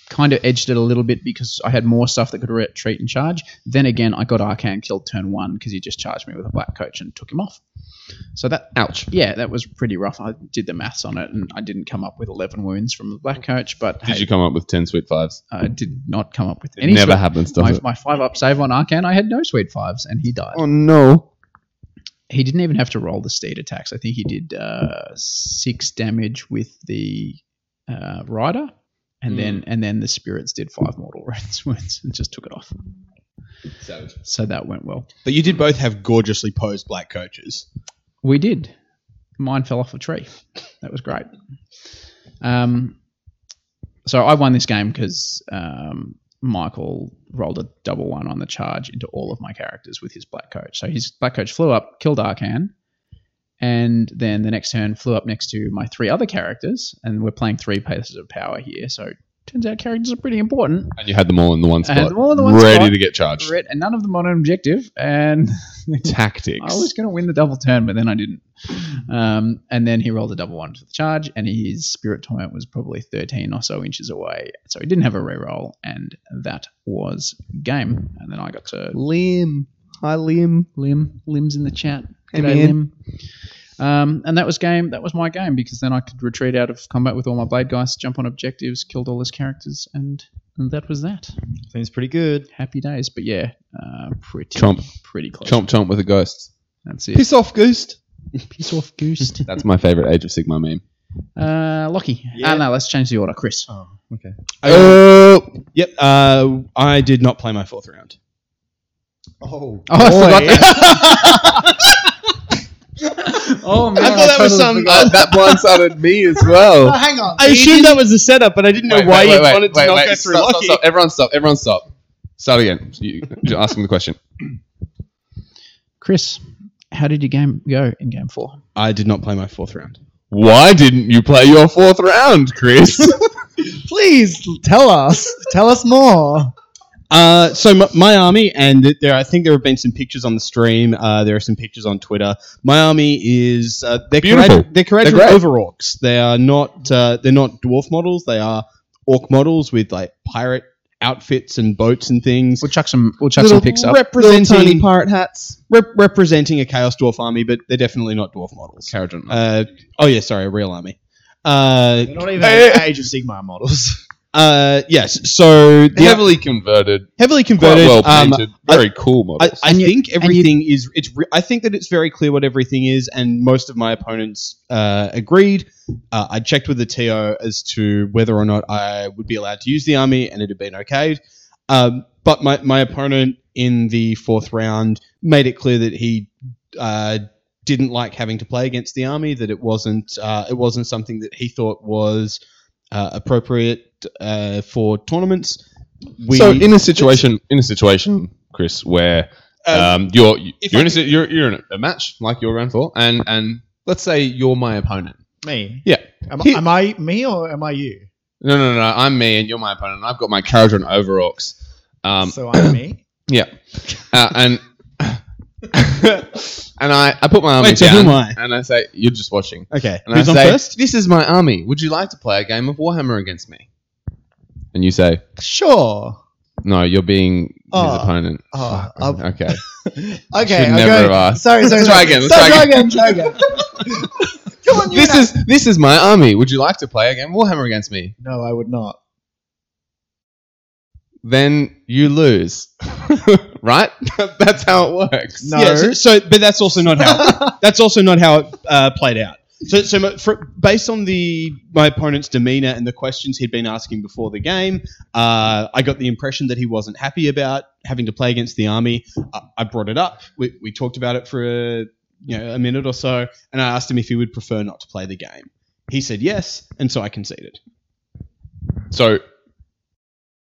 S3: kind of edged it a little bit because I had more stuff that could retreat and charge. Then again, I got Arcan killed turn one because he just charged me with a black coach and took him off. So that, ouch. Yeah, that was pretty rough. I did the maths on it and I didn't come up with 11 wounds from the black coach, but
S4: Did
S3: hey,
S4: you come up with 10 sweet fives?
S3: I did not come up with
S4: It
S3: any.
S4: never
S3: sweet-
S4: happens, does
S3: my,
S4: it?
S3: my five up save on Arcan, I had no sweet fives and he died
S4: Oh no!
S3: he didn't even have to roll the state attacks. I think he did uh, six damage with the uh, rider,
S5: Hmm.
S3: and
S4: Hmm.
S3: then and then the spirits did five mortal wounds- wounds and just took it off.
S4: Savage.
S3: So that went well.
S5: but you did both have gorgeously posed black coaches.
S3: We did. Mine fell off a tree. That was great. Um, so I won this game because um, Michael rolled a double one on the charge into all of my characters with his black coach. So his black coach flew up, killed Arcan, and then the next turn flew up next to my three other characters. And we're playing three paces of power here. So turns out characters are pretty important.
S4: And you had them all in the one
S3: I
S4: spot,
S3: had them all in the one
S4: ready
S3: spot.
S4: to get charged.
S3: Rit- And none of them on an objective. And
S4: Tactics.
S3: I was going to win the double turn, but then I didn't. Um, and then he rolled a double one for the charge, and his spirit torment was probably 13 or so inches away. So he didn't have a reroll, and that was game. And then I got to
S5: Liam, hi Liam.
S3: Lim. Lim's in the chat.
S5: Hey,
S3: G'day,
S5: man.
S3: Lim. Um, and that was game. That was my game because then I could retreat out of combat with all my blade guys, jump on objectives, killed all his characters, and And that was that.
S6: Seems pretty good.
S3: Happy days. But yeah, uh, pretty
S4: Chomp.
S3: pretty close.
S4: Chomp chomp with a ghost.
S3: That's it.
S4: Piss off, Goose.
S3: Piss off, goose.
S4: That's my favorite Age of Sigma meme.
S3: uh, Lockie. Ah, no, let's change the order. Chris.
S6: Oh, okay.
S5: Uh, yep. Uh, I did not play my fourth round.
S6: Oh,
S3: Oh, I forgot that. oh, man. I
S4: thought that was
S3: totally
S4: some.
S3: forgot.
S4: Uh, that blindsided me as well.
S6: hang on.
S5: I assumed that was the setup, but I didn't know
S4: Wait,
S5: why
S4: wait,
S5: you
S4: wait,
S5: wanted to
S4: wait,
S5: not
S4: wait,
S5: go through
S4: stop, stop,
S5: Lockie.
S4: stop. Everyone stop. Everyone stop. Start again. You, you ask him the question.
S3: Chris, how did your game go in game four?
S5: I did not play my fourth round.
S4: Why didn't you play your fourth round, Chris?
S6: Please tell us. tell us more.
S5: Uh, so my, my army, and th- there, I think there have been some pictures on the stream. Uh, there are some pictures on Twitter. My army is uh, they're
S4: Beautiful.
S5: Courage, they're courageous
S4: They're great.
S5: over orcs. They are not uh, they're not dwarf models. They are orc models with like pirate outfits and boats and things.
S3: We'll chuck some. We'll chuck some
S5: Little
S3: picks up.
S5: representing
S6: pirate hats.
S5: rep- representing a chaos dwarf army, but they're definitely not dwarf models.
S4: Carrigan.
S5: Uh, oh yeah, sorry, a real army. Uh,
S6: They're not even
S4: Eh.
S6: Age of Sigmar models.
S5: uh, yes. So the
S4: heavily converted,
S5: heavily
S4: quite
S5: converted.
S4: well
S5: um,
S4: painted, very cool
S5: I,
S4: models.
S5: I
S3: And you-
S5: think
S3: and you-
S5: everything is. It's. Re- I think that it's very clear what everything is, and most of my opponents uh, agreed. Uh, I checked with the TO as to whether or not I would be allowed to use the army, and it had been okayed. Um, but my my opponent in the fourth round made it clear that he uh, didn't like having to play against the army. That it wasn't. Uh, it wasn't something that he thought was uh, appropriate uh, for tournaments. We,
S4: so in a situation, in a situation, Chris, where um, you're
S5: if
S4: you're in,
S5: I-
S4: a, si- you're you're in a match like you're round four, and and let's say you're my opponent.
S6: Me.
S4: Yeah.
S6: Am,
S4: He-
S6: am I me or am I you?
S4: No, no, no, no. I'm me, and you're my opponent. And I've got my Carrigan over orcs. Um,
S6: so I'm me.
S4: yeah, uh, and. and I, I put my army
S5: Wait, so
S4: down,
S5: who am I?
S4: and I say, "You're just watching."
S5: okay,
S4: And
S5: who's
S4: I
S5: on
S4: say,
S5: first?
S4: This is my army. Would you like to play a game of Warhammer against me? And you say,
S6: Sure.
S4: No, you're being
S6: Oh,
S4: his opponent.
S6: oh,
S4: Fuck,
S6: I'll-
S4: okay.
S6: Okay.
S4: Should
S6: I'll
S4: never
S6: go-
S4: have asked.
S6: Sorry, sorry.
S4: Let's try again, let's
S6: Sorry,
S4: try
S6: Try again. Come on, you
S4: this is this is my army. Would you like to play a game of Warhammer against me?
S6: No, I would not.
S4: Then you lose. right? That's how it works.
S6: No.
S5: Yeah, so, so- but that's also not how that's also not how it uh, played out. So, so my- fr based on the my opponent's demeanor and the questions he'd been asking before the game, uh, I got the impression that he wasn't happy about having to play against the army. I, I brought it up. We, we talked about it for a you know a minute or so, and I asked him if he would prefer not to play the game. He said yes, and so I conceded.
S4: So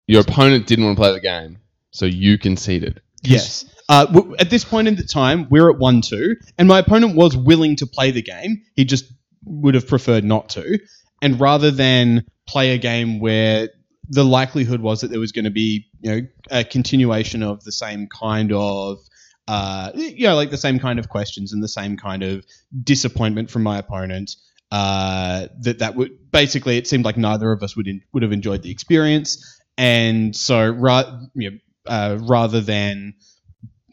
S4: your opponent didn't want to play the game, so you conceded.
S5: Yes. Uh, w- at this point in the time, we're at 1 2, and my opponent was willing to play the game. He just would have preferred not to. And rather than play a game where the likelihood was that there was going to be you know, a continuation of the same kind of. Uh, you know, like the same kind of questions and the same kind of disappointment from my opponent. Uh, that that would basically it seemed like neither of us would in, would have enjoyed the experience, and so ra- you know, uh, rather than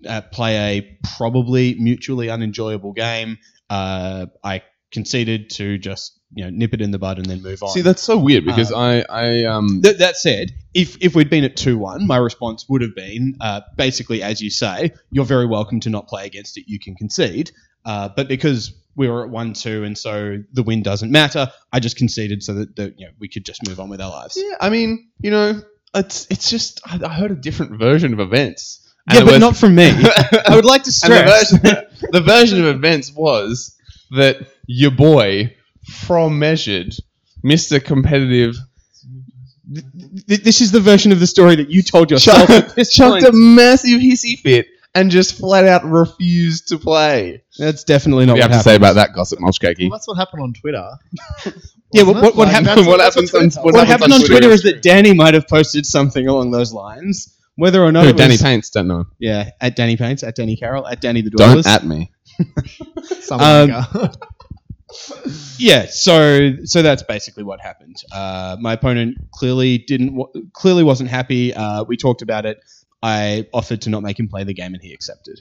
S5: uh, play a probably mutually unenjoyable game. Uh, I conceded to just you know nip it in the bud and then move on.
S4: See, that's so weird because
S5: Uh,
S4: I, I um
S5: Th- that said, if if we'd been at two one, my response would have been uh, basically as you say, you're very welcome to not play against it. You can concede, uh, but because we were at one two, and so the win doesn't matter. I just conceded so that, that you know, we could just move on with our lives.
S4: Yeah, I mean, you know, it's it's just I, I heard a different version of events. And
S5: yeah,
S4: it
S5: but
S4: was-
S5: not from me. I would like to
S4: and
S5: stress.
S4: the, version, the version of events was that your boy from measured Mr. Competitive
S5: Th- this is the version of the story that you told yourself. at this
S4: chucked
S5: point.
S4: a massive hissy fit and just flat out refused to play.
S5: That's definitely not
S4: What do you
S5: what
S4: have
S5: happened.
S4: to say about that gossip, Mulchcakey?
S6: Well, that's what happened on Twitter.
S5: Yeah, what, what, what
S6: Like,
S5: happened?
S6: that's-
S4: what
S6: that's
S4: happens
S6: Twitter
S4: on-
S6: tells
S4: what
S6: us.
S5: What
S4: happens
S5: happened on Twitter,
S4: Twitter
S5: is that Danny might have posted something along those lines. Whether or not
S4: Who,
S5: it was,
S4: Danny Paints? Don't know.
S5: yeah, at Danny Paints, at Danny Carroll, at Danny the
S4: Don't
S5: Dwellers.
S4: at me.
S6: Something
S5: Um,
S6: like that.
S5: yeah, so so that's basically what happened. Uh, my opponent clearly didn't wa- clearly wasn't happy. Uh, we talked about it. I offered to not make him play the game, and he accepted.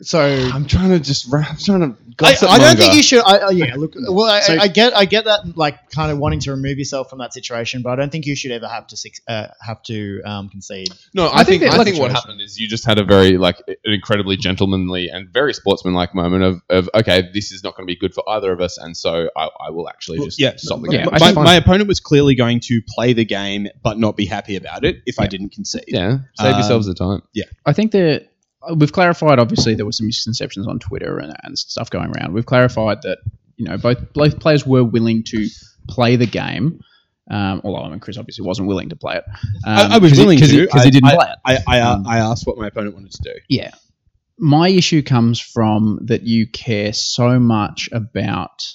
S6: So
S5: I'm trying to just. ra- I'm trying to.
S6: I,
S5: gossip
S6: I don't
S5: monger.
S6: think you should. I, I, yeah, look. Well, I,
S3: So-
S6: I, I get, I get that, like, kind of wanting to remove yourself from that situation, but I don't think you should ever have to six, uh, have to um, concede.
S4: No, I,
S3: I think
S4: think,
S3: that-
S4: I
S3: like-
S4: think what happened is you just had a very like an incredibly gentlemanly and very sportsmanlike moment of, of okay, this is not going to be good for either of us, and so I, I will actually just
S5: yeah,
S4: stop the
S5: Yeah,
S4: game.
S3: I
S5: my,
S3: think-
S5: my opponent was clearly going to play the game but not be happy about it if I didn't concede.
S4: Yeah, save
S5: Um,
S4: yourselves the time.
S3: I think that uh, we've clarified. Obviously, there were some misconceptions on Twitter and, and stuff going around. We've clarified that you know both both players were willing to play the game. Um, although I mean, Chris obviously wasn't willing to play it. Um,
S5: I, I was
S3: 'cause he-
S5: willing
S3: cause
S5: to
S3: because he, didn't
S5: I,
S3: play it.
S5: I, I, uh,
S3: Um,
S5: I asked what my opponent wanted to do.
S3: Yeah. My issue comes from that you care so much about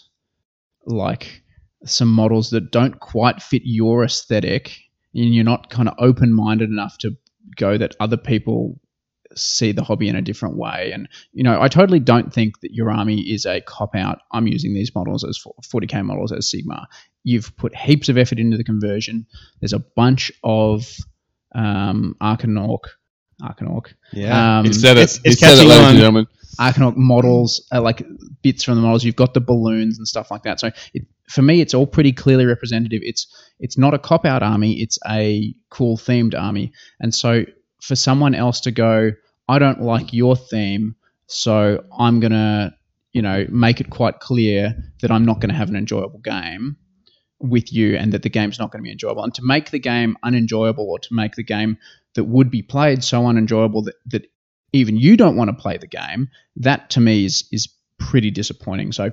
S3: like some models that don't quite fit your aesthetic and you're not kind of open-minded enough to go that other people see the hobby in a different way and you know I totally don't think that your army is a cop out I'm using these models as 40k models as sigma you've put heaps of effort into the conversion there's a bunch of um Arcanorc Arcanorc
S5: Yeah.
S3: um,
S4: He said it.
S5: it's- it's
S4: he said it,
S5: catching
S4: ladies
S5: on.
S4: and gentlemen.
S3: Arcanaut models, uh, like bits from the models. You've got the balloons and stuff like that. So it, for me, it's all pretty clearly representative. It's it's not a cop out army. It's a cool themed army. And so for someone else to go, I don't like your theme, so I'm gonna you know make it quite clear that I'm not gonna have an enjoyable game with you and that the game's not going to be enjoyable. And to make the game unenjoyable or to make the game that would be played so unenjoyable that, that even you don't want to play the game, that to me is is pretty disappointing. So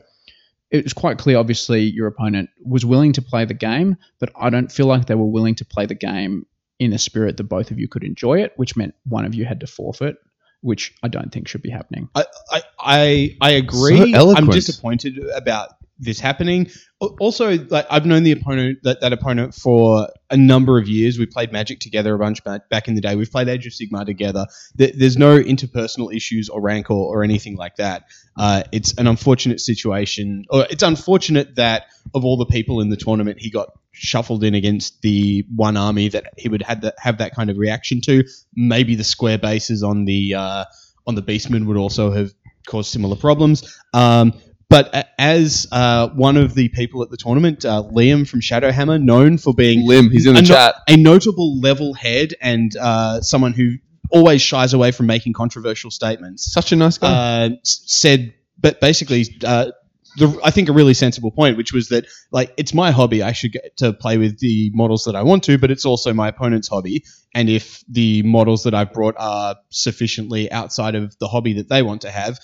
S3: it was quite clear, obviously, your opponent was willing to play the game, but I don't feel like they were willing to play the game in a spirit that both of you could enjoy it, which meant one of you had to forfeit, which I don't think should be happening.
S5: I, I, I, I
S4: So
S5: agree. I'm
S4: eloquent.
S5: disappointed about this happening. Al- Also, like I've known the opponent that, that opponent for a number of years. We played Magic together a bunch back, back in the day. We've played Age of Sigmar together. There, there's no interpersonal issues or rancor or anything like that. Uh, it's an unfortunate situation, or it's unfortunate that of all the people in the tournament, he got shuffled in against the one army that he would had that have that kind of reaction to. Maybe the square bases on the uh, on the Beastmen would also have caused similar problems. Um, but a- as uh, one of the people at the tournament, uh, Liam from Shadowhammer, known for being
S4: Lim, he's in the
S5: a, no-
S4: chat.
S5: a notable level head and uh, someone who always shies away from making controversial statements,
S4: Such a nice guy.
S5: uh, s- said, but basically, uh, the, I think a really sensible point, which was that like it's my hobby. I should get to play with the models that I want to, but it's also my opponent's hobby. And if the models that I've brought are sufficiently outside of the hobby that they want to have,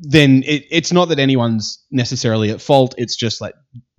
S5: then it, it's not that anyone's necessarily at fault. It's just like,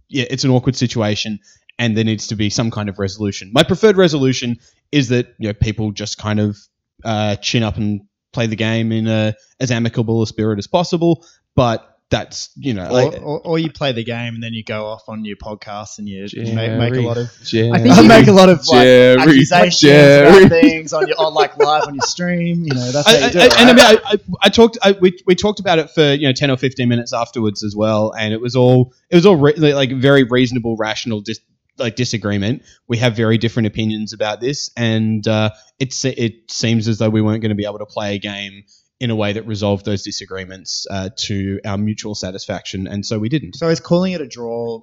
S5: yeah, it's an awkward situation, and there needs to be some kind of resolution. My preferred resolution is that you know people just kind of uh, chin up and play the game in a, as amicable a spirit as possible. But that's you know,
S6: Or,
S5: like-
S6: or, or you play the game and then you go off on your podcast and you
S4: Jerry.
S6: make, make a lot of
S4: Jerry.
S3: I think you
S6: make a lot of like
S4: Jerry.
S6: accusations
S4: Jerry.
S6: about things on your on like live on your stream. You know that's how
S5: I,
S6: you do
S5: I-
S6: it.
S5: and I,
S6: right?
S5: mean, I, I, I talked. I, we, we talked about it for you know ten or fifteen minutes afterwards as well, and it was all it was all re- like very reasonable, rational, dis- like disagreement. We have very different opinions about this, and uh, it's it seems as though we weren't going to be able to play a game in a way that resolved those disagreements uh, to our mutual satisfaction, and so we didn't.
S6: so is calling it a draw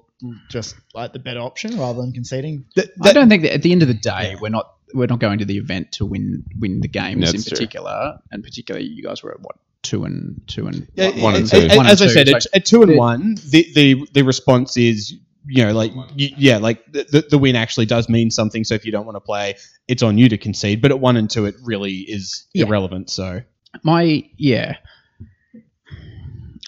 S6: just like the better option rather than conceding?
S5: That-
S3: I
S5: that-
S3: don't think that at the end of the day we're not we're not going to the event to win win the games in
S4: That's true.
S3: particular, and particularly you guys were at what two and two and
S5: Yeah,
S4: One
S5: a-
S4: and
S5: a-
S4: two.
S5: a-
S3: One and
S5: as I
S3: two,
S5: said,
S3: so-
S5: at, at two and
S3: the-
S5: one, the, the the response is you know like y- yeah, like the, the- the win actually does mean something. So if you don't want to play, it's on you to concede. But at one and two, it really is
S3: Yeah.
S5: irrelevant. So
S3: my yeah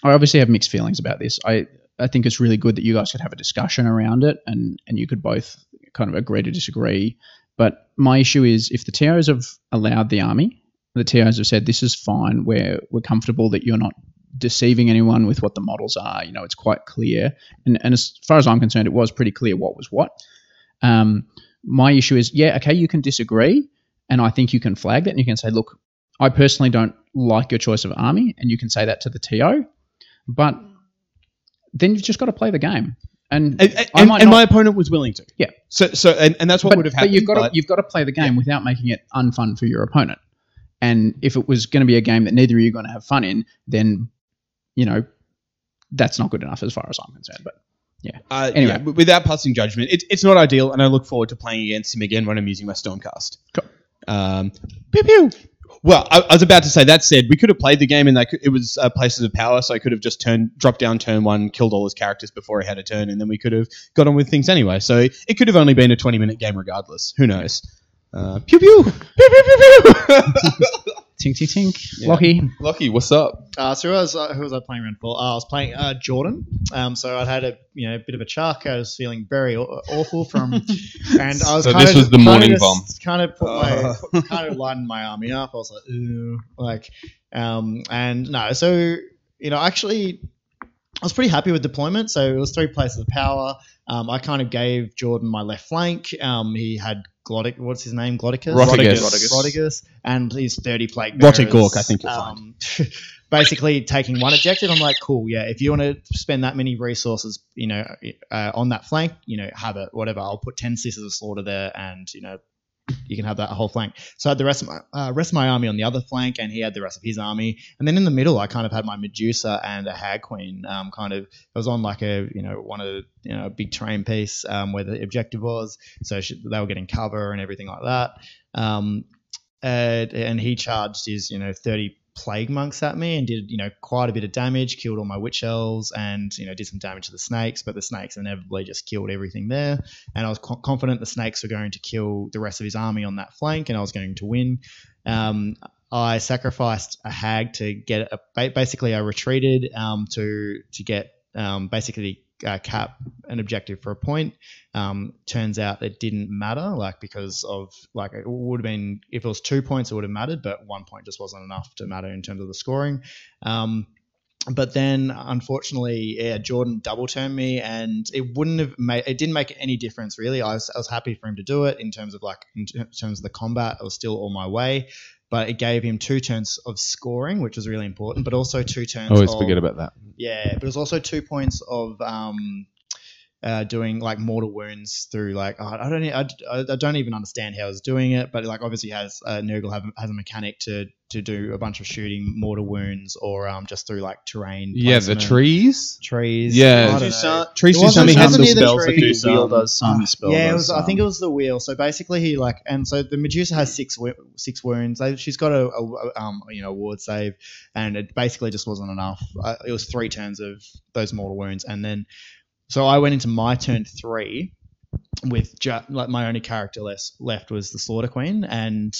S3: i obviously have mixed feelings about this i i think it's really good that you guys could have a discussion around it and and you could both kind of agree to disagree but my issue is if the tos have allowed the army the tos have said this is fine we're we're comfortable that you're not deceiving anyone with what the models are you know it's quite clear and and as far as i'm concerned it was pretty clear what was what um my issue is yeah okay you can disagree and i think you can flag that and you can say look I personally don't like your choice of army, and you can say that to the TO, but then you've just got to play the game. And,
S5: and, and,
S3: I might
S5: and
S3: not-
S5: my opponent was willing to.
S3: Yeah.
S5: So so and, and that's what
S3: but,
S5: would have
S3: but
S5: happened.
S3: you've got to
S5: but-
S3: you've got to play the game without making it unfun for your opponent. And if it was going to be a game that neither of you are going to have fun in, then you know that's not good enough as far as I'm concerned. But yeah,
S5: Uh,
S3: Anyway.
S5: yeah, w- without passing judgment, it, it's not ideal, and I look forward to playing against him again when I'm using my Stormcast.
S3: Cool.
S5: Um, pew pew. Well, I, I was about to say. That said, we could have played the game, and they could, it was uh, places of power, so I could have just turned, dropped down turn one, killed all his characters before he had a turn, and then we could have got on with things anyway. So it could have only been a twenty-minute game, regardless. Who knows? Uh, pew pew. pew pew pew pew.
S3: tink tink tink, Lockie.
S4: Lucky, what's up?
S6: Uh, so who was, uh, who was I playing round for? Uh, I was playing uh, Jordan. Um, so I'd had a you know a bit of a chuck. I was feeling very aw- awful from, and I was
S4: So
S6: kind
S4: this
S6: of,
S4: was the morning bomb. Uh.
S6: Kind of put my put- kind of lightened my army up. I was like, Ew, like, um, and no. So you know, actually, I was pretty happy with deployment. So it was three places of power. Um, I kind of gave Jordan my left flank. Um, he had Glodic. What's his name? Glodicus.
S4: Rodigus.
S6: Rodigus. Rodigus. And his thirty plate.
S5: Rotic
S6: bearers,
S5: Orc, I think you'll find.
S6: um, basically taking one objective. I'm like, cool, yeah. If you want to spend that many resources, you know, uh, on that flank, you know, have it, whatever. I'll put ten sisters of slaughter there, and you know, you can have that whole flank. So I had the rest of my uh, rest of my army on the other flank, and he had the rest of his army. And then in the middle, I kind of had my Medusa and a Hag Queen. Um, kind of, I was on like a you know one of the, you know a big terrain piece um, where the objective was, so she, they were getting cover and everything like that. Um, uh, and he charged his you know 30 plague monks at me and did you know quite a bit of damage killed all my witch elves and you know did some damage to the snakes but the snakes inevitably just killed everything there and i was co- confident the snakes were going to kill the rest of his army on that flank and i was going to win um, i sacrificed a hag to get a, ba- basically i retreated um, to to get um, basically uh, cap an objective for a point um, turns out it didn't matter, like because of like it would have been if it was two points, it would have mattered, but one point just wasn't enough to matter in terms of the scoring. Um, but then, unfortunately, yeah, Jordan double turned me, and it wouldn't have made it didn't make any difference really. I was, I was happy for him to do it in terms of like in ter- terms of the combat, it was still all my way. But it gave him two turns of scoring, which was really important, but also two turns.
S4: Always
S6: of,
S4: forget about that.
S6: yeah, but it was also two points of um, uh, doing like mortal wounds through like oh, I don't e- I, I don't even understand how I was doing it, but like obviously has uh, Nurgle have, has a mechanic to to do a bunch of shooting mortal wounds or um just through like terrain.
S4: Yeah, the
S6: placement,
S4: trees.
S6: trees.
S4: Yeah.
S6: I don't
S4: Do
S6: know.
S5: Trees
S6: It
S5: do
S6: wasn't-
S5: something.
S6: it
S5: Has
S6: wasn't
S5: some
S6: near the
S5: spells that
S6: tree.
S5: do
S6: The
S5: some.
S7: does some spell.
S6: yeah, it
S7: does
S6: was, I
S7: some.
S6: think it was the wheel. So basically, he like, and so the Medusa has six wo- six wounds. Like, She's got a, a um, you know ward save, and it basically just wasn't enough. Uh, it was three turns of those mortal wounds, and then so I went into my turn three with ju- like my only character less left was the Slaughter Queen, and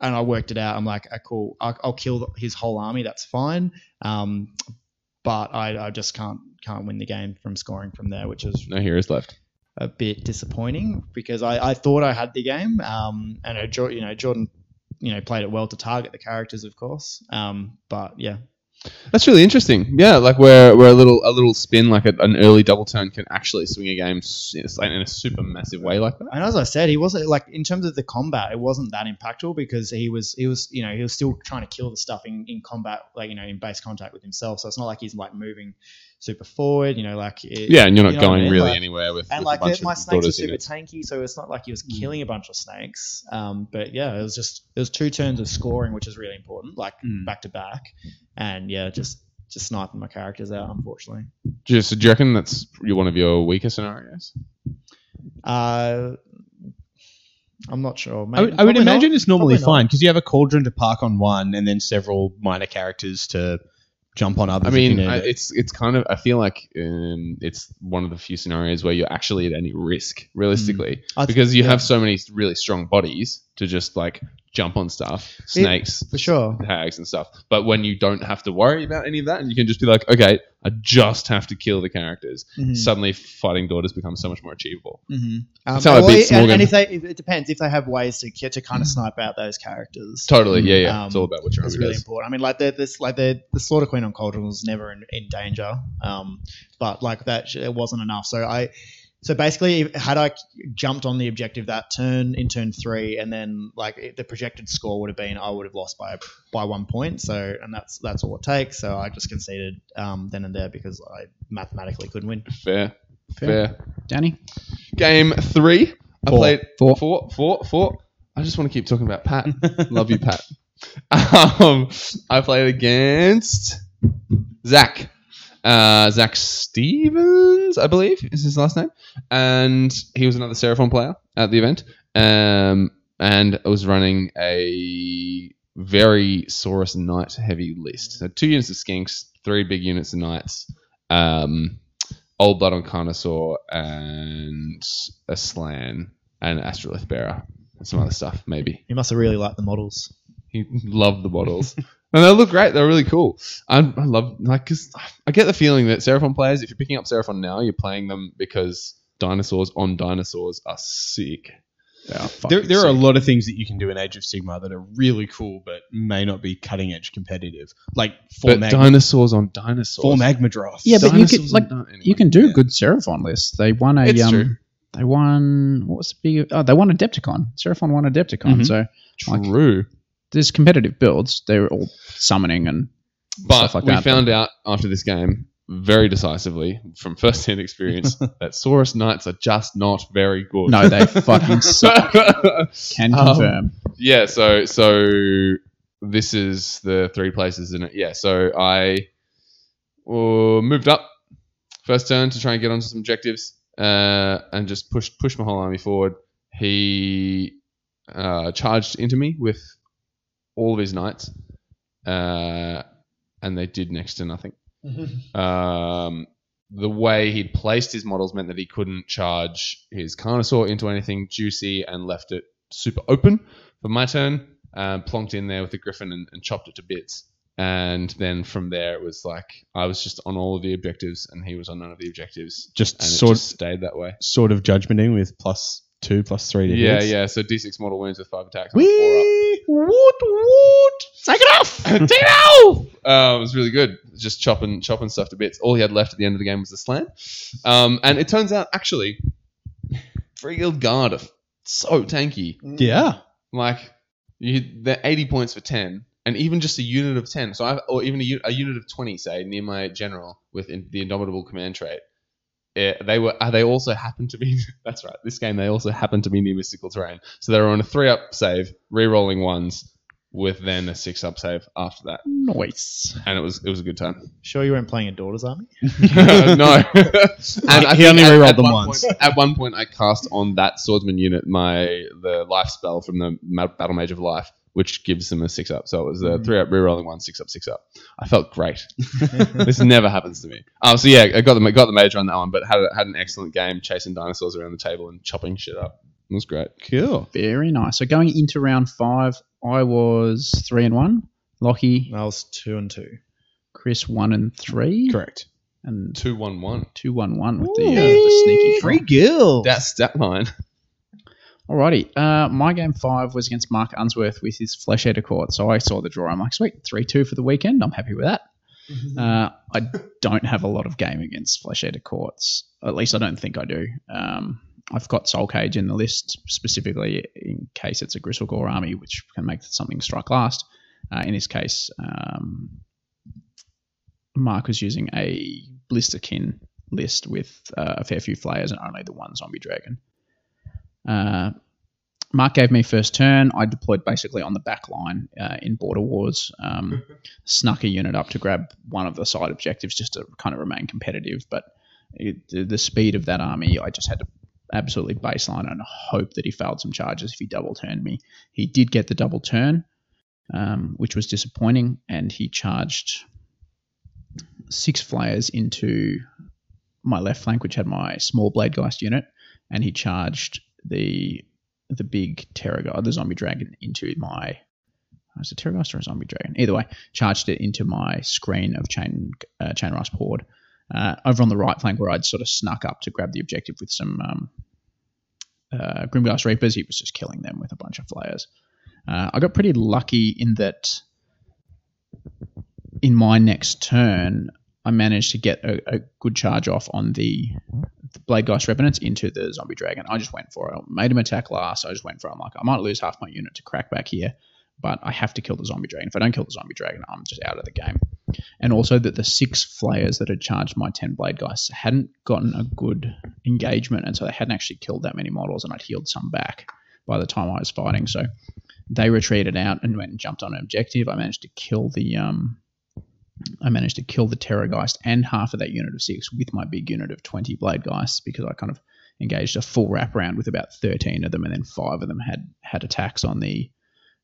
S6: and I worked it out. I'm like, ah, cool, I'll, I'll kill his whole army. That's fine. Um, but I, I just can't can't win the game from scoring from there, which is
S4: No heroes left.
S6: a bit disappointing because I, I thought I had the game, um, and uh, Jo- you know Jordan, you know played it well to target the characters, of course. Um, but yeah,
S4: That's really interesting. Yeah, like where where a little a little spin, like a, an early double turn, can actually swing a game s- in a- in a super massive way like that.
S6: and as I said, he wasn't like in terms of the combat, it wasn't that impactful because he was he was you know he was still trying to kill the stuff in, in combat, like you know in base contact with himself. So it's not like he's like moving super forward, you know, like it,
S4: Yeah, and you're not
S6: You know what I
S4: going
S6: mean?
S4: really
S6: Like-
S4: anywhere with,
S6: And
S4: with
S6: like
S4: a bunch
S6: the, my
S4: of
S6: snakes were
S4: daughters in
S6: super
S4: it. Mm.
S6: tanky, so it's not like he was killing a bunch of snakes. Um, but yeah, it was just it was two turns of scoring, which is really important, like
S5: Mm.
S6: back to back, and yeah, just just sniping my characters out, unfortunately.
S4: Just, do you reckon that's your- one of your weaker scenarios?
S6: Uh, I'm not sure.
S5: I would, I would imagine it's normally fine because you have a cauldron to park on one, and then several minor characters to jump on others.
S4: I
S5: if you
S4: mean,
S5: need
S4: I,
S5: it.
S4: it's it's kind of I feel like um, it's one of the few scenarios where you're actually at any risk realistically
S6: Mm. I th-
S4: because you
S6: yeah.
S4: have so many really strong bodies to just like jump on stuff, snakes,
S6: for sure.
S4: hags and stuff. But when you don't have to worry about any of that, and you can just be like, okay, I just have to kill the characters.
S6: Mm-hmm.
S4: Suddenly, fighting daughters becomes so much more achievable.
S6: Um,
S4: That's how I
S6: well,
S4: beat
S6: and,
S4: Smorgon.
S6: and if they, if, it depends if they have ways to get to kind of snipe out those characters.
S4: Mm. Totally, yeah, yeah. it's
S6: Um,
S4: all about what your
S6: That's
S4: army
S6: really
S4: does.
S6: important. I mean, like the, this, like the the slaughter queen on Cauldron was never in, in danger, um, but like that, sh- it wasn't enough. So I, so basically, if- had I jumped on the objective that turn in turn three, and then like it, the projected score would have been, I would have lost by by one point. So and that's that's all it takes. So I just conceded um, then and there because I mathematically couldn't win.
S4: Fair,
S3: Fair.
S4: fair.
S3: Danny,
S4: Game three. I
S5: Four.
S4: played
S3: Four.
S4: four, four, four. I just want to keep talking about Pat. Love you, Pat. Um, I played against Zach. Uh, Zach Stevens, I believe, is his last name. And he was another Seraphon player at the event. Um, and I was running a very Saurus Knight heavy list. So two units of Skinks, three big units of Knights, um, Old Blood on Carnosaur, and a Slan, and an Astrolith Bearer, and some other stuff, maybe.
S6: You must have really liked the models.
S4: He loved the models. and they look great. They're really cool. I, I love, like, because I get the feeling that Seraphon players, if you're picking up Seraphon now, you're playing them because dinosaurs on dinosaurs are sick.
S5: There, there are a lot of things that you can do in Age of Sigma that are really cool, but may not be cutting edge competitive. Like four
S4: But
S5: mag,
S4: dinosaurs on dinosaurs.
S5: four magma drafts.
S3: Yeah, but you could
S4: Dinosaurs
S3: like
S4: are not anyway.
S3: you can do
S5: Yeah.
S3: a good Seraphon list. They won a
S4: It's
S3: um,
S4: true.
S3: they won what was the big? Oh, they won Adepticon. Seraphon won Adepticon.
S5: Mhm.
S3: So like-
S4: True.
S3: there's competitive builds. They were all summoning and
S4: But
S3: stuff like
S4: we
S3: that.
S4: found out after this game very decisively from first-hand experience that Saurus Knights are just not very good.
S3: no, they fucking suck. Can
S4: Um,
S3: confirm.
S4: yeah, so so this is the three places in it. Yeah, so I uh, moved up first turn to try and get onto some objectives uh, and just push push my whole army forward. He uh, charged into me with all of his knights, uh, and they did next to nothing. um, the way he'd placed his models meant that he couldn't charge his Carnosaur into anything juicy and left it super open for my turn. Uh, plonked in there with the Griffin and, and chopped it to bits. And then from there, it was like I was just on all of the objectives and he was on none of the objectives.
S5: Just
S4: And it
S5: sort
S4: just stayed that way.
S5: sort of judgmenting with plus two, plus three to
S4: Yeah,
S5: hits.
S4: yeah. So D6 model wounds with five attacks. on a four up.
S5: Wee, woot, woot. Take it off. Take it off.
S4: Uh, it was really good. Just chopping, chopping stuff to bits. All he had left at the end of the game was the slam. Um, and it turns out, actually, Freeguild Guard are f- so tanky.
S5: Yeah.
S4: Like, you, they're 80 points for 10, and even just a unit of 10, so I've, or even a, u- a unit of 20, say, near my general with in, the Indomitable Command trait. eh, they were. Uh, they also happened to be. That's right. This game, they also happened to be near mystical terrain. So they were on a three-up save, re-rolling ones, with then a six-up save after that,
S3: Nice.
S4: and it was it was a good time.
S6: Sure, you weren't playing a daughter's army?
S4: no. and I
S5: He only
S4: think
S5: rerolled them
S4: one
S5: once.
S4: point- at one point, I cast on that swordsman unit my the life spell from the Ma- Battle Mage of Life, which gives them a six up. So it was
S5: Mm-hmm.
S4: a three up, rerolling one, six up, six up. I felt great. this never happens to me. Oh, so yeah, I got the got the major on that one, but had a, had an excellent game chasing dinosaurs around the table and chopping shit up. It was great.
S5: Cool.
S3: Very nice. So going into round five, I was three and one. Lockie,
S6: I was two and two.
S3: Chris one and three.
S5: Correct.
S3: And
S4: Two one one.
S3: two one one with the, uh, the sneaky
S6: Free
S3: free.
S6: guild.
S4: That stat line.
S3: Alrighty. Uh, my game five was against Mark Unsworth with his Flesh Eater Court. So I saw the draw. I'm like, sweet, three two for the weekend. I'm happy with that. Uh, I don't have a lot of game against Flesh Eater Courts. At least I don't think I do. Um, I've got Soul Cage in the list specifically in case it's a Gristlegore army, which can make something strike last. Uh, in this case, um, Mark was using a Blisterkin list with uh, a fair few flayers and only the one zombie dragon. Uh, Mark gave me first turn. I deployed basically on the back line uh, in Border Wars. Um, snuck a unit up to grab one of the side objectives just to kind of remain competitive. But it, the, the speed of that army, I just had to absolutely baseline and hope that he failed some charges if he double turned me. He did get the double turn, um, which was disappointing, and he charged six flayers into my left flank, which had my small blade geist unit, and he charged the the big terror guard, the zombie dragon, into my was it a pterodactyl or a zombie dragon? Either way, charged it into my screen of chain uh, chain rasp horde. Uh, over on the right flank, where I'd sort of snuck up to grab the objective with some um, uh, Grimglass Reapers, he was just killing them with a bunch of flayers. Uh, I got pretty lucky in that in my next turn, I managed to get a, a good charge off on the, the Blade Geist Revenants into the Zombie Dragon. I just went for it. I made him attack last. I just went for it. I'm like, I might lose half my unit to crack back here but I have to kill the zombie dragon. If I don't kill the zombie dragon, I'm just out of the game. And also that the six flayers that had charged my ten blade guys hadn't gotten a good engagement, and so they hadn't actually killed that many models, and I'd healed some back. by the time I was fighting. So they retreated out and went and jumped on an objective. I managed to kill the um, I managed to kill the terrorgeist and half of that unit of six with my big unit of twenty blade geists because I kind of engaged a full wraparound with about thirteen of them, and then five of them had had attacks on the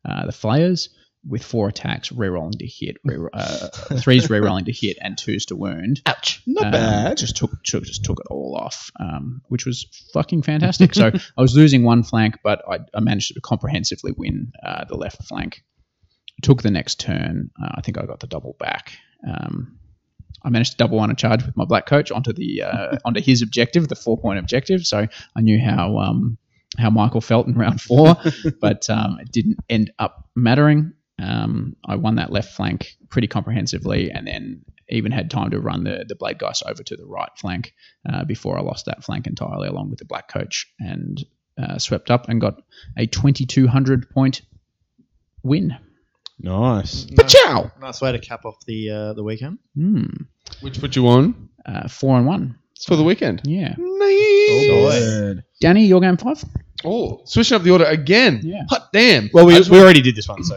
S3: uh, the flayers with four attacks, rerolling to hit, re- uh, threes rerolling to hit, and twos to wound.
S6: Ouch.
S5: Not
S3: Um,
S5: bad.
S3: Just took, took just took it all off, um, which was fucking fantastic. so I was losing one flank, but I, I managed to comprehensively win uh, the left flank. Took the next turn. Uh, I think I got the double back. Um, I managed to double on a charge with my black coach onto the uh, onto his objective, the four point objective. So I knew how um, how Michael felt in round four, but um, it didn't end up mattering. Um, I won that left flank pretty comprehensively, and then even had time to run the the blade guys over to the right flank uh, before I lost that flank entirely, along with the black coach, and uh, swept up and got a twenty two hundred point win.
S5: Nice.
S6: Pachow! Nice way to cap off the uh, the weekend.
S3: Hmm.
S4: Which put you on
S3: Uh, four and one.
S4: for the weekend?
S3: Yeah,
S5: Oh, Good.
S3: Danny, your game five.
S4: Oh, switching up the order again.
S3: Yeah.
S4: Hot damn.
S5: Well, we,
S4: I just
S5: we already did this one, so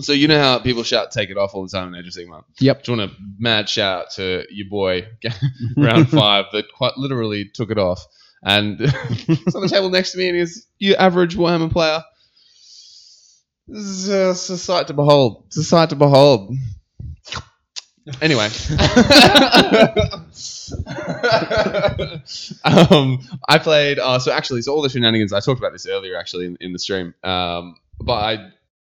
S4: So you know how people shout "take it off" all the time in Age of Sigmar.
S3: Yep.
S4: Do you want a mad shout out to your boy round five that quite literally took it off and he's on the table next to me and he's you average Warhammer player. This is uh, it's a sight to behold. It's a sight to behold. Anyway, um, I played. Uh, so actually, so all the shenanigans I talked about this earlier, actually in, in the stream. Um, but I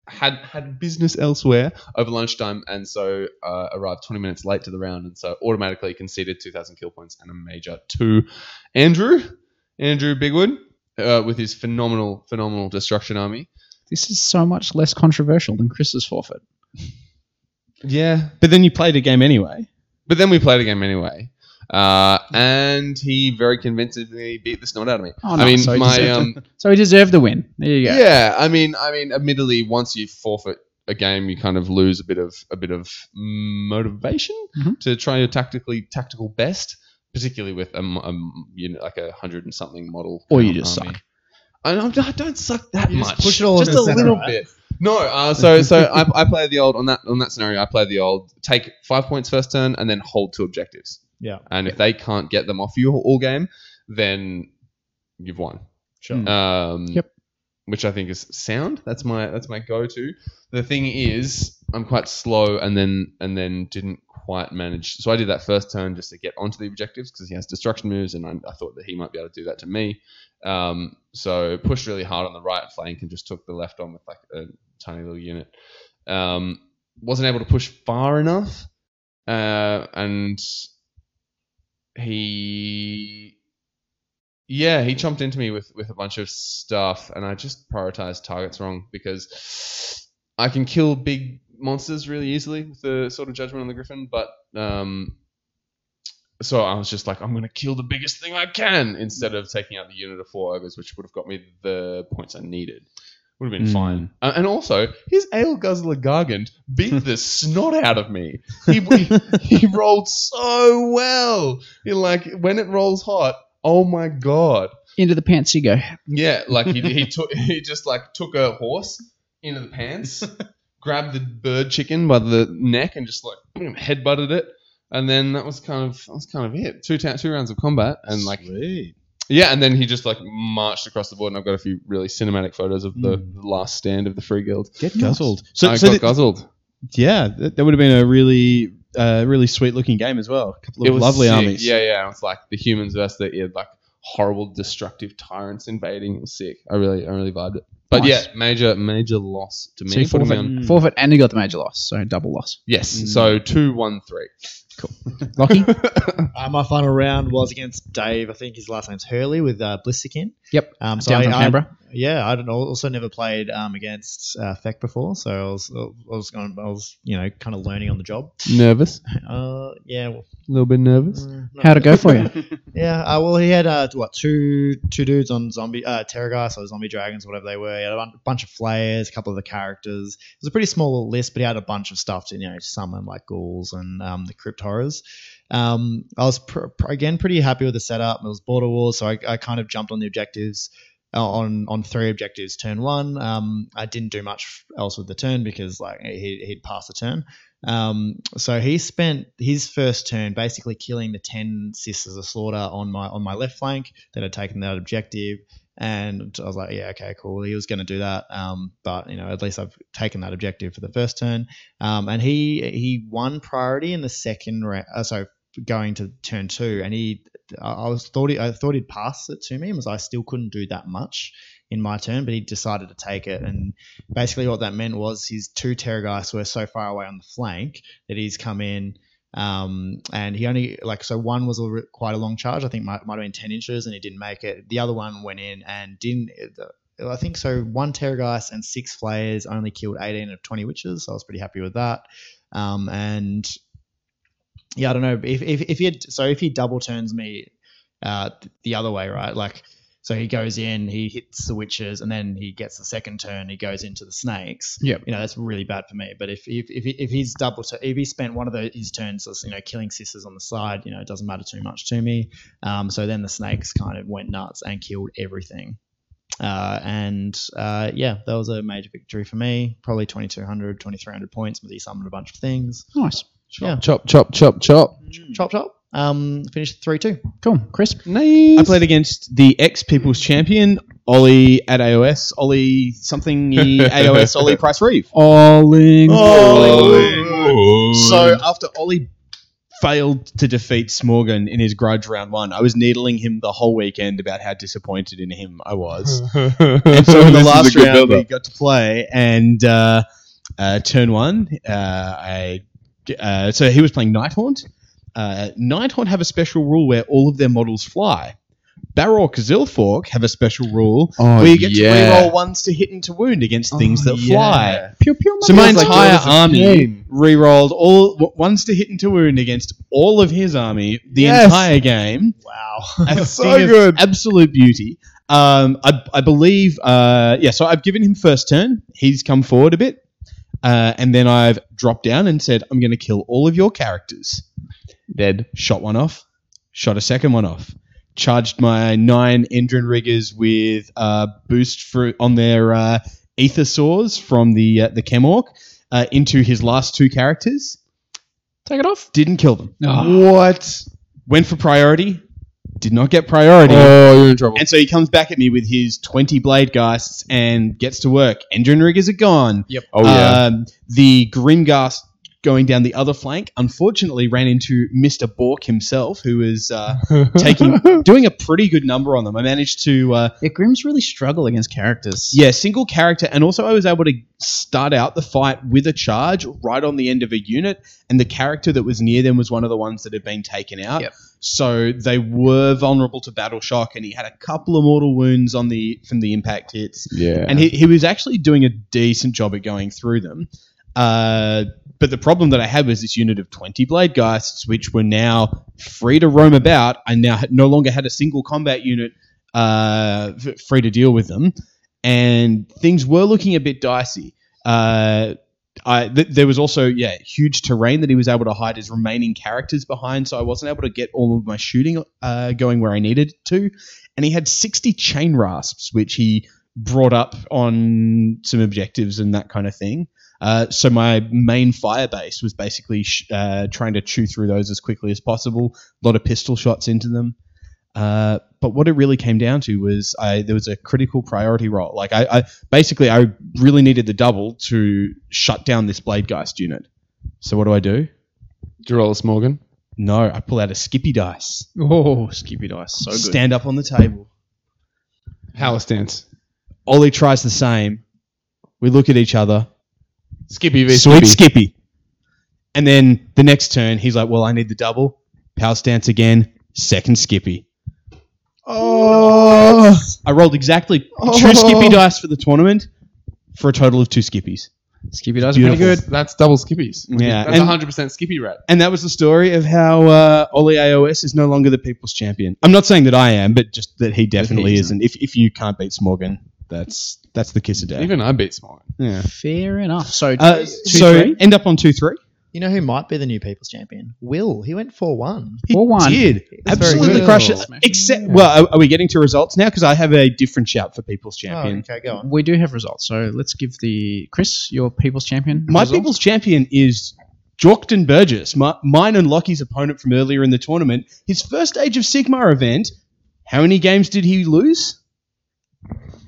S4: had had business elsewhere over lunchtime, and so uh, arrived 20 minutes late to the round, and so automatically conceded 2,000 kill points and a major to Andrew, Andrew Bigwood, uh, with his phenomenal, phenomenal destruction army.
S3: This is so much less controversial than Chris's forfeit.
S4: Yeah,
S5: but then you played a game anyway.
S4: but then we played a game anyway, uh, and he very convincingly beat the snot out of me.
S3: Oh, no,
S4: I mean,
S3: so he
S4: my
S3: deserved
S4: um,
S3: So he deserved the win. There you go.
S4: Yeah, I mean, I mean, admittedly, once you forfeit a game, you kind of lose a bit of a bit of motivation
S3: Mhm.
S4: to try your tactically tactical best, particularly with a, m- a m- you know like a hundred and something model.
S3: Or you
S4: um,
S3: just
S4: army. I don't, I don't suck that
S6: You just
S4: much.
S6: push it all
S4: just
S6: over
S4: a
S6: the center,
S4: little
S6: right?
S4: bit. No, uh, so so I, I play the old on that on that scenario. I play the old take five points first turn and then hold two objectives.
S6: Yeah.
S4: and if they can't get them off you all game, then you've won.
S6: Sure.
S4: Um,
S3: Yep.
S4: Which I think is sound. That's my that's my go-to. The thing is, I'm quite slow, and then and then didn't quite manage. So I did that first turn just to get onto the objectives because he has destruction moves, and I, I thought that he might be able to do that to me. Um, so pushed really hard on the right flank and just took the left on with like a tiny little unit. Um, wasn't able to push far enough, uh, and he yeah, he chomped into me with, with a bunch of stuff, and I just prioritized targets wrong because I can kill big monsters really easily with the sort of judgment on the griffin, but um, so I was just like, I'm going to kill the biggest thing I can instead of taking out the unit of four ogres, which would have got me the points I needed. Would have been
S5: Mm.
S4: fine. Uh, and also, his ale guzzler gargant beat the snot out of me. He, he, he rolled so well. He, like when it rolls hot, oh my god.
S3: Into the pants you go.
S4: Yeah, like he, he took he just like took a horse into the pants, grabbed the bird chicken by the neck, and just like boom, headbutted it. And then that was kind of that was kind of it. Two ta- two rounds of combat, and like
S5: Sweet.
S4: yeah, and then he just like marched across the board. And I've got a few really cinematic photos of the last stand of the Free Guild.
S5: Mm. get guzzled.
S4: I
S5: So, so
S4: got
S5: th-
S4: guzzled.
S5: yeah, that, that would have been a really, uh, really sweet looking game as well. A couple of lovely
S4: sick.
S5: armies.
S4: Yeah, yeah. It was like the humans versus the yeah, like horrible destructive tyrants invading. It was sick. I really, I really vibed it. But
S3: Nice.
S4: yeah, major, major loss to me.
S3: So he
S4: Put me
S3: forfeit,
S4: on-
S3: forfeit and he got the major loss, so double loss.
S4: Yes.
S5: Mm.
S4: So two, one, three.
S3: Lockie?
S6: Uh, my final round was against Dave. I think his last name's Hurley with uh, Blissikin.
S3: yep.
S6: Um, so
S3: Down
S6: I,
S3: from
S6: I-
S3: Canberra.
S6: yeah, I don't know. Also, never played um, against uh, Feck before, so I was, I was, going, I was, you know, kind of learning on the job.
S4: Nervous.
S6: Uh, yeah, well,
S4: A little bit nervous.
S3: How'd it go for you?
S6: Yeah, uh, well, he had uh, what two two dudes on zombie uh, terrorgeists or zombie dragons, whatever they were. He had a bun- bunch of flayers, a couple of the characters. It was a pretty small little list, but he had a bunch of stuff to you know summon like ghouls and um, the crypt horrors. Um, I was pr- pr- again pretty happy with the setup. It was border wars, so I, I kind of jumped on the objectives. uh, on on three objectives. Turn one, um, I didn't do much else with the turn because like he, he'd pass the turn. Um, so he spent his first turn basically killing the ten sisters of slaughter on my on my left flank that had taken that objective. And I was like, yeah, okay, cool. He was going to do that, um, but you know, at least I've taken that objective for the first turn. Um, and he he won priority in the second round. Uh, so going to turn two, and he I I was thought he, I thought he'd pass it to me, and was I still couldn't do that much in my turn, but he decided to take it. And basically, what that meant was his two terrorgeists were so far away on the flank that he's come in. Um, and he only like so one was a, re- quite a long charge. I think might might have been ten inches, and he didn't make it. The other one went in and didn't. I think so. One terrorgeist and six flayers only killed eighteen of twenty witches. So I was pretty happy with that. Um, and yeah, I don't know. If if if he had, so if he double turns me, uh, th- the other way, right? Like, so he goes in, he hits the witches, and then he gets the second turn. He goes into the snakes.
S3: Yep.
S6: You know that's really bad for me. But if if if, he- if he's double, tu- if he spent one of those his turns, just, you know, killing sisters on the side, you know, it doesn't matter too much to me. Um, so then the snakes kind of went nuts and killed everything. Uh, and uh, yeah, that was a major victory for me. Probably 2,200, 2,300 points. But he summoned a bunch of things.
S3: Nice.
S6: Yeah.
S4: Chop, chop, chop, chop.
S6: Chop chop. Um, finished three two.
S3: Cool. Chris.
S5: I played against the ex People's Champion, Ollie at AOS, Ollie something AOS, Ollie Price Reeve.
S3: Alling.
S5: Oh, So after Ollie failed to defeat Smorgon in his grudge round one, I was needling him the whole weekend about how disappointed in him I was. and so in the last round we got to play, and uh, uh, turn one, uh, I uh, so he was playing Nighthaunt. Uh, Nighthaunt have a special rule where all of their models fly. Barork Zilfork have a special rule
S4: Oh,
S5: where you get
S4: yeah. Oh,
S5: to reroll ones to hit and to wound against things that
S6: yeah.
S5: fly.
S3: Pew, pew,
S5: So my
S3: mate.
S5: entire army re-rolled all w- ones to hit and to wound against all of his army the
S4: Yes.
S5: entire game.
S6: Wow.
S5: A
S4: So
S5: thing of
S4: good.
S5: absolute beauty. Um, I, I believe, uh, yeah. So I've given him first turn. He's come forward a bit, uh, and then I've dropped down and said, "I'm going to kill all of your characters."
S4: Dead.
S5: Shot one off. Shot a second one off. Charged my nine Endrin riggers with uh, boost for, on their uh, ether saws from the uh, the Chemorc uh, into his last two characters.
S3: Take it off.
S5: Didn't kill them.
S3: Ah.
S5: What? Went for priority. Did not get priority.
S4: Oh, you're in trouble.
S5: And so he comes back at me with his 20 blade geists and gets to work. Engine riggers are gone.
S3: Yep.
S4: Oh, yeah.
S5: Um, the Grimgast going down the other flank, unfortunately, ran into Mr. Bork himself, who was uh, taking doing a pretty good number on them. I managed to, uh,
S6: Yeah, Grimm's really struggle against characters.
S5: yeah, single character, and also I was able to start out the fight with a charge right on the end of a unit, and the character that was near them was one of the ones that had been taken out.
S3: Yep.
S5: So they were vulnerable to battle shock, and he had a couple of mortal wounds on the from the impact hits
S4: yeah.
S5: and he, he was actually doing a decent job at going through them. Uh, but the problem that I had was this unit of 20 blade geists, which were now free to roam about. I now had, no longer had a single combat unit uh, f- free to deal with them. And things were looking a bit dicey. Uh, I, th- there was also, yeah, huge terrain that he was able to hide his remaining characters behind. So I wasn't able to get all of my shooting uh, going where I needed it to. And he had 60 chain rasps, which he brought up on some objectives and that kind of thing. Uh, so my main fire base was basically sh- uh, trying to chew through those as quickly as possible. A lot of pistol shots into them. Uh, but what it really came down to was I, there was a critical priority roll. Like I, I basically I really needed the double to shut down this bladegeist unit. So what do I do?
S4: Do you roll a Smorgon?
S5: No, I pull out a skippy dice.
S3: Oh, skippy dice. So good.
S5: Stand up on the table.
S4: Howler stance.
S5: Ollie tries the same. We look at each other.
S4: Skippy v Skippy.
S5: Sweet Skippy. And then the next turn, he's like, "Well, I need the double power stance again." Second Skippy. Oh! I rolled exactly two
S8: Oh.
S5: Skippy dice for the tournament for a total of two Skippies,
S3: Skippy dice.
S5: Beautiful.
S3: Pretty good.
S4: That's double Skippies.
S5: Yeah,
S4: That's
S5: and-
S4: 100% Skippy rat.
S5: and that was the story of how uh, Ollie AOS is no longer the people's champion. I'm not saying that I am, but just that he definitely
S4: he
S5: isn't. If if you can't beat Smorgon, that's that's the kiss of death.
S4: Even I beat Smorgon.
S5: yeah.
S3: Fair enough. So,
S5: Uh,
S3: two,
S5: so
S3: three?
S5: end up on two three.
S6: You know who might be the new people's champion? Will. He went 4 1.
S5: He
S3: Four one.
S5: did.
S6: was very
S5: Absolutely
S6: good.
S5: crush it.
S3: Smashing.
S5: Except, well, are, are we getting to results now? Because I have a different shout for people's champion.
S6: Oh, okay, go on.
S3: We do have results, so let's give the Chris your people's champion.
S5: My
S3: results.
S5: people's champion is Jorkton Burgess, my, mine and Lockie's opponent from earlier in the tournament. His first Age of Sigma event. How many games did he lose?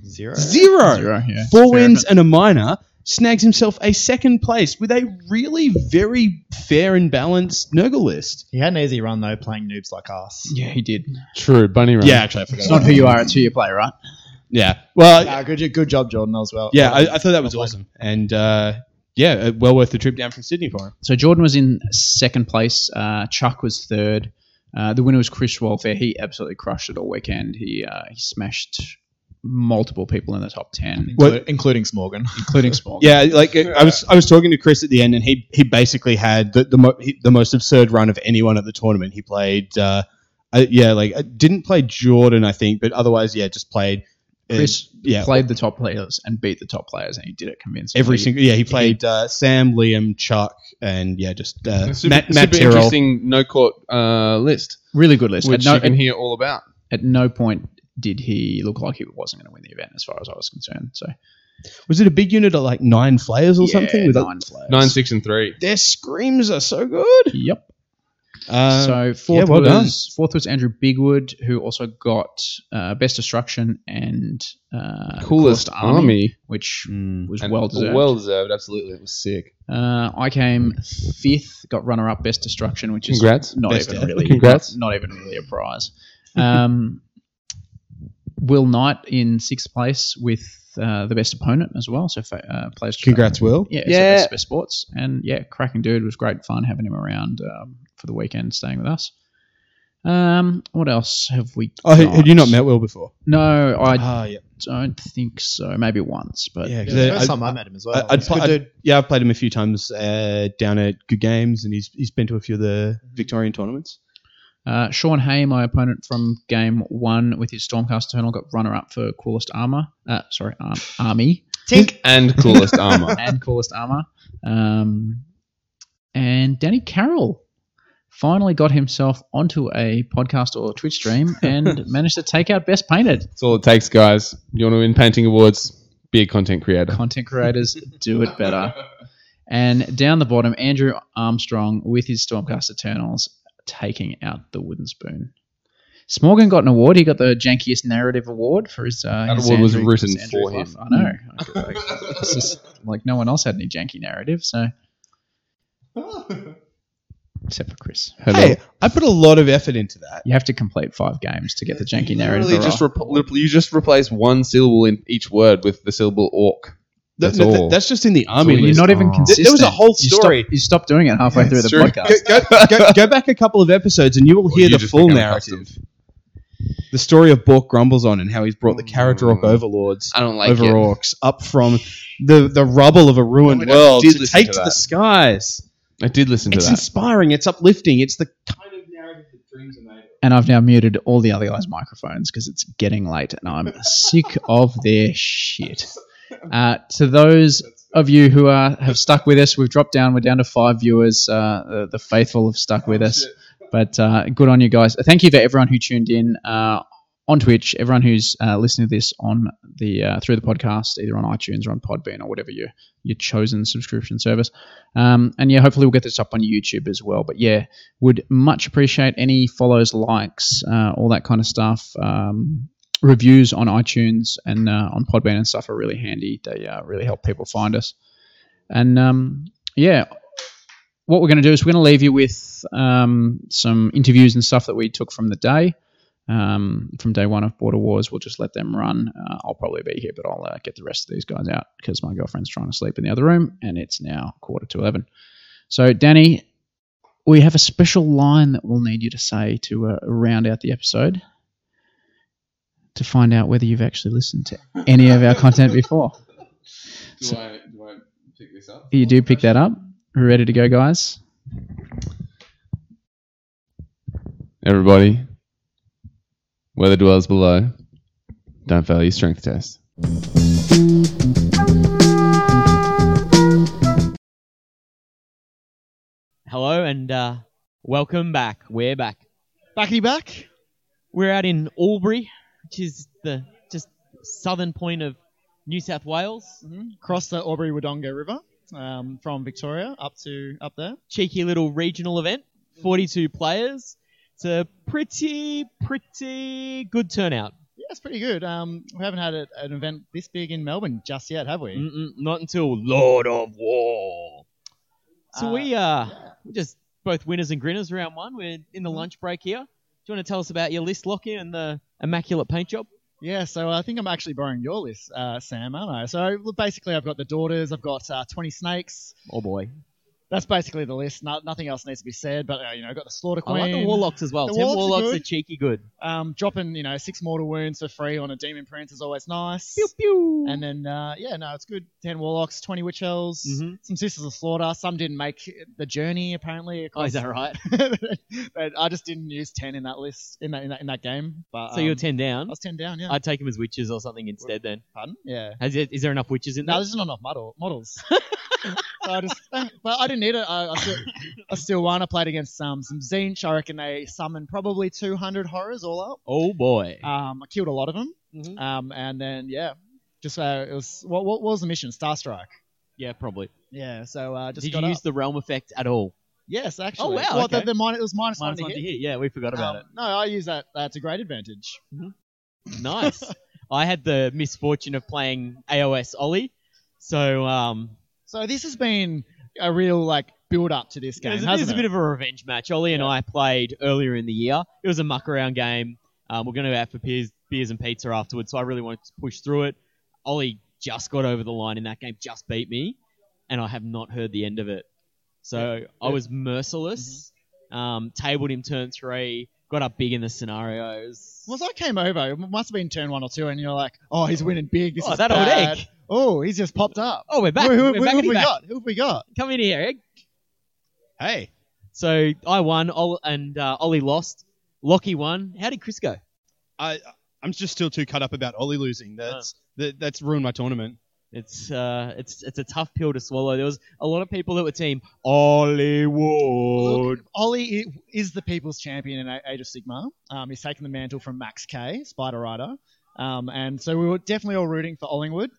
S6: Zero.
S5: Zero.
S3: Zero, yeah.
S5: Four
S3: Fair
S5: wins
S3: enough.
S5: and a minor. Snags himself a second place with a really very fair and balanced Nurgle list.
S6: He had an easy run, though, playing noobs like us.
S3: Yeah, he did.
S4: True, bunny run.
S5: actually, I forgot.
S3: It's not who you are; it's who you play, right?
S5: Yeah. Well,
S6: Nah, good, good job, Jordan, as well.
S5: yeah, I, I thought that was awesome. And uh, yeah, uh, well worth the trip down from Sydney for him.
S3: So Jordan was in second place. Uh, Chuck was third. Uh, the winner was Chris Welfare. He absolutely crushed it all weekend. He uh, he smashed multiple people in the top ten,
S5: What-
S6: Inclu- including Smorgan.
S3: including
S6: Oh,
S3: Small.
S5: Yeah, like uh, I was I was talking to Chris at the end, and he he basically had the the, mo- he, the most absurd run of anyone at the tournament. He played, uh, uh, yeah, like uh, didn't play Jordan, I think, but otherwise, yeah, just played. uh,
S3: Chris
S5: yeah,
S3: played the top players and beat the top players, and he did it convincingly.
S5: every single yeah he played uh, Sam, Liam, Chuck, and yeah, just uh,
S4: Super,
S5: Matt, Matt
S4: super
S5: Tyrrell.
S4: interesting no court uh, list,
S3: really good list. At
S4: which
S3: no,
S4: you can
S3: at-
S4: hear all about.
S3: at no point did he look like he wasn't going to win the event, as far as I was concerned. So
S5: Was it a big unit of like nine players or
S3: Yeah,
S5: something? With a-
S3: nine players.
S4: Nine, six, and three.
S5: their screams are so good.
S3: Yep.
S5: Um,
S3: so fourth
S5: yeah, well done.
S3: was fourth was Andrew Bigwood, who also got uh, best destruction and uh,
S4: Coolest army.
S3: which
S5: Mm.
S3: was
S4: And
S3: well deserved.
S4: Well deserved, absolutely. It was sick.
S3: uh, I came fifth, got runner up best destruction, which is
S4: Congrats.
S3: not
S5: Best
S3: even
S5: ever.
S3: really
S4: Congrats.
S3: Not, not even really a prize. Um, Will Knight in sixth place with uh, the best opponent as well. So fa- uh, plays
S5: Congrats, Will.
S3: Yeah,
S4: Yeah.
S3: yeah. So best sports. And yeah, cracking dude. It was great fun having him around um, for the weekend, staying with us. Um, what else have we?
S5: Oh, had- had you not
S3: got?
S5: met Will before?
S3: No, I
S5: Ah, yeah,
S3: don't think so. Maybe once, but
S5: yeah. 'cause
S6: Yeah, the
S5: I-
S6: first time I met him as well.
S5: I- I'd
S6: He's a
S5: pl-
S6: good
S5: I'd-
S6: dude.
S5: yeah, I've played him a few times uh, down at Good Games, and he's he's been to a few of the
S6: Mm-hmm.
S5: Victorian tournaments.
S3: Uh, Sean Hay, my opponent from game one with his Stormcast Eternal, got runner up for coolest armor. Uh, sorry, arm, army
S6: Tink.
S4: And coolest armor.
S3: and coolest armor. Um, and Danny Carroll finally got himself onto a podcast or Twitch stream and managed to take out Best Painted.
S4: That's all it takes, guys. You want to win painting awards? Be a content creator.
S3: Content creators do it better. And down the bottom, Andrew Armstrong with his Stormcast Eternals taking out the wooden spoon. Smorgan got an award. He got the jankiest narrative award for his. Uh,
S4: That
S3: his
S4: award was
S3: Andrew-
S4: written
S3: his Andrew
S4: for him.
S3: Clough. I know. Like, it's just like no one else had any janky narrative, so except for Chris,
S4: Hello.
S5: Hey, I put a lot of effort into that.
S3: you have to complete five games to get the janky narrative.
S4: Literally just
S3: right.
S4: rep- you just replace one syllable in each word with the syllable orc. That's
S5: Th- th-
S4: all. Uh-huh.
S5: that's just in the
S3: I
S5: army.
S3: mean, you're
S5: list.
S3: not even
S4: There- there
S5: was a
S3: consistent.
S5: whole
S3: You stopped-
S5: story.
S3: You stopped doing it halfway through the
S4: Oh. true.
S3: podcast.
S5: go, go, go back a couple of episodes, and you
S4: Or
S5: will hear
S4: you
S5: the
S4: just
S5: full
S4: become
S5: narrative.
S4: accustomed.
S5: The story of Bork grumbles on and how he's brought the character orc overlords
S4: Mm. I don't like
S5: over
S4: it.
S5: orcs up from the, the rubble of a ruined
S4: I
S5: world
S4: did
S5: to
S4: listen
S5: take
S4: to
S5: to the
S4: that.
S5: skies.
S4: I did listen to
S5: It's
S4: that.
S5: inspiring. It's uplifting. It's the kind of narrative that dreams are made. of.
S3: And I've now muted all the other guys' microphones because it's getting late and I'm sick of their shit. Uh, to those of you who are, have stuck with us, we've dropped down. We're down to five viewers. Uh, the, the faithful have stuck with us. But uh, good on you guys. Thank you for everyone who tuned in uh, on Twitch, everyone who's uh, listening to this on the uh, through the podcast, either on iTunes or on Podbean or whatever your, your chosen subscription service. Um, and yeah, hopefully we'll get this up on YouTube as well. But yeah, would much appreciate any follows, likes, uh, all that kind of stuff. Um, reviews on iTunes and uh, on Podbean and stuff are really handy. They uh, really help people find us. And um, yeah, what we're going to do is we're going to leave you with um, some interviews and stuff that we took from the day. Um, from day one of Border Wars, we'll just let them run. Uh, I'll probably be here, but I'll uh, get the rest of these guys out because my girlfriend's trying to sleep in the other room and it's now quarter to 11. So, Danny, we have a special line that we'll need you to say to uh, round out the episode to find out whether you've actually listened to any of our content before.
S4: Do I, do I pick this up?
S3: You do pick that up. We're ready to go, guys.
S4: Everybody, weather dwells below. Don't fail your strength test.
S7: Hello and uh, welcome back. We're back.
S6: Backy back.
S7: We're out in Albury, which is the just southern point of New South Wales.
S6: Cross Mm-hmm. the Aubrey Wodonga River um, from Victoria up to up there. Mm-hmm.
S7: Cheeky little regional event, 42 players. It's a pretty, pretty good turnout.
S6: Yeah, it's pretty good. Um, we haven't had a, an event this big in Melbourne just yet, have we?
S7: Mm-mm, not until Lord of War. So
S6: Uh,
S7: we uh, we're just both winners and grinners round one. We're in
S6: Mm-hmm.
S7: the lunch break here. Do you want to tell us about your list, Lockie, and the immaculate paint job?
S6: Yeah, so I think I'm actually borrowing your list, uh, Sam, aren't I? So well, basically, I've got the daughters, I've got uh, 20 snakes.
S7: Oh boy,
S6: That's basically the list. No, nothing else needs to be said, but uh, you know, I've got the slaughter
S7: I
S6: queen.
S7: like the warlocks as well.
S6: The
S7: Ten warlocks,
S6: warlocks are
S7: are,
S6: good.
S7: cheeky good.
S6: Um, dropping you know six mortal wounds for free on a demon prince is always nice.
S7: Pew pew.
S6: And then uh, yeah, no, it's good. Ten warlocks, 20 witch elves,
S7: Mhm.
S6: some sisters of slaughter. Some didn't make the journey apparently.
S7: oh,
S6: Across.
S7: is that right?
S6: but I just didn't use 10 in that list in that in that, in that game. But
S7: so you're
S6: um,
S7: ten down.
S6: I was 10 down. Yeah.
S7: I'd take him as witches or something instead. Then
S6: Pardon? Yeah.
S7: Has it, is there enough witches in
S6: No,
S7: there?
S6: there's not enough model, models. so I just, but I didn't need it. I, I, still, I still won. I played against um, some Zinch. I reckon they summoned probably 200 horrors all up.
S7: oh boy.
S6: Um, I killed a lot of them.
S7: Mhm.
S6: Um, and then yeah, just uh, it was what, what was the mission? Starstrike.
S7: yeah, probably.
S6: Yeah. So uh, just
S7: Did
S6: got
S7: you
S6: up.
S7: use the realm effect at all?
S6: yes, actually.
S7: wow,
S6: Well,
S7: okay.
S6: the, the minus, it was minus,
S7: Minus
S6: one to hit.
S7: Yeah, we forgot about Mm-hmm.
S6: Um, No, I use that. That's a great advantage.
S7: it. Nice. I had the misfortune of playing AOS Ollie, so um,
S6: So this has been a real like build up to this game,
S7: There's
S6: hasn't
S7: a bit
S6: it?
S7: of a revenge match. Ollie and I played earlier in the year. It was a muck around game. Um, we're going to go out for beers, beers and pizza afterwards, so I really wanted to push through it. Ollie just got over the line in that game, just beat me, and I have not heard the end of it. So I was merciless.
S6: Mm-hmm.
S7: Um, tabled him turn three, got up big in the scenarios.
S6: Once I came over, it must have been turn one or two, and you're like, "Oh, he's winning big. This
S7: Oh,
S6: is
S7: that old
S6: bad.
S7: egg.
S6: Oh, he's just popped up.
S7: Oh, we're back.
S6: Who, who-
S7: we're
S6: who
S7: back,
S6: have we
S7: back.
S6: got? Who have we got?
S7: Come in here, egg.
S6: Hey,
S7: So I won, Ol- and uh, Ollie lost. Lockie won. How did Chris go?
S5: I I'm just still too cut up about Ollie losing. That's that, that's ruined my tournament.
S7: It's uh, it's it's a tough pill to swallow. There was a lot of people that were team "Oh, Hollywood.
S6: Ollie i- is the people's champion in A- Age of Sigma. Um, he's taken the mantle from Max K, Spider Rider. Um, and so we were definitely all rooting for Ollingwood,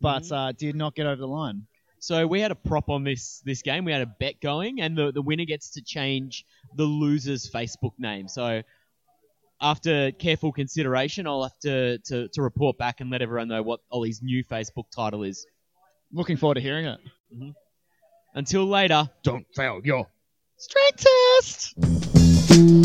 S6: but uh, did not get over the line.
S7: Mm-hmm. So we had a prop on this this game. We had a bet going, and the the winner gets to change the loser's Facebook name. So after careful consideration, I'll have to to, to report back and let everyone know what Ollie's new Facebook title is. Mm-hmm.
S6: Looking forward to hearing it.
S7: Until later.
S5: Don't fail your
S6: Strength test.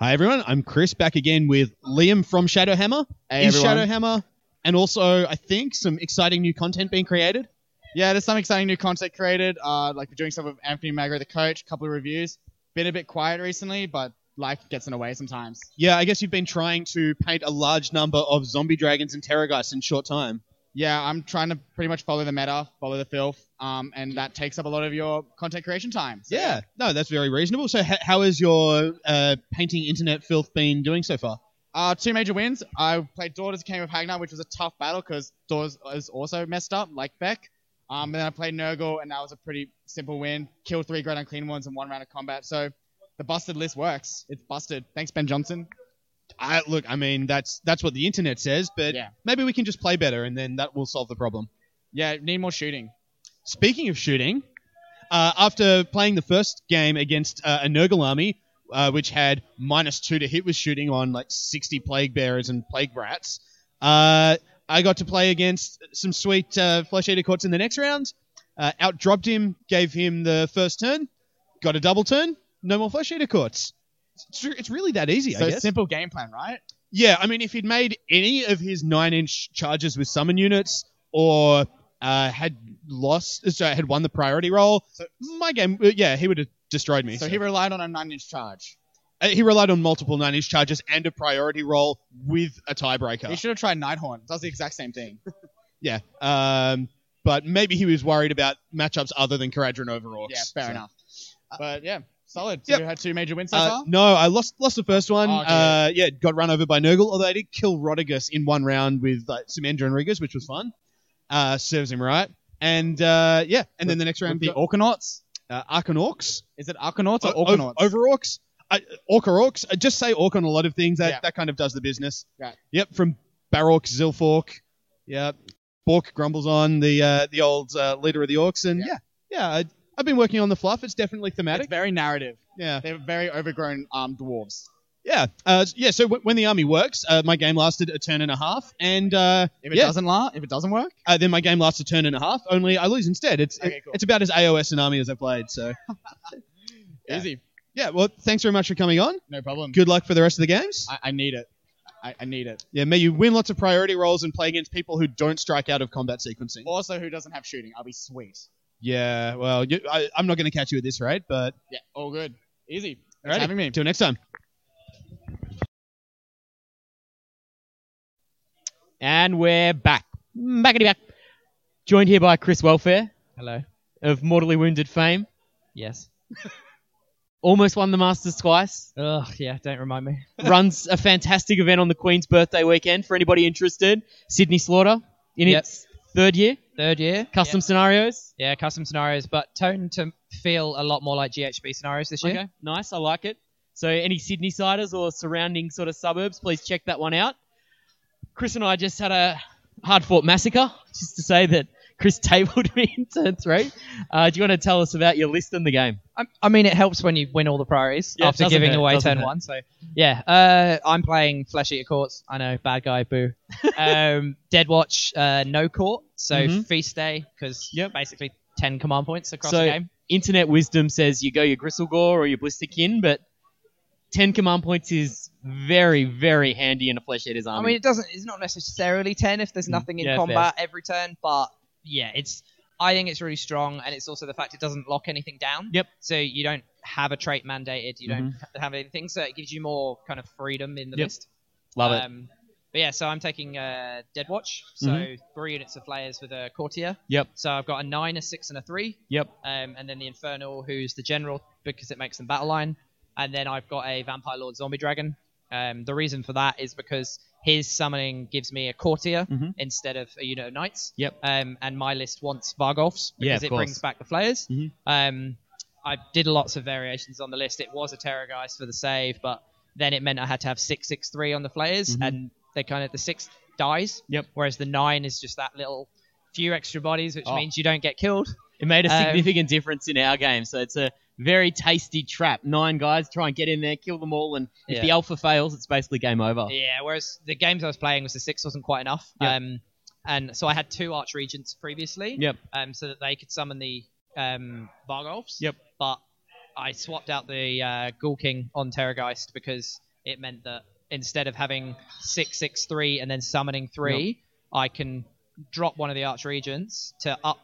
S5: Hi everyone, I'm Chris back again with Liam from Shadowhammer.
S7: Hey,
S5: is
S7: everyone.
S5: Shadowhammer, and also I think some exciting new content being created.
S9: Yeah, there's some exciting new content created. Uh, like we're doing stuff with Anthony Magro, the coach. A couple of reviews. Been a bit quiet recently, but life gets in the way sometimes.
S5: Yeah, I guess you've been trying to paint a large number of zombie dragons and terrorgeists in short time.
S9: Yeah, I'm trying to pretty much follow the meta, follow the filth, um, and that takes up a lot of your content creation time. So,
S5: Yeah, no, that's very reasonable. So, h- how has your uh, painting internet filth been doing so far?
S9: Uh, two major wins. I played Daughters Came of Hagnar, which was a tough battle because Daughters is also messed up, like Beck. Um, and then I played Nurgle, and that was a pretty simple win. Killed three great unclean ones in one round of combat. So the busted list works. It's busted. Thanks, Ben Johnson.
S5: I, look, I mean, that's that's what the internet says, but
S9: Yeah.
S5: maybe we can just play better, and then that will solve the problem.
S9: Yeah, need more shooting.
S5: Speaking of shooting, uh, after playing the first game against uh, a Nurgle army, uh, which had minus two to hit with shooting on like 60 plague bearers and plague rats, uh, I got to play against some sweet uh, flesh eater courts in the next round. Uh, outdropped him, gave him the first turn, got a double turn, no more flesh eater courts. It's, it's really that easy,
S9: so
S5: I guess.
S9: simple game plan, right?
S5: Yeah, I mean, if he'd made any of his nine-inch charges with summon units, or uh, had lost, uh, sorry, had won the priority roll, my game, uh, yeah, he would have destroyed me.
S9: So he relied on a nine-inch charge.
S5: Uh, he relied on multiple nine-inch charges and a priority roll with a tiebreaker.
S9: He should have tried Nighthorn. Does the exact same thing.
S5: yeah, um, but maybe he was worried about matchups other than Caradron over Orcs.
S9: yeah, fair
S5: so.
S9: enough. But yeah, solid. So
S5: Yep.
S9: you had two major wins so
S5: Uh,
S9: far.
S5: no, I lost lost the first one.
S9: Oh, okay.
S5: Uh, yeah, got run over by Nurgle, although I did kill Rodigus in one round with like, some Ender and Riggers, which was fun. Uh, serves him right.
S9: And uh, yeah, and then the next round
S5: the
S9: the Orconauts, uh, Arcanauts. Is it Arcanauts or
S5: O-
S9: Orconauts?
S5: o- Overorcs. I, Orca Orcs. I just say Orc on a lot of things. That,
S9: Yeah.
S5: that kind of does the business.
S9: Right.
S5: Yep, from Barork, Zilfork. Yep. Bork grumbles on the uh, the old uh, leader of the Orcs. And yeah, yeah, I, I've been working on the fluff. It's definitely
S9: it's
S5: thematic.
S9: very narrative.
S5: yeah.
S9: They're very overgrown um, dwarves.
S5: Yeah. Uh, yeah, so w- when the army works, uh, my game lasted a turn and a half. And uh,
S9: If it
S5: yeah,
S9: doesn't la- if it doesn't work,
S5: uh, then my game lasts a turn and a half, only I lose instead. It's,
S9: Okay, cool.
S5: it's about as AOS an army as I played. So, Yeah.
S9: easy,
S5: yeah, well, thanks very much for coming on.
S9: no problem.
S5: Good luck for the rest of the games.
S9: I, I need it. I, I need it.
S5: Yeah, may you win lots of priority roles and play against people who don't strike out of combat sequencing.
S9: Also, who doesn't have shooting? I'll be sweet.
S5: Yeah, well, you, I, I'm not going to catch you at this rate, but
S9: Yeah, all good, easy. Thanks
S5: Alrighty.
S9: for having me.
S5: until next time.
S7: And we're back. Backity back. Joined here by Chris Welfare. Hello. Of Mortally Wounded fame.
S10: Yes.
S7: Almost won the Masters twice.
S10: Ugh, yeah, don't remind me.
S7: Runs a fantastic event on the Queen's birthday weekend for anybody interested. Sydney Slaughter in
S10: Yep.
S7: its third year.
S10: Third year.
S7: Custom scenarios.
S10: Yeah, yeah, custom scenarios, but toned to feel a lot more like GHB scenarios this year.
S7: Okay, nice. I like it. So, any Sydney siders or surrounding sort of suburbs, please check that one out. Chris and I just had a hard fought massacre, just to say that Chris tabled me in turn three. Uh, do you want to tell us about your list in the game?
S10: I, I mean, it helps when you win all the priorities
S7: Yeah,
S10: after
S7: doesn't
S10: giving
S7: hurt,
S10: away
S7: doesn't
S10: turn
S7: hurt.
S10: one. So yeah, uh, I'm playing Flesh Eater Courts. I know, bad guy, boo. um, Dead Watch, uh, no court. So
S7: Mhm.
S10: feast day because
S7: Yep.
S10: basically ten command points across
S7: So-
S10: the game.
S7: Internet wisdom says you go your Gristlegore or your Blisterkin, but 10 command points is very, very handy in a Flesh Eater's
S10: I
S7: army.
S10: mean, it doesn't. It's not necessarily ten if there's nothing in
S7: Um, Mm, Yeah,
S10: combat every turn, but yeah, it's. I think it's really strong, and it's also the fact it doesn't lock anything down.
S7: Yep. Mm-hmm.
S10: So you don't have a trait mandated. You don't have anything, so it gives you more kind of freedom in the
S7: Yep.
S10: list.
S7: Love it.
S10: Um, but yeah, so I'm taking uh, Dead Watch. So
S7: Mhm.
S10: three units of players with a courtier.
S7: Yep.
S10: So I've got a nine, a six, and a three.
S7: Yep.
S10: Um, and then the Infernal, who's the general because it makes them battle line. And then I've got a Vampire Lord Zombie Dragon. Um, the reason for that is because his summoning gives me a courtier
S7: Mhm.
S10: instead of a unit of knights.
S7: Yep.
S10: Um, and my list wants Vargolfs
S7: Yeah,
S10: because
S7: of
S10: it
S7: course.
S10: brings back the players.
S7: Mhm.
S10: Um, I did lots of variations on the list. It was a Terror Geist for the save, but then it meant I had to have six six three on the players, and they kind of the six dies.
S7: Mm-hmm. Yep.
S10: Whereas the nine is just that little few extra bodies, which
S7: Oh.
S10: means you don't get killed.
S7: It made a
S10: Um,
S7: significant difference in our game, so it's a very tasty trap. Nine guys try and get in there, kill them all, and if
S10: Yeah.
S7: the alpha fails, it's basically game over.
S10: Yeah. Whereas the games I was playing was the six wasn't quite enough.
S7: Yep.
S10: Um, and so I had two arch regents previously.
S7: Yep.
S10: Um, so that they could summon the um Vargolfs.
S7: Yep.
S10: But I swapped out the uh, Ghoul King on Terrorgeist because it meant that instead of having six six three and then summoning three, I can drop one of the arch regents to up.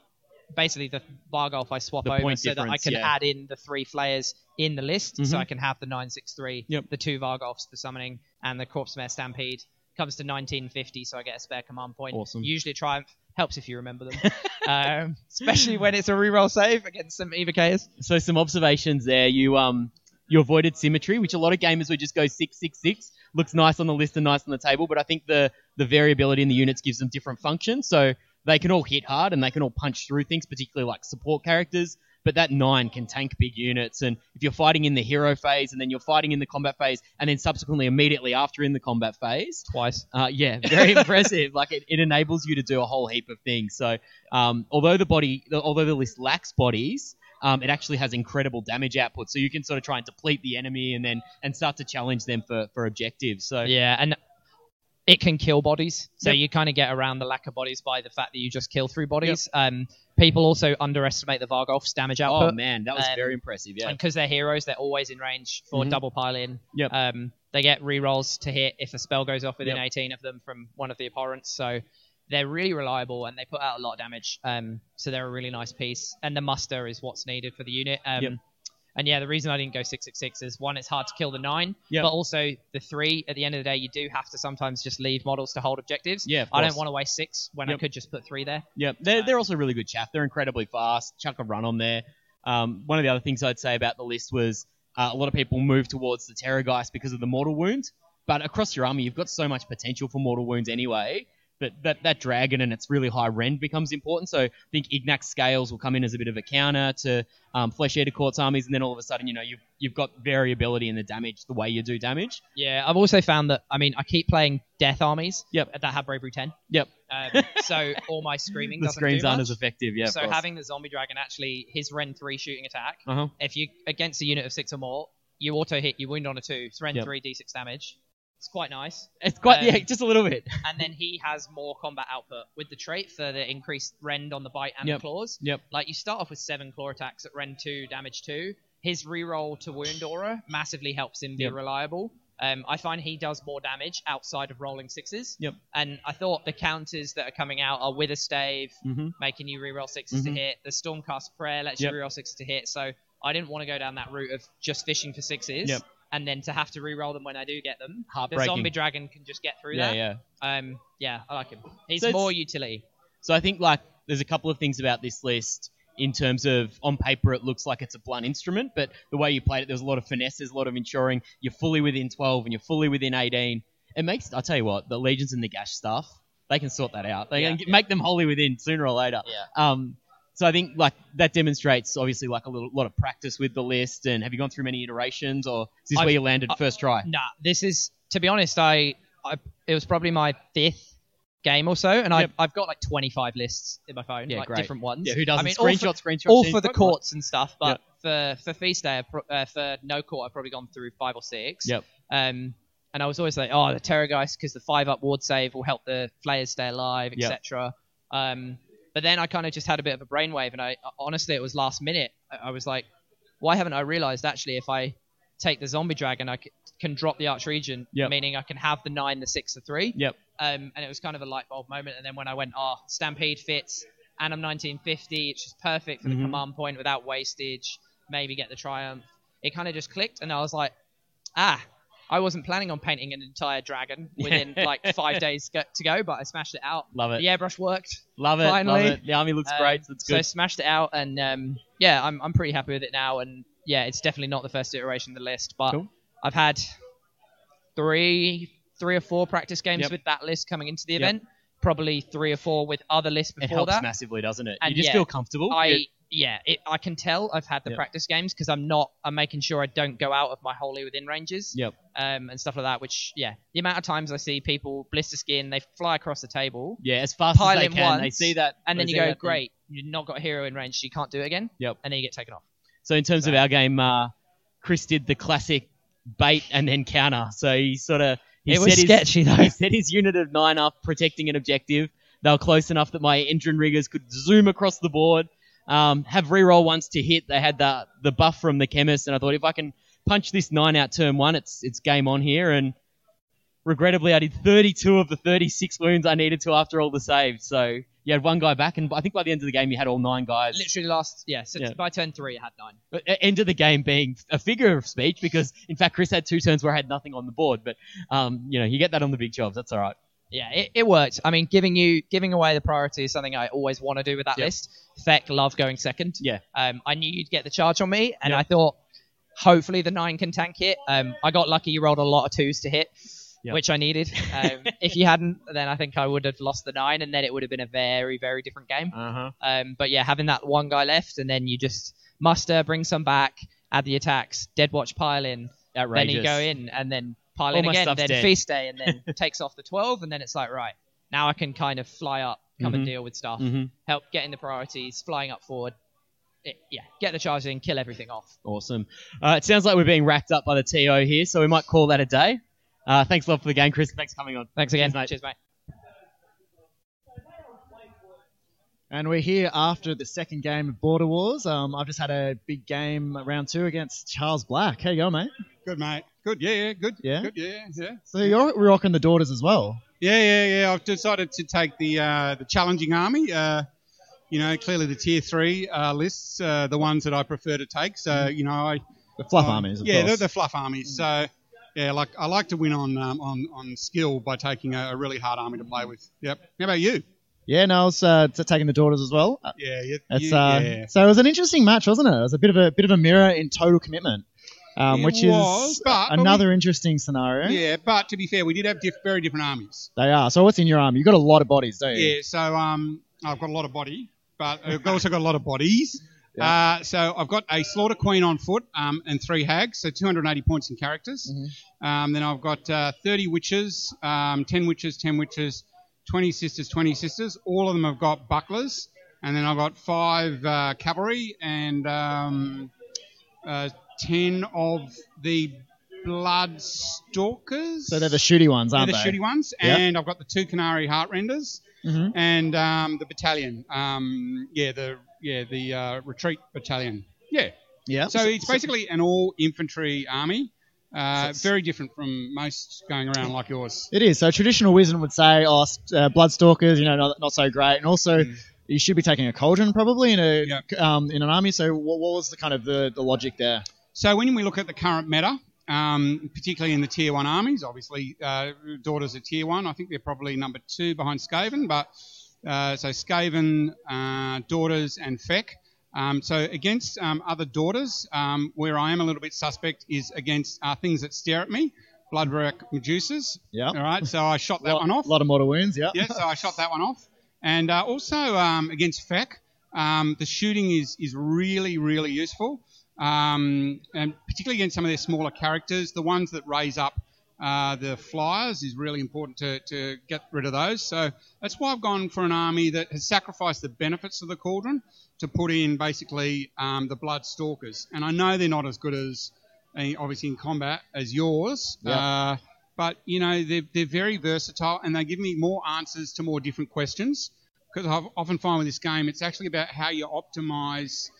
S10: Basically, the Vargolf I swap
S7: The
S10: over
S7: point
S10: so that I
S7: difference,
S10: can
S7: yeah.
S10: add in the three flayers in the list, so
S7: Mhm.
S10: I can have the nine six three,
S7: Yep.
S10: the two Vargolfs for summoning, and the Corpse Mare Stampede. Comes to 1950, so I get a spare command point.
S7: Awesome.
S10: Usually, Triumph helps if you remember them, um, especially when it's a reroll save against some EVKs.
S7: So some observations there. You um you avoided symmetry, which a lot of gamers would just go six six six. Looks nice on the list and nice on the table, but I think the the variability in the units gives them different functions. So they can all hit hard and they can all punch through things, particularly like support characters. But that nine can tank big units, and if you're fighting in the hero phase, and then you're fighting in the combat phase, and then subsequently immediately after in the combat phase,
S10: Twice.
S7: uh, yeah, very impressive. Like it, it enables you to do a whole heap of things. So um, although the body, although the list lacks bodies, um, it actually has incredible damage output. So you can sort of try and deplete the enemy and then and start to challenge them for for objectives. So
S10: Yeah, and it can kill bodies. So
S7: Yep.
S10: you kind of get around the lack of bodies by the fact that you just kill through bodies. Um, people also underestimate the Vargolf's damage
S7: oh
S10: output.
S7: man, that was
S10: um,
S7: very impressive. Yeah,
S10: And because they're heroes, they're always in range for
S7: Mhm.
S10: double pile in.
S7: Yep.
S10: Um, they get rerolls to hit if a spell goes off within
S7: Yep.
S10: 18 of them from one of the abhorrents. So they're really reliable and they put out a lot of damage. Um, so they're a really nice piece. And the muster is what's needed for the unit. Um,
S7: Yep.
S10: And yeah, the reason I didn't go 666 is one, it's hard to kill the nine,
S7: Yep.
S10: but also the three, at the end of the day, you do have to sometimes just leave models to hold objectives.
S7: yeah. of
S10: I don't
S7: course.
S10: want to waste six when
S7: Yep.
S10: I could just put three there.
S7: Yeah, they're, they're also really good chaff. They're incredibly fast. Chuck a run on there. Um, one of the other things I'd say about the list was uh, a lot of people move towards the Terror Geist because of the mortal wound, but across your army, you've got so much potential for mortal wounds anyway that, that, that dragon and its really high rend becomes important. So I think Ignax Scales will come in as a bit of a counter to um, Flesh Eater Court's armies, and then all of a sudden, you know, you've, you've got variability in the damage, the way you do damage.
S10: Yeah, I've also found that I mean I keep playing death armies.
S7: Yep.
S10: That have bravery ten.
S7: Yep.
S10: Um, so all my screaming
S7: The
S10: doesn't
S7: screens
S10: do
S7: aren't
S10: much.
S7: as effective, yeah. of
S10: so
S7: course.
S10: having the zombie dragon actually his Ren three shooting attack.
S7: Uh-huh.
S10: If you against a unit of six or more, you auto hit, you wound on a two. It's Ren
S7: Yep.
S10: three d six damage. It's quite nice.
S7: It's quite,
S10: um,
S7: yeah, just a little bit.
S10: and then he has more combat output with the trait for the increased rend on the bite and
S7: Yep.
S10: the claws.
S7: Yep.
S10: Like you start off with seven claw attacks at rend two, damage two. His reroll to wound aura massively helps him be
S7: Yep.
S10: reliable. Um, I find he does more damage outside of rolling sixes.
S7: Yep.
S10: And I thought the counters that are coming out are Wither Stave,
S7: Mhm.
S10: making you reroll 6s to hit. The Stormcast Prayer lets
S7: Mm-hmm. Yep.
S10: you reroll sixes to hit. So I didn't want to go down that route of just fishing for sixes
S7: Yep.
S10: and then to have to reroll them when I do get them. The
S7: Heartbreaking.
S10: Zombie Dragon can just get through
S7: yeah,
S10: that.
S7: yeah.
S10: Um, yeah, I like him. He's
S7: So it's-
S10: more utility.
S7: So I think like there's a couple of things about this list in terms of on paper it looks like it's a blunt instrument, but the way you played it, there's a lot of finesse, there's a lot of ensuring you're fully within 12 and you're fully within 18. It makes I tell you what, the legions and the gash stuff, they can sort that out. They
S10: Yeah.
S7: can get, make them wholly within sooner or later.
S10: Yeah.
S7: Um, so I think like that demonstrates obviously like a little, lot of practice with the list. And have you gone through many iterations, or is this
S10: I've-
S7: where you landed
S10: I-
S7: first try?
S10: Nah, this is to be honest, I, I it was probably my fifth game or so, and
S7: Yep.
S10: I, I've got like 25 lists in my phone,
S7: Yeah,
S10: like
S7: great.
S10: different ones.
S7: Yeah, who doesn't
S10: I mean, all
S7: screenshot,
S10: for-
S7: screenshot,
S10: all
S7: scenes,
S10: for the
S7: Pokemon.
S10: courts and stuff, but for for feast day, I pro- uh, for no court, I've probably gone through five or six.
S7: Yep.
S10: Um, and I was always like, oh, the Terrorgeist, because the five up ward save will help the players stay alive,
S7: Yep.
S10: etc. Um, but then I kind of just had a bit of a brainwave, and I honestly, it was last minute. I, I was like, why haven't I realized actually if I take the zombie dragon, I c- can drop the arch region,
S7: Yep.
S10: meaning I can have the nine, the six, the three.
S7: Yep.
S10: Um, and it was kind of a light bulb moment. And then when I went, oh, Stampede fits, and I'm 1950, it's just perfect for the
S7: Mm-hmm.
S10: command point without wastage, maybe get the triumph. It kind of just clicked, and I was like, ah, I wasn't planning on painting an entire dragon within like five days go- to go, but I smashed it out.
S7: Love it.
S10: The airbrush worked.
S7: Love it.
S10: Finally.
S7: Love it. The army looks
S10: Um,
S7: great. So it's
S10: So I
S7: good.
S10: smashed it out, and um, yeah, I'm, I'm pretty happy with it now. And yeah, it's definitely not the first iteration of the list, but
S7: Cool.
S10: I've had three, three or four practice games
S7: Yep.
S10: with that list coming into the
S7: Yep.
S10: event. Probably three or four with other lists before
S7: it helps
S10: that.
S7: massively, doesn't it?
S10: And
S7: you just
S10: yeah,
S7: feel comfortable.
S10: I yeah, it, I can tell I've had the
S7: Yep.
S10: practice games because I'm not. I'm making sure I don't go out of my wholly within ranges.
S7: Yep.
S10: Um, and stuff like that. Which yeah, the amount of times I see people blister skin, they fly across the table,
S7: Yeah, as fast
S10: pile
S7: as they
S10: in
S7: can, they
S10: once,
S7: see that,
S10: and
S7: they
S10: then you
S7: see
S10: go,
S7: that thing.
S10: great, you've not got a hero in range, so you can't do it again.
S7: Yep.
S10: And then you get taken off.
S7: So in terms of our game, uh, Chris did the classic bait and then counter. So he sort of he
S10: It
S7: set
S10: was
S7: his,
S10: sketchy, though.
S7: He set his unit of nine up, protecting an objective. They were close enough that my engine riggers could zoom across the board, um, have reroll once to hit. They had the the buff from the chemist, and I thought if I can punch this nine out turn one, it's it's game on here. And regrettably, I did 32 of the 36 wounds I needed to after all the saves. So you had one guy back, and I think by the end of the game, you had all nine guys.
S10: Literally last yeah, so
S7: Yeah.
S10: by turn three I had nine.
S7: But e- end of the game being a figure of speech because in fact Chris had two turns where I had nothing on the board, but um, you know you get that on the big jobs. That's all right.
S10: Yeah, it, it worked. I mean, giving you giving away the priority is something I always want to do with that
S7: Yep.
S10: list. Feck love going second.
S7: Yeah.
S10: Um, I knew you'd get the charge on me, and
S7: Yep.
S10: I thought hopefully the nine can tank it. Um, I got lucky. You rolled a lot of twos to hit,
S7: Yep.
S10: which I needed. Um, if you hadn't, then I think I would have lost the nine, and then it would have been a very very different game.
S7: Uh huh.
S10: Um, but yeah, having that one guy left, and then you just muster, bring some back, add the attacks, dead watch pile in,
S7: Outrageous.
S10: then you go in and then pile
S7: All
S10: in
S7: my
S10: again,
S7: stuff's
S10: then
S7: dead.
S10: feast day, and then takes off the twelve, and then it's like right now I can kind of fly up, come and deal with stuff,
S7: Mhm.
S10: help getting the priorities, flying up forward, It- yeah, get the charge in, kill everything off.
S7: Awesome. Uh, it sounds like we're being racked up by the TO here, so we might call that a day. Uh, thanks a lot for the game, Chris. Thanks for coming on.
S10: Thanks again,
S7: Cheers, mate.
S10: Cheers, mate.
S6: And we're here after the second game of Border Wars. Um, I've just had a big game round two against Charles Black. How you going, mate?
S9: Good, mate. Good. Yeah, yeah. Good.
S6: Yeah?
S9: Good. Yeah, yeah.
S6: So you're rocking the daughters as well.
S9: Yeah, yeah, yeah. I've decided to take the uh, the challenging army. Uh, you know, clearly the tier three uh, lists, uh, the ones that I prefer to take. So you know, I
S6: Mm-hmm. The Mm-hmm. fluff
S9: um,
S6: armies, of
S9: yeah,
S6: course.
S9: they're the fluff armies. So yeah, like I like to win on um, on on skill by taking a, a really hard army to play with. Yep. How about you?
S6: yeah, no, I was uh, t- taking the daughters as well. Uh,
S9: Yeah, yeah.
S6: That's,
S9: you-
S6: uh,
S9: yeah.
S6: So it was an interesting match, wasn't it? It was a bit of a bit of a mirror in total commitment. um,
S11: It
S6: which
S11: was,
S6: is
S11: but- but we-
S6: another interesting scenario.
S11: Yeah, but to be fair, we did have diff- very different armies.
S6: They are. So what's in your arm? You've got a lot of bodies, don't you?
S11: Yeah, so um, I've got a lot of body, but I've also got a lot of bodies. Uh, so I've got a slaughter queen on foot um, and three hags, so 280 points in characters. Um, then I've got uh, 30 witches, um, 10 witches, 10 witches, 20 sisters, 20 sisters. All of them have got bucklers, and then I've got five uh, cavalry and um, uh, 10 of the blood stalkers.
S6: So they're the shooty ones,
S11: They're
S6: aren't
S11: the
S6: they?
S11: shitty ones,
S6: Yeah.
S11: and I've got the two Canary Heartrenders
S6: Mhm.
S11: and um, the battalion. Um, yeah, the yeah the uh, retreat battalion. Yeah,
S6: Yeah.
S11: so it's basically an all infantry army. Uh, very different from most going around like yours.
S6: It is. So traditional wisdom would say, oh, s- uh, Bloodstalkers, you know, not, not so great. And also, you should be taking a cauldron probably in a
S11: Yeah.
S6: um, in an army. So what, what was the kind of the, the logic there?
S11: So when we look at the current meta, um, particularly in the tier one armies, obviously uh, daughters are tier one. I think they're probably number two behind Skaven, but uh, so Skaven, uh, daughters, and Feck. Um, so against um, other daughters, um, where I am a little bit suspect is against uh, things that stare at me, bloodwreck Medusas.
S6: Yeah.
S11: All right, so I shot that one off.
S6: A lot of mortal wounds, yeah.
S11: yeah, so I shot that one off. And uh, also um, against FEC, um, the shooting is, is really, really useful, um, and particularly against some of their smaller characters. The ones that raise up uh, the flyers is really important to, to get rid of those. So that's why I've gone for an army that has sacrificed the benefits of the Cauldron to put in basically um, the Blood Stalkers. And I know they're not as good as, eh, obviously, in combat as yours. Uh, but you know they're, they're very versatile and they give me more answers to more different questions because i often find with this game it's actually about how you optimize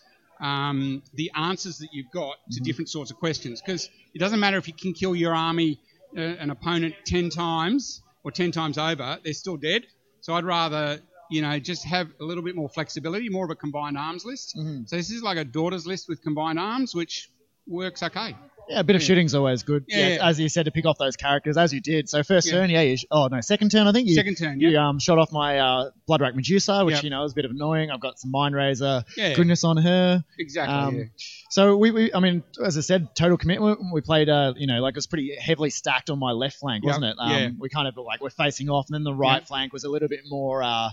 S11: um, the answers that you've got to different sorts of questions because it doesn't matter if you can kill your army uh, an opponent 10 times or 10 times over they're still dead so i'd rather you know just have a little bit more flexibility more of a combined arms list so this is like a daughter's list with combined arms which works okay
S6: Yeah, a bit of shooting's always good.
S11: Hmm. Yeah, yeah.
S6: As you said, to pick off those characters, as you did. So first
S11: Yeah.
S6: turn, yeah. You sh- oh no, second turn, I think. You,
S11: Second turn,
S6: You
S11: yeah.
S6: um, shot off my uh, Bloodrack Medusa, which
S11: Yeah.
S6: you know is a bit of annoying. I've got some Mind Razor
S11: Yeah.
S6: goodness on her.
S11: exactly
S6: Um,
S11: yeah.
S6: So we, we, I mean, as I said, total commitment. We played, uh, you know, like it was pretty heavily stacked on my left flank,
S11: Yeah,
S6: wasn't it? Um,
S11: yeah.
S6: We kind of like we're facing off, and then the right flank was a little bit more, uh,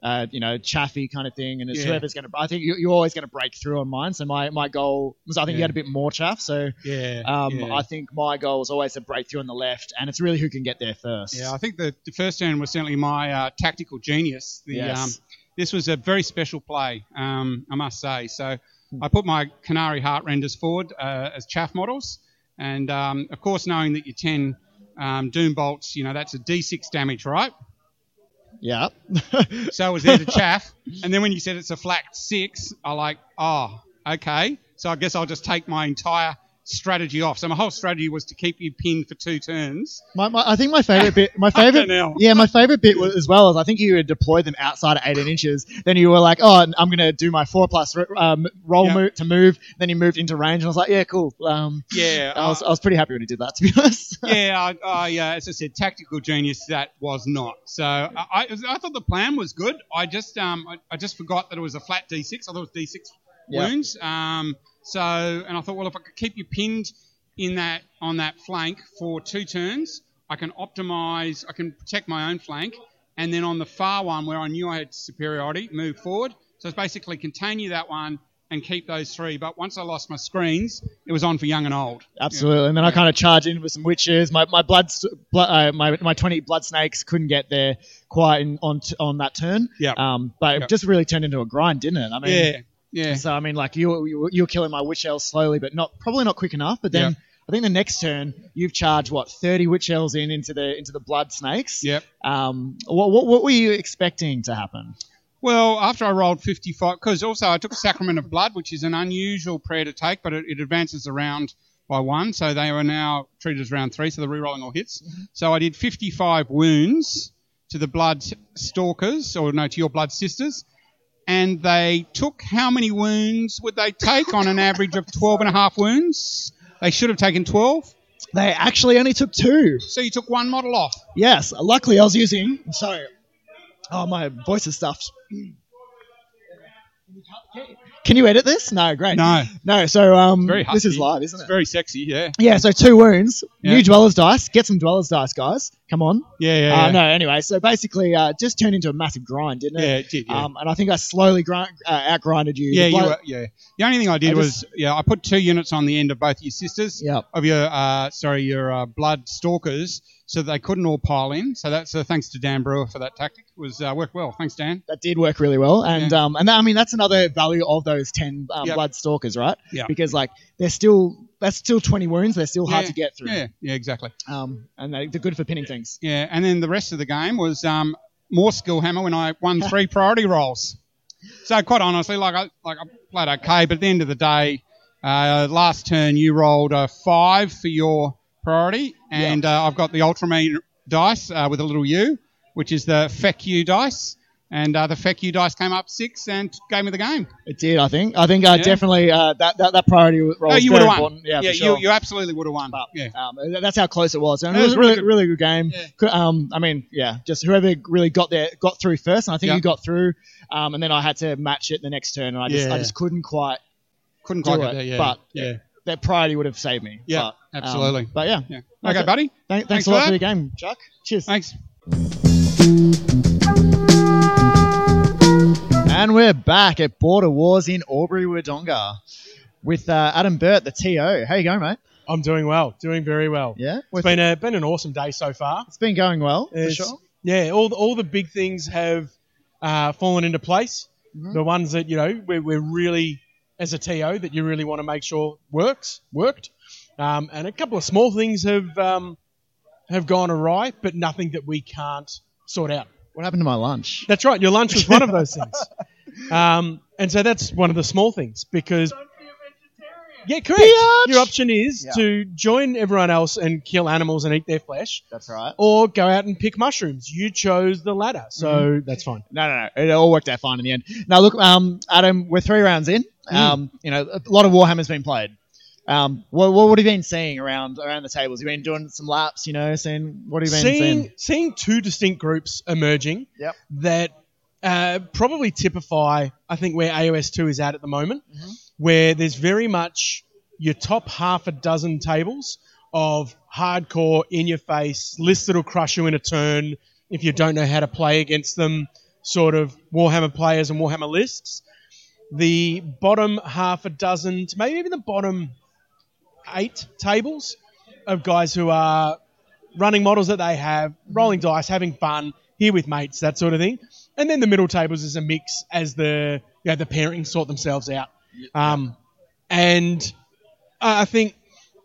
S6: uh, you know, chaffy kind of thing. And it's
S11: Yeah.
S6: whoever's going to, I think you, you're always going to break through on mine. So my, my goal was, I think you
S11: Yeah.
S6: had a bit more chaff. So
S11: yeah
S6: um,
S11: yeah.
S6: I think my goal was always to break through on the left, and it's really who can get there first.
S11: Yeah, I think the, the first turn was certainly my uh, tactical genius. The,
S6: Yes.
S11: um, this was a very special play, um, I must say. So
S6: Hmm.
S11: I put my Canary Heart renders forward uh, as chaff models, and um, of course, knowing that your 10 um, Doom Bolts, you know, that's a D6 damage, right?
S6: Yeah.
S11: So I was there to chaff, and then when you said it's a flat six, I like, oh, okay. So I guess I'll just take my entire strategy off. So my whole strategy was to keep you pinned for two turns.
S6: My, my, I think my favorite bit, my favorite,
S11: know.
S6: yeah, my favorite bit was, as well is I think you had deployed them outside of 18 inches. Then you were like, oh, I'm gonna do my four plus um, roll
S11: Yeah.
S6: move to move. Then you moved into range, and I was like, yeah, cool. Um,
S11: Yeah, uh,
S6: I was, I was pretty happy when he did that, to be honest.
S11: yeah, I, I, uh, as I said, tactical genius that was not. So I, I, I thought the plan was good. I just um, I, I just forgot that it was a flat D6. I thought it was D6
S6: Yeah.
S11: wounds. Um, so and I thought, well, if I could keep you pinned in that on that flank for two turns, I can optimize. I can protect my own flank, and then on the far one where I knew I had superiority, move forward. So it's basically contain you that one and keep those three. But once I lost my screens, it was on for young and old.
S6: Absolutely. And then I kind of charged in with some witches. My my blood, blood uh, my, my 20 blood snakes couldn't get there quite in, on t- on that turn.
S11: Yeah.
S6: Um, but it
S11: Yeah.
S6: just really turned into a grind, didn't it? I mean,
S11: Yeah, yeah.
S6: So I mean, like you, you you're killing my witch elves slowly, but not probably not quick enough. But then
S11: Yeah.
S6: I think the next turn you've charged what thirty witch elves in into the into the blood snakes.
S11: Yep.
S6: Um. What what, what were you expecting to happen?
S11: Well, after I rolled 55, because also I took Sacrament of Blood, which is an unusual prayer to take, but it, it advances the round by one, so they are now treated as round three, so they're rerolling all hits.
S6: Mm-hmm.
S11: So I did 55 wounds to the Blood Stalkers, or no, to your Blood Sisters, and they took how many wounds would they take on an average of 12 and a half wounds? They should have taken 12,
S6: They actually only took two.
S11: so you took one model off.
S6: Yes. Luckily, I was using. Sorry. Oh, my voice is stuffed. Can you edit this? No, great.
S11: No.
S6: No, so um,
S11: Very
S6: this is
S11: husky.
S6: live, isn't
S11: It's
S6: it?
S11: very sexy, yeah.
S6: Yeah, so two wounds,
S11: Yeah.
S6: new dwellers dice. Get some dwellers dice, guys. Come on.
S11: Yeah, yeah.
S6: Uh,
S11: yeah.
S6: no, anyway, so basically, uh, it just turned into a massive grind, didn't it?
S11: Yeah, it did, yeah.
S6: Um, and I think I slowly grind, uh, outgrinded you.
S11: yeah,
S6: The
S11: you
S6: blow-
S11: were, yeah. The only thing I did
S6: I
S11: was,
S6: just-
S11: yeah, I put two units on the end of both your sisters,
S6: Yep.
S11: of your, uh, sorry, your uh, blood stalkers, so that they couldn't all pile in. So that's uh, thanks to Dan Brewer for that tactic. Was uh, worked well. Thanks, Dan.
S6: that did work really well. And um, and that, I mean that's another value of those ten um,
S11: Yep.
S6: blood stalkers, right?
S11: Yep.
S6: Because like they're still that's still twenty wounds. They're still hard
S11: Yeah,
S6: to get through.
S11: Yeah, yeah, exactly.
S6: Um, and they, they're good for pinning things.
S11: Yeah, and then the rest of the game was um, more skill hammer when I won three priority rolls. So quite honestly, like I like I played okay, but at the end of the day, uh, last turn you rolled a five for your priority, and uh, I've got the Ultraman dice uh, with a little U, which is the Feck U dice, and uh, the Feck U dice came up six and gave me the game.
S6: It did, I think. I think uh, definitely uh, that, that that priority roll.
S11: Oh,
S6: was
S11: you would
S6: very
S11: have won.
S6: important. Yeah, for sure.
S11: you, you absolutely would have won.
S6: But,
S11: yeah.
S6: um, th- that's how close it was. And
S11: Yeah,
S6: it was a
S11: it was
S6: really,
S11: a good-
S6: really good game.
S11: Yeah.
S6: Co- Um, I mean, yeah, just whoever really got there got through first, and I think
S11: Yeah.
S6: you got through. Um, and then I had to match it the next turn, and I just,
S11: Yeah.
S6: I just couldn't quite
S11: Couldn't
S6: do
S11: quite
S6: it.
S11: get there, yeah.
S6: But
S11: yeah.
S6: that priority would have saved me.
S11: Yeah,
S6: But, um,
S11: absolutely.
S6: but yeah,
S11: Yeah.
S6: That's
S11: Okay,
S6: it.
S11: buddy.
S6: Thank- thanks,
S11: Thanks
S6: a
S11: for
S6: lot
S11: that.
S6: for the game, Chuck. Cheers.
S11: Thanks.
S6: And we're back at Border Wars in Aubrey Wodonga with uh, Adam Burt, the TO. How you going, mate?
S8: I'm doing well, doing Oh. very well.
S6: Yeah,
S8: It's
S6: With-
S8: been a been an awesome day so far.
S6: it's been going well for
S8: It's-
S6: sure.
S8: Yeah, all the, all the big things have uh, fallen into place.
S6: Mm-hmm.
S8: The ones that you know we're, we're really as a TO that you really want to make sure works worked, um, and a couple of small things have um, have gone awry, but nothing that we can't sort out.
S6: What happened to my lunch?
S8: That's right. Your lunch was one of those things, um, and so that's one of the small things because. Yeah, correct.
S6: Biatch!
S8: Your option is
S6: Yeah.
S8: to join everyone else and kill animals and eat their flesh,
S6: That's right.
S8: or go out and pick mushrooms. You chose the latter, so
S6: Mm-hmm.
S8: that's fine.
S6: No, no, no. It all worked out fine in the end. Now, look, um, Adam, we're three rounds in. Um, You know, a lot of Warhammer's been played. Um, what, what have you been seeing around around the tables? You been doing some laps, you know, seeing what have you been seeing?
S8: Seeing seeing two distinct groups emerging
S6: Yep.
S8: that uh, probably typify, I think, where AOS two is at at the moment, where there's very much your top half a dozen tables of hardcore, in your face, lists that'll crush you in a turn if you don't know how to play against them, sort of Warhammer players and Warhammer lists. The bottom half a dozen, to maybe even the bottom eight tables of guys who are running models that they have, rolling dice, having fun, here with mates, that sort of thing. And then the middle tables is a mix as the you know, the pairings sort themselves out. Um, and I I think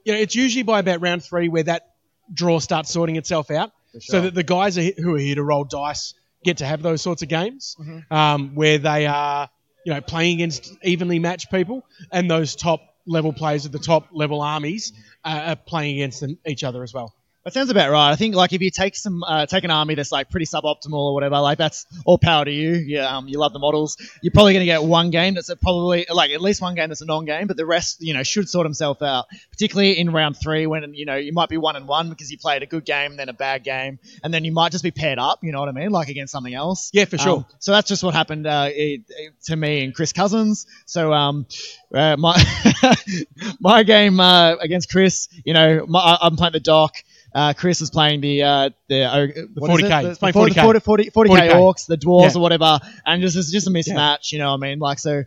S8: you know it's usually by about round three where that draw starts sorting itself out, so that the guys are, he- who are here to roll dice get to have those sorts of games um, where they are you know playing against evenly matched people, and those top level players of the top level armies uh, are playing against them, each other as well.
S6: That sounds about right. I think like if you take some uh, take an army that's like pretty suboptimal or whatever, like that's all power to you. Yeah, um, you love the models. You're probably going to get one game that's a probably like at least one game that's a non-game, but the rest you know should sort themselves out. Particularly in round three when you know you might be one and one because you played a good game, then a bad game, and then you might just be paired up. You know what I mean? Like against something else.
S8: Yeah, for sure.
S6: Um, so that's just what happened uh, it, it- to me and Chris Cousins. So um, uh, my my game uh, against Chris, you know, my, I- I'm playing the doc. Uh, Chris is playing the uh, the, uh, what is
S8: 40K.
S6: it?
S8: He's
S6: the,
S8: playing
S6: 40,
S8: 40K.
S6: 40, 40,
S8: 40K.
S6: 40K orcs, the dwarves
S8: Yeah.
S6: or whatever, and just it's just a mismatch. You know what I mean? Like so,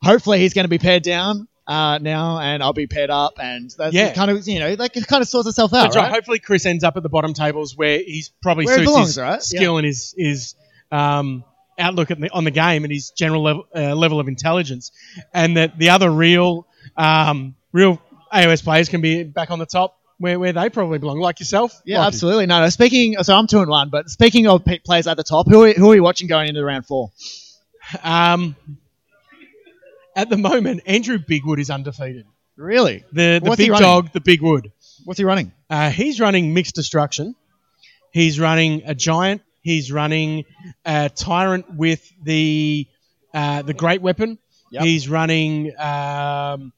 S6: hopefully he's going to be paired down. Uh, now and I'll be paired up, and that's
S8: Yeah.
S6: kind of you know like it kind of sorts itself out,
S8: That's right.
S6: right?
S8: Hopefully, Chris ends up at the bottom tables where he's probably
S6: Where he
S8: suits
S6: belongs,
S8: his
S6: right?
S8: skill and his his um, outlook at the, on the game and his general level, uh, level of intelligence, and that the other real um, real AOS players can be back on the top where, where they probably belong, like yourself.
S6: Yeah,
S8: Lachie.
S6: absolutely. No, no. Speaking, so I'm two and one, but speaking of pe- players at the top, who are, who are you watching going into round four?
S8: Um, at the moment, Andrew Bigwood is undefeated.
S6: Really?
S8: The the
S6: What's he
S8: big
S6: running?
S8: dog, the Bigwood.
S6: What's he running?
S8: Uh, he's running mixed destruction. He's running a giant. He's running a tyrant with the uh, the great weapon.
S6: Yep.
S8: He's running um,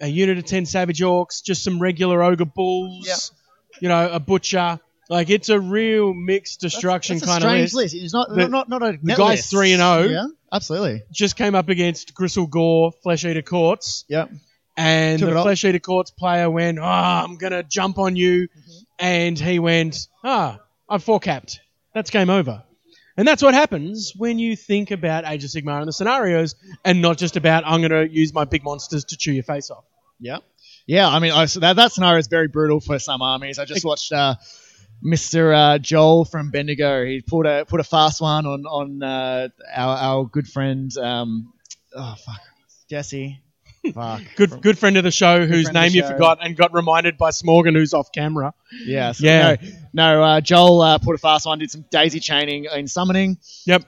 S8: a unit of ten savage orcs, just some regular ogre bulls. You know, a butcher, Like it's a real mixed destruction
S6: That's a
S8: kind of
S6: strange
S8: list.
S6: list. It's not
S8: The-
S6: not not a
S8: The
S6: net
S8: guy's
S6: list.
S8: three and oh. zero.
S6: Yeah, absolutely.
S8: Just came up against Gristle Gore, Flesh Eater Courts.
S6: Yep.
S8: And
S6: Took
S8: the
S6: it up.
S8: Flesh Eater Courts player went, "Ah, I'm gonna jump on you,"
S6: Mm-hmm.
S8: and he went, "Ah, I'm four capped. That's game over." And that's what happens when you think about Age of Sigmar and the scenarios, and not just about I'm gonna use my big monsters to chew your face off.
S6: Yeah, yeah. I mean, I, so that that scenario is very brutal for some armies. I just watched uh, Mister uh, Joel from Bendigo. He pulled a put a fast one on on uh, our our good friend. Um, oh fuck, Jesse. Fuck.
S8: Good, good friend of the show whose
S6: friend of
S8: name
S6: the
S8: you
S6: show.
S8: forgot and got reminded by Smorgan, who's off camera.
S6: Yeah. So
S8: Yeah.
S6: No, no uh, Joel uh, put a fast one. Did some daisy chaining in summoning.
S8: Yep.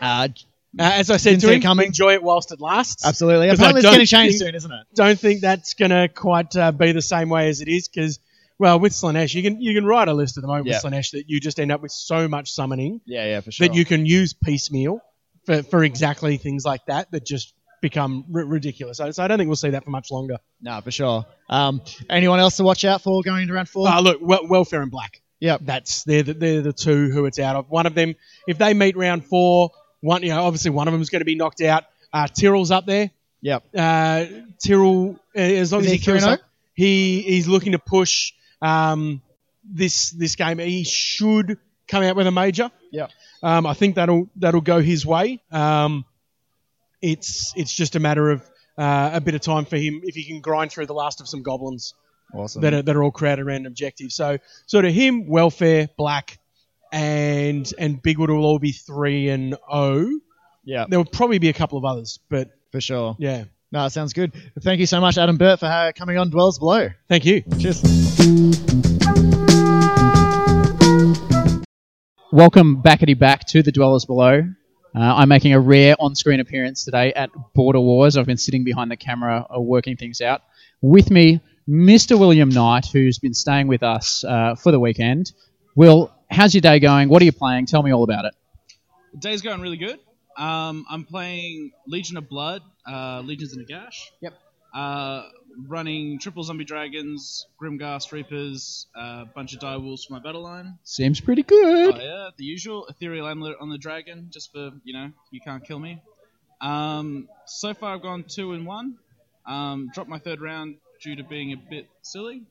S6: Uh,
S8: Uh, as I said
S6: Didn't
S8: to
S6: see it
S8: him,
S6: coming.
S8: enjoy it whilst it lasts.
S6: absolutely.
S8: 'Cause I
S6: Apparently, it's
S8: don't
S6: going to change
S8: think-
S6: soon, isn't it?
S8: Don't think that's going to quite uh, be the same way as it is because, well, with Slanesh, you can you can write a list at the moment
S6: Yeah.
S8: with Slanesh that you just end up with so much summoning
S6: Yeah, yeah, for sure.
S8: that you can use piecemeal for, for exactly things like that that just become r- ridiculous. So, so I don't think we'll see that for much longer.
S6: No, for sure. Um, anyone else to watch out for going into round four?
S8: Ah, look, wel- welfare and black.
S6: Yep.
S8: that's they're the, they're the two who it's out of. One of them, if they meet round four, one you know obviously one of them's going to be knocked out. Uh, Tyrrell's up there.
S6: Yep.
S8: Uh, Tyrrell, uh, as long
S6: Is
S8: as he
S6: he oh?
S8: kills
S6: 3-0?
S8: up, he he's looking to push um, this this game. He should come out with a major.
S6: Yep.
S8: Um, I think that'll that'll go his way. Um, it's it's just a matter of uh, a bit of time for him if he can grind through the last of some goblins
S6: Awesome.
S8: that are, that are all crowded around an objective. So sort of him, welfare, black, and and Bigwood will all be three and O.
S6: yeah,
S8: There will probably be a couple of others, but
S6: for sure.
S8: yeah.
S6: No, it sounds good. Thank you so much, Adam Burt, for uh, coming on Dwells Below.
S8: Thank you.
S3: Welcome backity back to the Dwellers Below. Uh, I'm making a rare on-screen appearance today at Border Wars. I've been sitting behind the camera uh, working things out. With me, Mr. William Knight, who's been staying with us uh, for the weekend. Will, how's your day going? What are you playing? Tell me all about it.
S12: Day's going really good. Um, I'm playing Legion of Blood, uh, Legions in a Gash.
S3: Yep.
S12: Uh, running triple zombie dragons, Grimghast Reapers, a bunch of dire wolves for my battle line.
S3: Seems pretty good.
S12: Oh yeah, the usual ethereal amulet on the dragon, just for you know you can't kill me. Um, so far I've gone two and one. Um, dropped my third round due to being a bit silly,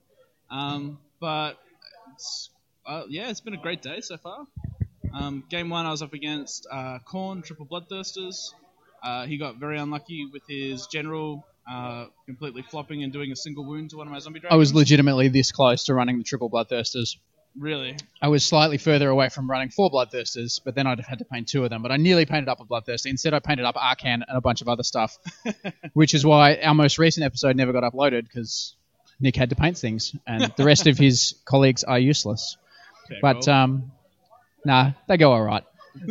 S12: um, but it's, uh, yeah, it's been a great day so far. Um, game one I was up against uh, Corn Triple Bloodthirsters. Uh, he got very unlucky with his general. Uh, completely flopping and doing a single wound to one of my zombie dragons.
S3: I was legitimately this close to running the triple bloodthirsters.
S12: really
S3: I was slightly further away from running four bloodthirsters, but then I'd have had to paint two of them. But I nearly painted up a bloodthirsty. Instead, I painted up Arcan and a bunch of other stuff, which is why our most recent episode never got uploaded because Nick had to paint things, and the rest of his colleagues are useless. But um, nah, they go all right.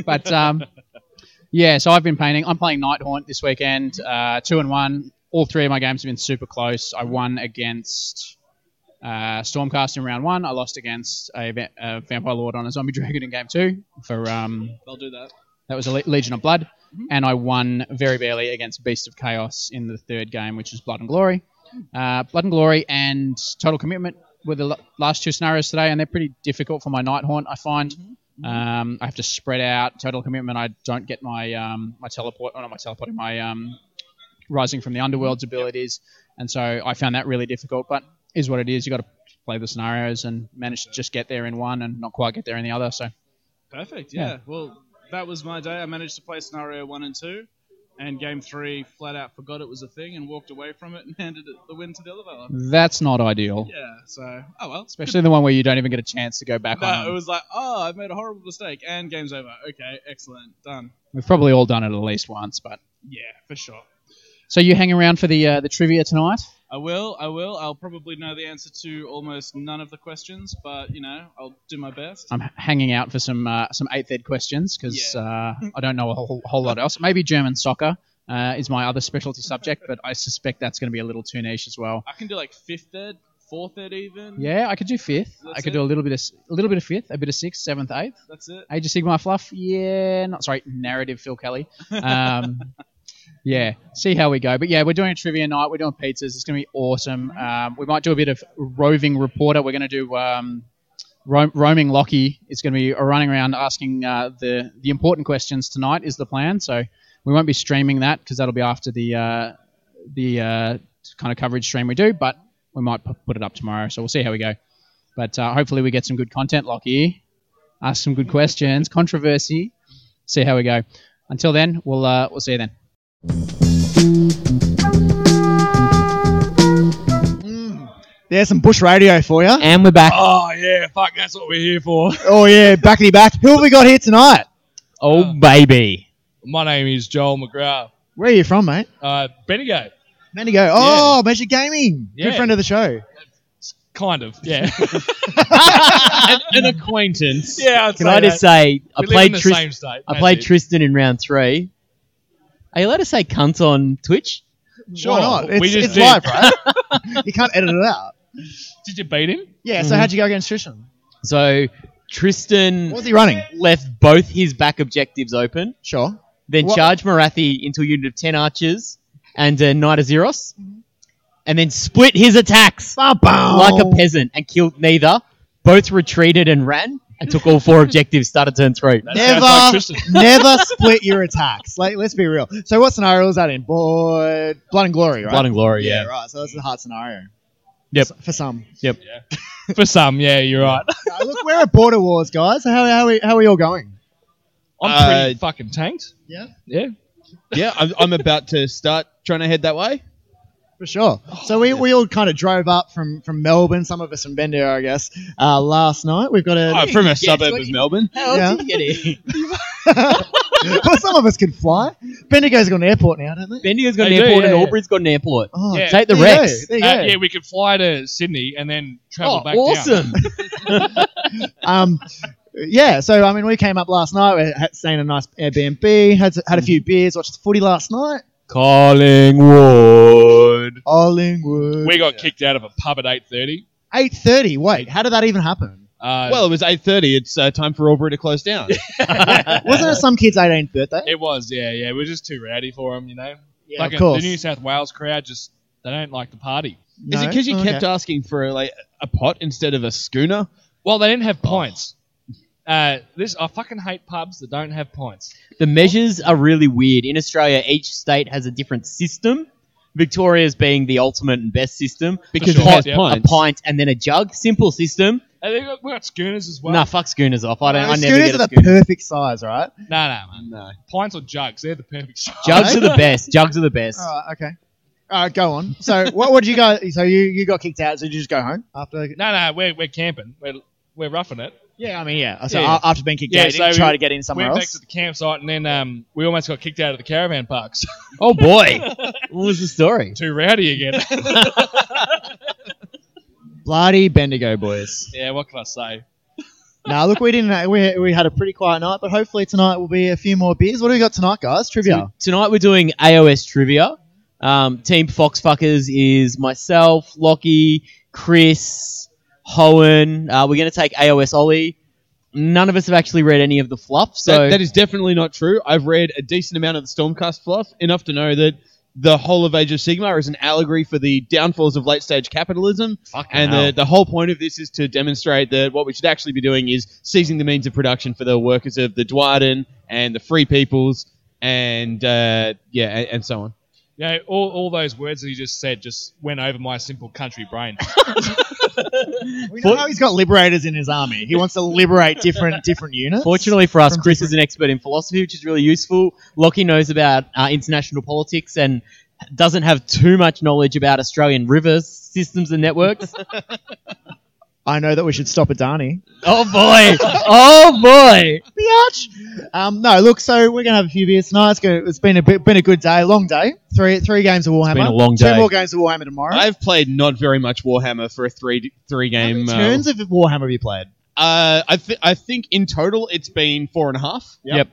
S3: But um, yeah, so I've been painting. I'm playing Night Haunt this weekend, uh, two and one. All three of my games have been super close. I won against uh, Stormcast in round one. I lost against a, va- a Vampire Lord on a Zombie Dragon in game two for um,
S12: they'll do that.
S3: that was a Le- Legion of Blood, and I won very barely against Beast of Chaos in the third game, which was Blood and Glory. Uh, Blood and Glory and Total Commitment were the l- last two scenarios today, and they're pretty difficult for my Night Haunt. I find Um, I have to spread out. Total Commitment, I don't get my um, my teleport, oh, not my teleporting, my um, Rising from the Underworld's abilities, and so I found that really difficult. But is what it is. You got to play the scenarios and manage to just get there in one and not quite get there in the other. So
S12: Perfect.
S3: Yeah.
S12: Yeah. Well, that was my day. I managed to play scenario one and two, and game three flat out forgot it was a thing and walked away from it and handed it the win to the other fella.
S3: that's not ideal.
S12: Yeah. So, oh well.
S3: Especially the one where you don't even get a chance to go back on.
S12: No,
S3: them.
S12: it was like, oh, I've made a horrible mistake, and game's over. Okay, excellent, done.
S3: We've probably all done it at least once, but
S12: Yeah, for sure.
S3: so you hang around for the uh, the trivia tonight.
S12: I will. I will. I'll probably know the answer to almost none of the questions, but you know, I'll do my best.
S3: I'm h- hanging out for some uh, some eighth ed questions because
S12: Yeah.
S3: uh, I don't know a whole, whole lot else. Maybe German soccer uh, is my other specialty subject, but I suspect that's going to be a little too niche as well.
S12: I can do like fifth ed, fourth ed, even.
S3: Yeah, I could do fifth. I
S12: That's
S3: could
S12: it?
S3: do a little bit of s- a little bit of fifth, a bit of sixth, seventh, eighth.
S12: That's it.
S3: Age of Sigmar fluff. Yeah, not sorry, narrative Phil Kelly. Um, yeah, see how we go. But yeah, we're doing a trivia night. We're doing pizzas. It's going to be awesome. Um, we might do a bit of roving reporter. We're going to do um, Ro- roaming Lockie is going to be running around asking uh, the the important questions tonight. Is the plan? So we won't be streaming that because that'll be after the uh, the uh, kind of coverage stream we do. But we might p- put it up tomorrow. So we'll see how we go. But uh, hopefully we get some good content, Lockie. Ask some good questions, controversy. See how we go. Until then, we'll uh, we'll see you then.
S6: There's some bush radio for you.
S3: And we're back.
S13: Oh yeah, fuck, that's what we're here for.
S6: Oh yeah, backity back. Who have we got here tonight?
S3: Oh baby.
S13: My name is Joel McGrath.
S6: Where are you from, mate?
S13: Uh, Bendigo,
S6: Bendigo. Oh, Magic Gaming. Good
S13: Yeah.
S6: friend of the show.
S13: kind of. Yeah,
S7: An acquaintance.
S13: yeah. I'd
S7: Can
S13: say
S7: I just
S13: that.
S7: say, I
S13: we live in
S7: played
S13: the
S7: Tris-
S13: same state.
S7: I played
S13: that's it.
S7: Tristan in round three. Are you allowed to say cunt on Twitch?
S13: Sure.
S6: Why not? It's,
S13: we just
S6: it's
S13: did.
S6: live, right? you can't edit it out.
S13: Did you beat him?
S6: Yeah. So how'd you go against Tristan?
S7: So Tristan
S6: What was he running?
S7: left both his back objectives open,
S6: Sure.
S7: then
S6: What-
S7: charged Marathi into a unit of 10 archers and a Knight of Zeros, and then split his attacks like a peasant and killed neither. Both retreated and ran and took all four objectives, started turn three.
S13: That sounds like
S6: Never,
S13: Tristan.
S6: never split your attacks. Like, let's be real. So, what scenario was that in? Blood, blood and glory, right?
S7: Blood and glory, yeah.
S6: right. So that's a hard scenario.
S7: Yep.
S6: S- For some.
S13: For some, yeah, you're right.
S6: Uh, look, we're at border wars, guys. How how we how we all going?
S13: I'm pretty fucking tanked.
S6: Yeah.
S13: Yeah.
S5: Uh, yeah, I'm, I'm about to start trying to head that way.
S6: For sure.
S5: Oh,
S6: So we, we all kind of drove up from, from Melbourne, some of us from Bendigo, I guess, uh, last night. We've got a.
S5: Oh, from a suburb of Melbourne.
S7: How
S6: Yeah.
S7: did you get here?
S6: well, some of us can fly. Bendigo's got an airport now, don't they?
S7: Bendigo's got an
S13: They do,
S7: airport
S13: yeah,
S7: and
S13: yeah.
S7: Albury's got an airport.
S6: Oh,
S13: Yeah.
S7: Take the
S6: there you go,
S7: Rex.
S6: There you
S13: Uh,
S6: go.
S13: yeah, we could fly to Sydney and then travel
S7: Oh,
S13: back down.
S7: awesome.
S6: um, yeah, so I mean, we came up last night. We had staying in a nice Airbnb, had had a few beers, watched the footy last night.
S5: Collingwood.
S6: Arlingwood.
S13: We got kicked out of a pub at 8.30.
S6: eight thirty. Wait, how did that even happen?
S13: Uh,
S5: Well, it was 8:30. It's uh, time for Albury to close down.
S6: Wasn't it some kid's eighteenth birthday?
S13: it was, yeah, yeah. We were just too rowdy for them, you know.
S6: Yeah,
S13: like
S6: of
S13: a-
S6: course.
S13: the New South Wales crowd just, they don't like the party.
S6: No?
S5: Is it because you
S6: Okay.
S5: kept asking for like a pot instead of a schooner?
S13: Well, they didn't have pints. Uh, this I fucking hate pubs that don't have pints.
S7: The measures are really weird. In Australia, each state has a different system. Victoria's being the ultimate and best system
S5: Because
S13: sure.
S7: it has
S13: Yeah.
S7: a pint and then a jug. Simple system.
S13: And they got, we got schooners as well.
S7: nah, fuck schooners off. I don't. I never
S6: scooters
S7: get
S6: are
S7: a
S6: the
S7: schooner.
S6: perfect size, right?
S13: No, no, man. No. Pints or jugs, they're the perfect size.
S7: Jugs
S6: Alright.
S7: are the best. Jugs are the best.
S6: All right, okay. All right, go on. So what would you guys? So you, you got kicked out. So did you just go home after?
S13: No, no, we're, we're camping. We're, we're roughing it.
S6: Yeah, I mean, yeah. So
S13: Yeah.
S6: a- after being kicked
S13: Yeah,
S6: out, you
S13: so
S6: didn't try
S13: we-
S6: to get in somewhere
S13: went back
S6: else.
S13: to the campsite and then um, we almost got kicked out of the caravan park. So
S7: Oh boy, what was the story?
S13: too rowdy again.
S6: Bloody Bendigo boys.
S13: yeah, what can I say?
S6: now look, we didn't. We, we had a pretty quiet night, but hopefully tonight will be a few more beers. What do we got tonight, guys? Trivia.
S7: Tonight we're doing AOS trivia. Um, Team Foxfuckers is myself, Lockie, Chris, Hohen. Uh, we're going to take AOS Ollie. None of us have actually read any of the fluff, so
S5: that, that is definitely not true. I've read a decent amount of the Stormcast fluff, enough to know that the whole of Age of Sigmar is an allegory for the downfalls of late stage capitalism. and the, the whole point of this is to demonstrate that what we should actually be doing is seizing the means of production for the workers of the Dwarden and the free peoples and uh, yeah, and, and so on.
S13: You know, all, all those words that he just said just went over my simple country brain.
S6: We know how he's got liberators in his army. He wants to liberate different different units.
S7: Fortunately for us,
S6: From
S7: Chris is an expert in philosophy, which is really useful. Lockie knows about uh, international politics and doesn't have too much knowledge about Australian rivers, systems, and networks.
S6: I know that we should stop Adani.
S7: oh boy! Oh boy!
S6: Biatch. Um, no, look. So we're gonna have a few beers tonight. It's, good. it's been a bit, been a good day, long day. Three three games of Warhammer.
S5: been a long
S6: Two
S5: day.
S6: more games of Warhammer tomorrow.
S5: I've played not very much Warhammer for a three three
S6: How
S5: game.
S6: many
S5: uh,
S6: turns of Warhammer have you played?
S5: Uh, I, th- I think in total it's been four and a half.
S7: Yep.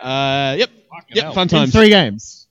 S5: Uh, yep. Yep.
S13: hell.
S5: Fun
S6: In
S5: times.
S6: three games.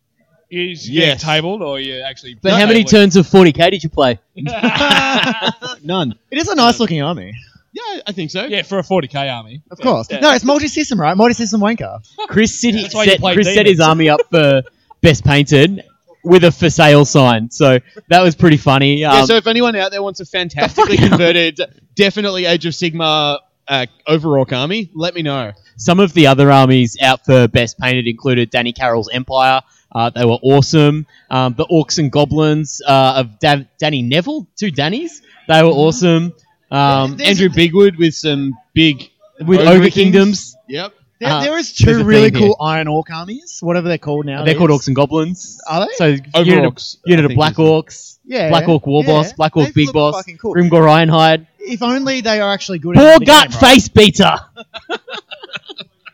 S13: You just
S5: Yes.
S13: get tabled or you actually.
S7: But how many turns of 40k did you play?
S5: None.
S6: It is a nice looking army,
S5: Yeah, I think so.
S13: Yeah, for a 40k army.
S6: of course. No, it's multi system, right? Multi system wanker.
S7: Chris, City
S13: That's why you
S7: set,
S13: play
S7: Chris set his
S13: demons.
S7: army up for best painted. with a for sale sign. So that was pretty funny. Um,
S5: yeah, so if anyone out there wants a fantastically converted, definitely Age of Sigma uh, Overwrought army, let me know.
S7: some of the other armies out for best painted included Danny Carroll's Empire. Uh, they were awesome. Um, the Orcs and Goblins uh, of Dan- Danny Neville, two Dannies. They
S5: Mm-hmm.
S7: were awesome. Um, Andrew Bigwood with some big with
S5: Ogre
S7: Ogre
S5: Kings.
S7: Kingdoms.
S5: Yep.
S7: There-
S5: Uh,
S7: there is
S5: there's
S7: two
S5: a
S7: really
S5: theme here.
S7: cool Iron Orc armies, whatever Uh, they're called now.
S5: They're called
S7: Orcs and Goblins. Are they? So
S5: Ogre
S7: unit of,
S5: Orcs, I
S7: unit of
S5: think
S7: Black
S5: is the-
S7: Orcs,
S5: Yeah,
S7: Black Orc War
S5: yeah.
S7: Boss, Black Orc
S5: They
S7: Big
S5: look
S7: Boss,
S5: fucking cool.
S7: Grimgor Ironhide,
S5: If only they are actually good
S7: Borgut Face Beater.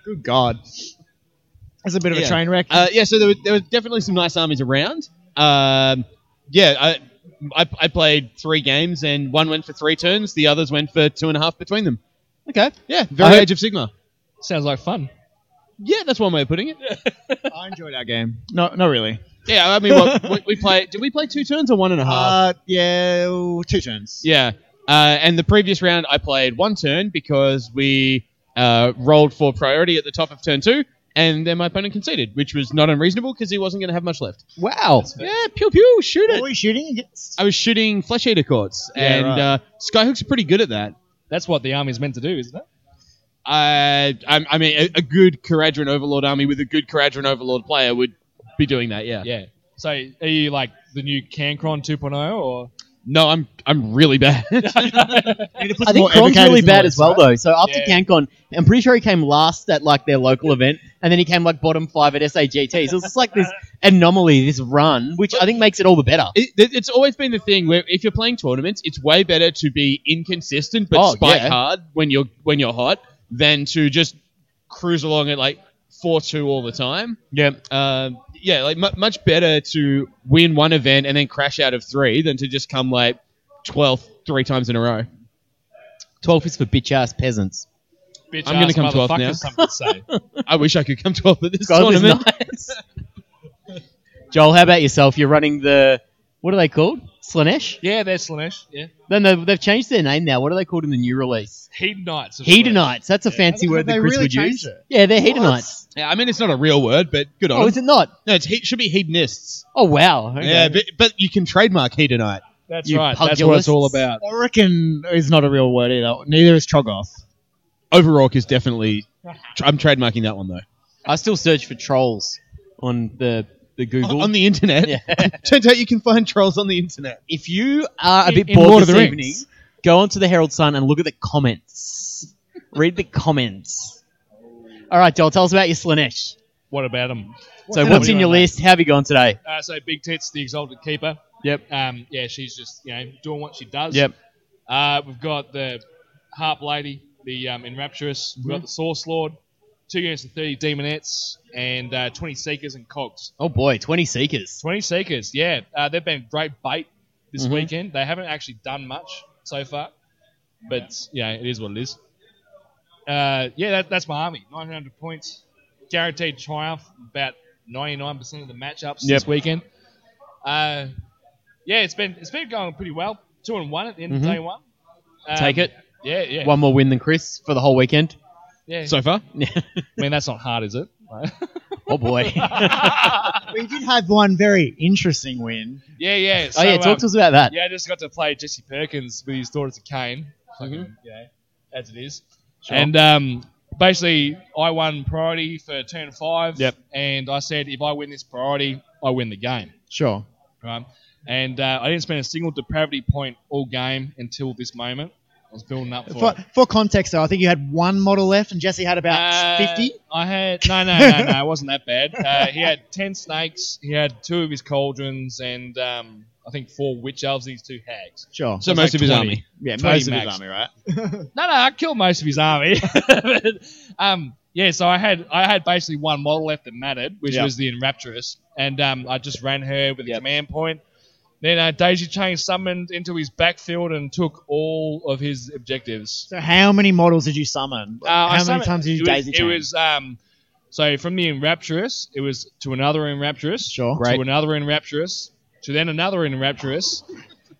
S5: Good God.
S7: That's a bit of a
S5: Yeah.
S7: train wreck.
S5: Uh, yeah, so there was, there was definitely some nice armies around. Um, yeah, I, I, I played three games, and one went for three turns, the others went for two and a half between them. Okay. Yeah, very
S7: I-
S5: Age of Sigma.
S13: Sounds like fun.
S5: Yeah, that's one way of putting it.
S7: I enjoyed our game. No, not really.
S5: Yeah, I mean, what, we, we play. Did we play two turns or one and a half?
S7: Uh, yeah, ooh, two turns.
S5: Yeah. Uh, and the previous round, I played one turn because we uh, rolled for priority at the top of turn two, and then my opponent conceded, which was not unreasonable because he wasn't going to have much left.
S7: Wow.
S5: Yeah, pew pew,
S7: What
S5: shoot it.
S7: were we shooting against?
S5: I was shooting flesh eater courts,
S13: Yeah,
S5: and
S13: right.
S5: uh, Skyhook's pretty good at that.
S13: That's what the army's meant to do, isn't it?
S5: I, I, I mean, a, a good Caradron Overlord army with a good Caradron Overlord player would be doing that. Yeah.
S13: Yeah. So are you like the new Cancron 2.0 or?
S5: No, I'm I'm really bad.
S7: I think Crom's really bad as well, though. So after
S13: Yeah.
S7: CanCon, I'm pretty sure he came last at like their local event, and then he came like bottom five at SAGT. So it's just like this anomaly, this run, which I think makes it all the better.
S5: It, it- it's always been the thing where if you're playing tournaments, it's way better to be inconsistent but
S7: Oh,
S5: spike
S7: yeah.
S5: hard when you're when you're hot than to just cruise along at like four two all the time.
S7: Yeah.
S5: Um, yeah, like mu much better to win one event and then crash out of three than to just come like twelfth three times in a row.
S7: Twelve is for bitch ass peasants.
S13: Bitch
S5: I'm gonna
S13: ass
S5: come 12th now.
S13: motherfuckers, some could say.
S5: I wish I could come twelfth at this
S7: God, this is
S5: tournament.
S7: nice. Joel, how about yourself? You're running the what are they called? Slanesh?
S13: yeah, they're Slanesh. Yeah.
S7: Then they've, they've changed their name now. What are they called in the new release?
S13: Hedonites. of Slanesh.
S7: Hedonites. That's a fancy
S13: Have
S7: word that
S13: they
S7: Chris
S13: really
S7: would
S13: changed
S7: use.
S13: it?
S7: Yeah, they're hedonites.
S5: Yeah, I mean it's not a real word, but good on
S7: Oh,
S5: 'em.
S7: is it not?
S5: No, it's, it should be hedonists.
S7: Oh wow. Okay.
S5: Yeah, but, but you can trademark hedonite.
S13: That's
S7: You
S13: right. That's what it's all
S7: pugilists.
S13: about.
S7: Orican is not a real word either. Neither is Trogoth.
S5: Overrock is definitely. Tra- I'm trademarking that one though.
S7: I still search for trolls on the the Google.
S5: on the internet.
S7: Yeah.
S5: Turns out you can find trolls on the internet.
S7: if you are Uh, a
S13: In-
S7: bit
S13: in
S7: bored
S13: Lord of
S7: this
S13: the Rings.
S7: evening, go onto the Herald Sun and look at the comments. Read the comments. All right, Joel, tell us about your Slanesh.
S13: What about them?
S7: so, what's in your list? How have you gone today?
S13: Uh, so Big Tits, the Exalted Keeper.
S7: Yep.
S13: Um, yeah, she's just you know doing what she does.
S7: Yep.
S13: Uh, we've got the Harp Lady, the um, Enrapturous. We've
S7: Mm-hmm.
S13: got the Source Lord, two units of thirty Demonettes, and uh, twenty Seekers and Cogs.
S7: Oh boy, 20 Seekers.
S13: Twenty Seekers, yeah, uh, they've been great bait this
S7: Mhm.
S13: weekend. They haven't actually done much so far, but yeah, it is what it is. Uh, yeah, that, that's my army. Nine hundred points, guaranteed triumph. About ninety nine percent of the matchups this weekend. Uh, yeah, it's been it's been going pretty well. Two and one at the end
S7: Mhm.
S13: of day one. Um,
S7: Take it.
S13: Yeah, yeah.
S7: One more win than Chris for the whole weekend.
S13: yeah.
S5: So far,
S13: I mean, that's not hard, is it?
S7: oh boy. we did have one very interesting win.
S13: yeah, yeah. um,
S7: oh yeah, talk to us about that.
S13: Yeah, I just got to play Jesse Perkins with his daughter to Kane.
S7: Mm-hmm.
S13: Fucking, Yeah, as it is. And um, basically, I won priority for turn five.
S7: Yep.
S13: And I said, if I win this priority, I win the game.
S7: Sure.
S13: Right. And uh, I didn't spend a single depravity point all game until this moment. I was building up for.
S7: For,
S13: it.
S7: for context, though, I think you had one model left, and Jesse had
S13: Uh,
S7: about fifty.
S13: I had no, no, no, no. It wasn't that bad. Uh, he had ten snakes. He had two of his cauldrons, and um, I think four witch elves and his two hags.
S7: Sure.
S5: so
S13: it's like
S5: most of his
S13: 20.
S5: army.
S7: yeah,
S13: 20
S7: most of his
S13: max.
S7: army, right?
S13: No, no, I killed most of his army. But, um, yeah, so I had I had basically one model left that mattered, which
S7: Yep.
S13: was the Enrapturous, and um, I just ran her with a command point. Then uh, Daisy Chain summoned into his backfield and took all of his objectives.
S7: So how many models did you summon?
S13: Uh,
S7: how
S13: I
S7: many
S13: summoned-
S7: times did you
S13: it was-
S7: daisy chain?
S13: It was um, so from the Enrapturous, it was to another Enrapturous,
S7: Sure.
S13: to
S7: Great.
S13: another Enrapturous, to then another Enrapturous,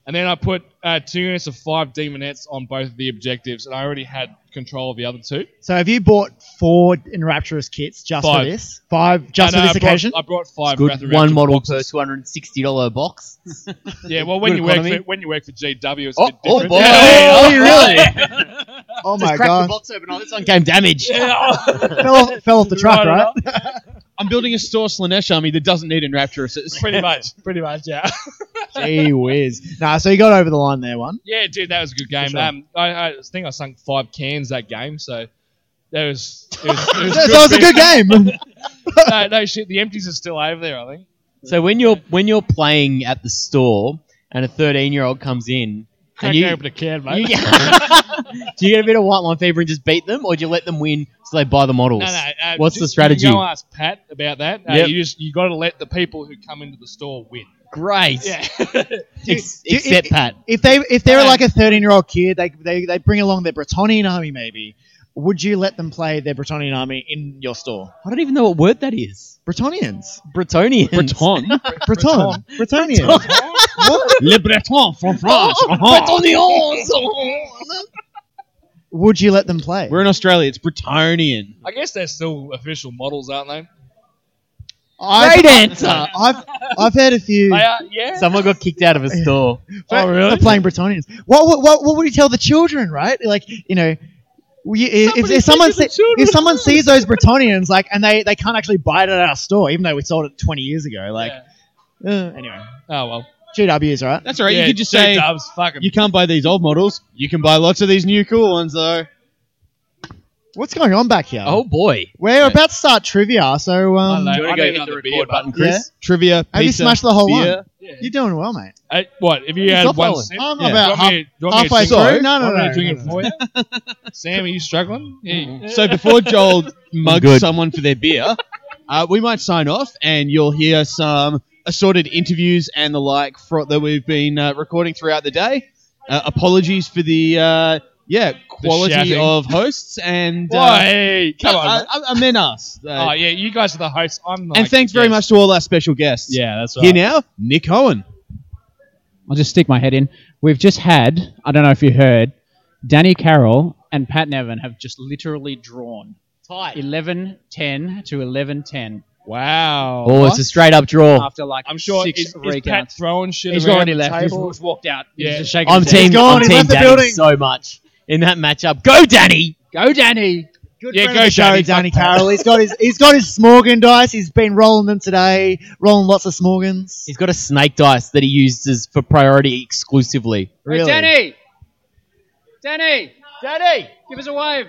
S13: and then I put uh, two units of five Demonettes on both of the objectives, and I already had control of the other two.
S6: So have you bought four Enrapturous kits just
S13: Five.
S6: for this? Five just
S13: No, no,
S6: for this
S13: I brought-
S6: occasion?
S13: I brought five
S7: Good.
S13: Wrath of
S7: One
S13: Rapture
S7: model
S13: boxes.
S7: per two hundred and sixty dollar box.
S13: Yeah, well, when
S7: Good
S13: you work
S7: economy.
S13: for, when you work for GW, it's
S7: Oh,
S13: a bit
S7: oh,
S13: different.
S7: boy.
S13: Yeah,
S7: Oh, really?
S6: Oh
S7: Just
S6: my
S7: crack the
S6: god!
S7: box open. Oh, this one came damaged.
S6: fell, off, fell off the truck, right?
S13: I'm building a store Slanesh army that doesn't need Enrapturus. Pretty much.
S14: Pretty much, yeah.
S6: Gee whiz! Nah, so you got over the line there, one.
S13: Yeah, dude, that was a good game.
S6: sure.
S13: Um, I, I think I sunk five cans that game, so that was. It was, it was
S6: So it was a good game.
S13: no, no shit. The empties are still over there. I think.
S7: So when you're when you're playing at the store and a 13 year old comes in,
S13: Crack
S7: and you,
S13: open a can, mate.
S7: you- do you get a bit of white line fever and just beat them, or do you let them win so they buy the models?
S13: No, no, uh,
S7: What's
S13: ju-
S7: the strategy?
S13: You go ask Pat about that. Uh,
S7: Yep.
S13: You just you got to let the people who come into the store win.
S7: Great.
S13: Yeah.
S7: Ex- except
S6: if,
S7: Pat.
S6: If they if they're like a thirteen year old kid, they, they they bring along their Bretonian army maybe. Would you let them play their Bretonian army in your store?
S7: I don't even know what word that is.
S6: Bretonians.
S7: Bretonians.
S6: Breton. Breton. Bretonians.
S7: Le Breton Oh, from Uh-huh.
S6: France. Would you let them play?
S7: We're in Australia. It's Bretonian.
S13: I guess they're still official models, aren't they?
S7: Great answer.
S6: I've I've heard a few.
S13: They are- yeah.
S7: Someone got kicked out of a store.
S6: But They're playing Bretonians. What, what, what, what would you tell the children, right? Like, you know, we, if, if,
S7: Somebody
S6: someone
S7: taking the
S6: se-
S7: children.
S6: if someone sees those Bretonians, like, and they, they can't actually buy it at our store, even though we sold it 20 years ago. Like, uh, anyway.
S13: Oh well.
S6: GW's, right?
S7: That's all right. you could just say you can't buy these old models. You can buy lots of these new cool ones though.
S6: What's going on back here?
S7: Oh boy.
S6: We're about to start trivia, so. Um,
S13: I
S7: wanna
S13: need
S7: go hit
S13: another
S7: the
S13: beer
S7: record button,
S6: Chris? Yeah.
S7: Trivia.
S6: have you
S7: pizza,
S6: smashed the whole
S7: beer.
S6: one? You're doing well, mate.
S13: Uh, what? If you
S6: It's
S13: had
S6: not
S13: one
S6: falling.
S13: sip,
S6: I'm about
S13: Do you want me to-
S6: half-
S13: do you want me to
S6: halfway
S13: sink it?
S6: through. No,
S13: Do
S6: no,
S13: you want me to
S6: no,
S13: drink
S6: no,
S13: it for you? Sam, are you struggling? Yeah.
S7: So before Joel mugs
S13: Good.
S7: someone for their beer, uh, we might sign off, and you'll hear some assorted interviews and the like fro- that we've been uh, recording throughout the day. Uh, apologies for the uh, yeah quality
S13: shouting.
S7: of hosts and uh,
S13: Why? Come on,
S7: uh,
S13: mate.
S7: I, I meant us. Uh,
S13: Oh yeah, you guys are the hosts. I'm like
S7: and thanks very much to all our special guests.
S13: Yeah, that's
S7: Here now, Nick Owen.
S3: I'll just stick my head in. We've just had, I don't know if you heard, Danny Carroll and Pat Nevin have just literally drawn.
S11: Tight.
S3: 11 10 to 11 10.
S13: Wow.
S7: Oh, it's a straight up draw.
S3: After like
S13: I'm sure
S3: six
S13: is, is Pat
S3: recounts.
S13: throwing shit
S3: He's
S13: around
S3: already
S13: the
S3: left. He's-
S13: table?
S3: He's walked out. He's
S13: Yeah.
S3: just shaking
S7: I'm
S3: his head.
S7: team. I'm team Danny so much in that matchup. Go Danny.
S3: Go, Danny.
S6: Good
S7: Yeah,
S6: friend
S7: go,
S6: of the show,
S7: Danny.
S6: Danny, Carroll. He's got his he's got his smorgon dice. He's been rolling them today, rolling lots of smorgans.
S7: He's got a snake dice that he uses for priority exclusively.
S6: Really?
S11: Danny! Danny! Danny! Give us a wave.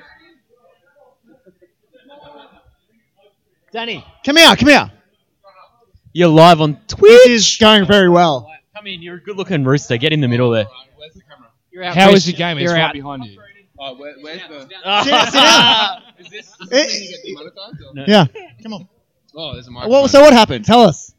S7: Danny.
S6: Come here, come here.
S7: You're live on Twitch.
S6: This is going very well.
S7: Come in, you're a good looking rooster. Get in the middle there.
S13: You're
S7: out,
S13: How
S7: Chris.
S13: is the game? It's
S7: You're
S13: right
S7: out.
S13: behind you.
S15: Oh, where, where's the?
S6: Sit down.
S15: Is this, is
S6: Eh,
S15: this when you get demonetized? or-
S6: Yeah. Come on.
S15: Oh, there's a microphone.
S6: Well, so what happened? Tell us.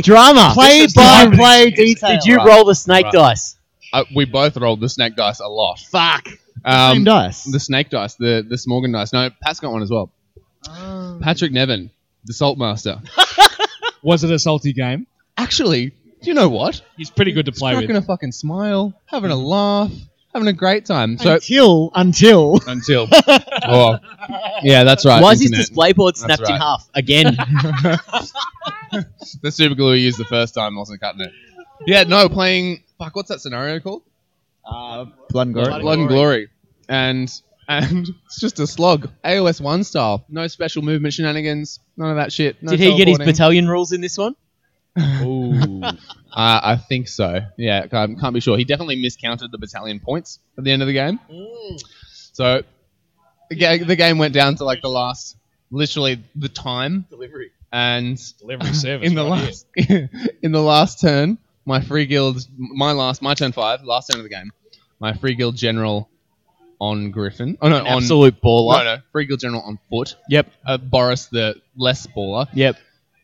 S7: drama.
S6: play
S7: This is
S6: by
S7: happening.
S6: play
S7: It's-
S6: detail.
S7: Did you roll the snake
S4: Right.
S7: dice?
S4: Uh, we both rolled the snake dice a lot.
S7: Fuck.
S4: Um,
S6: Same dice.
S4: The snake dice. The the Smorgon dice. No, Pat's got one as well. Patrick Nevin, the Salt Master.
S13: Was it a salty game?
S4: Actually, do you know what?
S13: He's pretty good to play
S4: Cracking
S13: with.
S4: a fucking smile, having
S6: Mm.
S4: a laugh, having a great time. So
S6: until until
S4: until. oh, yeah, that's right.
S7: Why is his
S4: internet.
S7: display board snapped
S4: That's
S7: in
S4: right.
S7: half again?
S4: the super glue he used the first time wasn't cutting it. Yeah, no, playing. Fuck, what's that scenario called?
S7: uh,
S6: Blood and
S4: Blood, and Glory. And and it's just a slog. AOS 1 style. No special movement shenanigans. None of that shit. No
S7: Did he get his
S4: teleporting.
S7: battalion rules in this one?
S4: uh, I think so. Yeah, I can't be sure. He definitely miscounted the battalion points at the end of the game.
S7: Mm.
S4: So the, ga- the game went down to like the last, literally the time
S13: Delivery.
S4: and
S13: Delivery service.
S4: in the
S13: right
S4: last in the last turn, my free guild, my last, my turn five, last turn of the game, my free guild general on Griffin. Oh no,
S7: An
S4: on
S7: absolute baller.
S4: No, no, free guild general on foot.
S7: Yep.
S4: Uh, Boris the less baller.
S7: Yep.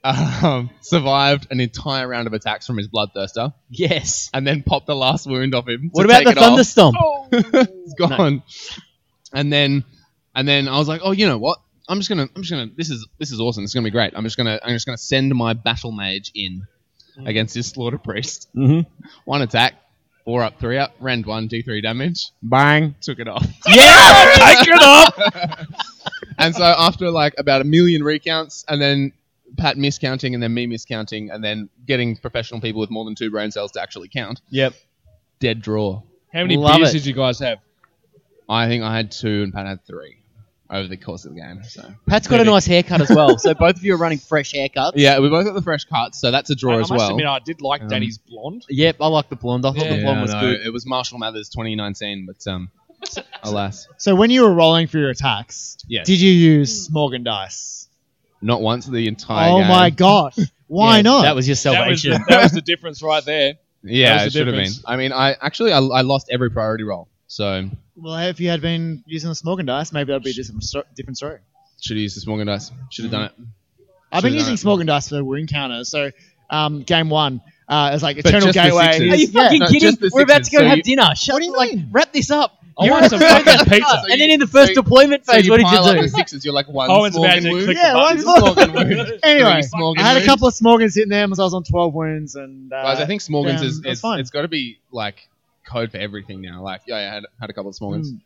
S4: Um, survived an entire round of attacks from his bloodthirster,
S7: Yes.
S4: and then popped the last wound off him. to
S7: What about
S4: take
S7: the
S4: it off. Oh,
S7: thunderstorm?
S4: It's gone. And then and then I was like, oh, you know what? I'm just gonna I'm just gonna this is this is awesome. It's gonna be great. I'm just gonna I'm just gonna
S13: Mm-hmm.
S4: send my battle mage in against his slaughter priest.
S7: Mm-hmm.
S4: One attack, Four up, three up. Rend one, D3 damage.
S16: Bang.
S4: Took it off.
S16: Yeah, take it
S4: off. and so after like about a million recounts, and then Pat miscounting, and then me miscounting, and then getting professional people with more than two brain cells to actually count.
S16: Yep.
S4: Dead draw.
S13: How many beers did you guys have?
S4: I think I had two, and Pat had three over the course of the game. So
S17: Pat's got a nice haircut as well, so both of you are running fresh haircuts.
S4: Yeah, we both got the fresh cuts, so that's a draw as
S13: I must
S4: well.
S13: admit, I did like
S4: Um,
S13: Danny's blonde.
S17: Yep, I like the blonde. I
S4: thought
S13: Yeah,
S4: the blonde
S13: I
S4: was
S13: know.
S4: good. It was Marshall Mathers 2019, but um, alas,
S17: So when you were rolling for your attacks,
S4: Yes.
S17: did you use Smorgon dice?
S4: not once the entire.
S17: oh
S4: game.
S17: my god! Why
S4: Yeah,
S17: not?
S4: that was your
S13: That
S4: salvation.
S13: was, the, that was the difference right there. That
S4: Yeah, it
S13: was the
S4: should have been.
S13: difference.
S4: I mean, I actually I, I lost every priority roll, so
S17: Well, if you had been using the Smorgon dice, maybe that'd be a different, sto- different story.
S4: should have used the Smorgon dice. Should have done it.
S17: I've been
S4: Should've done
S17: using
S4: it.
S17: Smorgon dice for wound counters. So, um, game one, uh, it's like
S4: But
S17: Eternal
S4: just the
S17: Gateway.
S4: sixes. Are you
S17: Yeah.
S4: fucking No, kidding? just the
S17: We're about to
S4: sixes.
S17: go
S4: So
S17: have
S4: you-
S17: dinner. Shut what do you like, Wrap this up.
S4: I
S17: You're
S4: want
S17: at
S4: some
S17: third
S4: fucking
S17: cut.
S4: pizza.
S17: and then in the first deployment phase,
S4: so
S17: what did
S4: you pile up
S17: you do?
S4: The sixes, you're like one.
S17: Oh, it's
S4: Smorgon
S17: about to
S4: wound.
S17: click the Yeah, button. one
S4: Smorgon wound.
S17: anyway,
S4: Three Smorgon
S17: I had a
S4: wounds.
S17: couple of Smorgans in there because I was on 12 wounds. and uh,
S4: Guys, I think Smorgans
S17: down.
S4: is,
S17: That's
S4: is it's got to be like code for everything now. Like, yeah, I had, had a couple of Smorgans.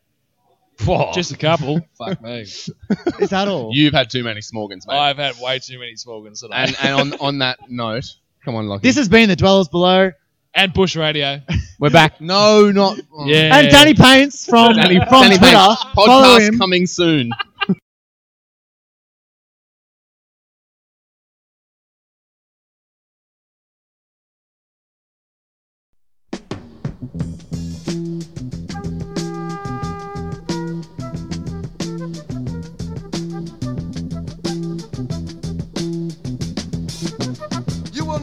S13: Whoa. Just a couple.
S4: Fuck me.
S17: Hmm. Is that all?
S4: You've had too many Smorgans, mate.
S13: I've had way too many Smorgans today.
S4: and and on, on that note, come on, Lockie.
S17: This has been the Dwellers Below.
S13: and Bush Radio.
S17: We're back.
S4: No, not
S13: Yeah.
S17: And Danny Paints from,
S4: Danny-
S17: from
S4: Danny
S17: Twitter.
S4: Paints.
S17: Follow
S4: podcast
S17: him.
S4: coming soon.
S2: You will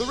S2: The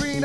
S2: Green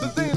S2: The theme